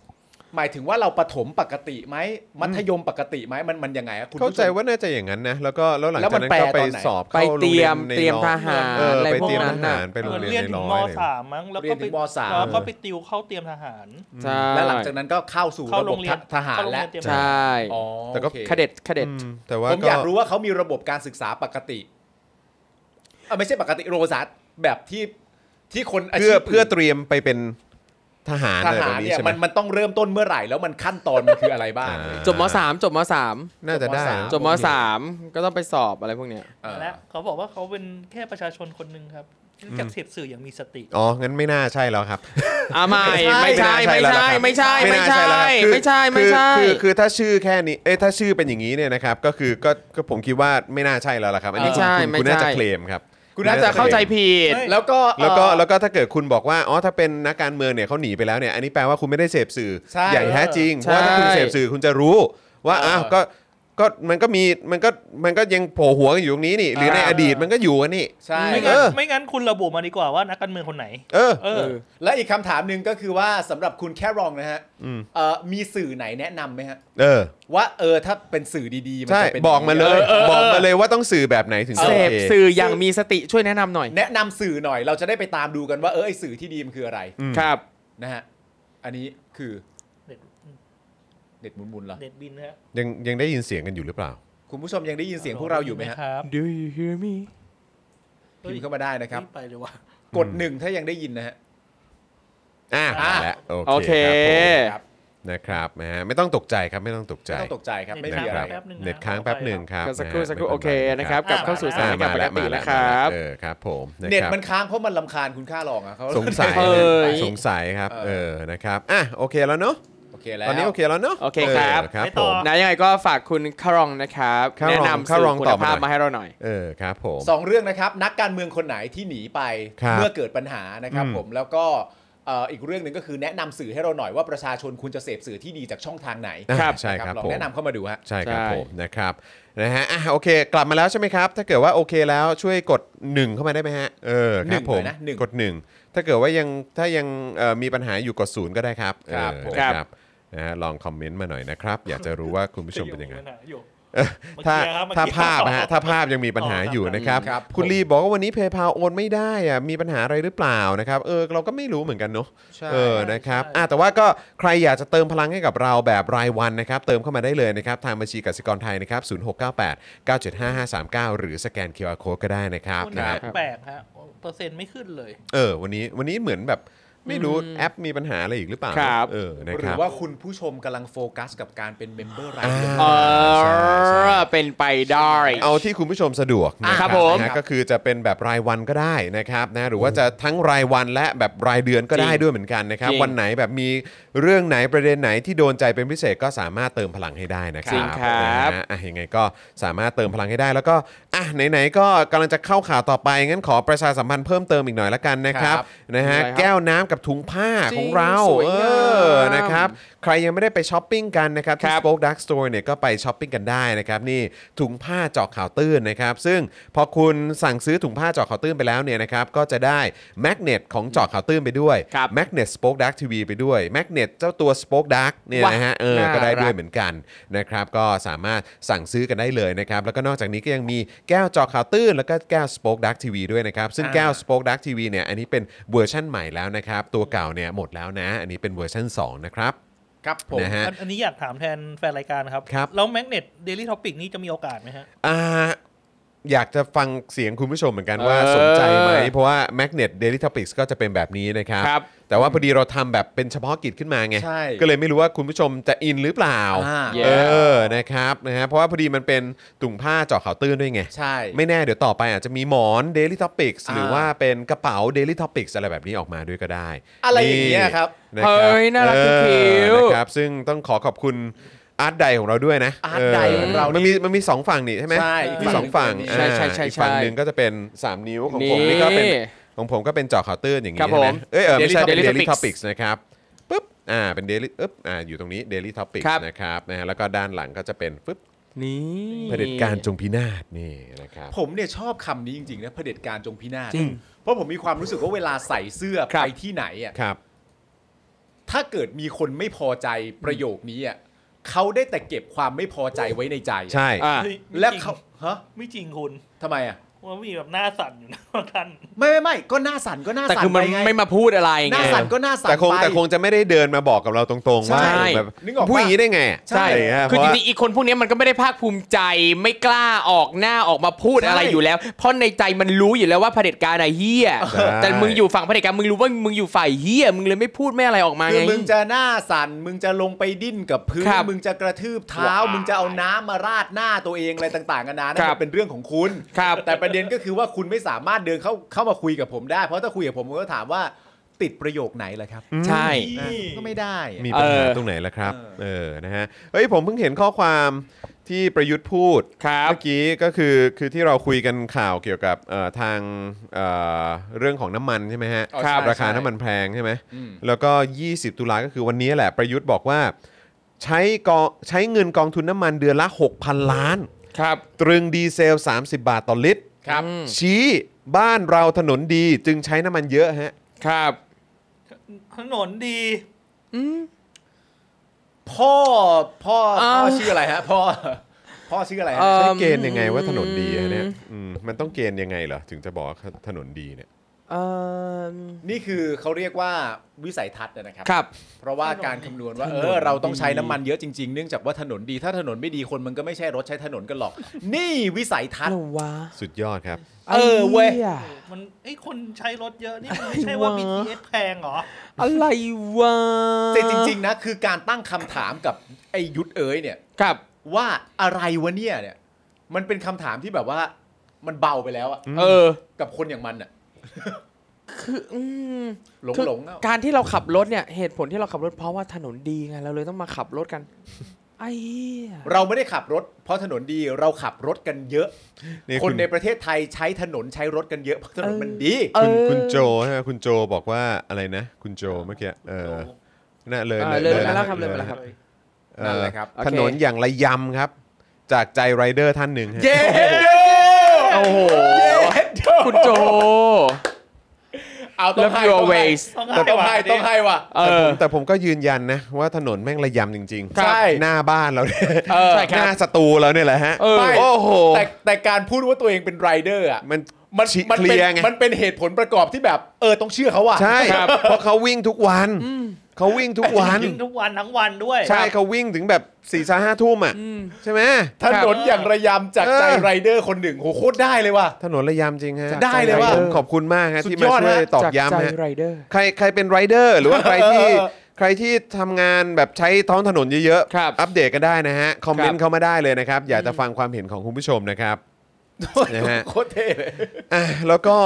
[SPEAKER 3] หมายถึงว่าเราประถมปกติไหมมัธยมปกติไหมมันมันยังไงอะคุณ
[SPEAKER 1] เข้า
[SPEAKER 3] ผู้ม
[SPEAKER 1] ใจว่าน่าจะอย่างนั้นนะ แล้วก็แล้วหลัง
[SPEAKER 3] แล้ว
[SPEAKER 1] จา
[SPEAKER 3] มั
[SPEAKER 1] ก
[SPEAKER 3] น
[SPEAKER 1] นั้น
[SPEAKER 3] แปล
[SPEAKER 1] ก็ไป
[SPEAKER 3] ตอนไหน
[SPEAKER 1] สอบ
[SPEAKER 5] ไป
[SPEAKER 1] เข้าโร
[SPEAKER 5] เต
[SPEAKER 1] ง
[SPEAKER 5] รีย
[SPEAKER 1] เรีย
[SPEAKER 5] ม
[SPEAKER 1] นใน
[SPEAKER 5] เตรียม
[SPEAKER 1] ร้อย
[SPEAKER 5] ทหาร
[SPEAKER 1] เออ
[SPEAKER 5] อะไร
[SPEAKER 1] ไป
[SPEAKER 5] พว
[SPEAKER 1] เต
[SPEAKER 5] ก
[SPEAKER 1] รียม
[SPEAKER 5] นั้
[SPEAKER 1] ท
[SPEAKER 5] น
[SPEAKER 1] หา
[SPEAKER 5] น่ะ
[SPEAKER 1] รไปโรง
[SPEAKER 4] เหมือน
[SPEAKER 1] เรี
[SPEAKER 4] เรี
[SPEAKER 1] ยน
[SPEAKER 4] ย
[SPEAKER 1] ใน
[SPEAKER 4] นถึง
[SPEAKER 1] ร้อ
[SPEAKER 4] ม
[SPEAKER 1] ยอะไรอย่าง
[SPEAKER 4] สา
[SPEAKER 1] เงี้ย
[SPEAKER 4] มมั้งแล้ว
[SPEAKER 3] เรี
[SPEAKER 4] ก็
[SPEAKER 3] ยน
[SPEAKER 4] ไป
[SPEAKER 3] ถึงมสาม
[SPEAKER 4] แล้วก็ไปติวเข้าเตรียมทหาร
[SPEAKER 5] ใช่
[SPEAKER 3] แล้วหลังจากนั้นก็เข้าสู่
[SPEAKER 4] เข้า
[SPEAKER 3] ระบ
[SPEAKER 4] โร
[SPEAKER 3] บ
[SPEAKER 4] งเรียน
[SPEAKER 3] ทหารแล้ว
[SPEAKER 4] เข้โงเยนเตยม
[SPEAKER 5] ใช่
[SPEAKER 3] อ๋อ
[SPEAKER 1] แต่ก็
[SPEAKER 3] โอเค
[SPEAKER 5] คเด็ดคเด็ด
[SPEAKER 1] อืมแต่ว่า
[SPEAKER 3] ผมอยากรู้ว่าเขามีระบบการศึกษาปกติเออไม่ใช่ปกติโรศาสแบบที่ที่คนอา
[SPEAKER 1] เพื่
[SPEAKER 3] ชี
[SPEAKER 1] อ
[SPEAKER 3] พ
[SPEAKER 1] เพื่อเตรียมไปเป็นทหาร
[SPEAKER 3] ท
[SPEAKER 1] อะไรแบ
[SPEAKER 3] หาร
[SPEAKER 1] บนี้
[SPEAKER 3] เนี่ย
[SPEAKER 1] ใช่ไหม
[SPEAKER 3] มันมันต้องเริ่มต้นเมื่อไหร่ แล้วมันขั้นตอนมันคืออะไรบ้าง
[SPEAKER 1] อ่า
[SPEAKER 5] จบมสามจบมสาม
[SPEAKER 1] น่าจะได้นะ
[SPEAKER 5] จบมสามก็ต้องไปสอบอะไรพวกเนี้ย
[SPEAKER 4] แล้วเขาบอกว่าเขาเป็นแค่ประชาชนคนหนึ่งครับรู้จากเสพสื่ออย่างมีสติ
[SPEAKER 1] อ๋อ งั้นไม่น่าใช่แล้วครับ
[SPEAKER 5] อ่ะไม่
[SPEAKER 3] ไม่
[SPEAKER 5] ไม่
[SPEAKER 3] ใช่
[SPEAKER 5] ใช่ไม่ใช่ไม่ใช่ไม่ใช่ไม่ใช่ไม่ใช่
[SPEAKER 1] คือคือคือถ้าชื่อแค่นี้ เอ้ยถ้าชื่อเป็นอย่างนี้เนี่ยนะครับ ก็คือก็ก็ผมคิดว่าไม่น่าใช่แล้วล่ะครับ อันนี้คุณ
[SPEAKER 5] ไม่ใช่
[SPEAKER 1] คุณคุ
[SPEAKER 5] ไม่
[SPEAKER 1] ณน่าจะ
[SPEAKER 5] ใช่
[SPEAKER 1] เคลมครับ
[SPEAKER 3] คุณน่าจะ
[SPEAKER 5] เข้าใจผิด
[SPEAKER 4] เฮ้ย
[SPEAKER 3] แล้วก็เอ่อ
[SPEAKER 1] แล้วก็แล้วก็ถ้าเกิดคุณบอกว่า อ๋อ ถ้าเป็นนักการเมืองเนี่ยเขาหนีไปแล้วเนี่ย อันนี้แปลว่าคุณไม่ได้เสพสื่อ
[SPEAKER 3] ใช่
[SPEAKER 1] อย่างแท้จริง เพราะว่าถ้าคุณ
[SPEAKER 5] ใช่
[SPEAKER 1] เสพสื่อคุณจะรู้ว่า อ้าว ก็ ก็มันก็มี มันก็ มันก็ยังโผล่หัวกันอยู่ตรงนี้นี่ หรือในอดีตมันก็อยู่กันนี่
[SPEAKER 3] ใช่
[SPEAKER 4] ไม่
[SPEAKER 1] เอ
[SPEAKER 4] งั้น
[SPEAKER 1] อ
[SPEAKER 4] ไม่งั้นคุณระบุมาดีกว่าว่านักการเมืองคนไหน
[SPEAKER 1] เออ
[SPEAKER 4] เออ
[SPEAKER 3] และอีกคำถามหนึ่งก็คือว่าสำหรับคุณแค่รองนะฮะเอ่อมีสื่อไหนแนะนำไหมฮะ
[SPEAKER 1] เออ
[SPEAKER 3] ว่าเออถ้าเป็นสื่อดีๆ มัน
[SPEAKER 1] ใช่
[SPEAKER 3] จะเป็น
[SPEAKER 1] บอกมาเลย
[SPEAKER 3] ออออ
[SPEAKER 1] บอกมาเลยว่าต้องสื่อแบบไหนถึงจะ
[SPEAKER 5] เส
[SPEAKER 1] โอ
[SPEAKER 5] พ
[SPEAKER 1] เค
[SPEAKER 5] สื่ออย่างมีสติช่วยแนะนำหน่อย
[SPEAKER 3] แนะนำสื่อหน่อยเราจะได้ไปตามดูกันว่าเออไอสื่อที่ดีมันคืออะไร
[SPEAKER 5] ครับ
[SPEAKER 3] นะฮะอันนี้คือ
[SPEAKER 4] เด็ด
[SPEAKER 3] เน็ตหมุนๆเหรอ
[SPEAKER 4] เด็ดบินนะฮะ
[SPEAKER 1] ยังยังได้ยินเสียงกันอยู่หรือเปล่า
[SPEAKER 3] คุณผู้ชมยังได้ยินเสียงพวกเราอยู่ไหมฮะ
[SPEAKER 4] ครับ
[SPEAKER 5] Do you hear me
[SPEAKER 3] พิมพ์เข้ามาได้นะครับ
[SPEAKER 4] ไปเลยว่ะ
[SPEAKER 3] กดหนึ่งถ้ายังได้ยินนะฮะ
[SPEAKER 1] อ่ะ
[SPEAKER 3] อ่ะ
[SPEAKER 1] แล้ว
[SPEAKER 5] โอ
[SPEAKER 1] โอ
[SPEAKER 5] เค
[SPEAKER 1] เคครับผม นะครับนะฮะไม่ต้องตกใจครับไม่ต้องตกใจ
[SPEAKER 3] ไม่ต้องตกใจครับไม่
[SPEAKER 1] นะ
[SPEAKER 3] มี
[SPEAKER 1] ค
[SPEAKER 3] อะไร
[SPEAKER 1] รับ
[SPEAKER 4] แป๊บนึงนะ
[SPEAKER 1] เน็ตค้างแป๊บหนึ่งครับ
[SPEAKER 5] ก็สักครู่
[SPEAKER 1] นะฮะ
[SPEAKER 5] สักครู่
[SPEAKER 1] ไม่
[SPEAKER 5] โอ
[SPEAKER 1] ป็นไร
[SPEAKER 5] เคนะครับกลับเข้าสู่สถาน
[SPEAKER 1] อ่ะมา
[SPEAKER 5] การณ์ปก
[SPEAKER 1] แล้ว
[SPEAKER 5] ติ
[SPEAKER 1] มาแล้ว
[SPEAKER 5] นะครั
[SPEAKER 1] มาแล้
[SPEAKER 5] บ
[SPEAKER 1] วเออครับผมะ
[SPEAKER 3] เน็ต
[SPEAKER 1] ครับ
[SPEAKER 3] มันค้างเพราะมันลำคาญคุณค่าลองอะเขา
[SPEAKER 1] สงสัย
[SPEAKER 5] เฮ้ย
[SPEAKER 1] สงสัยครับ
[SPEAKER 3] เอ
[SPEAKER 1] เอ
[SPEAKER 3] อ
[SPEAKER 1] อ นะครับ อ่ะ โอเคแล้วเนาะ
[SPEAKER 3] โอเคแล้ว
[SPEAKER 1] ตอนนี้โอเคแล้วเนาะ
[SPEAKER 5] โอเคครับ
[SPEAKER 1] ออครับ
[SPEAKER 4] ไป
[SPEAKER 1] ผ
[SPEAKER 4] ต่อ
[SPEAKER 1] ม
[SPEAKER 5] นะยังไงก็ฝากคุณคารองนะครับ
[SPEAKER 1] คารอง
[SPEAKER 5] แนะนำ
[SPEAKER 1] คา
[SPEAKER 5] สื่
[SPEAKER 1] ร
[SPEAKER 5] อ
[SPEAKER 1] อง
[SPEAKER 5] คุณ
[SPEAKER 1] ตอบมา
[SPEAKER 5] ภาพ
[SPEAKER 1] หน่อย
[SPEAKER 5] มาให้เราหน่อย
[SPEAKER 1] เออ ครับผม
[SPEAKER 3] สองเรื่องนะครับ นักการเมืองคนไหนที่หนีไป
[SPEAKER 1] ครับ
[SPEAKER 3] เมื่อเกิดปัญหานะครับ
[SPEAKER 1] อืม
[SPEAKER 3] ผมแล้วก็เอ่ออีกเรื่องหนึ่งก็คือแนะนำสื่อให้เราหน่อยว่าประชาชนควรจะเสพสื่อที่ดีจากช่องทางไหน
[SPEAKER 5] ครับ
[SPEAKER 1] ใช่ครับ
[SPEAKER 3] ลอง
[SPEAKER 1] ผม
[SPEAKER 3] แนะนำเข้ามาดูฮะ
[SPEAKER 1] ใช่ครับ
[SPEAKER 5] ใช่
[SPEAKER 1] ผมนะครับ นะฮะ อ่ะ โอเค กลับมาแล้วใช่ไหมครับ ถ้าเกิดว่าโอเคแล้วช่วยกด 1 เข้ามาได้ไหมฮะ เออ ค
[SPEAKER 3] หนึ่
[SPEAKER 1] รับ
[SPEAKER 3] ง
[SPEAKER 1] ผ
[SPEAKER 3] เล
[SPEAKER 1] ม
[SPEAKER 3] ยนะหนึ่ง
[SPEAKER 1] กด 1 ถ้าเกิดว่ายัง ถ้ายังเอ่อมีปัญหาอยู่กดศูนย์ก็ได้ครับเออ
[SPEAKER 3] ครับผม
[SPEAKER 1] นะครับ นะฮะ ลองคอมเมนต์มาหน่อยนะครับ อยากจะรู้ว่าคุณผู้ชมเป็นยังไง ถ้า
[SPEAKER 4] เมื่อกี้ครับ
[SPEAKER 1] ถ้า
[SPEAKER 4] เมื่อกี้
[SPEAKER 1] ภาพนะฮะ
[SPEAKER 4] *laughs* ครับ
[SPEAKER 1] ถ้าภาพยังมีปัญหา
[SPEAKER 4] อ๋ออ
[SPEAKER 1] อยู่
[SPEAKER 4] ครับ
[SPEAKER 1] นะครับ
[SPEAKER 3] ครับ
[SPEAKER 1] คุณ
[SPEAKER 3] ผม
[SPEAKER 1] ลีบอกว่าวันนี้เพย์พาโอนไม่ได้อะมีปัญหาอะไรหรือเปล่านะครับเออเราก็ไม่รู้เหมือนกันเนาะเออนะครับอ่ะแต่ว่าก็ใครอยากจะเติมพลังให้กับเราแบบรายวันนะครับเติมเข้ามาได้เลยนะครับทางบัญชีกสิกรไทยนะครับ0698 975539 หรือสแกน QR Code ก็ได้นะครับ
[SPEAKER 4] วัน
[SPEAKER 1] นะ
[SPEAKER 4] นี้
[SPEAKER 1] ครับ
[SPEAKER 4] แปลกฮะเปอร์เซ็นต์ไม่ขึ้นเลย
[SPEAKER 1] เออวันนี้วันนี้เหมือนแบบไม่รู้
[SPEAKER 5] อืม
[SPEAKER 1] แอปมีปัญหาอะไรอีกหรือเปล่า
[SPEAKER 5] ครับ
[SPEAKER 1] เออนะ
[SPEAKER 3] ห
[SPEAKER 1] ค
[SPEAKER 3] รื
[SPEAKER 1] รั
[SPEAKER 3] อบ ว่าคุณผู้ชมกำลังโฟกัสกับการเป็นเมมเบอร์รายเดือน
[SPEAKER 5] เอ
[SPEAKER 1] ใช่ใช่
[SPEAKER 5] อเป็นไปได้
[SPEAKER 1] เอาที่คุณผู้ชมสะดวกนะ
[SPEAKER 5] อ่ะครับผม
[SPEAKER 1] นะก็คือจะเป็นแบบรายวันก็ได้นะครับนะหรือว่าจะทั้งรายวันและแบบรายเดือนก็ได้
[SPEAKER 5] จริง
[SPEAKER 1] ด้วยเหมือนกันนะครับ
[SPEAKER 5] จริง
[SPEAKER 1] วันไหนแบบมีเรื่องไหนประเด็นไหนที่โดนใจเป็นพิเศษก็สามารถเติมพลังให้ได้นะค
[SPEAKER 5] จริ
[SPEAKER 1] รับ
[SPEAKER 5] งครับ
[SPEAKER 1] นะฮะอ่ะยังไงก็สามารถเติมพลังให้ได้แล้วก็อ่ะไหนๆก็กำลังจะเข้าข่าวต่อไปงั้นขอประชาสัมพันธ์เพิ่มเติมอีกหน่อยละกันนะครับ
[SPEAKER 3] ครับ
[SPEAKER 1] นะฮะ
[SPEAKER 5] มีอะไรครับ
[SPEAKER 1] แก้วน้ำกับถุงผ้า
[SPEAKER 5] จริง
[SPEAKER 1] ของเรา
[SPEAKER 5] สวย
[SPEAKER 1] เอง
[SPEAKER 5] าม
[SPEAKER 1] อนะครับ ใครยังไม่ได้ไปช้อปปิ้งกันนะครับที่ Spoke Dark Store เนี่ยก็ไปช้อปปิ้งกันได้นะครับนี่ถุงผ้าเจาะข่าวตื้นนะครับ ซึ่งพอคุณสั่งซื้อถุงผ้าเจาะข่าวตื้นไปแล้วเนี่ยนะครับก็จะได้แมกเนตของเจาะข่าวตื้นไปด้วย
[SPEAKER 5] ครับ
[SPEAKER 1] แมกเนต Spoke Dark TV ไปด้วยแมกเนตเจ้าตัว Spoke Dark เนี่ยนะฮะเออ
[SPEAKER 5] ว้าว
[SPEAKER 1] ก็ได้
[SPEAKER 5] น่ารัก
[SPEAKER 1] ด้วยเหมือนกันนะครับก็สามารถสั่งซื้อกันได้เลยนะครับแล้วก็นอกจากนี้ก็ยังมีแก้วเจาะข่าวตื้นแล้วก็แก้ว Spoke Dark TV ด้วยนะครับซึ่งแก้ว Spoke Dark TV เนี่ยอันนี้เป็นเวอร์ชั่นใหม่แล้วนะครับตัวเก่าเนี่ยหมดแล้วนะ อันนี้เป็นเวอร์ชันสองนะครับ
[SPEAKER 3] ครับผม
[SPEAKER 1] นะฮะ
[SPEAKER 4] อันอันนี้อยากถามแทนแฟนรายการครับ
[SPEAKER 1] ครับ
[SPEAKER 4] แล้วแมกเนตเดลี่ท็อปิกนี่จะมีโอกาสไหมฮะ
[SPEAKER 1] อ่าอยากจะฟังเสียงคุณผู้ชมเหมือนกันว่า
[SPEAKER 5] เออ
[SPEAKER 1] สนใจไหม เพราะว่า Magnet Daily Topics ก็จะเป็นแบบนี้นะครับ
[SPEAKER 5] ครับ
[SPEAKER 1] แต่ว่าพอดีเราทำแบบเป็นเฉพาะกิจขึ้นมาไง
[SPEAKER 3] ใช่
[SPEAKER 1] ก็เลยไม่รู้ว่าคุณผู้ชมจะอินหรือเปล่า
[SPEAKER 3] อ่า
[SPEAKER 5] Yeah
[SPEAKER 1] เออนะครับนะฮะเพราะว่าพอดีมันเป็นตุ่งผ้าเจาะข่าวตื้นด้วยไง
[SPEAKER 3] ใช่
[SPEAKER 1] ไม่แน่เดี๋ยวต่อไปอาจจะมีหมอน Daily Topics
[SPEAKER 3] อ่า
[SPEAKER 1] หรือว่าเป็นกระเป๋า Daily Topics อะไรแบบนี้ออกมาด้วยก็ได้
[SPEAKER 3] อะไรอย่างเงี้ยครับ
[SPEAKER 1] นี่นะครับ
[SPEAKER 5] เฮ้ยน่ารักจริงๆ
[SPEAKER 1] เออ
[SPEAKER 5] คิ้ว
[SPEAKER 1] นะครับซึ่งต้องขอขอบคุณอาร์ตไดของเราด้วยนะ
[SPEAKER 3] Art Dye ของเรา
[SPEAKER 1] มั
[SPEAKER 3] นี่
[SPEAKER 1] นมีมันมีสองฝั่งนี่ใช่ไหม
[SPEAKER 3] ใช่
[SPEAKER 1] มีสองฝั่ง
[SPEAKER 5] ใช่ใช่
[SPEAKER 1] อ่า
[SPEAKER 5] ใช่
[SPEAKER 1] อีกฝั่ง
[SPEAKER 5] ใช่
[SPEAKER 1] หนึ่งก็จะเป็น 3 นิ้วของ
[SPEAKER 5] นี่
[SPEAKER 1] ผมนี่ก็เป็นของผมก็เป็นเจาะข่าวตื้นอย่างนี้
[SPEAKER 5] ครับ
[SPEAKER 1] ใช่ไหม
[SPEAKER 5] ผม
[SPEAKER 1] เอ้ยเออไม่ใช่
[SPEAKER 5] Daily
[SPEAKER 1] เป็น Daily
[SPEAKER 5] Topics
[SPEAKER 1] Topics นะครับปุ๊บอ่าเป็น Daily อึ๊บอ่าอยู่ตรงนี้ Daily Topics
[SPEAKER 5] ครับ
[SPEAKER 1] นะครับนะฮะแล้วก็ด้านหลังก็จะเป็นปุ๊บ
[SPEAKER 5] นี่
[SPEAKER 1] เผด็จการจงพินาศนี่นะครับ
[SPEAKER 3] ผมเนี่ยชอบคำนี้จริงๆนะเผด็จการจงพินาศ
[SPEAKER 5] จริง
[SPEAKER 3] เพราะผมมีความรู้สึกว่าเวลาใส่เสื้อ
[SPEAKER 5] ครับ
[SPEAKER 3] ไปที่ไหนอ่ะ
[SPEAKER 1] ครับ
[SPEAKER 3] ถ้าเกิดมีคนไม่พอใจประโยคนี้อ่ะเขาได้แต่เก็บความไม่พอใจไว้ในใจอะ
[SPEAKER 1] ใช่
[SPEAKER 5] อ่ะ
[SPEAKER 4] เฮ้ยไม่
[SPEAKER 3] และ
[SPEAKER 4] จริง
[SPEAKER 3] เขาฮะ
[SPEAKER 4] ไม่จริงคุณ
[SPEAKER 3] ทำไมอ่ะ
[SPEAKER 4] ว่ามีแบบหน้าสั่นอยู่นะ *laughs* ท่าน
[SPEAKER 3] ไม่ไม่ไม่ก็หน้าสั่นก็หน้า
[SPEAKER 5] แต่
[SPEAKER 3] สั่น
[SPEAKER 5] คือมัน
[SPEAKER 3] ปง
[SPEAKER 5] ไม่มาพูดอะไร
[SPEAKER 3] ห
[SPEAKER 5] ไง
[SPEAKER 3] น้าสั่นก็หน้าสั่น
[SPEAKER 1] แต่คง
[SPEAKER 3] ไป
[SPEAKER 1] แต่คงจะไม่ได้เดินมาบอกกับเราตรงๆว่า
[SPEAKER 5] ใช่
[SPEAKER 1] แบบ
[SPEAKER 3] นึกออกปะ
[SPEAKER 1] ผู้หญิงนี้ได้ไง
[SPEAKER 5] ใช่
[SPEAKER 1] ะไรย่างเงี้ย
[SPEAKER 5] คือ
[SPEAKER 1] เพ
[SPEAKER 5] จ
[SPEAKER 1] ราะว่า
[SPEAKER 5] ริงๆอีกคนพวกนี้มันก็ไม่ได้ภาคภูมิใจ ไม่กล้าออกหน้าออกมาพูด
[SPEAKER 3] ใช่
[SPEAKER 5] อะไรอยู่แล้ว เพราะในใจมันรู้อยู่แล้วว่าเผด็จการไอ้เฮีย
[SPEAKER 1] ใช่
[SPEAKER 5] แต่มึงอยู่ฝั่งเผด็จการมึงรู้ว่ามึงอยู่ฝ่ายเฮียมึงเลยไม่พูดไม่อะไรออกมา
[SPEAKER 3] คือ
[SPEAKER 5] ไง
[SPEAKER 3] มึงจะหน้าสั่นมึงจะลงไปดิ้นกับพื้น
[SPEAKER 5] ครับ
[SPEAKER 3] มึงจะกระทืบเท้า
[SPEAKER 5] ว้าย
[SPEAKER 3] มึงจะเอาน้ำมาราดหน้าตัวเองอะไรต่างๆกันานานั่น
[SPEAKER 5] ครั
[SPEAKER 3] มั
[SPEAKER 5] บ
[SPEAKER 3] นเป็นเรื่องของคุณ
[SPEAKER 5] ครับ
[SPEAKER 3] แต่ประเด็นก็คือว่าคุณไม่สามารถเดินเข้าเข้ามาคุยกับผมได้ เพราะถ้าคุยกับผมผมก็ถามว่าติดประโยคไหนล่ะครับ
[SPEAKER 5] ใช่
[SPEAKER 3] นะก็ไม่ได้อะ
[SPEAKER 1] มีปัญหา
[SPEAKER 5] เออ
[SPEAKER 1] ตรงไหนล่ะครับ
[SPEAKER 3] เออ
[SPEAKER 1] เออ นะฮะ เฮ้ย ผมเพิ่งเห็นข้อความที่ประยุทธ์พูด
[SPEAKER 5] ครับ
[SPEAKER 1] เมื่อกี้ก็คือ คือที่เราคุยกันข่าวเกี่ยวกับเอ่อทางเอ่อเรื่องของน้ำมันใช่ไหมฮะ
[SPEAKER 3] อ๋อครับ
[SPEAKER 1] ราคา
[SPEAKER 3] ใช่
[SPEAKER 1] น้ำมันแพงใช่ไหม แล้วก็ 20 ตุลาก็คือวันนี้แหละ ประยุทธ์บอกว่า ใช้กองใช้เงินกองทุนน้ำมันเดือนละ 6,000 ล้าน
[SPEAKER 5] ครับ
[SPEAKER 1] ตรึงดีเซล 30 บาทต่อลิตร
[SPEAKER 5] ครับอืม
[SPEAKER 1] ชี้บ้านเราถนนดีจึงใช้น้ำมันเยอะฮะ
[SPEAKER 5] ครับ
[SPEAKER 4] ถนนดี
[SPEAKER 3] พ่อพ่อพ่อ
[SPEAKER 5] เอ้า
[SPEAKER 3] ชื่ออะไรฮะพ่อพ่อชื่ออะไรฮะ
[SPEAKER 5] เอ่อ
[SPEAKER 1] ใช้เกณฑ์ยังไงว่าถนนดีอะเนี่ยอืมมันต้องเกณฑ์ยังไงเหรอ ถึงจะบอกว่าถนนดีเนี่ย
[SPEAKER 5] เอ่อ
[SPEAKER 3] นี่คือเขาเรียกว่าวิสัยทัศน์นะครับ
[SPEAKER 5] ครับ
[SPEAKER 3] เพราะว่าการคำนวณว่า
[SPEAKER 5] ถน
[SPEAKER 3] เอน อเราต้องใช้
[SPEAKER 5] ดี
[SPEAKER 3] น้ำมันเยอะจริง ๆ เนื่องจากว่าถนนดีถ้าถนนไม่ดีคนมันก็ไม่ใช่รถใช้ถนนกันหรอก นี่วิสัยทัศ
[SPEAKER 5] หร
[SPEAKER 3] น์
[SPEAKER 5] อวะ
[SPEAKER 1] สุดยอดครับ
[SPEAKER 3] เออเว้ย
[SPEAKER 5] ไหี้
[SPEAKER 4] มันไอ้ยคนใช้รถเยอะนี่มันไม่ใช่ว่า BTS แพงเหรอ
[SPEAKER 5] อะไรวะ
[SPEAKER 3] แต่จริง ๆ นะ คือการตั้งคำถามกับไอ้ยุทธเอ๋ยเนี่ย
[SPEAKER 5] ครับ
[SPEAKER 3] ว่าอะไรวะเนี่ยเนี่ย มันเป็นคำถามที่แบบว่ามันเบาไปแล้วอะ
[SPEAKER 5] เออ
[SPEAKER 3] กับคนอย่างมันอะ
[SPEAKER 5] คืออืม
[SPEAKER 3] หลง
[SPEAKER 5] คือ
[SPEAKER 3] หลงๆอะ
[SPEAKER 5] การที่เราขับรถเนี่ย เหตุผลที่เราขับรถเพราะว่าถนนดีไงเราเลยต้องมาขับรถ
[SPEAKER 3] *laughs*
[SPEAKER 5] กัน ไอ้เหี้ย
[SPEAKER 3] เราไม่ได้ขับรถ เพราะถนนดีเราขับรถกันเยอะ
[SPEAKER 1] นี่
[SPEAKER 3] ค
[SPEAKER 1] คุ
[SPEAKER 3] น
[SPEAKER 1] ณ
[SPEAKER 3] ในประเทศไทยใช้ถนนใช้รถกันเยอะเพราะถนนมันดี
[SPEAKER 1] คุณ
[SPEAKER 5] เออ
[SPEAKER 1] คุณโจใช่ไหมคุณโจบอกว่าอะไรนะ คุณโจเมื่อกี้เออน่ะเลย
[SPEAKER 5] เออเลยไปแล้วครับ
[SPEAKER 1] นะ
[SPEAKER 5] เลยไปแล้วครับ
[SPEAKER 1] เออ
[SPEAKER 3] นั่นแหละครับ
[SPEAKER 1] เออถนนอย่างระยำครับ จากใจไรเดอร์ท่านหนึ่งฮะ
[SPEAKER 3] เย้
[SPEAKER 5] โอ้โห คุณโจ
[SPEAKER 3] เอาต้อ
[SPEAKER 5] Love
[SPEAKER 3] งให้
[SPEAKER 5] you
[SPEAKER 3] ต้องให้
[SPEAKER 5] always
[SPEAKER 3] ต้องให้ต้องให้ว่ะ
[SPEAKER 5] เอ
[SPEAKER 1] แต่ผม
[SPEAKER 5] อ
[SPEAKER 1] แต่ผมก็ยืนยันนะ ว่าถนนแม่งระยำจริงๆ
[SPEAKER 3] ใช่
[SPEAKER 1] หน้าบ้านเราเนี่ย
[SPEAKER 5] เออ
[SPEAKER 1] หน้าสตูเราเนี่ยแหละฮะ
[SPEAKER 5] เออ
[SPEAKER 1] ไม่โอ้โห
[SPEAKER 3] แต่แต่การพูดว่าตัวเองเป็นไรเดอร์อ่ะ
[SPEAKER 1] มัน
[SPEAKER 3] มัน
[SPEAKER 1] ชิ
[SPEAKER 3] มัน
[SPEAKER 1] เค
[SPEAKER 3] เป็
[SPEAKER 1] ลีย
[SPEAKER 3] น
[SPEAKER 1] ร์ไง
[SPEAKER 3] มันเป็นเหตุผลประกอบที่แบบ เออต้องเชื่อเขาว่ะ
[SPEAKER 1] ใช่เพราะเขาวิ่งทุกวันเขาวิ่งทุกวัน
[SPEAKER 4] ยิงทุกวันทั้งวันด้วย
[SPEAKER 1] ใช่เขาวิ่งถึงแบบสี่สห้าทุ่มอ่ะใช่ไหม
[SPEAKER 3] ถนนอย่างระยำจากใจ
[SPEAKER 1] เออ
[SPEAKER 3] ไรเดอร์คนหนึ่งโหโคตรได้เลยว่ะ
[SPEAKER 1] ถนนระยำจริงฮะ
[SPEAKER 3] ได้เลยว่ะ
[SPEAKER 1] ผมขอบคุณมากฮะ
[SPEAKER 3] สุด
[SPEAKER 1] ที่
[SPEAKER 3] ย
[SPEAKER 1] มา
[SPEAKER 3] อด
[SPEAKER 1] ช่วย
[SPEAKER 3] ฮะ
[SPEAKER 1] ตอก
[SPEAKER 5] จากใจ
[SPEAKER 1] ย้ำฮะ
[SPEAKER 5] ไรเดอร์
[SPEAKER 1] ใครใครเป็นไรเดอร์หรือว่าใครที่
[SPEAKER 3] เออเออ
[SPEAKER 1] ใครที่ทำงานแบบใช้ท้องถนนเยอะ
[SPEAKER 5] ครับ
[SPEAKER 1] อัปเดตกันได้นะฮะ คอมเมน
[SPEAKER 5] ครั
[SPEAKER 1] ต์
[SPEAKER 5] บ
[SPEAKER 1] เข้ามาได้เลยนะครับ อยากจะฟังความเห็นของคุณผู้ชมนะครับ นะฮะ
[SPEAKER 3] โคตรเท่เลย
[SPEAKER 1] อ่ะแล้วก็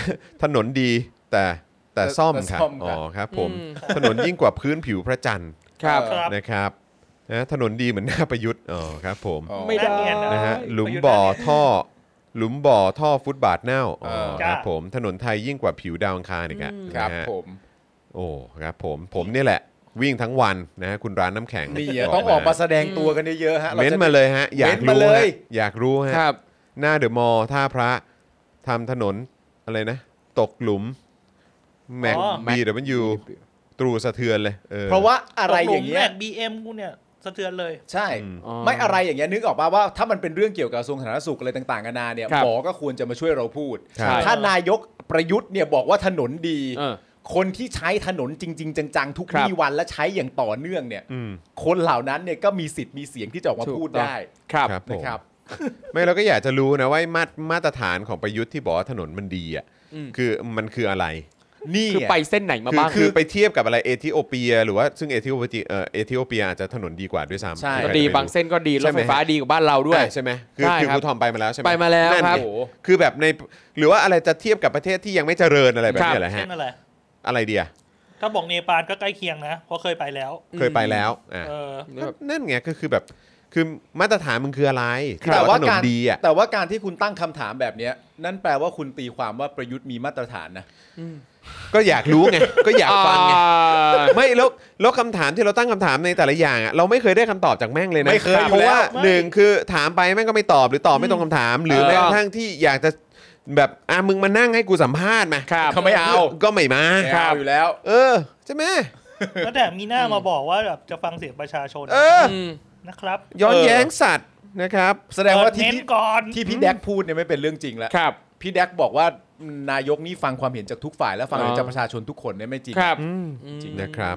[SPEAKER 1] *laughs* ถนนดีแต่แต่ซ่อม
[SPEAKER 3] แต่
[SPEAKER 1] ค่ะ
[SPEAKER 3] ซ่อมค่ะ
[SPEAKER 1] อ๋อครับผมถนนยิ่งกว่าพื้นผิวพระจันทร์
[SPEAKER 5] ครับ
[SPEAKER 3] เออ
[SPEAKER 4] ครับ
[SPEAKER 1] นะครับนะถนนดีเหมือนหน้าประยุทธ์อ๋อครับผม
[SPEAKER 3] อ๋อ
[SPEAKER 5] ไม่ได้
[SPEAKER 4] น่าเกลียดนะ
[SPEAKER 1] นะฮะ
[SPEAKER 4] ได้
[SPEAKER 1] หลุมบ่อท่อ หลุมบ่อท่อฟุตบาทเน่าอ๋อ
[SPEAKER 3] เออ
[SPEAKER 1] ครับ
[SPEAKER 4] จ้ะ
[SPEAKER 1] ผมถนนไทยยิ่งกว่าผิวดาวอังคารอีกอะ
[SPEAKER 3] ครับ
[SPEAKER 1] นะฮะ
[SPEAKER 3] ผม
[SPEAKER 1] โอ้ครับผมผมเนี่ยแหละ วิ่งทั้งวันนะฮะคุณร้านน้ำแข็ง
[SPEAKER 3] นี่อะต้องออกมาแสดงตัวกันเยอะๆฮะเรา
[SPEAKER 1] เม้น
[SPEAKER 3] จะ
[SPEAKER 1] ต์มาเลยฮะ อยาก
[SPEAKER 3] เม้นต์มา
[SPEAKER 1] รู้
[SPEAKER 3] เล
[SPEAKER 1] ฮะ
[SPEAKER 3] ย
[SPEAKER 1] อยากรู้ฮะ
[SPEAKER 5] ครับ
[SPEAKER 1] หน้าเดอะมอลล์ท่าพระทำถนนอะไรนะ ตกหลุม แม็ก
[SPEAKER 4] อ๋อ
[SPEAKER 1] บีดับเบิลยูตรูสะเทือนเลยออ
[SPEAKER 3] เพราะว่าอะไร
[SPEAKER 4] ตกห
[SPEAKER 3] อ
[SPEAKER 4] ลุ
[SPEAKER 3] ย่าม ง
[SPEAKER 4] แร
[SPEAKER 3] เงี้ย
[SPEAKER 4] ก BM กูเนี่ยสะเทือนเลย
[SPEAKER 3] ใช่
[SPEAKER 1] อืม
[SPEAKER 3] ไม่อะไรอย่างเงี้ยนึกออกป่าว่าถ้ามันเป็นเรื่องเกี่ยวกับกระทรวงสาธารณสุขอะไรต่างๆกันานาเนี่ย
[SPEAKER 5] ครับ
[SPEAKER 3] หมอก็ควรจะมาช่วยเราพูด
[SPEAKER 1] ใช่
[SPEAKER 3] ถ้านายกประยุทธ์เนี่ยบอกว่าถนนดี
[SPEAKER 5] เออ
[SPEAKER 3] คนที่ใช้ถนนจริง ๆ จังๆ ทุก
[SPEAKER 5] ครับ
[SPEAKER 3] วี่วันและใช้อย่างต่อเนื่องเนี่ย
[SPEAKER 1] อืม
[SPEAKER 3] คนเหล่านั้นเนี่ยก็มีสิทธิ์มีเสียงที่จะออกมา
[SPEAKER 5] ถูก
[SPEAKER 3] พูด
[SPEAKER 5] ต้อง
[SPEAKER 3] ได้
[SPEAKER 5] ครับ
[SPEAKER 1] ครับผ
[SPEAKER 3] นะ
[SPEAKER 1] ม
[SPEAKER 3] ครับ
[SPEAKER 1] ไม่เราก็อยากจะรู้นะว่ามาตรมาตรฐานของประยุทธ์ที่บอกว่าถนนมันดีอ่ะ
[SPEAKER 5] อืม
[SPEAKER 1] คือมันคืออะไร
[SPEAKER 3] นี่
[SPEAKER 5] คือ
[SPEAKER 3] ไง
[SPEAKER 5] ไปเส้นไหนมา
[SPEAKER 1] คือ
[SPEAKER 5] บ้าง
[SPEAKER 1] คือไปเทียบกับอะไรเอธิโอเปีย หรือว่าซึ่งเอธิโอเปียเอ่อเอธิโอเปียอาจจะถนนดีกว่าด้วยซ้ำ
[SPEAKER 3] ใช่
[SPEAKER 1] ใคร
[SPEAKER 5] ก็
[SPEAKER 1] จะไป
[SPEAKER 5] ดี
[SPEAKER 1] รู้
[SPEAKER 5] บางเส้นก็ดีร
[SPEAKER 1] ใช่
[SPEAKER 5] ถ
[SPEAKER 1] ไหม
[SPEAKER 5] ไฟฟ้าดีกว่าบ้านเราด้วย
[SPEAKER 1] อ่ะใช่ไหมคือ
[SPEAKER 5] ใช่
[SPEAKER 1] คือ
[SPEAKER 5] ครั
[SPEAKER 1] ค
[SPEAKER 5] บ
[SPEAKER 1] รูทอมไปมาแล้วใช่ไหม
[SPEAKER 5] ไปมาแล้ว
[SPEAKER 1] นั่นไง
[SPEAKER 5] ครับ
[SPEAKER 1] โอ้โหคือแบบในหรือว่าอะไรจะเทียบกับประเทศที่ยังไม่เจริญอะไรแบบ
[SPEAKER 5] ครับ
[SPEAKER 1] เนี้ยแหละ
[SPEAKER 4] เช่
[SPEAKER 1] ฮะ
[SPEAKER 4] นอะไร
[SPEAKER 1] อะไรเดีย
[SPEAKER 4] ถ้าบอกเนปาลก็ใกล้เคียงนะ เพราะเคยไปแล้ว
[SPEAKER 1] เคยไปแล้วอ่ะ
[SPEAKER 4] เออ
[SPEAKER 1] ก็นั่นไงก็คือแบบคือมาตรฐานมันคืออะไรที่
[SPEAKER 3] แต่
[SPEAKER 1] แบบ
[SPEAKER 3] ว่า
[SPEAKER 1] ถนน
[SPEAKER 3] การ
[SPEAKER 1] ดีอ่ะ
[SPEAKER 3] แต่ว่าการที่คุณตั้งคำถามแบบเนี้ยนั่นแปลว่าคุณตีความว่าประยุทธ์มีมาตรฐานนะ
[SPEAKER 1] ก็อยากรู้ไงก็อยากฟังไง
[SPEAKER 5] อ่า
[SPEAKER 1] ไม่แล้วแล้วคำถามที่เราตั้งคำถามในแต่ละอย่างอ่ะเราไม่เคยได้คำตอบจากแม่งเลยนะ
[SPEAKER 3] ไม่เคยอยู่
[SPEAKER 1] เพราะว่า
[SPEAKER 4] แล้วไม่
[SPEAKER 1] หนึ่งคือถามไปแม่งก็ไม่ตอบหรือตอบไม่ตรงคำถาม หรือ
[SPEAKER 5] เออ
[SPEAKER 1] แม้กระทั่งที่อยากจะแบบอ่ะมึงมานั่งให้กูสัมภาษณ์มา
[SPEAKER 5] ครับ
[SPEAKER 3] เขาไม่เอา
[SPEAKER 1] ก็ไม่มา
[SPEAKER 3] ไม่เอาอยู่แล้ว
[SPEAKER 1] เออ ใช่ไหม
[SPEAKER 4] แล้วแต่มีหน้ามาบอกว่าแบบจะฟังเสียงประชาชน
[SPEAKER 1] เออ
[SPEAKER 4] นะครับ
[SPEAKER 1] ย้อน
[SPEAKER 3] เออ
[SPEAKER 1] แย้งสัตว์นะครับ
[SPEAKER 3] แสดงว่าที่
[SPEAKER 4] เน้น
[SPEAKER 3] พี่
[SPEAKER 4] ก่อน
[SPEAKER 3] ที่พี่แดกพูดเนี่ยไม่เป็นเรื่องจริงแล้ว
[SPEAKER 5] ครับ
[SPEAKER 3] พี่แดกบอกว่านายกนี่ฟังความเห็นจากทุกฝ่ายและฟัง
[SPEAKER 5] อ๋อ
[SPEAKER 3] จากประชาชนทุกคนเนี่ยไม่จริง
[SPEAKER 5] ครับ
[SPEAKER 1] จริงนะครับ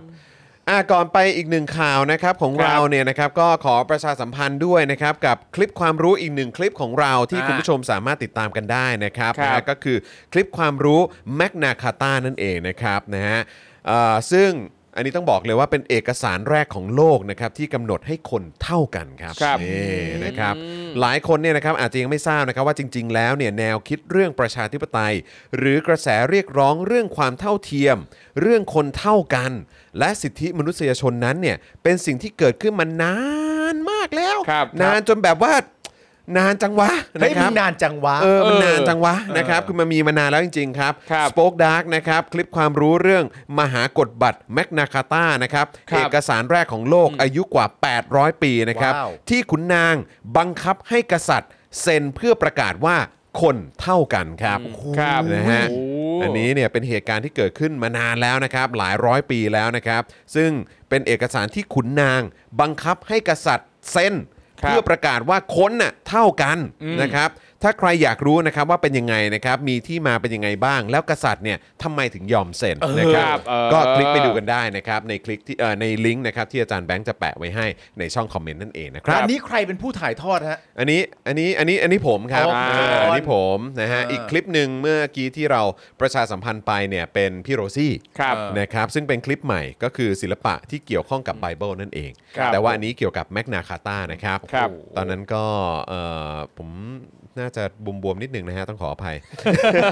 [SPEAKER 1] อ่ะก่อนไปอีกหนึ่งข่าวนะครับของ
[SPEAKER 5] ครับ
[SPEAKER 1] เราเนี่ยนะครับก็ขอประชาสัมพันธ์ด้วยนะครับกับคลิปความรู้อีกหนึ่งคลิปของเราที่
[SPEAKER 5] อ่า
[SPEAKER 1] คุณผู้ชมสามารถติดตามกันได้นะครับ
[SPEAKER 5] ครับ
[SPEAKER 1] นะฮะก็คือคลิปความรู้แมกนาคาตานั่นเองนะครับนะฮะเอ่อซึ่งอันนี้ต้องบอกเลยว่าเป็นเอกสารแรกของโลกนะครับที่กำหนดให้คนเท่ากันครับ
[SPEAKER 5] ครับ
[SPEAKER 1] นี่นะครับ หลายคนเนี่ยนะครับอาจจะยังไม่ทราบนะครับว่าจริง ๆ แล้วเนี่ยแนวคิดเรื่องประชาธิปไตย หรือกระแสเรียกร้องเรื่องความเท่าเทียม เรื่องคนเท่ากัน และสิทธิมนุษยชนนั้นเนี่ยเป็นสิ่งที่เกิดขึ้นมานานมากแล้ว
[SPEAKER 5] ครับ
[SPEAKER 1] นานจนแบบว่านานจังวะ
[SPEAKER 3] เฮ้ย
[SPEAKER 1] นะค
[SPEAKER 3] มี
[SPEAKER 1] รับ
[SPEAKER 3] นานจังวะ
[SPEAKER 1] เออ มั
[SPEAKER 5] เออน
[SPEAKER 1] นานจังวะ
[SPEAKER 3] เออ
[SPEAKER 1] นะครับ คือมันมีมานานแล้วจริง ๆ ครับ
[SPEAKER 5] ครับ
[SPEAKER 1] Spoke Dark นะครับ คลิปความรู้เรื่องมหากฎบัตรแมกนาคาตานะครับ
[SPEAKER 5] ครับ
[SPEAKER 1] เอกสารแรกของโลกอายุกว่า 800 ปีนะครับ
[SPEAKER 3] ว้าว
[SPEAKER 1] ที่ขุนนางบังคับให้กษัตริย์เซ็นเพื่อประกาศว่าคนเท่ากันครับ
[SPEAKER 5] ครับ
[SPEAKER 1] นะฮะ
[SPEAKER 5] โอ้โห
[SPEAKER 1] อันนี้ นี้เนี่ยเป็นเหตุการณ์ที่เกิดขึ้นมานานแล้วนะครับหลายร้อยปีแล้วนะครับ ซึ่งเป็นเอกสารที่ขุนนาง บังคับให้กษัตริย์เซ็น
[SPEAKER 5] ครับ
[SPEAKER 1] เพื่อประกาศว่าคนน่ะเท่ากันนะครับ ถ้าใครอยากรู้นะครับว่าเป็นยังไงนะครับมีที่มาเป็นยังไงบ้าง แล้วกษัตริย์เนี่ยทำไมถึงยอมเซ็นนะครับ
[SPEAKER 5] เออ
[SPEAKER 1] ก็คลิกไปดูกันได้นะครับในคลิกที่เอ่อในลิงก์นะครับที่อาจารย์แบงค์จะแปะไว้ให้ในช่องคอมเมนต์นั่นเองนะครับ
[SPEAKER 3] อันนี้ใครเป็นผู้ถ่ายทอดฮะ
[SPEAKER 1] อันนี้อันนี้อันนี้อันนี้ผมครับ
[SPEAKER 3] อ๋อ
[SPEAKER 1] อ่า
[SPEAKER 3] คุณจร
[SPEAKER 1] อันนี้ผมนะฮะ
[SPEAKER 3] อ่า
[SPEAKER 1] อีกคลิปหนึ่งเมื่อกี้ที่เราประชาสัมพันธ์ไปเนี่ยเป็นพี่โรซี่
[SPEAKER 5] ครับ
[SPEAKER 1] นะครับซึ่งเป็นคลิปใหม่ก็คือศิลปะที่เกี่ยวข้องกับไบเบิลนั่นเอง
[SPEAKER 5] ครับ
[SPEAKER 1] แต่ว่าอันนี้เกี่ยวกับแมกนาคาตานะครับ
[SPEAKER 5] ครับ
[SPEAKER 1] ตอนนั้นก็เอ่อผมน่าจะบวมๆนิดหนึ่งนะฮะต้องขออภัย *laughs*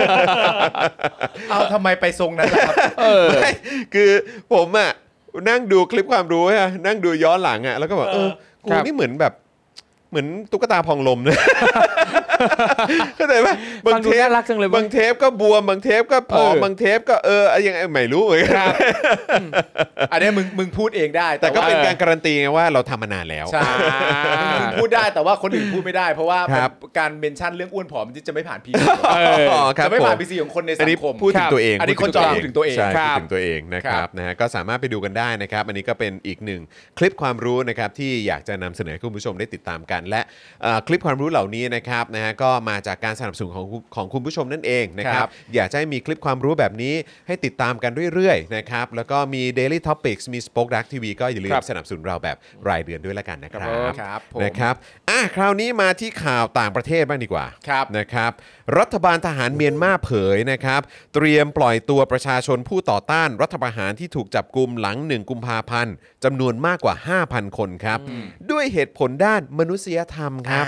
[SPEAKER 3] เอาทำไมไปทรงนั้นล่ะครับ
[SPEAKER 1] ไม่คือผมอ่ะนั่งดูคลิปความรู้อะนั่งดูย้อนหลังอ่ะแล้วก็แบบเอ
[SPEAKER 4] เอ
[SPEAKER 1] อ
[SPEAKER 4] อ
[SPEAKER 1] กู
[SPEAKER 5] ครับ
[SPEAKER 1] นี่เหมือนแบบเหมือนตุ๊กตาพองลม
[SPEAKER 5] *laughs*
[SPEAKER 1] นะ เข้าใจไหมบาง
[SPEAKER 5] ฟังดู
[SPEAKER 1] เทป
[SPEAKER 5] น่ารักจังเลยเว้ย
[SPEAKER 1] บางเทปก็บวมบางเทปก็ผอม
[SPEAKER 5] เออ
[SPEAKER 1] บางเทปก็เอออะไรยังไงไม่รู้เหมือนกัน
[SPEAKER 3] อันนี้มึงมึงพูดเองได้
[SPEAKER 1] *laughs* แต่ก็
[SPEAKER 3] ว่า
[SPEAKER 1] เป็นการการันตีไงว่าเราทำมานานแล้ว
[SPEAKER 3] ใช่มึงพูดได้แต่ว่าคนอื่นพูดไม่ได้ เพราะว่า
[SPEAKER 1] ครับ
[SPEAKER 3] การเมนชั่นเรื่องอ้วนผอมมันจะไม่ผ่านพี
[SPEAKER 1] เออครับ
[SPEAKER 3] จะไม่ผ่าน
[SPEAKER 1] ผ
[SPEAKER 3] พีซีของคนใน
[SPEAKER 1] อั
[SPEAKER 3] สั
[SPEAKER 1] นนี้
[SPEAKER 3] งคม
[SPEAKER 1] พูดถึงตัวเอง
[SPEAKER 3] อันนี้คนจอพูดถึงตัวเอง
[SPEAKER 1] ใช่
[SPEAKER 5] ครั
[SPEAKER 1] พูด
[SPEAKER 5] บ
[SPEAKER 1] ถึงตัวเองนะค
[SPEAKER 3] ครั
[SPEAKER 1] รับบ นะฮะก็สามารถไปดูกันได้นะครับ อันนี้ก็เป็นอีกหนึ่งคลิปความรู้นะครับที่อยากจะนำเสนอให้คุณผู้ชมได้ติดตามกัน และเอ่อคลิปความรู้เหล่านี้นะครับนะฮะก็มาจากการสนับสนุนของของคุณผู้ชมนั่นเองนะครับอยากจะให้มีคลิปความรู้แบบนี้ให้ติดตามกันเรื่อยๆนะครับแล้วก็มี Daily Topics มี Spoke Dark TV ก็อย่าลืม
[SPEAKER 5] ครับ
[SPEAKER 1] สนับสนุนเราแบบรายเดือนด้วยละกันนะครับ
[SPEAKER 3] ครับผม
[SPEAKER 1] นะครับอ่ะคราวนี้มาที่ข่าวต่างประเทศบ้างดีกว่า
[SPEAKER 3] ครับ
[SPEAKER 1] นะครับ รัฐบาลทหารเมียนมาเผยนะครับ เตรียมปล่อยตัวประชาชนผู้ต่อต้านรัฐประหารที่ถูกจับกลุ่มหลัง 1 กุมภาพันธ์จำนวนมากกว่า 5,000 คนครับ ด้วยเหตุผลด้านมนุษยธรรมครับ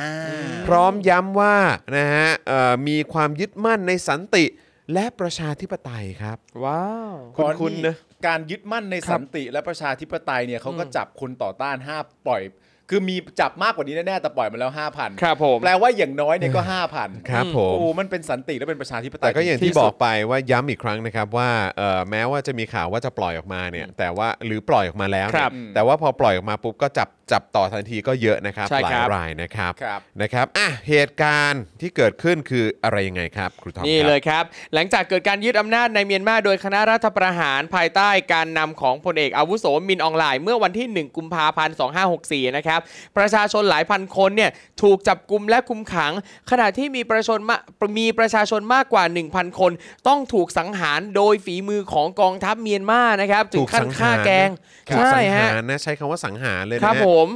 [SPEAKER 1] พร้อมย้ำว่านะฮะเอ่อมีความยึดมั่นในสันติและประชาธิปไตยครับ
[SPEAKER 5] ว้าว
[SPEAKER 3] ก่อ
[SPEAKER 1] คุ้นๆนะ
[SPEAKER 3] การยึดมั่นในสันติและประชาธิปไตยเนี่ยเขาก็จับคนต่อต้านห้าปล่อย คือมีจับมากกว่านี้แน่ๆแต่ปล่อยมาแล้วห้าพัน
[SPEAKER 5] ครับผม
[SPEAKER 3] แปลว่าอย่างน้อยเนี่ยก็ห้าพัน
[SPEAKER 1] ครับผม
[SPEAKER 3] โอ้มันเป็นสันติและเป็นประชาธิปไตย
[SPEAKER 1] แต่ก็อย่างที่
[SPEAKER 3] สุด
[SPEAKER 1] บอกไปว่าย้ำอีกครั้งนะครับว่าเอ่อแม้ว่าจะมีข่าวว่าจะปล่อยออกมาเนี่ยแต่ว่าหรือปล่อยออกมาแล้ว
[SPEAKER 5] ค
[SPEAKER 1] เนี่
[SPEAKER 5] รั
[SPEAKER 1] ย
[SPEAKER 5] บ
[SPEAKER 1] แต่ว่าพอปล่อยออกมาปุ๊บก็จับจับต่อทันทีก็เยอะนะครับ
[SPEAKER 5] ใช่
[SPEAKER 1] หลาย
[SPEAKER 5] ครับ
[SPEAKER 1] รายนะครับ
[SPEAKER 3] ครับ
[SPEAKER 1] นะครับอ่ะเหตุการณ์ที่เกิดขึ้นคืออะไรยังไงครับครูทอม
[SPEAKER 5] นี่
[SPEAKER 1] ครับ
[SPEAKER 5] เลยครับ หลังจากเกิดการยึดอำนาจในเมียนมาโดยคณะรัฐประหารภายใต้การนำของพลเอกอาวุโสมินอองไลน์เมื่อวันที่ 1 กุมภาพันธ์ 2564 นะครับ ประชาชนหลายพันคนเนี่ยถูกจับกุมและคุมขัง ขณะที่มีประชาชนมามีประชาชนมากกว่า 1,000 คน ต้องถูกสังหารโดยฝีมือของกองทัพเมียนมานะครับถึงขั้นฆ่าแกง
[SPEAKER 1] ถูกสั
[SPEAKER 5] ใช่
[SPEAKER 1] งหา
[SPEAKER 5] ฮะ
[SPEAKER 1] รนะใช้คำว่าสังหารเลยนะ
[SPEAKER 5] ครับ
[SPEAKER 1] ฮะ
[SPEAKER 5] ผม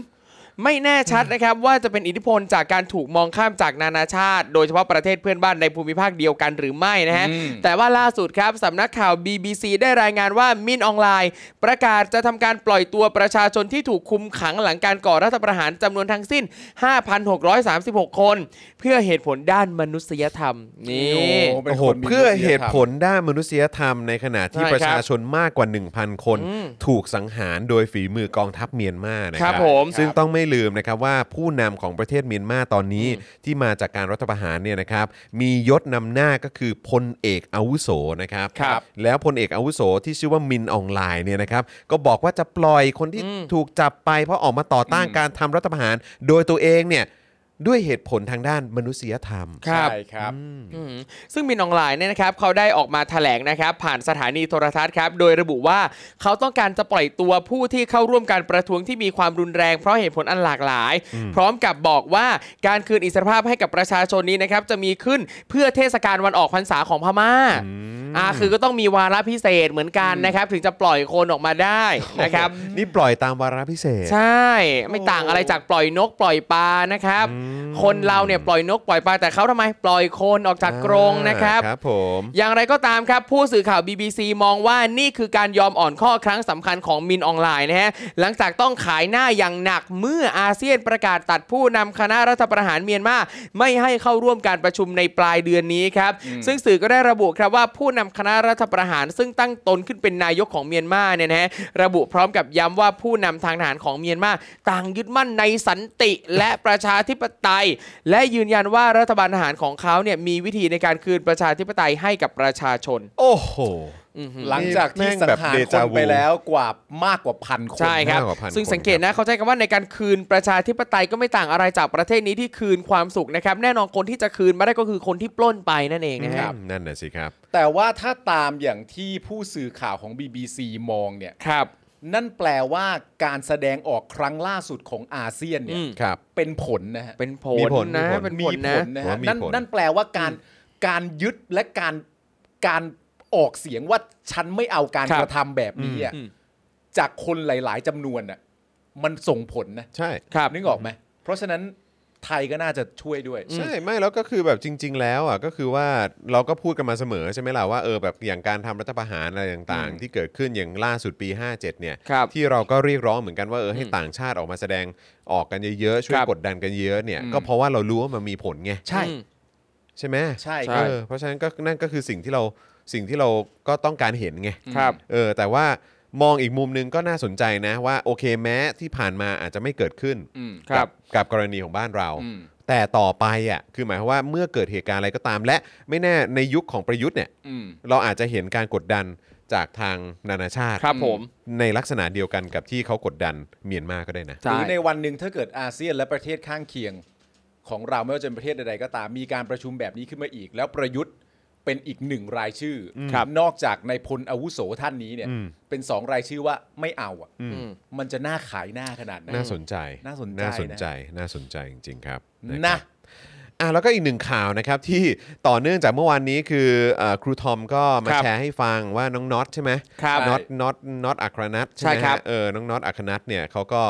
[SPEAKER 5] ไม่แน่ชัดนะครับว่าจะเป็นอิทธิพลจากการถูกมองข้ามจากนานาชาติ โดยเฉพาะประเทศเพื่อนบ้านในภูมิภาคเดียวกันหรือไม่นะฮะ
[SPEAKER 3] อืม
[SPEAKER 5] แต่ว่าล่าสุดครับสำนักข่าว BBC ได้รายงานว่ามินออนไลน์ ประกาศจะทำการปล่อยตัวประชาชนที่ถูกคุมขังหลังการก่อรัฐประหารจำนวนทั้งสิ้น 5,636 คน เพื่อเหตุผลด้านมนุษยธรรมนี่
[SPEAKER 3] โอ้ป็น
[SPEAKER 1] โอ้โห
[SPEAKER 3] คนมี
[SPEAKER 1] เพื่อเหตุผ
[SPEAKER 3] ม
[SPEAKER 1] ลด้านมนุษยธรรมในขณะที่
[SPEAKER 5] ใช่
[SPEAKER 1] ประ
[SPEAKER 5] ครั
[SPEAKER 1] ชา
[SPEAKER 5] บ
[SPEAKER 1] ชนมากกว่า 1,000 คน
[SPEAKER 5] อืม
[SPEAKER 1] ถูกสังหารโดยฝีมือกองทัพเมียนมานะค
[SPEAKER 5] ครั
[SPEAKER 1] รับบ
[SPEAKER 5] ผม
[SPEAKER 1] ซึ่งต้องไม่ลืมนะครับว่าผู้นำของประเทศเมียนมาตอนนี้ที่มาจากการรัฐประหารเนี่ยนะครับ มียศนำหน้าก็คือพลเอกอาวุโสนะครับ
[SPEAKER 5] ครับ
[SPEAKER 1] แล้วพลเอกอาวุโสที่ชื่อว่ามินอองไลน์เนี่ยนะครับ ก็บอกว่าจะปล่อยคนที่ถูกจับไปเพราะออกมาต่อต้านการทำรัฐประหาร โดยตัวเองเนี่ยด้วยเหตุผลทางด้านมนุษยธรรม
[SPEAKER 5] ครับ
[SPEAKER 3] ใช่ครับ
[SPEAKER 5] อืมซึ่งมินอองไลน์เนี่ยนะครับเขาได้ออกมาแถลงนะครับผ่านสถานีโทรทัศน์ครับโดยระบุว่าเขาต้องการจะปล่อยตัวผู้ที่เข้าร่วมการประท้วงที่มีความรุนแรงเพราะเหตุผลอันหลากหลาย พร้อมกับบอกว่าการคืนอิสรภาพให้กับประชาชนนี้นะครับจะมีขึ้นเพื่อเทศกาลวันออกพรรษาของพม่าอ่าคือก็ต้องมีวาระพิเศษเหมือนกันนะครับถึงจะปล่อยคนออกมาได้นะครับ
[SPEAKER 1] นี่ปล่อยตามวาระพิเศษ
[SPEAKER 5] ใช่ไม่ต่างอะไรจากปล่อยนกปล่อยปลานะครับ คนเราเนี่ยปล่อยนกปล่อยปลาแต่เขาทำไมปล่อยคนออกจากกรงนะครับ
[SPEAKER 1] ครับผม
[SPEAKER 5] อย่างไรก็ตามครับผู้สื่อข่าว BBC มองว่านี่คือการยอมอ่อนข้อครั้งสำคัญของมินออนไลน์นะฮะ หลังจากต้องขายหน้าอย่างหนักเมื่ออาเซียนประกาศตัดผู้นำคณะรัฐประหารเมียนมาไม่ให้เข้าร่วมการประชุมในปลายเดือนนี้ครับ ซึ่งสื่อก็ได้ระบุครับว่าผู้นำคณะรัฐประหาร ซึ่งตั้งตนขึ้นเป็นนายกของเมียนมาเนี่ยนะฮะระบุพร้อมกับย้ำว่าผู้นำทางทหารของเมียนมาต่างยึดมั่นในสันติและประชาธิปไตย และยืนยันว่ารัฐบาลทหารของเขาเนี่ยมีวิธีในการคืนประชาธิปไตยให้กับประชาชน
[SPEAKER 1] โอ้โห
[SPEAKER 3] หลังจากที่สังหาร
[SPEAKER 1] แม่งแบบ
[SPEAKER 3] ค
[SPEAKER 1] déjà
[SPEAKER 3] น
[SPEAKER 1] vu
[SPEAKER 3] ไปแล้วกว่ามากกว่าพันคน
[SPEAKER 5] ใช่ครับ
[SPEAKER 1] มากกว่าพัน
[SPEAKER 5] ซึ่ง
[SPEAKER 1] คน
[SPEAKER 5] สังเกตนะเขาใช้คำว่าในการคืนประชาธิปไตยก็ไม่ต่างอะไรจากประเทศนี้ที่คืนความสุขนะครับ แน่นอนคนที่จะคืนมาได้ก็คือคนที่ปล้นไปนั่นเองนะค
[SPEAKER 1] ครั
[SPEAKER 5] รั
[SPEAKER 1] บบ นั่นน่ะสิครับ
[SPEAKER 3] แต่ว่าถ้าตามอย่างที่ผู้สื่อข่าวของ BBC มองเนี่ย
[SPEAKER 5] ครับ
[SPEAKER 3] นั่นแปลว่าการแสดงออกครั้งล่าสุดของอาเซียนเนี่ย
[SPEAKER 5] อืม
[SPEAKER 1] ครับ
[SPEAKER 3] เป็นผลนะฮะ
[SPEAKER 5] เป็นผ
[SPEAKER 1] มีผล
[SPEAKER 5] ลนะ
[SPEAKER 1] มีผล
[SPEAKER 5] เป็น
[SPEAKER 3] มี
[SPEAKER 5] ผล
[SPEAKER 3] ผ
[SPEAKER 5] นะ
[SPEAKER 3] ลนะ
[SPEAKER 1] ผม
[SPEAKER 3] ฮะ
[SPEAKER 1] ว่ามี
[SPEAKER 3] นั่น
[SPEAKER 1] ผล
[SPEAKER 3] นั่นแปลว่าการการยึดและการการออกเสียงว่าฉันไม่เอาการ
[SPEAKER 5] ครับ
[SPEAKER 3] กระทำแบบนี้อะ
[SPEAKER 5] อืม
[SPEAKER 3] จากคนหลาย ๆจำนวนอ่ะมันส่งผลนะ
[SPEAKER 1] ใช่
[SPEAKER 5] ครับ
[SPEAKER 3] นึกออกไหมเพราะฉะนั้นไทยก็น่าจะช่วยด้วย
[SPEAKER 1] ใช่ไม่แล้วก็คือแบบจริง ๆ แล้วอ่ะก็คือว่าเราก็พูดกันมาเสมอใช่ไหมล่ะว่าเออแบบอย่างการทำรัฐประหารอะไรต่างๆ ที่เกิดขึ้นอย่างล่าสุดปี 57 เนี่ย
[SPEAKER 5] ครับ
[SPEAKER 1] ที่เราก็เรียกร้องเหมือนกันว่าเออให้ต่างชาติออกมาแสดงออกกันเยอะๆช่วย
[SPEAKER 5] ครับ
[SPEAKER 1] กดดันกันเยอะเนี่ยก็เพราะว่าเรารู้ว่ามันมีผลไง
[SPEAKER 3] ใช่
[SPEAKER 5] อืม
[SPEAKER 1] ใช่ไหม
[SPEAKER 3] ใช่
[SPEAKER 5] ใช่
[SPEAKER 1] เออเพราะฉะนั้นก็นั่นก็คือสิ่งที่เราสิ่งที่เราก็ต้องการเห็นไง
[SPEAKER 5] ครับ
[SPEAKER 1] เออแต่ว่ามองอีกมุมหนึงก็น่าสนใจนะว่าโอเคแม้ที่ผ่านมาอาจจะไม่เกิดขึ้น
[SPEAKER 3] อืม
[SPEAKER 5] ครับ
[SPEAKER 1] กักับกรณีของบ้านเรา
[SPEAKER 3] อืม
[SPEAKER 1] แต่ต่อไปอ่ะคือหมายความว่าเมื่อเกิดเหตุการณ์อะไรก็ตาม และไม่แน่ในยุคของประยุทธ์เนี่ย
[SPEAKER 3] อืม
[SPEAKER 1] เราอาจจะเห็นการกดดันจากทางนานาชาติ
[SPEAKER 5] ครับผม
[SPEAKER 1] ในลักษณะเดียวกันกับที่เขากดดันเมียนมาก็ได้นะ
[SPEAKER 5] ใช่
[SPEAKER 3] หรือในวันหนึ่งถ้าเกิดอาเซียนและประเทศข้างเคียงของเราไม่ว่าจะเป็นประเทศใดๆก็ตามมีการประชุมแบบนี้ขึ้นมาอีก แล้วประยุทธ์เป็นอีกหนึ่งรายชื่ออ
[SPEAKER 5] ครับ
[SPEAKER 3] นอกจากในายพลอาวุโสท่านนี้เนี่ย
[SPEAKER 1] อืม
[SPEAKER 3] เป็นสองรายชื่อว่าไม่เอาอ่ะ
[SPEAKER 5] อืม
[SPEAKER 3] มันจะน่าขายหน้าขนาดไหน
[SPEAKER 1] น่าสนใจ
[SPEAKER 3] น่าสนใจ
[SPEAKER 1] น่าสน
[SPEAKER 3] นะ
[SPEAKER 1] ใจน่าสนใจจริง ๆ ครับ
[SPEAKER 3] นะ
[SPEAKER 1] ครับ อ่ะแล้วก็อีกหนึ่งข่าวนะครับ ที่ต่อเนื่องจากเมื่อวานนี้คือเออครูทอมก็มา
[SPEAKER 5] ครับ
[SPEAKER 1] แชร์ให้ฟังว่าน้องน็อตใช่ไหม
[SPEAKER 5] ครับ
[SPEAKER 1] น็อตน็อตน็อตอัครนัทไหม
[SPEAKER 5] ใช่ครับ
[SPEAKER 1] ฮะเออน้องน็อตอัครนัทเนี่ยเขาก็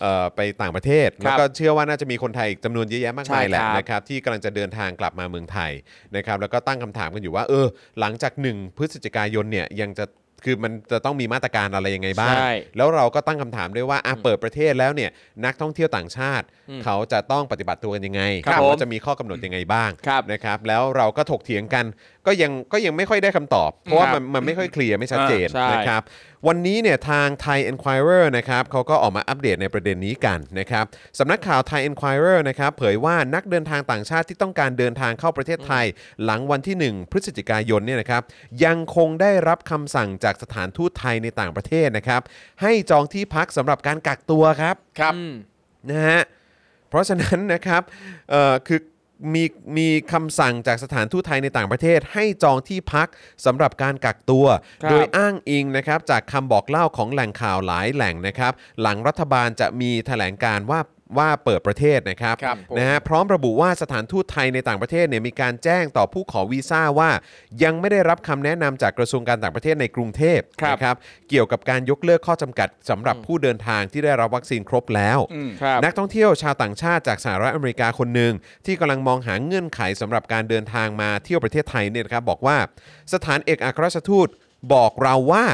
[SPEAKER 1] เอ่อไปต่างประเทศ
[SPEAKER 5] ค
[SPEAKER 1] แล้ว
[SPEAKER 5] รับ
[SPEAKER 1] ก็เชื่อว่าน่าจะมีคนไทยอีกจำนวนเยอะแยะมากมาย
[SPEAKER 5] ใช่
[SPEAKER 1] แหละ
[SPEAKER 5] ครับ
[SPEAKER 1] นะครับที่กำลังจะเดินทางกลับมาเมืองไทยนะครับแล้วก็ตั้งคำถามกันอยู่ว่าเออหลังจาก 1 พฤศจิกายนเนี่ยยังจะคือมันจะต้องมีมาตรการอะไรยังไงบ้าง
[SPEAKER 5] ใช่
[SPEAKER 1] แล้วเราก็ตั้งคำถามด้วยว่าอ่ะเปิดประเทศแล้วเนี่ยนักท่องเที่ยวต่างชาติ เขาจะต้องปฏิบัติตัวกันยังไง
[SPEAKER 5] ครับ
[SPEAKER 1] เขา
[SPEAKER 5] ผม
[SPEAKER 1] จะ มีข้อกำหนดยังไงบ้าง
[SPEAKER 5] ครับ
[SPEAKER 1] นะครับ แล้วเราก็ถกเถียงกันก็ยังก็ยังไม่ค่อยได้คำตอบ เพราะว่า
[SPEAKER 5] ครับ
[SPEAKER 1] มันมันไม่ค่อยเคลียร์ไม่ชัดเจน
[SPEAKER 5] อ่าใช่
[SPEAKER 1] นะครับวันนี้เนี่ยทาง Thai Enquirer นะครับเขาก็ออกมาอัปเดตในประเด็นนี้กันนะครับสำนักข่าว Thai Enquirer นะครับเผยว่านักเดินทางต่างชาติที่ต้องการเดินทางเข้าประเทศไทย หลังวันที่ 1 พฤศจิกายนเนี่ยนะครับยังคงได้รับคำสั่งจากสถานทูตไทยในต่างประเทศนะครับให้จองที่พักสำหรับการกักตัวครับ
[SPEAKER 5] ครับ
[SPEAKER 1] นะฮะ เพราะฉะนั้นนะครับเอ่อคือมีมีคำสั่งจากสถานทูตไทยในต่างประเทศ ให้จองที่พักสำหรับการกักตัว
[SPEAKER 5] ครับ
[SPEAKER 1] โดยอ้างอิงนะครับจากคำบอกเล่าของแหล่งข่าวหลายแหล่งนะครับ หลังรัฐบาลจะมีแถลงการว่าว่าเปิดประเทศนะครับ
[SPEAKER 3] ครับผม
[SPEAKER 1] นะฮะพร้อมระบุว่าสถานทูตไทยในต่างประเทศเนี่ยมีการแจ้งต่อผู้ขอวีซ่าว่า ยังไม่ได้รับคำแนะนำจากกระทรวงการต่างประเทศในกรุงเทพ
[SPEAKER 5] ครับ
[SPEAKER 1] นะครับเกี่ยวกับการยกเลิกข้อจำกัดสำหรับผู้เดินทางที่ได้รับวัคซีนครบแล้ว
[SPEAKER 3] อืม
[SPEAKER 5] ครับ
[SPEAKER 1] นักท่องเที่ยวชาวต่างชาติจากสหรัฐอเมริกาคนหนึ่งที่กำลังมองหาเงื่อนไขสำหรับการเดินทางมาเที่ยวประเทศไทยเนี่ยนะครับบอกว่าสถานเอกอัครราชทูตบอกเราว่า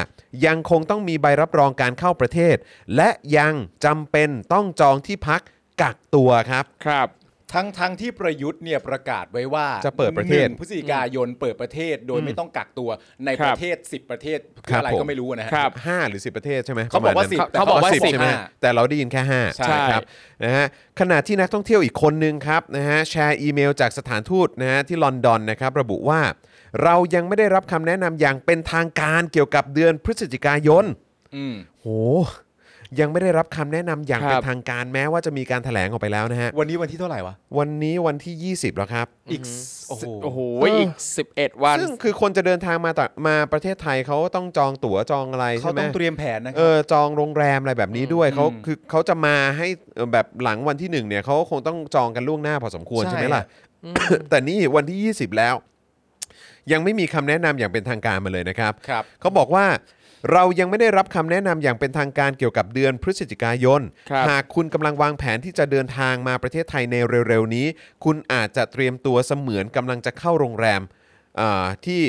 [SPEAKER 1] ยังคงต้องมีใบรับรองการเข้าประเทศ และยังจำเป็นต้องจองที่พักกักตัวครับ
[SPEAKER 5] ครับ
[SPEAKER 3] ทั้งทั้งที่ประยุทธ์เนี่ยประกาศไว้ว่า
[SPEAKER 1] จะเปิดประเทศ
[SPEAKER 3] หนึ่งพฤศจิกายนเปิดประเทศโดยไม่ต้องกักตัวใน
[SPEAKER 5] ค
[SPEAKER 3] ป
[SPEAKER 5] รับ
[SPEAKER 3] ระเทศ 10 ประเทศ
[SPEAKER 1] ครั
[SPEAKER 3] คือบ อะไร
[SPEAKER 1] ผม
[SPEAKER 3] ก็ไม่รู้นะฮะ
[SPEAKER 5] ครับ
[SPEAKER 1] ห้าหรือ 10 ประเทศใช่ไหม
[SPEAKER 3] เขาบอกว่า
[SPEAKER 1] ประมณนั้น
[SPEAKER 3] 10แต่เขา
[SPEAKER 5] บอกว่า
[SPEAKER 1] 10
[SPEAKER 5] 10
[SPEAKER 1] ใช่ไหม
[SPEAKER 3] ห้า
[SPEAKER 1] แต่เราได้ยินแค่ 5
[SPEAKER 3] ใช่
[SPEAKER 1] ครับนะฮะขณะที่นักท่องเที่ยวอีกคนนึงครับนะฮะแชร์อีเมลจากสถานทูตนะฮะที่ลอนดอนนะครับระบุว่า เรายังไม่ได้รับคำแนะนำอย่างเป็นทางการเกี่ยวกับเดือนพฤศจิกายน
[SPEAKER 3] อืม
[SPEAKER 1] โห ยังไม่ได้รับคำแนะนำอย่างเป็น
[SPEAKER 5] ครับ
[SPEAKER 1] ทางการแม้ว่าจะมีการแถลงออกไปแล้วนะฮะ
[SPEAKER 3] วันนี้วันที่เท่าไหร่วะ
[SPEAKER 1] วันนี้วันที่ 20 แล้วครับ
[SPEAKER 3] อีกโอ้โห
[SPEAKER 5] โอ้โหอีก 11 วัน
[SPEAKER 1] ซึ่งคือคนจะเดินทางมาต่างมาประเทศไทยเขาต้องจองตั๋วจองอะไร
[SPEAKER 3] เขา
[SPEAKER 1] ใช่ไหม
[SPEAKER 3] ต้องเตรียมแผนนะค
[SPEAKER 1] เอ
[SPEAKER 3] รับ
[SPEAKER 1] อจองโรงแรมอะไรแบบนี้ด้วยเขา
[SPEAKER 3] อืม
[SPEAKER 1] คือเขาจะมาให้เอ่อแบบหลังวันที่หนึ่งเนี่ยเขาคงต้องจองกันล่วงหน้าพอสมควร
[SPEAKER 3] ใช่
[SPEAKER 1] ใช่ไหมล่ะ *coughs* แต่นี่วันที่ 20 แล้ว ยังไม่มีคำแนะนำอย่างเป็นทางการมาเลยนะครับ
[SPEAKER 3] ครับ
[SPEAKER 1] เขาบอกว่าเรายังไม่ได้รับคำแนะนำอย่างเป็นทางการเกี่ยวกับเดือนพฤศจิกายน
[SPEAKER 5] ครับ
[SPEAKER 1] หากคุณกำลังวางแผนที่จะเดินทางมาประเทศไทยในเร็วๆนี้ คุณอาจจะเตรียมตัวเสมือนกำลังจะเข้าโรงแรมอ่าที่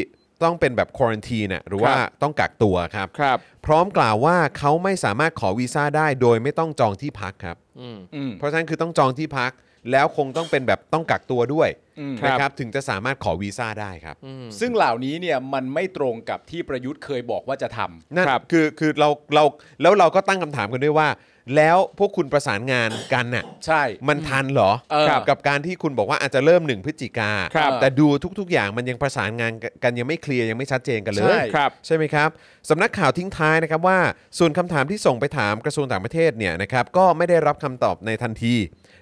[SPEAKER 1] ต้องเป็นแบบควอรันทีน่ะหรือว่าต้องกักตัวครับ
[SPEAKER 5] ครับ
[SPEAKER 1] พร้อมกล่าวว่าเขาไม่สามารถขอวีซ่าได้โดยไม่ต้องจองที่พักครับ
[SPEAKER 5] อืม
[SPEAKER 3] อืม
[SPEAKER 1] เพราะฉะนั้นคือต้องจองที่พัก แล้วคงต้องเป็นแบบต้องกักตัวด้วย
[SPEAKER 3] อืม
[SPEAKER 1] นะค
[SPEAKER 5] ครั
[SPEAKER 1] รับบ ถึงจะสามารถขอวีซ่าได้ครับ
[SPEAKER 5] อืม
[SPEAKER 3] ซึ่งเหล่านี้เนี่ยมันไม่ตรงกับที่ประยุทธ์เคยบอกว่าจะทำ
[SPEAKER 1] นั่น
[SPEAKER 5] ครับ
[SPEAKER 1] คือคือเราเราแล้วเราก็ตั้งคำถามกันด้วยว่า แล้วพวกคุณประสานงานกันน่ะ
[SPEAKER 3] ใช่
[SPEAKER 1] มันทันเหรอ
[SPEAKER 3] เออ
[SPEAKER 1] กับกับการที่คุณบอกว่าอาจจะเริ่มหนึ่งพฤศจิกา
[SPEAKER 3] ครับ
[SPEAKER 1] แต่ดูทุก ๆ อย่างมันยังประสานงานกันยังไม่เคลียร์ยังไม่ชัดเจนกันเล
[SPEAKER 3] ใช่
[SPEAKER 1] ย
[SPEAKER 5] ครับ
[SPEAKER 1] ใช่ไหมครับสำนักข่าวทิ้งท้ายนะครับว่า ส่วนคำถามที่ส่งไปถามกระทรวงต่างประเทศเนี่ยนะครับก็ไม่ได้รับคำตอบในทันที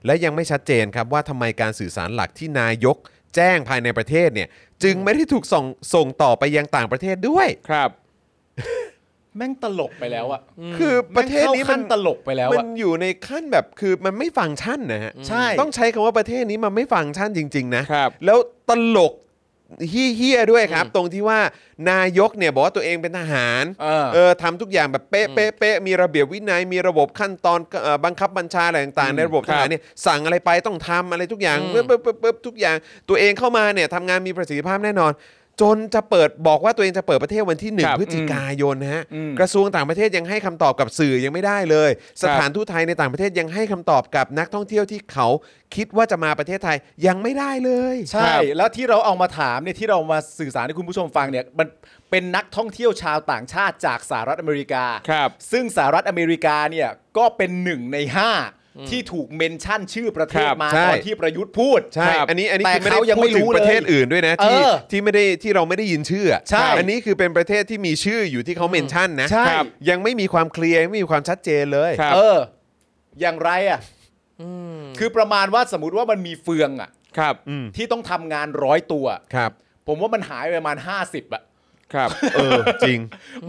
[SPEAKER 1] และยังไม่ชัดเจนครับว่าทำไมการสื่อสารหลักที่นายก แจ้งภายในประเทศเนี่ยจึงไม่ได้ถูกส่งส่งต่อไปยังต่างประเทศด้วย
[SPEAKER 5] ครับ
[SPEAKER 3] แม่งตลกไปแล้วอะ
[SPEAKER 1] คือประเทศนี้มัน
[SPEAKER 3] แงข้าขั้ตลกไปแล้ว
[SPEAKER 1] มั
[SPEAKER 3] อะ
[SPEAKER 1] นอยู่ในขั้นแบบคือมันไม่ฟังก์ชันนะฮะ
[SPEAKER 3] ใช่
[SPEAKER 1] ต้องใช้คำว่าประเทศนี้มันไม่ฟังก์ชันจริง ๆ นะ
[SPEAKER 5] ครับ
[SPEAKER 1] แล้วตลกเฮี้ยๆด้วยครับ ตรงที่ว่านายกเนี่ยบอกว่าตัวเองเป็นทหาร
[SPEAKER 3] เออ
[SPEAKER 1] เออทำทุกอย่างแบบเป๊ะเป๊ะเป๊ะมีระเบียบวินัยมีระบบขั้นตอนเอ่อบังคับบัญชาอะไรต่างๆในระบบทหารเนี่ยสั่งอะไรไปต้องทำอะไรทุกอย่างเป๊บเป๊บเป๊บเป๊บทุกอย่างตัวเองเข้ามาเนี่ยทำงานมีประสิทธิภาพแน่นอน จนจะเปิดบอกว่าตัวเองจะเปิดประเทศวันที่หนึ่ง
[SPEAKER 5] ครับ
[SPEAKER 1] พฤศจิกายนนะฮะ
[SPEAKER 3] อืม
[SPEAKER 1] กระทรวงต่างประเทศยังให้คำตอบกับสื่อยังไม่ได้เลย สถานทูตไทยในต่างประเทศยังให้คำตอบกับนักท่องเที่ยวที่เขาคิดว่าจะมาประเทศไทยยังไม่ได้เลย
[SPEAKER 3] ใช่ แล้วที่เราเอามาถามเนี่ยที่เรามาสื่อสารให้คุณผู้ชมฟังเนี่ยมันเป็นนักท่องเที่ยวชาวต่างชาติจากสหรัฐอเมริกา
[SPEAKER 5] ครับ
[SPEAKER 3] ซึ่งสหรัฐอเมริกาเนี่ยก็เป็นหนึ่งในห้าที่ถูกเมนชั่นชื่อประเท
[SPEAKER 1] ค
[SPEAKER 3] ศ
[SPEAKER 1] รับ
[SPEAKER 3] มา
[SPEAKER 1] ใช่
[SPEAKER 3] ตอนที่ประยุทธ์พูด
[SPEAKER 1] ใช่ อันนี้อันนี้
[SPEAKER 3] แต่
[SPEAKER 1] คือไม่ได้
[SPEAKER 3] เขายัง
[SPEAKER 1] พูด
[SPEAKER 3] ไม่
[SPEAKER 1] ถึง
[SPEAKER 3] รู้เลย
[SPEAKER 1] ประเทศอื่นด้วยนะที่
[SPEAKER 3] เออ
[SPEAKER 1] ที่ไม่ได้ที่เราไม่ได้ยินชื่ออะ
[SPEAKER 3] ใช่
[SPEAKER 1] อันนี้คือเป็นประเทศที่มีชื่ออยู่ที่เขาเมนชั่นนะ
[SPEAKER 3] ใช่
[SPEAKER 1] ครับยังไม่มีความเคลียร์ยังไม่มีความชัดเจนเลย
[SPEAKER 5] ครับ
[SPEAKER 3] เออ อย่างไรอ่ะคือประมาณว่าสมมติว่ามันมีเฟืองอ่ะ
[SPEAKER 5] ครับ
[SPEAKER 1] อืม
[SPEAKER 3] ที่ต้องทำงานร้อยตัว
[SPEAKER 1] ครับ
[SPEAKER 3] ผมว่ามันหายไปประมาณ 50อ่ะ
[SPEAKER 5] ครับ
[SPEAKER 1] เออจริง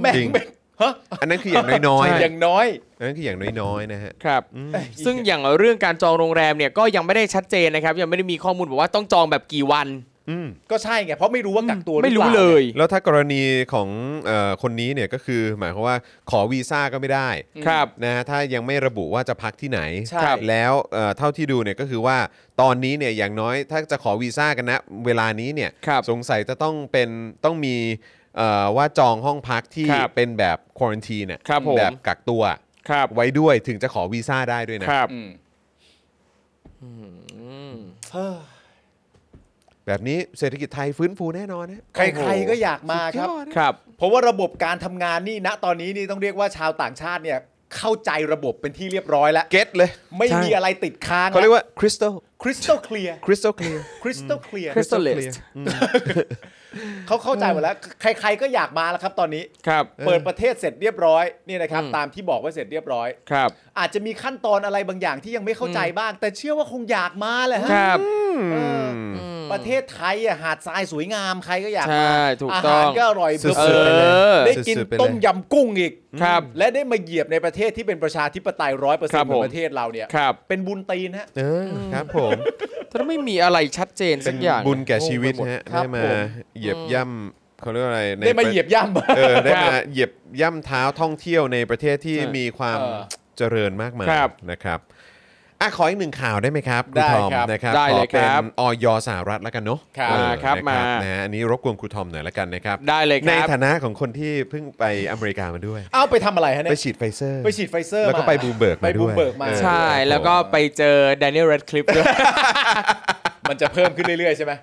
[SPEAKER 3] แม่ง
[SPEAKER 1] จริง
[SPEAKER 3] เป็นฮะ
[SPEAKER 1] อันนั้นคืออย่างน้อยๆ
[SPEAKER 3] อย่างน้อย
[SPEAKER 1] อันนั้นคืออย่างน้อยๆนะฮะ
[SPEAKER 5] ครับ ซึ่งอย่างเรื่องการจองโรงแรมเนี่ยก็ยังไม่ได้ชัดเจนนะครับ ยังไม่ได้มีข้อมูลบอกว่าต้องจองแบบกี่วัน
[SPEAKER 1] อืม
[SPEAKER 3] ก็ใช่ไง เพราะไม่รู้ว่ากักตัวหอ
[SPEAKER 5] ไม่
[SPEAKER 3] ปา
[SPEAKER 5] รู้เลย
[SPEAKER 1] แล้วถ้ากรณีของเอ่อคนนี้เนี่ยก็คือหมายความว่าขอวีซ่าก็ไม่ได้
[SPEAKER 5] ครับ
[SPEAKER 1] นะฮะถ้ายังไม่ระบุว่าจะพักที่ไหน
[SPEAKER 3] ใช่
[SPEAKER 1] ครับแล้วเอ่อเท่าที่ดูเนี่ยก็คือว่าตอนนี้เนี่ยอย่างน้อยถ้าจะขอวีซ่ากันนะ เวลานี้เนี่ย
[SPEAKER 5] ครับ
[SPEAKER 1] สงสัยจะต้องเป็นต้องมีเอ่อว่าจองห้องพักที่
[SPEAKER 5] ครับ
[SPEAKER 1] เป็นแบบควอนตีเนี่ย
[SPEAKER 5] ครับผม
[SPEAKER 1] แบบกักตัว
[SPEAKER 5] ครับ
[SPEAKER 1] ไว้ด้วยถึงจะขอวีซ่าได้ด้วยนะครับ
[SPEAKER 3] อืม
[SPEAKER 1] แบบนี้เศรษฐกิจไทยฟื้นฟูแน่นอนนะ
[SPEAKER 3] ใครๆก็อยากมาครับ
[SPEAKER 5] ครับ
[SPEAKER 3] เพราะว่าระบบการทำงานนี่ณตอนนี้นี่ต้องเรียกว่าชาวต่างชาติเนี่ย เข้าใจระบบเป็นที่เรียบร้อยแล้ว
[SPEAKER 1] เก็ตเลย
[SPEAKER 3] ไม่มีอะไรติดค้าง
[SPEAKER 1] เขาเรียกว่าคริสตัล
[SPEAKER 3] คริสตัลเคลียร์
[SPEAKER 1] คริสตัลเคลียร์
[SPEAKER 3] คริสตัลเคลียร์
[SPEAKER 5] Crystalist
[SPEAKER 3] เขาเข้าใจหมดแล้ว ใคร ๆ ก็อยากมาแล้วครับตอนนี้
[SPEAKER 5] ครับ
[SPEAKER 3] เปิดประเทศเสร็จเรียบร้อยนี่นะครับ
[SPEAKER 5] อืม
[SPEAKER 3] ตามที่บอกว่าเสร็จเรียบร้อย
[SPEAKER 5] ครับ
[SPEAKER 3] อาจจะมีขั้นตอนอะไรบางอย่างที่ยังไม่เข้าใจบ้าง แต่เชื่อว่าคงอยากมาแหละฮะ
[SPEAKER 5] ครับ
[SPEAKER 3] เอออประเทศไทยอ่ะหาดทรายสวยงามใครก็อยาก
[SPEAKER 5] ใช่
[SPEAKER 3] มา
[SPEAKER 5] ถูก
[SPEAKER 3] อา
[SPEAKER 5] ต้
[SPEAKER 3] หา
[SPEAKER 5] อ
[SPEAKER 3] รง ก็อร่อย
[SPEAKER 1] สุดๆ
[SPEAKER 3] เบอร์
[SPEAKER 1] ไปเลย
[SPEAKER 5] เออ
[SPEAKER 3] ได้กินต้มยำกุ้งอีก
[SPEAKER 5] ครับ
[SPEAKER 3] และได้มาเหยียบในประเทศที่เป็นประชาธิปไตยร้อยเปอร์
[SPEAKER 5] ค
[SPEAKER 3] เซ็
[SPEAKER 5] รั
[SPEAKER 3] น
[SPEAKER 5] บ
[SPEAKER 3] ต์ข
[SPEAKER 5] ผ
[SPEAKER 3] อ
[SPEAKER 5] ม
[SPEAKER 3] งประเทศเราเนี่ย
[SPEAKER 5] ครับ
[SPEAKER 3] เป็นบุญตีนฮะ
[SPEAKER 1] เออครับผม
[SPEAKER 5] ถ้าไม่มีอะไรชัดเจนสักอย่าง
[SPEAKER 1] บุญแก่ชีวิตฮะ
[SPEAKER 3] ครับ
[SPEAKER 1] ได้มา
[SPEAKER 3] ผม
[SPEAKER 1] เหยียบย่ำเขาเรียกว่าอะไรใน
[SPEAKER 3] ได้มาเหยียบย่ำ
[SPEAKER 1] เออได้มาเหยียบย่ำเท้าท่องเที่ยวในประเทศที่มีความ
[SPEAKER 3] เออ
[SPEAKER 1] เจริญมากมาย
[SPEAKER 3] ครับ
[SPEAKER 1] นะครับอ่ะขออีกหนึ่งข่าวได้ไหมครับณ
[SPEAKER 3] ได้
[SPEAKER 1] ทอม
[SPEAKER 3] ครับ
[SPEAKER 1] นะครับ
[SPEAKER 5] ได้เลย
[SPEAKER 1] ขอป็น
[SPEAKER 5] ครับ
[SPEAKER 1] ออยสหรัฐแล้วกันเนาะ
[SPEAKER 3] ครับ
[SPEAKER 1] เออ
[SPEAKER 5] มาครับ
[SPEAKER 1] นะ
[SPEAKER 5] มา
[SPEAKER 1] นะฮะอันนี้รบกวนครูทอมหน่อยละกันนะครับ
[SPEAKER 5] ได้เลยค
[SPEAKER 1] ใน
[SPEAKER 5] รับ
[SPEAKER 1] ฐานะของคนที่เพิ่งไปอเมริกามาด้วย
[SPEAKER 3] เอาไปทำอะไรฮะเนี่
[SPEAKER 1] ไป
[SPEAKER 3] ย
[SPEAKER 1] ฉีดไฟเซอร์
[SPEAKER 3] ไปฉีดไฟเซอร์
[SPEAKER 1] แล้วก็
[SPEAKER 3] มา
[SPEAKER 1] ไปบูมเบิร์ก
[SPEAKER 3] ไป
[SPEAKER 1] มาด้วย
[SPEAKER 3] บูมเบิร์กมา
[SPEAKER 1] เออ
[SPEAKER 5] ใช่ แล้วก็ไปเจอ Daniel Radcliffe
[SPEAKER 1] *laughs*
[SPEAKER 5] ด้วย
[SPEAKER 3] มันจะเพิ่มขึ้นเรื่อยๆใช่ไหม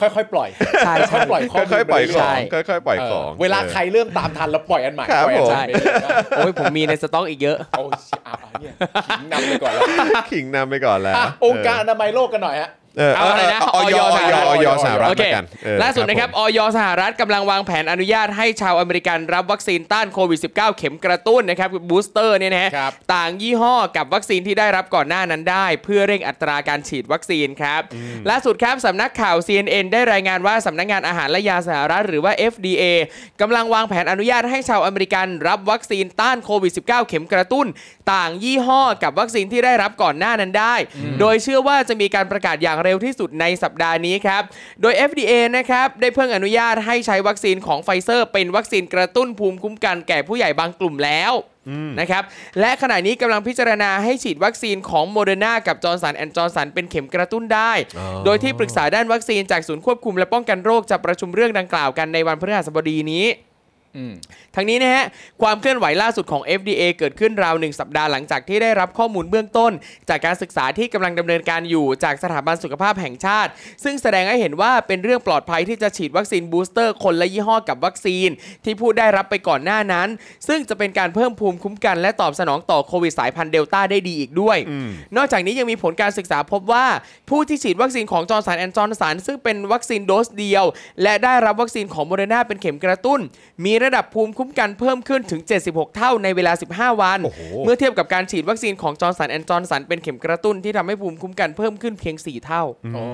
[SPEAKER 3] ค่อยๆค่อยๆปล่อย
[SPEAKER 5] ใช่ใช่
[SPEAKER 3] ค่อยๆปล่อยข้อมูล
[SPEAKER 1] ค่อยๆปล่อยข
[SPEAKER 3] เรื่
[SPEAKER 1] อง
[SPEAKER 3] ๆ
[SPEAKER 1] ค่อยๆปล่อยของ
[SPEAKER 3] เวลาใครเริ่มตามทันแล้วปล่อยอันใหม่
[SPEAKER 1] ครับ
[SPEAKER 3] ปล่อยอัน
[SPEAKER 1] ผม
[SPEAKER 3] ใหม่
[SPEAKER 5] ใช่ โอ้ยผมมีในสต็อกอีกเยอะ
[SPEAKER 3] เอาชิเอาเอาเนี่ยขิงนำไปก่อนแล้ว
[SPEAKER 1] ขิงนำไปก่อนแล้ว
[SPEAKER 3] อ่ะองค์การอนามัยโลกกันหน่อยฮะ
[SPEAKER 1] เออ
[SPEAKER 5] เอาอะไรนะ
[SPEAKER 1] ออย
[SPEAKER 5] ออ
[SPEAKER 1] อ
[SPEAKER 5] ยสหรัฐ
[SPEAKER 1] ยอสหรัฐ
[SPEAKER 5] โอเค
[SPEAKER 1] แล้วกันเออ
[SPEAKER 5] ล่าสุดนะครับ ออยสหรัฐกำลังวางแผนอนุญาตให้ชาวอเมริกันรับวัคซีนต้านโควิด -19 เข็มกระตุ้นนะครับบูสเตอร์เนี่ยนะฮะ
[SPEAKER 3] ครับ
[SPEAKER 5] ต่างยี่ห้อกับวัคซีนที่ได้รับก่อนหน้านั้นได้ เพื่อเร่งอัตราการฉีดวัคซีนครับ ล่าสุดครับสำนักข่าว CNN ได้รายงานว่าสำนักงานอาหารและยาสหรัฐหรือว่า FDA กำลังวางแผนอนุญาตให้ชาวอเมริกันรับวัคซีนต้านโควิด -19 เข็มกระตุ้น ต่างยี่ห้อกับวัคซีนที่ได้รับก่อนหน้านั้นได้ โดยเชื่อว่าจะมีการประกาศอย่างเร็วที่สุดในสัปดาห์นี้ครับ โดย FDA นะครับได้เพิ่งอนุญาตให้ใช้วัคซีนของไฟเซอร์ เป็นวัคซีนกระตุ้นภูมิคุ้มกันแก่ผู้ใหญ่บางกลุ่มแล้ว นะครับและขณะนี้กำลังพิจารณาให้ฉีดวัคซีนของโมเดอร์นากับจอร์นสันแอนด์จอร์นสันเป็นเข็มกระตุ้นได้
[SPEAKER 1] อ๋อ
[SPEAKER 5] โดยที่ปรึกษาด้านวัคซีนจากศูนย์ควบคุมและป้องกันโรคจะประชุมเรื่องดังกล่าวกันในวันพฤหัสบดีนี้ ทั้งนี้นะฮะ ความเคลื่อนไหวล่าสุดของ FDA เกิดขึ้นราวหนึ่งสัปดาห์หลังจากที่ได้รับข้อมูลเบื้องต้น จากการศึกษาที่กำลังดำเนินการอยู่จากสถาบันสุขภาพแห่งชาติ ซึ่งแสดงให้เห็นว่าเป็นเรื่องปลอดภัยที่จะฉีดวัคซีนบูสเตอร์คนละยี่ห้อกับวัคซีน ที่ผู้ได้รับไปก่อนหน้านั้น ซึ่งจะเป็นการเพิ่มภูมิคุ้มกันและตอบสนองต่อโควิดสายพันธุ์เดลต้าได้ดีอีกด้วย นอกจากนี้ยังมีผลการศึกษาพบว่า ผู้ที่ฉีดวัคซีนของจอร์นสันแอนด์จอร์นสันซึ่งเป็นวัคซีนโดสเดียว และได้รับวัคซีนของโมเดอร์นาเป็นเข็มกระตุ้น มีระ ระดับภูมิคุ้มกันเพิ่มขึ้นถึง 76 เท่าในเวลา 15 วัน
[SPEAKER 1] โอ้โห
[SPEAKER 5] เมื่อเทียบกับการฉีดวัคซีนของจอร์นสันแอนจอร์นสันเป็นเข็มกระตุ้นที่ทำให้ภูมิคุ้มกันเพิ่มขึ้นเพียง 4 เท่า
[SPEAKER 3] อ๋อ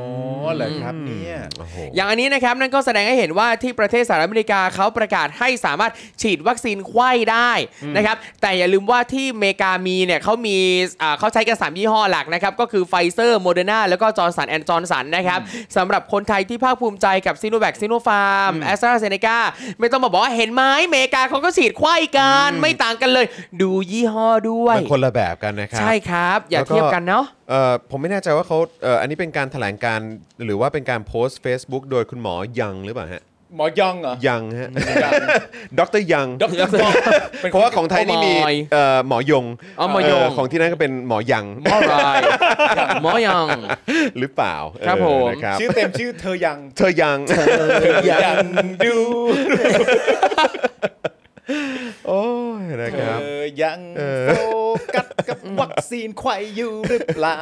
[SPEAKER 3] เหรอครับเนี่ย
[SPEAKER 1] โอ้โห
[SPEAKER 5] อย่างอันนี้นะครับนั่นก็แสดงให้เห็นว่าที่ประเทศสหรัฐอเมริกาเขาประกาศให้สามารถฉีดวัคซีนไข้ได้นะครับแต่อย่าลืมว่าที่อเมริกามีเนี่ยเขามีอ่าเขาใช้กันสามยี่ห้อหลักนะครับก็คือไฟเซอร์โมเดอร์นาแล้วก็จอร์นสันแอนด์จอร์นสันนะครับสำหรับคนไทยที่ภาคภูมิใจกับซีโนแวคซีโนฟาร์มแอสตราเซเนกาไม่ต้องมาบอกว่าเห็นไหมอเมริกาเขาก็ฉีดไข้กันไม่ต่างกันเลย ดูยี่ห้อด้วย
[SPEAKER 1] มันคนละแบบกันนะครั
[SPEAKER 5] ใช่ครับ อย่า
[SPEAKER 1] แล้วก็
[SPEAKER 5] เทียบกันเนาะ
[SPEAKER 1] เอ่อผมไม่แน่ใจว่าเขาเอ่ออันนี้เป็นการแถลงการหรือว่าเป็นการโพสต์ Facebook โดยคุณหมอยังหรือเปล่าฮะ
[SPEAKER 3] หมอยองเหรอ
[SPEAKER 1] ยังฮะ *laughs* ดรยัง
[SPEAKER 3] ดรยองเป็น
[SPEAKER 1] เพราะว่าของไทยนี่มี
[SPEAKER 5] หมอย
[SPEAKER 1] เอ่อหมอยง
[SPEAKER 5] อ๋อหมอยง
[SPEAKER 1] เของที่นั่นก็เป็นหมอยัง
[SPEAKER 5] หมอรายหมอยัง
[SPEAKER 1] หรือเปล่า
[SPEAKER 5] ครับ
[SPEAKER 1] เออ
[SPEAKER 5] ผม
[SPEAKER 1] นะครับ
[SPEAKER 3] *laughs* ชื่อเต็มชื่อเธอยัง
[SPEAKER 1] เธอยัง *laughs*
[SPEAKER 3] ยังดู
[SPEAKER 1] โอ้ยนะ
[SPEAKER 3] เธ
[SPEAKER 1] ครับ
[SPEAKER 3] อยัง
[SPEAKER 1] เออ
[SPEAKER 3] โฟกัสกับวัคซีนไขว้อยู่หรือเปล่า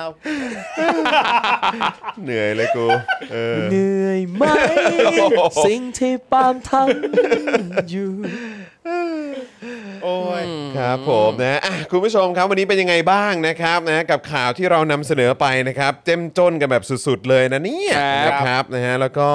[SPEAKER 1] เหนื่อยเลยกูเออ
[SPEAKER 6] เหนื่อยไหม สิ่งที่ปาล์มทำอยู่
[SPEAKER 3] โอ้ย
[SPEAKER 1] ครับผมนะอ่ะคุณผู้ชมครับวันนี้เป็นยังไงบ้างนะครับนะกับข่าวที่เรานำเสนอไปนะครับเจ้มจนกันแบบสุดๆเลยนะเนี่ย
[SPEAKER 5] ครับ
[SPEAKER 1] นะครับนะฮะแล้วก็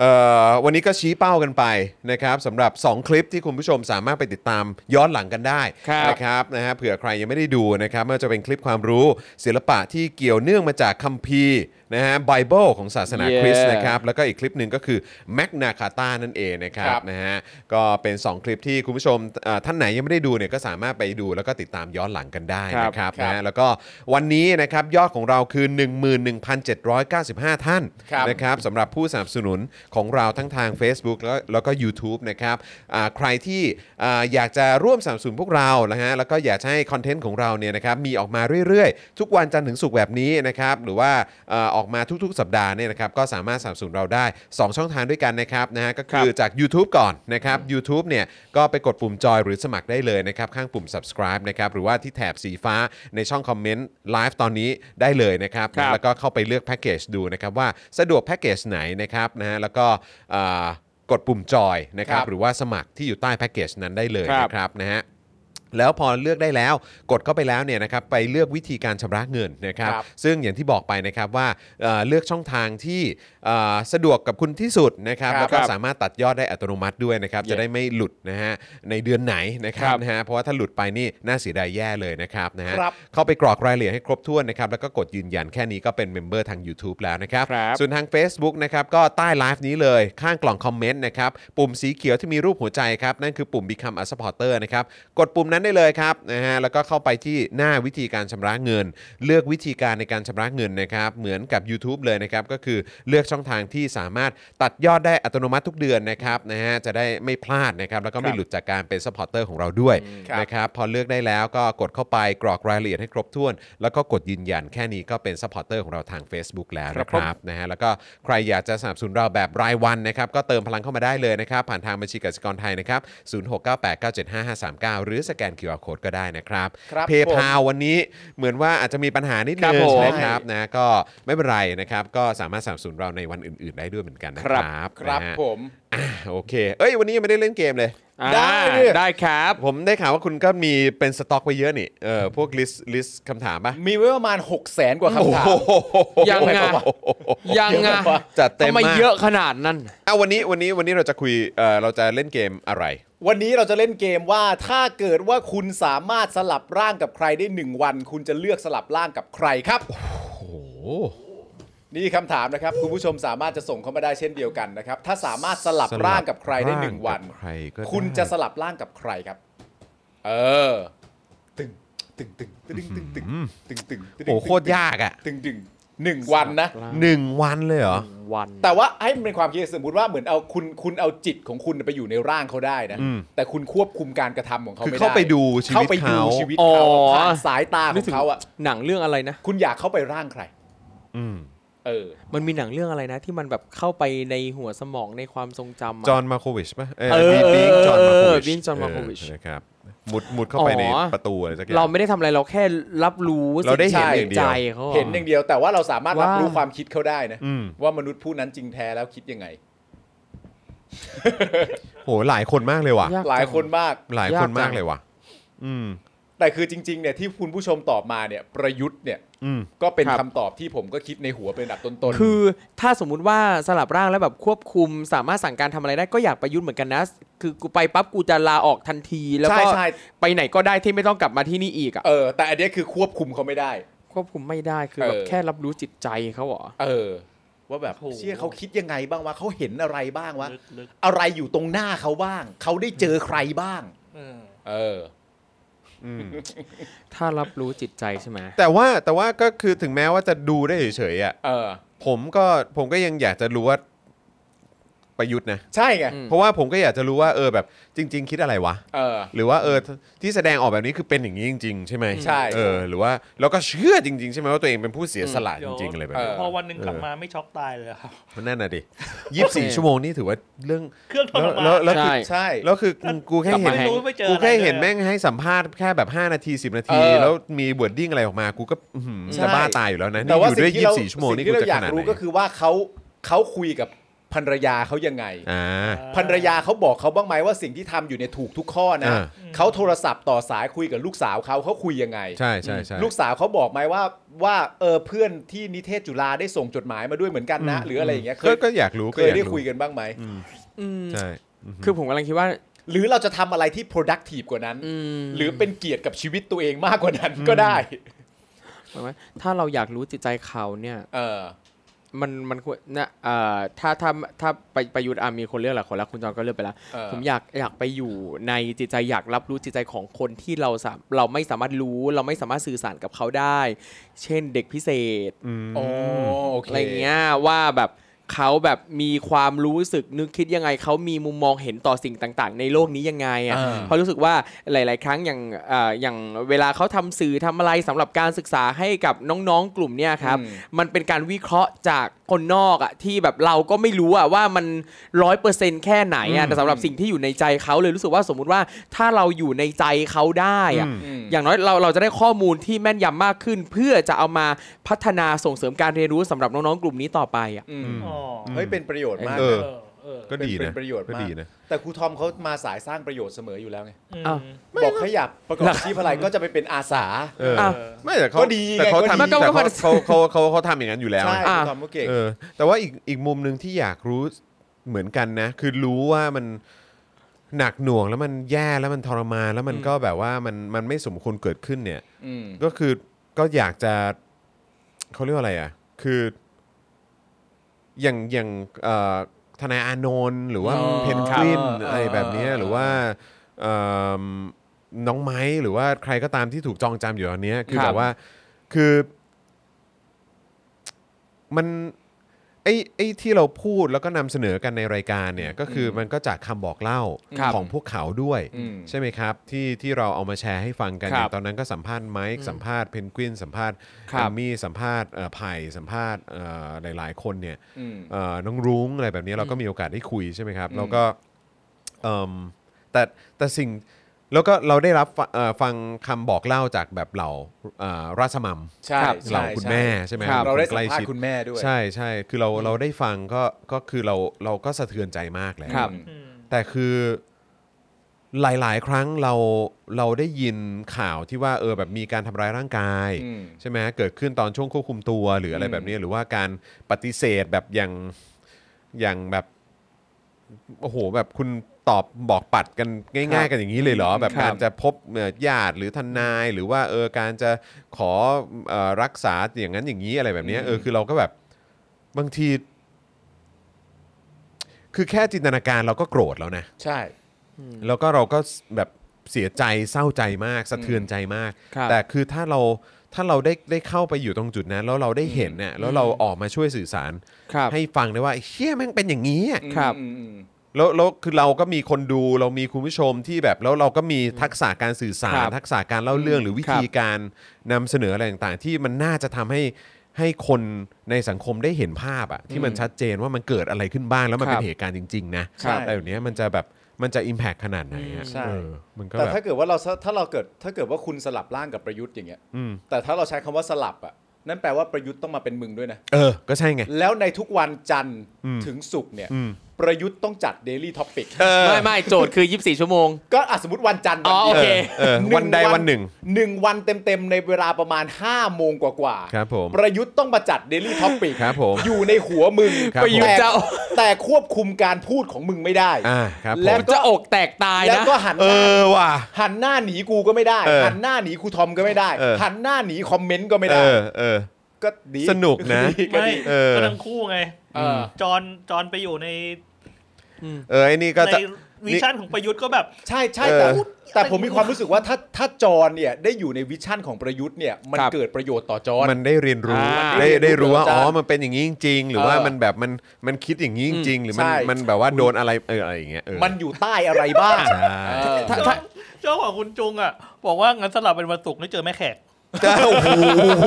[SPEAKER 1] เอ่อวันนี้ก็ชี้เป้ากันไปนะครับสำหรับ 2 คลิปที่คุณผู้ชมสามารถไปติดตามย้อนหลังกันได้
[SPEAKER 5] ครับ
[SPEAKER 1] นะครับนะฮะเผื่อใครยังไม่ได้ดูนะครับไม่ว่าจะเป็นคลิปความรู้ศิลปะที่เกี่ยวเนื่องมาจากคัมภีร์นะฮะไบเบิลของศาสนาคริสต์นะครับแล้วก็อีกคลิปหนึ่งก็คือแมกนาคาตานั่นเองนะครับ
[SPEAKER 3] ครับ
[SPEAKER 1] นะฮะก็เป็น 2 คลิปที่คุณผู้ชมเอ่อท่านไหนยังไม่ได้ดูเนี่ยก็สามารถไปดูแล้วก็ติดตามย้อนหลังกันได้นะครับนะฮะแล้วก็วันนี้นะครับยอดของเราคือ 11,795 ท่าน
[SPEAKER 3] ครับ
[SPEAKER 1] นะครับสำหรับผู้สนับสนุนของเราทั้งทาง Facebook แล้วแล้วก็ YouTube นะครับอ่าใครที่อ่าอยากจะร่วมสนับสนุนพวกเรานะฮะแล้วก็อยากจะให้คอนเทนต์ของเราเนี่ยนะครับมีออกมาเรื่อยๆ ทุกวันจันทร์ถึงศุกร์แบบนี้นะครับหรือว่าอ่าออกมาทุกๆ สัปดาห์เนี่ยนะครับก็สามารถสนับสนุนเราได้ 2 ช่องทางด้วยกันนะครับนะฮะก็คือจาก YouTube ก่อนนะครับ u t u b e เนี่ยก็ไปกดปุ่มจอยหรือสมัครได้เลยนะครับข้างปุ่ม subscribe นะครับหรือว่าที่แถบสีฟ้าในช่องคอมเมนต์ไลฟ์ตอนนี้ได้เลยนะครับ
[SPEAKER 5] ครับ
[SPEAKER 1] แล้ว ก็เข้าไปเลือกแพ็กเกจดูนะครับว่าสะดวกแพ็กเกจไหนนะครับนะฮะแล้วก็เอ่อกดปุ่มจอยนะครับ
[SPEAKER 3] ครับ
[SPEAKER 1] หรือว่าสมัครที่อยู่ใต้แพ็กเกจนั้นได้เลย
[SPEAKER 5] ครับ
[SPEAKER 1] นะครับนะฮะแล้วพอเลือกได้แล้วกดเข้าไปแล้วเนี่ยนะครับไปเลือกวิธีการชำระเงินนะครับ
[SPEAKER 3] ครับ
[SPEAKER 1] ซึ่งอย่างที่บอกไปนะครับว่าเอ่อเลือกช่องทางที่เอ่อสะดวกกับคุณที่สุดนะครับ
[SPEAKER 3] ครับ
[SPEAKER 1] แล้วก็สามารถตัดยอดได้อัตโนมัติด้วยนะครับจะได้ไม่หลุดนะฮะในเดือนไหนนะครับ
[SPEAKER 5] ครับ
[SPEAKER 1] นะฮะเพราะว่าถ้าหลุดไปนี่น่าเสียดายแย่เลยนะครับนะฮะ
[SPEAKER 3] ครับ
[SPEAKER 1] เข้าไปกรอกรายละเอียดให้ครบถ้วนนะครับ แล้วก็กดยืนยันแค่นี้ก็เป็นเมมเบอร์ทาง YouTube แล้วนะครับ
[SPEAKER 5] ครับ
[SPEAKER 1] ส่วนทาง Facebook นะครับ ก็ใต้ไลฟ์นี้เลย ข้างกล่องคอมเมนต์นะครับ ปุ่มสีเขียวที่มีรูปหัวใจครับ นั่นคือปุ่ม Become a supporter นะครับ กดปุ่มนั้นได้เลยครับนะฮะแล้วก็เข้าไปที่หน้าวิธีการชำระเงิน เลือกวิธีการในการชำระเงินนะครับ เหมือนกับ YouTube เลยนะครับ ก็คือเลือกช่องทางที่สามารถตัดยอดได้อัตโนมัติทุกเดือนนะครับนะฮะจะได้ไม่พลาดนะครับแล้วก็ไม่หลุดจากการเป็น supporter ของเราด้วย
[SPEAKER 3] ครับ
[SPEAKER 1] นะครับพอเลือกได้แล้วก็กดเข้าไปกรอกรายละเอียดให้ครบถ้วน แล้วก็กดยืนยันแค่นี้ก็เป็นซัพพอร์เตอร์ของเราทาง Facebook แล้วนะครับนะฮะแล้วก็ใครอยากจะสนับสนุนเราแบบรายวันนะครับก็เติมพลังเข้ามาได้เลยนะครับ ผ่านทางบัญชีกสิกรไทยนะครับ 0698975539 หรือสแกน QR Code ก็ได้นะครับ
[SPEAKER 3] ครับ
[SPEAKER 1] เพย์พาวันนี้เหมือนว่าอาจจะมีปัญหานิด
[SPEAKER 5] ครั
[SPEAKER 1] นึง
[SPEAKER 5] บผม
[SPEAKER 1] นะครับนะก็ไม่เป็นไรนะครับก็สามารถสนับสนุนเราในวันอื่น ๆ ได้ด้วยเหมือนกันนะครับ
[SPEAKER 3] ครับ
[SPEAKER 1] นะฮะ
[SPEAKER 3] ผม
[SPEAKER 1] อ่ะโอเคเอ้ยวันนี้ยังไม่ได้เล่นเกมเลย
[SPEAKER 5] อ่า
[SPEAKER 3] ได้ดิ
[SPEAKER 5] ได้ครับ
[SPEAKER 1] ผมได้ข่าวว่าคุณก็มีเป็นสต็อกไว้เยอะนี่ เออพวกลิสต์ลิสต์คำถามปะ
[SPEAKER 3] มีไว้ประมาณ 6 0 0แสนกว่าคำถาม
[SPEAKER 5] ยังไงยังไง
[SPEAKER 1] จัดเต็ม
[SPEAKER 5] ทำไม
[SPEAKER 1] มาก
[SPEAKER 5] เยอะขนาดนั้น
[SPEAKER 1] อ่ะวันนี้วันนี้วันนี้เราจะคุยเออเราจะเล่นเกมอะไร
[SPEAKER 3] วันนี้เราจะเล่นเกมว่าถ้าเกิดว่าคุณสามารถสลับร่างกับใครได้ 1 วัน คุณจะเลือกสลับร่างกับใครครับ นี่คำถามนะครับ คุณผู้ชมสามารถจะส่งเข้ามาได้เช่นเดียวกันนะครับ ถ้าสามารถสลับร่างกับใครได้หนึ่งวัน
[SPEAKER 1] สลับร่างกับใครก็ได้
[SPEAKER 3] คุณจะสลับร่างกับใครครับ เออ ตึงตึงตึงตึงตึงตึงตึงตึงตึง
[SPEAKER 1] โหโคตรยากอ่ะ
[SPEAKER 3] ตึงตึงหนึ่งวันนะ
[SPEAKER 1] หนึ่งวันเลยเหรอ
[SPEAKER 5] วัน
[SPEAKER 3] แต่ว่าให้มันเป็นความคิดสมมติว่าเหมือนเอาคุณคุณเอาจิตของคุณไปอยู่ในร่างเขาได้นะ
[SPEAKER 1] อืม
[SPEAKER 3] แต่คุณควบคุมการกระทำของเขา
[SPEAKER 1] คือ
[SPEAKER 3] ไม่ได้
[SPEAKER 1] เข้าไปดูชีวิต
[SPEAKER 3] เข้าไปดู
[SPEAKER 1] เขา
[SPEAKER 3] ชีวิตเขาผ่านสายตาข
[SPEAKER 5] นึก
[SPEAKER 3] อง
[SPEAKER 5] ถึง
[SPEAKER 3] เขาอ่ะ
[SPEAKER 5] หนังเรื่องอะไรนะ
[SPEAKER 3] คุณอยากเข้าไปร่างใคร
[SPEAKER 1] อืม
[SPEAKER 3] เออ
[SPEAKER 5] มันมีหนังเรื่องอะไรนะ ที่มันแบบเข้าไปในหัวสมองในความทรงจำอะ
[SPEAKER 1] จอห์นมาโควิชป่ะเอ
[SPEAKER 5] เออ
[SPEAKER 1] บีบิงจอห์นมาโควิช
[SPEAKER 5] เออ Bing John Malkovich
[SPEAKER 1] นะครับมุดมุดเข้าไปใน
[SPEAKER 5] อ๋อ
[SPEAKER 1] ประตูอะไรสักอย่า
[SPEAKER 5] เรา
[SPEAKER 1] ง
[SPEAKER 5] ไม่ได้ทำอะไรเราแค่รับรู้
[SPEAKER 1] เราได้เห็น
[SPEAKER 5] สิ่
[SPEAKER 1] อย่าง
[SPEAKER 5] ที่
[SPEAKER 1] เดียว
[SPEAKER 5] ใจเขาอะ
[SPEAKER 3] เห็นอย่างเดียวแต่ว่าเราสามารถรับ
[SPEAKER 5] ว่า
[SPEAKER 3] รู้ความคิดเขาได้นะ
[SPEAKER 1] อืม
[SPEAKER 3] ว่ามนุษย์ผู้นั้นจริงแท้แล้วคิดยังไง
[SPEAKER 1] โหหลายคนมากเลยว่ะ
[SPEAKER 5] ยากจัง
[SPEAKER 3] หลายคนมาก
[SPEAKER 1] หลายคนมากเลยว่ะ อืม
[SPEAKER 3] แต่คือจริงๆเนี่ยที่คุณผู้ชมตอบมาเนี่ยประยุทธ์เนี่ย
[SPEAKER 1] อืม
[SPEAKER 3] ก็เป็น
[SPEAKER 5] ครับ
[SPEAKER 3] คำตอบที่ผมก็คิดในหัวเป็นอันดับต้นๆ
[SPEAKER 5] คือถ้าสมมุติว่าสลับร่างแล้วแบบควบคุมสามารถสั่งการทำอะไรได้ก็อยากประยุทธ์เหมือนกันนะ คือกูไปปั๊บกูจะลาออกทันทีแล้วก็
[SPEAKER 3] ใช่ใช่
[SPEAKER 5] ไปไหนก็ได้ที่ไม่ต้องกลับมาที่นี่อีกอะ
[SPEAKER 3] เออ แต่อันเนี้ยคือควบคุมเขาไม่ได้
[SPEAKER 5] ควบคุมไม่ได้คือแบบ
[SPEAKER 3] เออ
[SPEAKER 5] แค่รับรู้จิตใจเขาเหรอ
[SPEAKER 3] เออ ว่าแบบ
[SPEAKER 4] โอ้โห
[SPEAKER 3] เชี่ยเขาคิดยังไงบ้างวะเขาเห็นอะไรบ้างวะ
[SPEAKER 4] ลึก
[SPEAKER 3] อะไรอยู่ตรงหน้าเขาบ้าง เขาได้เจอใครบ้าง
[SPEAKER 4] ๆเออ
[SPEAKER 3] เออ
[SPEAKER 1] อืม
[SPEAKER 5] ถ้ารับรู้จิตใจใช่ไหม
[SPEAKER 1] แต่ว่าแต่ว่าก็คือถึงแม้ว่าจะดูได้เฉยๆอ่ะ
[SPEAKER 3] เออ
[SPEAKER 1] ผมก็ผมก็ยังอยากจะรู้ว่าประยุทธ์นะ
[SPEAKER 3] ใช่ไง
[SPEAKER 1] เพราะว่าผมก็อยากจะรู้ว่าเออแบบจริง ๆ คิดอะไรวะ
[SPEAKER 3] เออ
[SPEAKER 1] หรือว่าเออที่แสดงออกแบบนี้คือเป็นอย่างนี้จริง ๆ ใช่ไหม
[SPEAKER 3] ใช่
[SPEAKER 1] เออหรือว่าเราก็เชื่อจริง ๆ ใช่ไหมว่าตัวเองเป็นผู้เสียสละจริง ๆ อะไรแบบ
[SPEAKER 3] เอ
[SPEAKER 1] นี้
[SPEAKER 3] อ
[SPEAKER 4] พอวันหนึ่งกลับมาไม่ช็อกตายเลยครับ
[SPEAKER 1] มันนั่นน่ะดิยี่สิบสี่ชั่วโมงนี่ถือว่าเรื่อง
[SPEAKER 4] เครื่องทร
[SPEAKER 1] แล้ว
[SPEAKER 4] มา
[SPEAKER 1] แล้ว
[SPEAKER 4] น
[SPEAKER 1] แล้วคือ
[SPEAKER 5] ใช่
[SPEAKER 3] ใช่
[SPEAKER 1] แล้วคือกูกูแค่เห็น
[SPEAKER 4] ไม่รู้ไม่เจอ
[SPEAKER 1] กูแค่เห็น
[SPEAKER 4] อะไรเลย
[SPEAKER 1] แม่งให้สัมภาษณ์แค่แบบ 5 นาที 10 นาที
[SPEAKER 3] เออ
[SPEAKER 1] แล้วมีบวดดิ้งอะไรออกมากูก็อื้อหือ
[SPEAKER 3] ใช่
[SPEAKER 1] จะบ้าตายอยู่แล้วนะ
[SPEAKER 3] แต่
[SPEAKER 1] นี่อ
[SPEAKER 3] ว่า
[SPEAKER 1] ยู่
[SPEAKER 3] สิ่
[SPEAKER 1] ด้วย
[SPEAKER 3] งที่เรา
[SPEAKER 1] 24 ชั่วโมง
[SPEAKER 3] สิ่ง
[SPEAKER 1] นี่กู
[SPEAKER 3] ที่เรา
[SPEAKER 1] จะ
[SPEAKER 3] อ
[SPEAKER 1] ข
[SPEAKER 3] ยาก
[SPEAKER 1] นาดไห
[SPEAKER 3] รู้
[SPEAKER 1] น
[SPEAKER 3] ก็คือว่าเขาเขาคุยกับภรรยาเขายังไง
[SPEAKER 1] อ่า
[SPEAKER 3] ภรรยาเขาบอกเขาบ้างไหมว่าสิ่งที่ทำอยู่ในยถูกทุกข้อนะ
[SPEAKER 1] อ่า
[SPEAKER 3] เขาโทรศัพท์ต่อสายคุยกับลูกสาวเขาเขาคุยยังไง
[SPEAKER 1] ใช่ใช่ใช่
[SPEAKER 3] ลูกสาวเขาบอกไหมว่าว่าเออเพื่อนที่นิเทศจุฬาได้ส่งจดหมายมาด้วยเหมือนกันนะ หรืออะไรอย่างเงี้ยเค
[SPEAKER 1] ก็
[SPEAKER 3] ย
[SPEAKER 1] ก็อยากรู้
[SPEAKER 3] เค
[SPEAKER 1] ก็อย ยาก
[SPEAKER 3] ได้
[SPEAKER 1] รู้
[SPEAKER 3] คุยกันบ้างไหม
[SPEAKER 1] ใช่
[SPEAKER 5] คือผมกำลังคิดว่า
[SPEAKER 3] หรือเราจะทำอะไรที่ productive กว่านั้น หรือเป็นเกียรติกับชีวิตตัวเองมากกว่านั้นก็ได้
[SPEAKER 5] หมายว่าถ้าเราอยากรู้จิตใจเขาเนี่ย
[SPEAKER 3] เออ
[SPEAKER 5] มันมันควรนะเอ่อถ้าถ้าถ้าไปไประยุทธ์อ่ะมีคนเลือกหลายคนแล้วคุณจอนก็เลือกไปแล้ว
[SPEAKER 3] เออ
[SPEAKER 5] ผมอยากอยากไปอยู่ในจิตใจอยากรับรู้จิตใจของคนที่เราสามเราไม่สามารถรู้เราไม่สามารถสื่อสารกับเขาได้ เช่นเด็กพิเศษ
[SPEAKER 3] โอ้โอเค
[SPEAKER 5] อะไรเงี้ยว่าแบบเขาแบบมีความรู้สึกนึกคิดยังไงเขามีมุมมองเห็นต่อสิ่งต่าง ๆ ในโลกนี้ยังไงอ่ะ
[SPEAKER 3] อ่า
[SPEAKER 5] เพราะรู้สึกว่าหลาย ๆ ครั้งอย่างเอ่ออย่างเวลาเขาทำสื่อทำอะไรสำหรับการศึกษาให้กับน้อง ๆ กลุ่มเนี่ยครับ
[SPEAKER 3] อืม
[SPEAKER 5] มันเป็นการวิเคราะห์จากคนนอกอะที่แบบเราก็ไม่รู้อะว่ามันร้อยเปอร์เซ็นแค่ไหนอะแต่สำหรับสิ่งที่อยู่ในใจเขาเลยรู้สึกว่าสมมุติว่าถ้าเราอยู่ในใจเขาได้อะอย่างน้อยเราเราจะได้ข้อมูลที่แม่นยำมากขึ้น เพื่อจะเอามาพัฒนาส่งเสริมการเรียนรู้สำหรับน้อง ๆ กลุ่มนี้ต่อไปอะ
[SPEAKER 3] อืม
[SPEAKER 4] อ๋อ
[SPEAKER 3] เฮ้ยเป็นประโยชน์มาก
[SPEAKER 1] เออ
[SPEAKER 4] เออเออ
[SPEAKER 1] ก็ดี
[SPEAKER 3] เป็
[SPEAKER 1] นะ
[SPEAKER 3] นประโยชน์
[SPEAKER 1] ก็
[SPEAKER 3] มา
[SPEAKER 1] ดี
[SPEAKER 3] ก
[SPEAKER 1] นะ
[SPEAKER 3] แต่ครูทอมเขามาสายสร้างประโยชน์เสมออยู่แล้วไง
[SPEAKER 4] อืม
[SPEAKER 5] อ้าว
[SPEAKER 3] บอกขยับประกอบอาชีพอะไรก็จะไปเป็นอาสา
[SPEAKER 1] เออ
[SPEAKER 5] อ่ะ
[SPEAKER 1] ไม่แต่เขา
[SPEAKER 3] ก็ดีไง
[SPEAKER 1] แต่เขา
[SPEAKER 3] ก็ดี
[SPEAKER 1] ทำแต่
[SPEAKER 5] ก็
[SPEAKER 1] เขา
[SPEAKER 5] มัน
[SPEAKER 1] เขาเขาเขาเขาทำอย่างนั้นอยู่แล้ว
[SPEAKER 3] ใช่
[SPEAKER 1] ไง
[SPEAKER 3] ค
[SPEAKER 5] อ่ะ
[SPEAKER 3] รูทอมก็เก่ง
[SPEAKER 1] เออ แต่ว่าอีกอีกมุมหนึ่งที่อยากรู้เหมือนกันนะ คือรู้ว่ามันหนักหน่วงแล้วมันแย่แล้วมันทรมานแล้วมันก็แบบว่ามันมันไม่สมควรเกิดขึ้นเนี่ย
[SPEAKER 3] ม
[SPEAKER 1] ก็คือก็อยากจะเขาเรียกว่าอะไรอ่ะ คืออย่างอย่างเอ่อธนายอานนท์หรือว่า
[SPEAKER 5] อ๋อ
[SPEAKER 1] เพนกวิน
[SPEAKER 5] ครับ
[SPEAKER 1] อะไรแบบเนี้ยหรือว่าเอิ่มน้องไม้หรือว่าใครก็ตามที่ถูกจองจำอยู่ตอนเนี้ยคือ
[SPEAKER 5] ครับ
[SPEAKER 1] แบบว่าคือมันไอ้ไอ้ที่เราพูดแล้วก็นำเสนอกันในรายการเนี่ย ก็คือมันก็จากคำบอกเล่า
[SPEAKER 5] ครับ
[SPEAKER 1] ของพวกเขาด้วย
[SPEAKER 3] อืม
[SPEAKER 1] ใช่ไหมครับ ที่ที่เราเอามาแชร์ให้ฟังกัน
[SPEAKER 5] ครับ
[SPEAKER 1] อย่างตอนนั้นก็สัมภาษณ์ไมค์สัมภาษณ์เพนกวินสัมภาษณ์
[SPEAKER 5] ครับ
[SPEAKER 1] แอมมี่สัมภาษณ์เอ่อไผ่สัมภาษณ์เอ่อหลาย ๆ คนเนี่ย
[SPEAKER 3] อืม
[SPEAKER 1] เอ่อน้องรุ้งอะไรแบบนี้เราก็มีโอกาสได้คุยใช่ไหมครับ แล้วก็เอิ่มแต่แต่สิ่งแล้วก็เราได้รับฟังเอ่อฟังคำบอกเล่าจากแบบเหล่าเอ่อราชมัม
[SPEAKER 3] ใช่
[SPEAKER 5] ครับ
[SPEAKER 1] เห
[SPEAKER 3] ใช่
[SPEAKER 1] ล่าคุณแม่ใช่ไหม
[SPEAKER 5] ครับ
[SPEAKER 1] ค
[SPEAKER 3] เราได้
[SPEAKER 1] น
[SPEAKER 3] สั
[SPEAKER 1] ใก
[SPEAKER 3] ม
[SPEAKER 1] ล้
[SPEAKER 3] ภาษ
[SPEAKER 1] ชิด
[SPEAKER 3] ณ์คุณแม่ด้วย
[SPEAKER 1] ใช่ใช่คือเราเราได้ฟังก็ก็คือเราเราก็สะเทือนใจมากแล้ว
[SPEAKER 5] ครับ
[SPEAKER 4] อืม
[SPEAKER 1] แต่คือหลายๆ ครั้งเราเราได้ยินข่าวที่ว่าเออแบบมีการทำร้ายร่างกาย
[SPEAKER 3] อืม
[SPEAKER 1] ใช่ไหมเกิดขึ้นตอนช่วงควบคุมตัวหรืออะไร
[SPEAKER 3] อืม
[SPEAKER 1] แบบนี้หรือว่าการปฏิเสธแบบอย่างอย่างแบบโอ้โหแบบคุณตอบบอกปัดกันง่าย ๆ กันอย่างนี้เลยเหรอ แบบ
[SPEAKER 5] ครับ
[SPEAKER 1] การจะพบเอ่อญาติหรือทนายหรือว่าเออการจะขอเอ่อรักษาอย่างนั้นอย่างนี้อะไรแบบนี้เออคือเราก็แบบบางที คือแค่จินตนาการเราก็โกรธแล้วนะ
[SPEAKER 3] ใช่
[SPEAKER 1] แล้วก็เราก็แบบเสียใจเศร้าใจมากสะเทือนใจมาก
[SPEAKER 5] ครับ
[SPEAKER 1] แต่คือถ้าเราถ้าเราได้ได้เข้าไปอยู่ตรงจุดนั้น แล้วเราได้เห็นเนี่ยแล้วเราออกมาช่วยสื่อสาร
[SPEAKER 5] ครับ
[SPEAKER 1] ให้ฟังได้ว่าไอ้เชี่ยแม่งเป็นอย่างนี้อะ
[SPEAKER 5] ครับ
[SPEAKER 3] อืมอืมอืม
[SPEAKER 1] แล้วแล้วคือเราก็มีคนดูเรามีคุณผู้ชมที่แบบแล้วเราก็มีทักษะการสื่อสาร
[SPEAKER 5] ครับ
[SPEAKER 1] ทักษะการเล่าเรื่องหรือวิธีการนำเสนออะไรต่างๆ ที่มันน่าจะทำให้ให้คนในสังคมได้เห็นภาพอะที่มันชัดเจนว่ามันเกิดอะไรขึ้นบ้างแล้วมัน
[SPEAKER 5] ครั
[SPEAKER 1] เป็
[SPEAKER 5] บ
[SPEAKER 1] นเหตุการณ์จริง ๆ นะ
[SPEAKER 3] ครับ
[SPEAKER 1] อะไรแบบเนี้ยมันจะแบบมันจะ impact ขนาดไหนอะ
[SPEAKER 3] ใช่
[SPEAKER 1] เออมันก็
[SPEAKER 3] แต่
[SPEAKER 1] แบบ
[SPEAKER 3] ถ้าเกิดว่าเราถ้าเราเกิดถ้าเกิดว่าคุณสลับร่างกับประยุทธ์อย่างเงี้ย
[SPEAKER 1] อืม
[SPEAKER 3] แต่ถ้าเราใช้คำว่าสลับอ่ะนั่นแปลว่าประยุทธ์ต้องมาเป็นมึงด้วยนะ
[SPEAKER 1] เออ ก็ใช่ไง
[SPEAKER 3] แล้วในทุกวันจันทร์ถึงศุกร์เนี่ย
[SPEAKER 1] อืม
[SPEAKER 3] ประยุทธ์ต้องจัด Daily Topic
[SPEAKER 5] ไม่ไม่โจทย์คือ 24 ชั่วโมง
[SPEAKER 3] ก็อ่ะสมมติวันจันทร์
[SPEAKER 5] อ๋อ
[SPEAKER 3] วัน
[SPEAKER 5] โอ
[SPEAKER 3] เดียว
[SPEAKER 5] เค
[SPEAKER 1] เออวันใดวันหนึ่ง
[SPEAKER 3] หนึ่งวันเต็มๆ ในเวลาประมาณ 5 โมงกว่าๆ
[SPEAKER 1] ครับผม
[SPEAKER 3] ประยุทธ์ต้องมาจัด Daily Topic
[SPEAKER 1] ครับผม
[SPEAKER 3] อยู่ในหัวมึง
[SPEAKER 1] ครับผม
[SPEAKER 5] ประยุทธ์
[SPEAKER 3] แต่
[SPEAKER 5] เจ้า
[SPEAKER 3] แต่ควบคุมการพูดของมึงไม่ได้
[SPEAKER 1] อ่าครับผ
[SPEAKER 3] และ
[SPEAKER 1] ม
[SPEAKER 5] จะอกแตกตาย
[SPEAKER 3] แล้ว
[SPEAKER 5] นะ
[SPEAKER 3] ก็หันห
[SPEAKER 1] เอ
[SPEAKER 3] น้า
[SPEAKER 1] อว่ะ
[SPEAKER 3] หันหน้าหนีกูก็ไม่ได้
[SPEAKER 1] เออ
[SPEAKER 3] หันหน้าหนีครูทอมก็ไม่ได้
[SPEAKER 1] เออ
[SPEAKER 3] หันหน้าหนีคอมเมนต์ก็ไม่
[SPEAKER 1] เอ
[SPEAKER 3] ได้
[SPEAKER 1] อเออ
[SPEAKER 3] ก็ดี
[SPEAKER 1] สนุกนะ
[SPEAKER 3] ดีก็
[SPEAKER 4] ไม่
[SPEAKER 3] ดี
[SPEAKER 1] เออ
[SPEAKER 4] ก็ทั้งคู่ไง
[SPEAKER 5] เออ
[SPEAKER 4] จอนจอนไปอยู่ใน
[SPEAKER 1] เออไอ้นี่ก็
[SPEAKER 4] ใน
[SPEAKER 1] จะ
[SPEAKER 4] วิชั่นของประยุทธ์ก็แบบ
[SPEAKER 3] ใช่ใช่แต่
[SPEAKER 1] เออ
[SPEAKER 3] แต่ผมมีความรู้สึกว่าถ้าถ้าจรเนี่ยได้อยู่ในวิชั่นของประยุทธ์เนี่ยมัน
[SPEAKER 5] ครับ
[SPEAKER 3] เกิดประโยชน์ต่อจร
[SPEAKER 1] มันได้เรียนรู้
[SPEAKER 5] อ่า
[SPEAKER 1] ได้ได้รู้ว่า
[SPEAKER 3] ได้
[SPEAKER 1] อ๋
[SPEAKER 3] เรียนรู้
[SPEAKER 1] อมันเป็นอย่างนี้จริงๆหรือว่า
[SPEAKER 3] เออ
[SPEAKER 1] มันแบบมันมันคิดอย่างนี้จริงๆหรือมัน
[SPEAKER 3] ใช่
[SPEAKER 1] มันแบบว่าโดนอะไรเอออะไรอย่างเงี้ยเออ
[SPEAKER 3] มันอยู่ใต้อะไรบ้าง
[SPEAKER 1] ใช่
[SPEAKER 3] เออ
[SPEAKER 5] ถ้า
[SPEAKER 4] เจ้าเจ้าของคุณจุงอ่ะ บอกว่างั้นสลับเป็นวันศุกร์ไม่เจอแม่แขก
[SPEAKER 1] เจ้าโอ้โห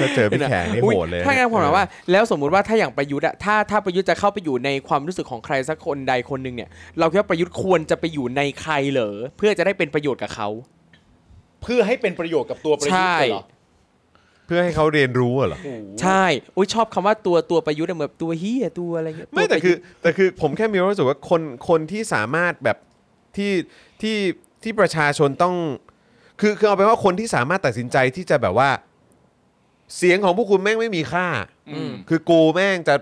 [SPEAKER 1] ถ้าเจอพี่แขกนี่
[SPEAKER 5] อุ๊ย
[SPEAKER 1] โหดเลย
[SPEAKER 5] ถ้างั้นผมถามว่า แล้วสมมุติว่าถ้าอย่างประยุทธ์อะถ้าถ้าประยุทธ์จะเข้าไปอยู่ในความรู้สึกของใครสักคนใดคนหนึ่งเนี่ย เราคิดว่าประยุทธ์ควรจะไปอยู่ในใครเหรอเพื่อจะได้เป็นประโยชน์กับเขา
[SPEAKER 3] เพื่อให้เป็นประโยชน์กับตัวประยุทธ์เลยเหรอ
[SPEAKER 1] เพื่อให้เขาเรียนรู้อะเหรอ
[SPEAKER 3] โอ้โห
[SPEAKER 5] ใช่อุ้ยชอบคำว่าตัวตัวประยุทธ์อะเหมือนตัวเฮียตัวอะไรเงี้ย
[SPEAKER 1] ไม่แต่
[SPEAKER 5] วประ
[SPEAKER 1] คื
[SPEAKER 5] ยุ
[SPEAKER 1] อ
[SPEAKER 5] ทธ์
[SPEAKER 1] แต่คือผมแค่มีความรู้สึกว่าคนคนที่สามารถแบบที่ที่ที่ประชาชนต้องคือคือเอาไปนว่าคนที่สามารถตัดสินใจที่จะแบบว่า เสียงของพวกคุณแม่งไม่มีค่า
[SPEAKER 5] อืม
[SPEAKER 1] คือกูแม่งจะ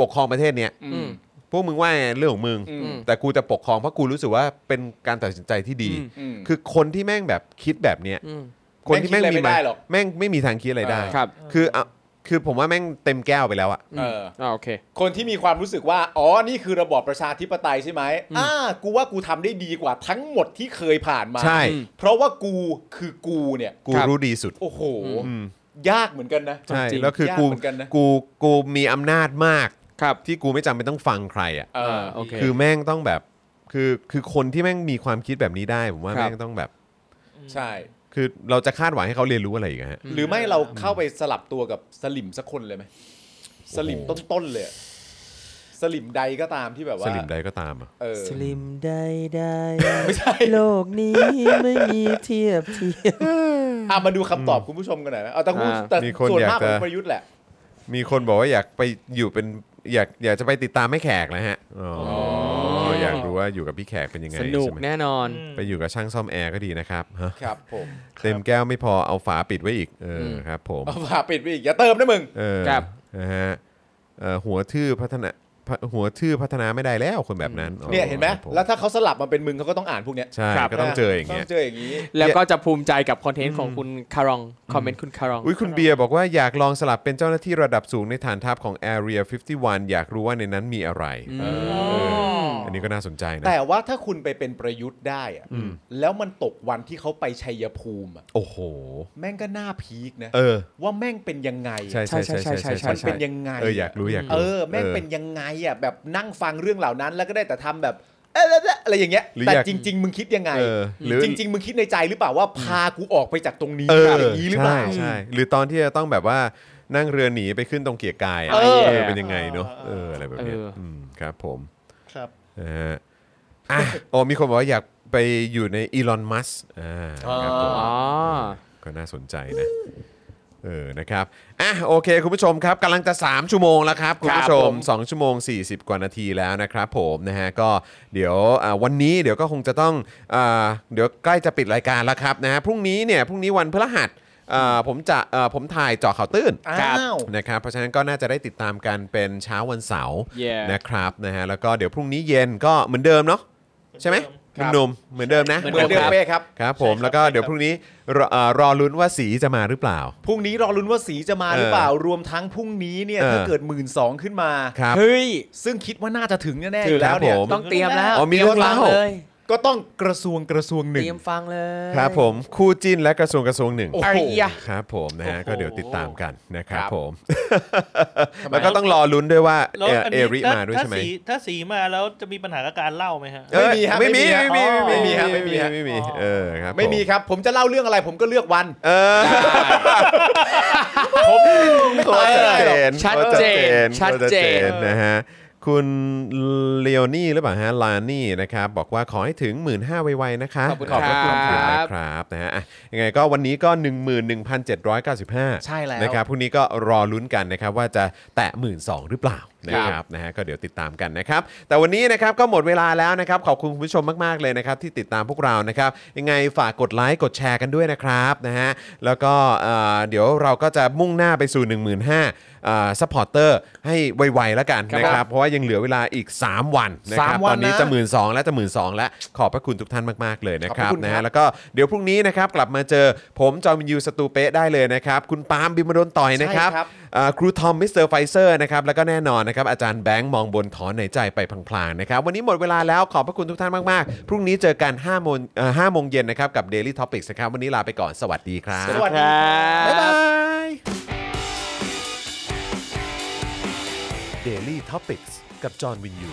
[SPEAKER 1] ปกครองประเทศเนี้ย
[SPEAKER 5] อืม
[SPEAKER 1] พวกมึงว่าไงเรื่องของมึง
[SPEAKER 3] อืม
[SPEAKER 1] แต่กูจะปกครองเพราะกูรู้สึกว่าเป็นการตัดสินใจที่ดี
[SPEAKER 5] อืม
[SPEAKER 3] อืม
[SPEAKER 1] คือคนที่แม่งแบบคิดแบบเนี้ย
[SPEAKER 5] อืม
[SPEAKER 1] คนที่แม่ง
[SPEAKER 3] แม่งคิ
[SPEAKER 1] มี
[SPEAKER 3] ดอะไรไม่ได้หรอก
[SPEAKER 1] แม่งไม่มีทางคิดอะไรได้
[SPEAKER 5] ครับ
[SPEAKER 1] คือเอาคือผมว่าแม่งเต็มแก้วไปแล้วอะ
[SPEAKER 3] เออ
[SPEAKER 5] อ่าโอเค
[SPEAKER 3] คนที่มีความรู้สึกว่า อ๋อ นี่คือระบอบประชาธิปไตยใช่ไหมอ่า กูว่ากูทำได้ดีกว่าทั้งหมดที่เคยผ่านมา
[SPEAKER 1] ใช่
[SPEAKER 3] เพราะว่ากูคือกูเนี่ย
[SPEAKER 1] กู
[SPEAKER 5] ครับ
[SPEAKER 1] รู้ดีสุด
[SPEAKER 3] โอ้โห
[SPEAKER 1] อืม
[SPEAKER 3] ยากเหมือนกันนะ
[SPEAKER 1] ใช่
[SPEAKER 5] จริง
[SPEAKER 1] แล้วคือย
[SPEAKER 3] าก
[SPEAKER 1] กู
[SPEAKER 3] เหมือนกันนะ
[SPEAKER 1] กูกูมีอำนาจมาก
[SPEAKER 5] ครับ
[SPEAKER 1] ที่กูไม่จำเป็นต้องฟังใครอ่ะ
[SPEAKER 3] เออ
[SPEAKER 5] โอเค
[SPEAKER 1] คือแม่งต้องแบบคือคือคนที่แม่งมีความคิดแบบนี้ได้ผมว่า
[SPEAKER 5] ครับ
[SPEAKER 1] แม่งต้องแบบ
[SPEAKER 3] ใช่
[SPEAKER 1] คือเราจะคาดหวังให้เขาเรียนรู้อะไรอีกอะฮะ
[SPEAKER 3] หรือไม่เราเข้าไปสลับตัวกับสลิมสักคนเลยไหมสลิมต้นๆเลยอะสลิมใดก็ตามที่แบบว่า
[SPEAKER 1] สลิมใดก็ตามอะ
[SPEAKER 3] เออ
[SPEAKER 6] สลิมได้ได้
[SPEAKER 3] ไม่ใช่
[SPEAKER 6] โลกนี้ไม่มีเทียบเทียม
[SPEAKER 3] อ่ะมาดูคำตอบคุณผู้ชมกันหน่อยนะเอาแต่คุณ
[SPEAKER 5] อ่า
[SPEAKER 3] แต่
[SPEAKER 1] มีคน
[SPEAKER 3] ส่วน
[SPEAKER 1] อยาก
[SPEAKER 3] มากข
[SPEAKER 1] จะ
[SPEAKER 3] องประยุทธ์แหละ
[SPEAKER 1] มีคนบอกว่าอยากไปอยู่เป็นอยากอยากจะไปติดตามแม่แขกนะฮะอ๋อออยากรู้ว่าอยู่กับพี่แขกเป็นยังไง
[SPEAKER 5] สนุก
[SPEAKER 1] ใช่ไหม
[SPEAKER 5] แน่นอน
[SPEAKER 1] ไปอยู่กับช่างซ่อมแอร์ก็ดีนะครับฮะ
[SPEAKER 3] ครับผม
[SPEAKER 1] เต็มแก้วไม่พอเอาฝาปิดไว้อีกเอออครับผม
[SPEAKER 3] เอาฝาปิดไปอีก อย่าเติมนะมึง
[SPEAKER 1] เออ
[SPEAKER 5] ครับ
[SPEAKER 1] นะฮะเอ่อหัวทื่อพัฒนาพะหัวทื่อพัฒนาไม่ได้แล้วคนแบบนั้นอ๋อ
[SPEAKER 3] เนี่ยเห็นไหม
[SPEAKER 1] ครับผ
[SPEAKER 3] แล้วถ้าเขาสลับมาเป็นมึงเขาก็ต้องอ่านพวกเนี้ย
[SPEAKER 1] ใช่
[SPEAKER 5] ครับ
[SPEAKER 1] ก็ต้องเจออย่างเงี้ย
[SPEAKER 3] ต้องเจออย่างนี้
[SPEAKER 5] แล้วก็จะภูมิใจกับคอนเทนต์ของคุณคารองคอมเมนต์คุณคารอง
[SPEAKER 1] อุ้ยคุณเบียร์บอกว่าอยากลองสลับเป็นเจ้าหน้าที่ระดับสูงในฐานทัพของ Area 51 อยากรู้ว่าในนั้นมีอะไรเอออันนี้ก็น่าสนใจนะ
[SPEAKER 3] แต่ว่าถ้าคุณไปเป็นประยุทธ์ได้อะ
[SPEAKER 1] อืม
[SPEAKER 3] แล้วมันตกวันที่เขาไปชัยภูมิอะ
[SPEAKER 1] โอ้โห
[SPEAKER 3] แม่งก็น่าพีคนะ
[SPEAKER 1] เออ
[SPEAKER 3] ว่าแม่งเป็นยังไง
[SPEAKER 1] ใช่ใช่ใช่ใช่ใช่
[SPEAKER 3] มั
[SPEAKER 1] ใช่
[SPEAKER 3] นเป็นยังไง
[SPEAKER 1] เอออยากรู้อยากรู้
[SPEAKER 3] เออแม่งเป็นยังไงอ่ะแบบนั่งฟังเรื่องเหล่านั้นแล้วก็ได้แต่ทำแบบเอะเอ๊ะเอ๊ะอะไรอย่างเงี้ย
[SPEAKER 1] หรือ
[SPEAKER 3] แต่
[SPEAKER 1] อยาก
[SPEAKER 3] จริง ๆ มึงคิดยังไง
[SPEAKER 1] เออหรือ
[SPEAKER 3] จริง ๆ มึงคิดในใจหรือเปล่าว่าพากูออกไปจากตรงนี้
[SPEAKER 1] เออ
[SPEAKER 3] แบบนี้หรือเปล่า
[SPEAKER 1] ใช่ใช่หรือตอนที่จะต้องแบบว่านั่งเรือหนีไปขึ้นตรงเกียร์กายอะ
[SPEAKER 3] เออ
[SPEAKER 1] เออเป็นยังไงเนาะเอออะไรแบบเนี้ย
[SPEAKER 5] เอออื
[SPEAKER 1] มครับผม
[SPEAKER 4] ครับ
[SPEAKER 1] นะฮะอ่ะโอ้มีคนบอกว่าอยากไปอยู่ในอีลอนมัสอ่าครับผม
[SPEAKER 5] อ๋อ
[SPEAKER 1] ก็น่าสนใจนะ เออ นะครับ อ่ะ โอเค คุณผู้ชมครับกำลังจะ 3 ชั่วโมงแล้วครับ คุณผู้ชม 2 ชั่วโมง 40 กว่านาทีแล้วนะครับผมนะฮะ ก็เดี๋ยวอ่าวันนี้เดี๋ยวก็คงจะต้องอ่าเดี๋ยวใกล้จะปิดรายการแล้วครับนะฮะ พรุ่งนี้เนี่ย พรุ่งนี้วันพฤหัสอ่าผมจะเอ่อผมถ่ายเจาะข่าวตื้น
[SPEAKER 3] อ้าว
[SPEAKER 1] นะครับเพราะฉะนั้นก็น่าจะได้ติดตามกันเป็นเช้าวันเสาร์
[SPEAKER 5] Yeah
[SPEAKER 1] นะครับนะฮะแล้วก็เดี๋ยวพรุ่งนี้เย็นก็เหมือนเดิมเนาะใช่ไหม
[SPEAKER 3] ครับ
[SPEAKER 1] หนุ่มๆเหมือนเดิมนะ
[SPEAKER 5] เหมื
[SPEAKER 3] เหมือนเดิ
[SPEAKER 5] ค
[SPEAKER 3] ม
[SPEAKER 5] รับ
[SPEAKER 3] เป้ครับ
[SPEAKER 1] ครับผม
[SPEAKER 4] ใช่ครับ
[SPEAKER 1] แล้วก็เดี๋ยวพรุ่งนี้รอเอ่อรอลุ้นว่าสีจะมาหรือเปล่า
[SPEAKER 3] พรุ่งนี้รอลุ้นว่าสีจะมาหรือเปล่า รวมทั้งพรุ่งนี้เนี่ย
[SPEAKER 1] เออ
[SPEAKER 3] ถ้าเกิดหมื่นสองขึ้นมา
[SPEAKER 1] ครับ
[SPEAKER 5] เฮ้ย
[SPEAKER 3] ซึ่งคิดว่าน่าจะถึงแน่ๆ
[SPEAKER 1] ถึ
[SPEAKER 3] องยู่แล้วเนี่
[SPEAKER 1] ค
[SPEAKER 3] ย
[SPEAKER 1] รับผม
[SPEAKER 5] ต้องเตรียมแล้ว
[SPEAKER 1] อ๋อมีเรื่องเล่า
[SPEAKER 5] ตยมฟัเลย
[SPEAKER 3] ก็ต้องกระทรวงกระทรวงห
[SPEAKER 5] เต
[SPEAKER 3] นึ่ง
[SPEAKER 5] รียมฟังเลย
[SPEAKER 1] ครับผมคู่จิ้นและกระทรวงกระทรวงหนึ่ง
[SPEAKER 3] โอ้
[SPEAKER 5] ไอ้ยะ
[SPEAKER 1] ครับผมนะฮะ
[SPEAKER 4] โอ้โห
[SPEAKER 1] ก็เดี๋ยวติดตามกันนะครับ
[SPEAKER 3] ครับ
[SPEAKER 1] ผมแล้วก็ต้องรอลุ้นด้วยว่า
[SPEAKER 4] แล้ว
[SPEAKER 1] เอ่อ
[SPEAKER 4] อัน
[SPEAKER 1] เอ
[SPEAKER 4] นี้
[SPEAKER 1] ริ
[SPEAKER 4] ถ้
[SPEAKER 1] มาด้วยใช่ไหม
[SPEAKER 4] ถ้าสีถ้าสีมาแล้วจะมีปัญหากับการเล่าไหมฮะ
[SPEAKER 1] เอ้ย
[SPEAKER 3] ไม่มีครับ
[SPEAKER 1] ไม่มี
[SPEAKER 3] ไม่
[SPEAKER 1] ไม่มี
[SPEAKER 3] มีครับ
[SPEAKER 1] ไม่มี
[SPEAKER 3] อ๋อ
[SPEAKER 1] ไม่มี
[SPEAKER 3] ไม่มีครับ
[SPEAKER 1] ไม่มีเออครับ
[SPEAKER 3] ไม่มี
[SPEAKER 1] ผ
[SPEAKER 3] ครับ ผมจะเล่าเรื่องอะไรผมก็เลือกวัน
[SPEAKER 1] เออ
[SPEAKER 3] ผมไม่ตาย
[SPEAKER 1] ชัด
[SPEAKER 3] ได้
[SPEAKER 1] เจ
[SPEAKER 3] หรอก
[SPEAKER 1] น
[SPEAKER 5] ชัด
[SPEAKER 1] ชัด
[SPEAKER 5] เจนชัด
[SPEAKER 1] เจ
[SPEAKER 5] เจ
[SPEAKER 1] น
[SPEAKER 5] น
[SPEAKER 1] นะฮะ คุณเลโอนี่หรือเปล่าฮะ ลานี่นะครับ บอกว่าขอให้ถึง 1 5ื่นห้าไวๆนะคะ
[SPEAKER 5] ขอบคุณครับ
[SPEAKER 1] พะนะครับนะฮะอ่ะยังไงก็วันนี้ก็ 11,795
[SPEAKER 3] ใช่แล้ว
[SPEAKER 1] นะครับพรุ่งนี้ก็รอลุ้นกันนะครับว่าจะแตะ 1 2ื่นหรือเปล่า นะครับนะฮะก็เดี๋ยวติดตามกันนะครับ แต่วันนี้นะครับก็หมดเวลาแล้วนะครับ ขอบคุณคุณผู้ชมมาก ๆ เลยนะครับ ที่ติดตามพวกเรานะครับ ยังไงฝากกดไลค์กดแชร์กันด้วยนะครับนะฮะแล้วก็เอ่อเดี๋ยวเราก็จะมุ่งหน้าไปสู่ 1 5 0 0 0ซัพพอร์เตอร์ให้ไวๆแล้วกันนะครับ เพราะว่ายังเหลือเวลาอีก 3 วันนะครับ
[SPEAKER 3] สามวั
[SPEAKER 1] ตอน นนี้
[SPEAKER 3] นะ
[SPEAKER 1] จะ หมื่นสองแล้วจะหมื่นสองแล้วขอบพระคุณทุกท่านมาก ๆ เลยนะครั
[SPEAKER 3] ขอ
[SPEAKER 1] บบ
[SPEAKER 3] คุณ
[SPEAKER 1] นะ
[SPEAKER 3] ครั
[SPEAKER 1] ฮะ
[SPEAKER 3] บ
[SPEAKER 1] แล้วก็เดี๋ยวพรุ่งนี้นะครับกลับมาเจอผมจอมยูสตูเป๊ะได้เลยนะครับ คุณปาล์มบิมโดนต่อยนะครับ เอ่อครูทอมมิสเตอร์ไฟเซอร์นะครับแล้วก็แน่นอนนะครับอาจารย์แบงค์มองบนถอนในใจไปพลางๆนะครับวันนี้หมดเวลาแล้วขอบพระคุณทุกท่านมาก ๆ พรุ่งนี้เจอกัน5โมงเอ่อ5โมงเย็นนะครับกับ Daily Topics นะครับวันนี้ลาไปก่อนสวัสดีครับ
[SPEAKER 3] สวัสดีครับ
[SPEAKER 1] บ๊ายบาย Daily Topics กับจอห์นวินยู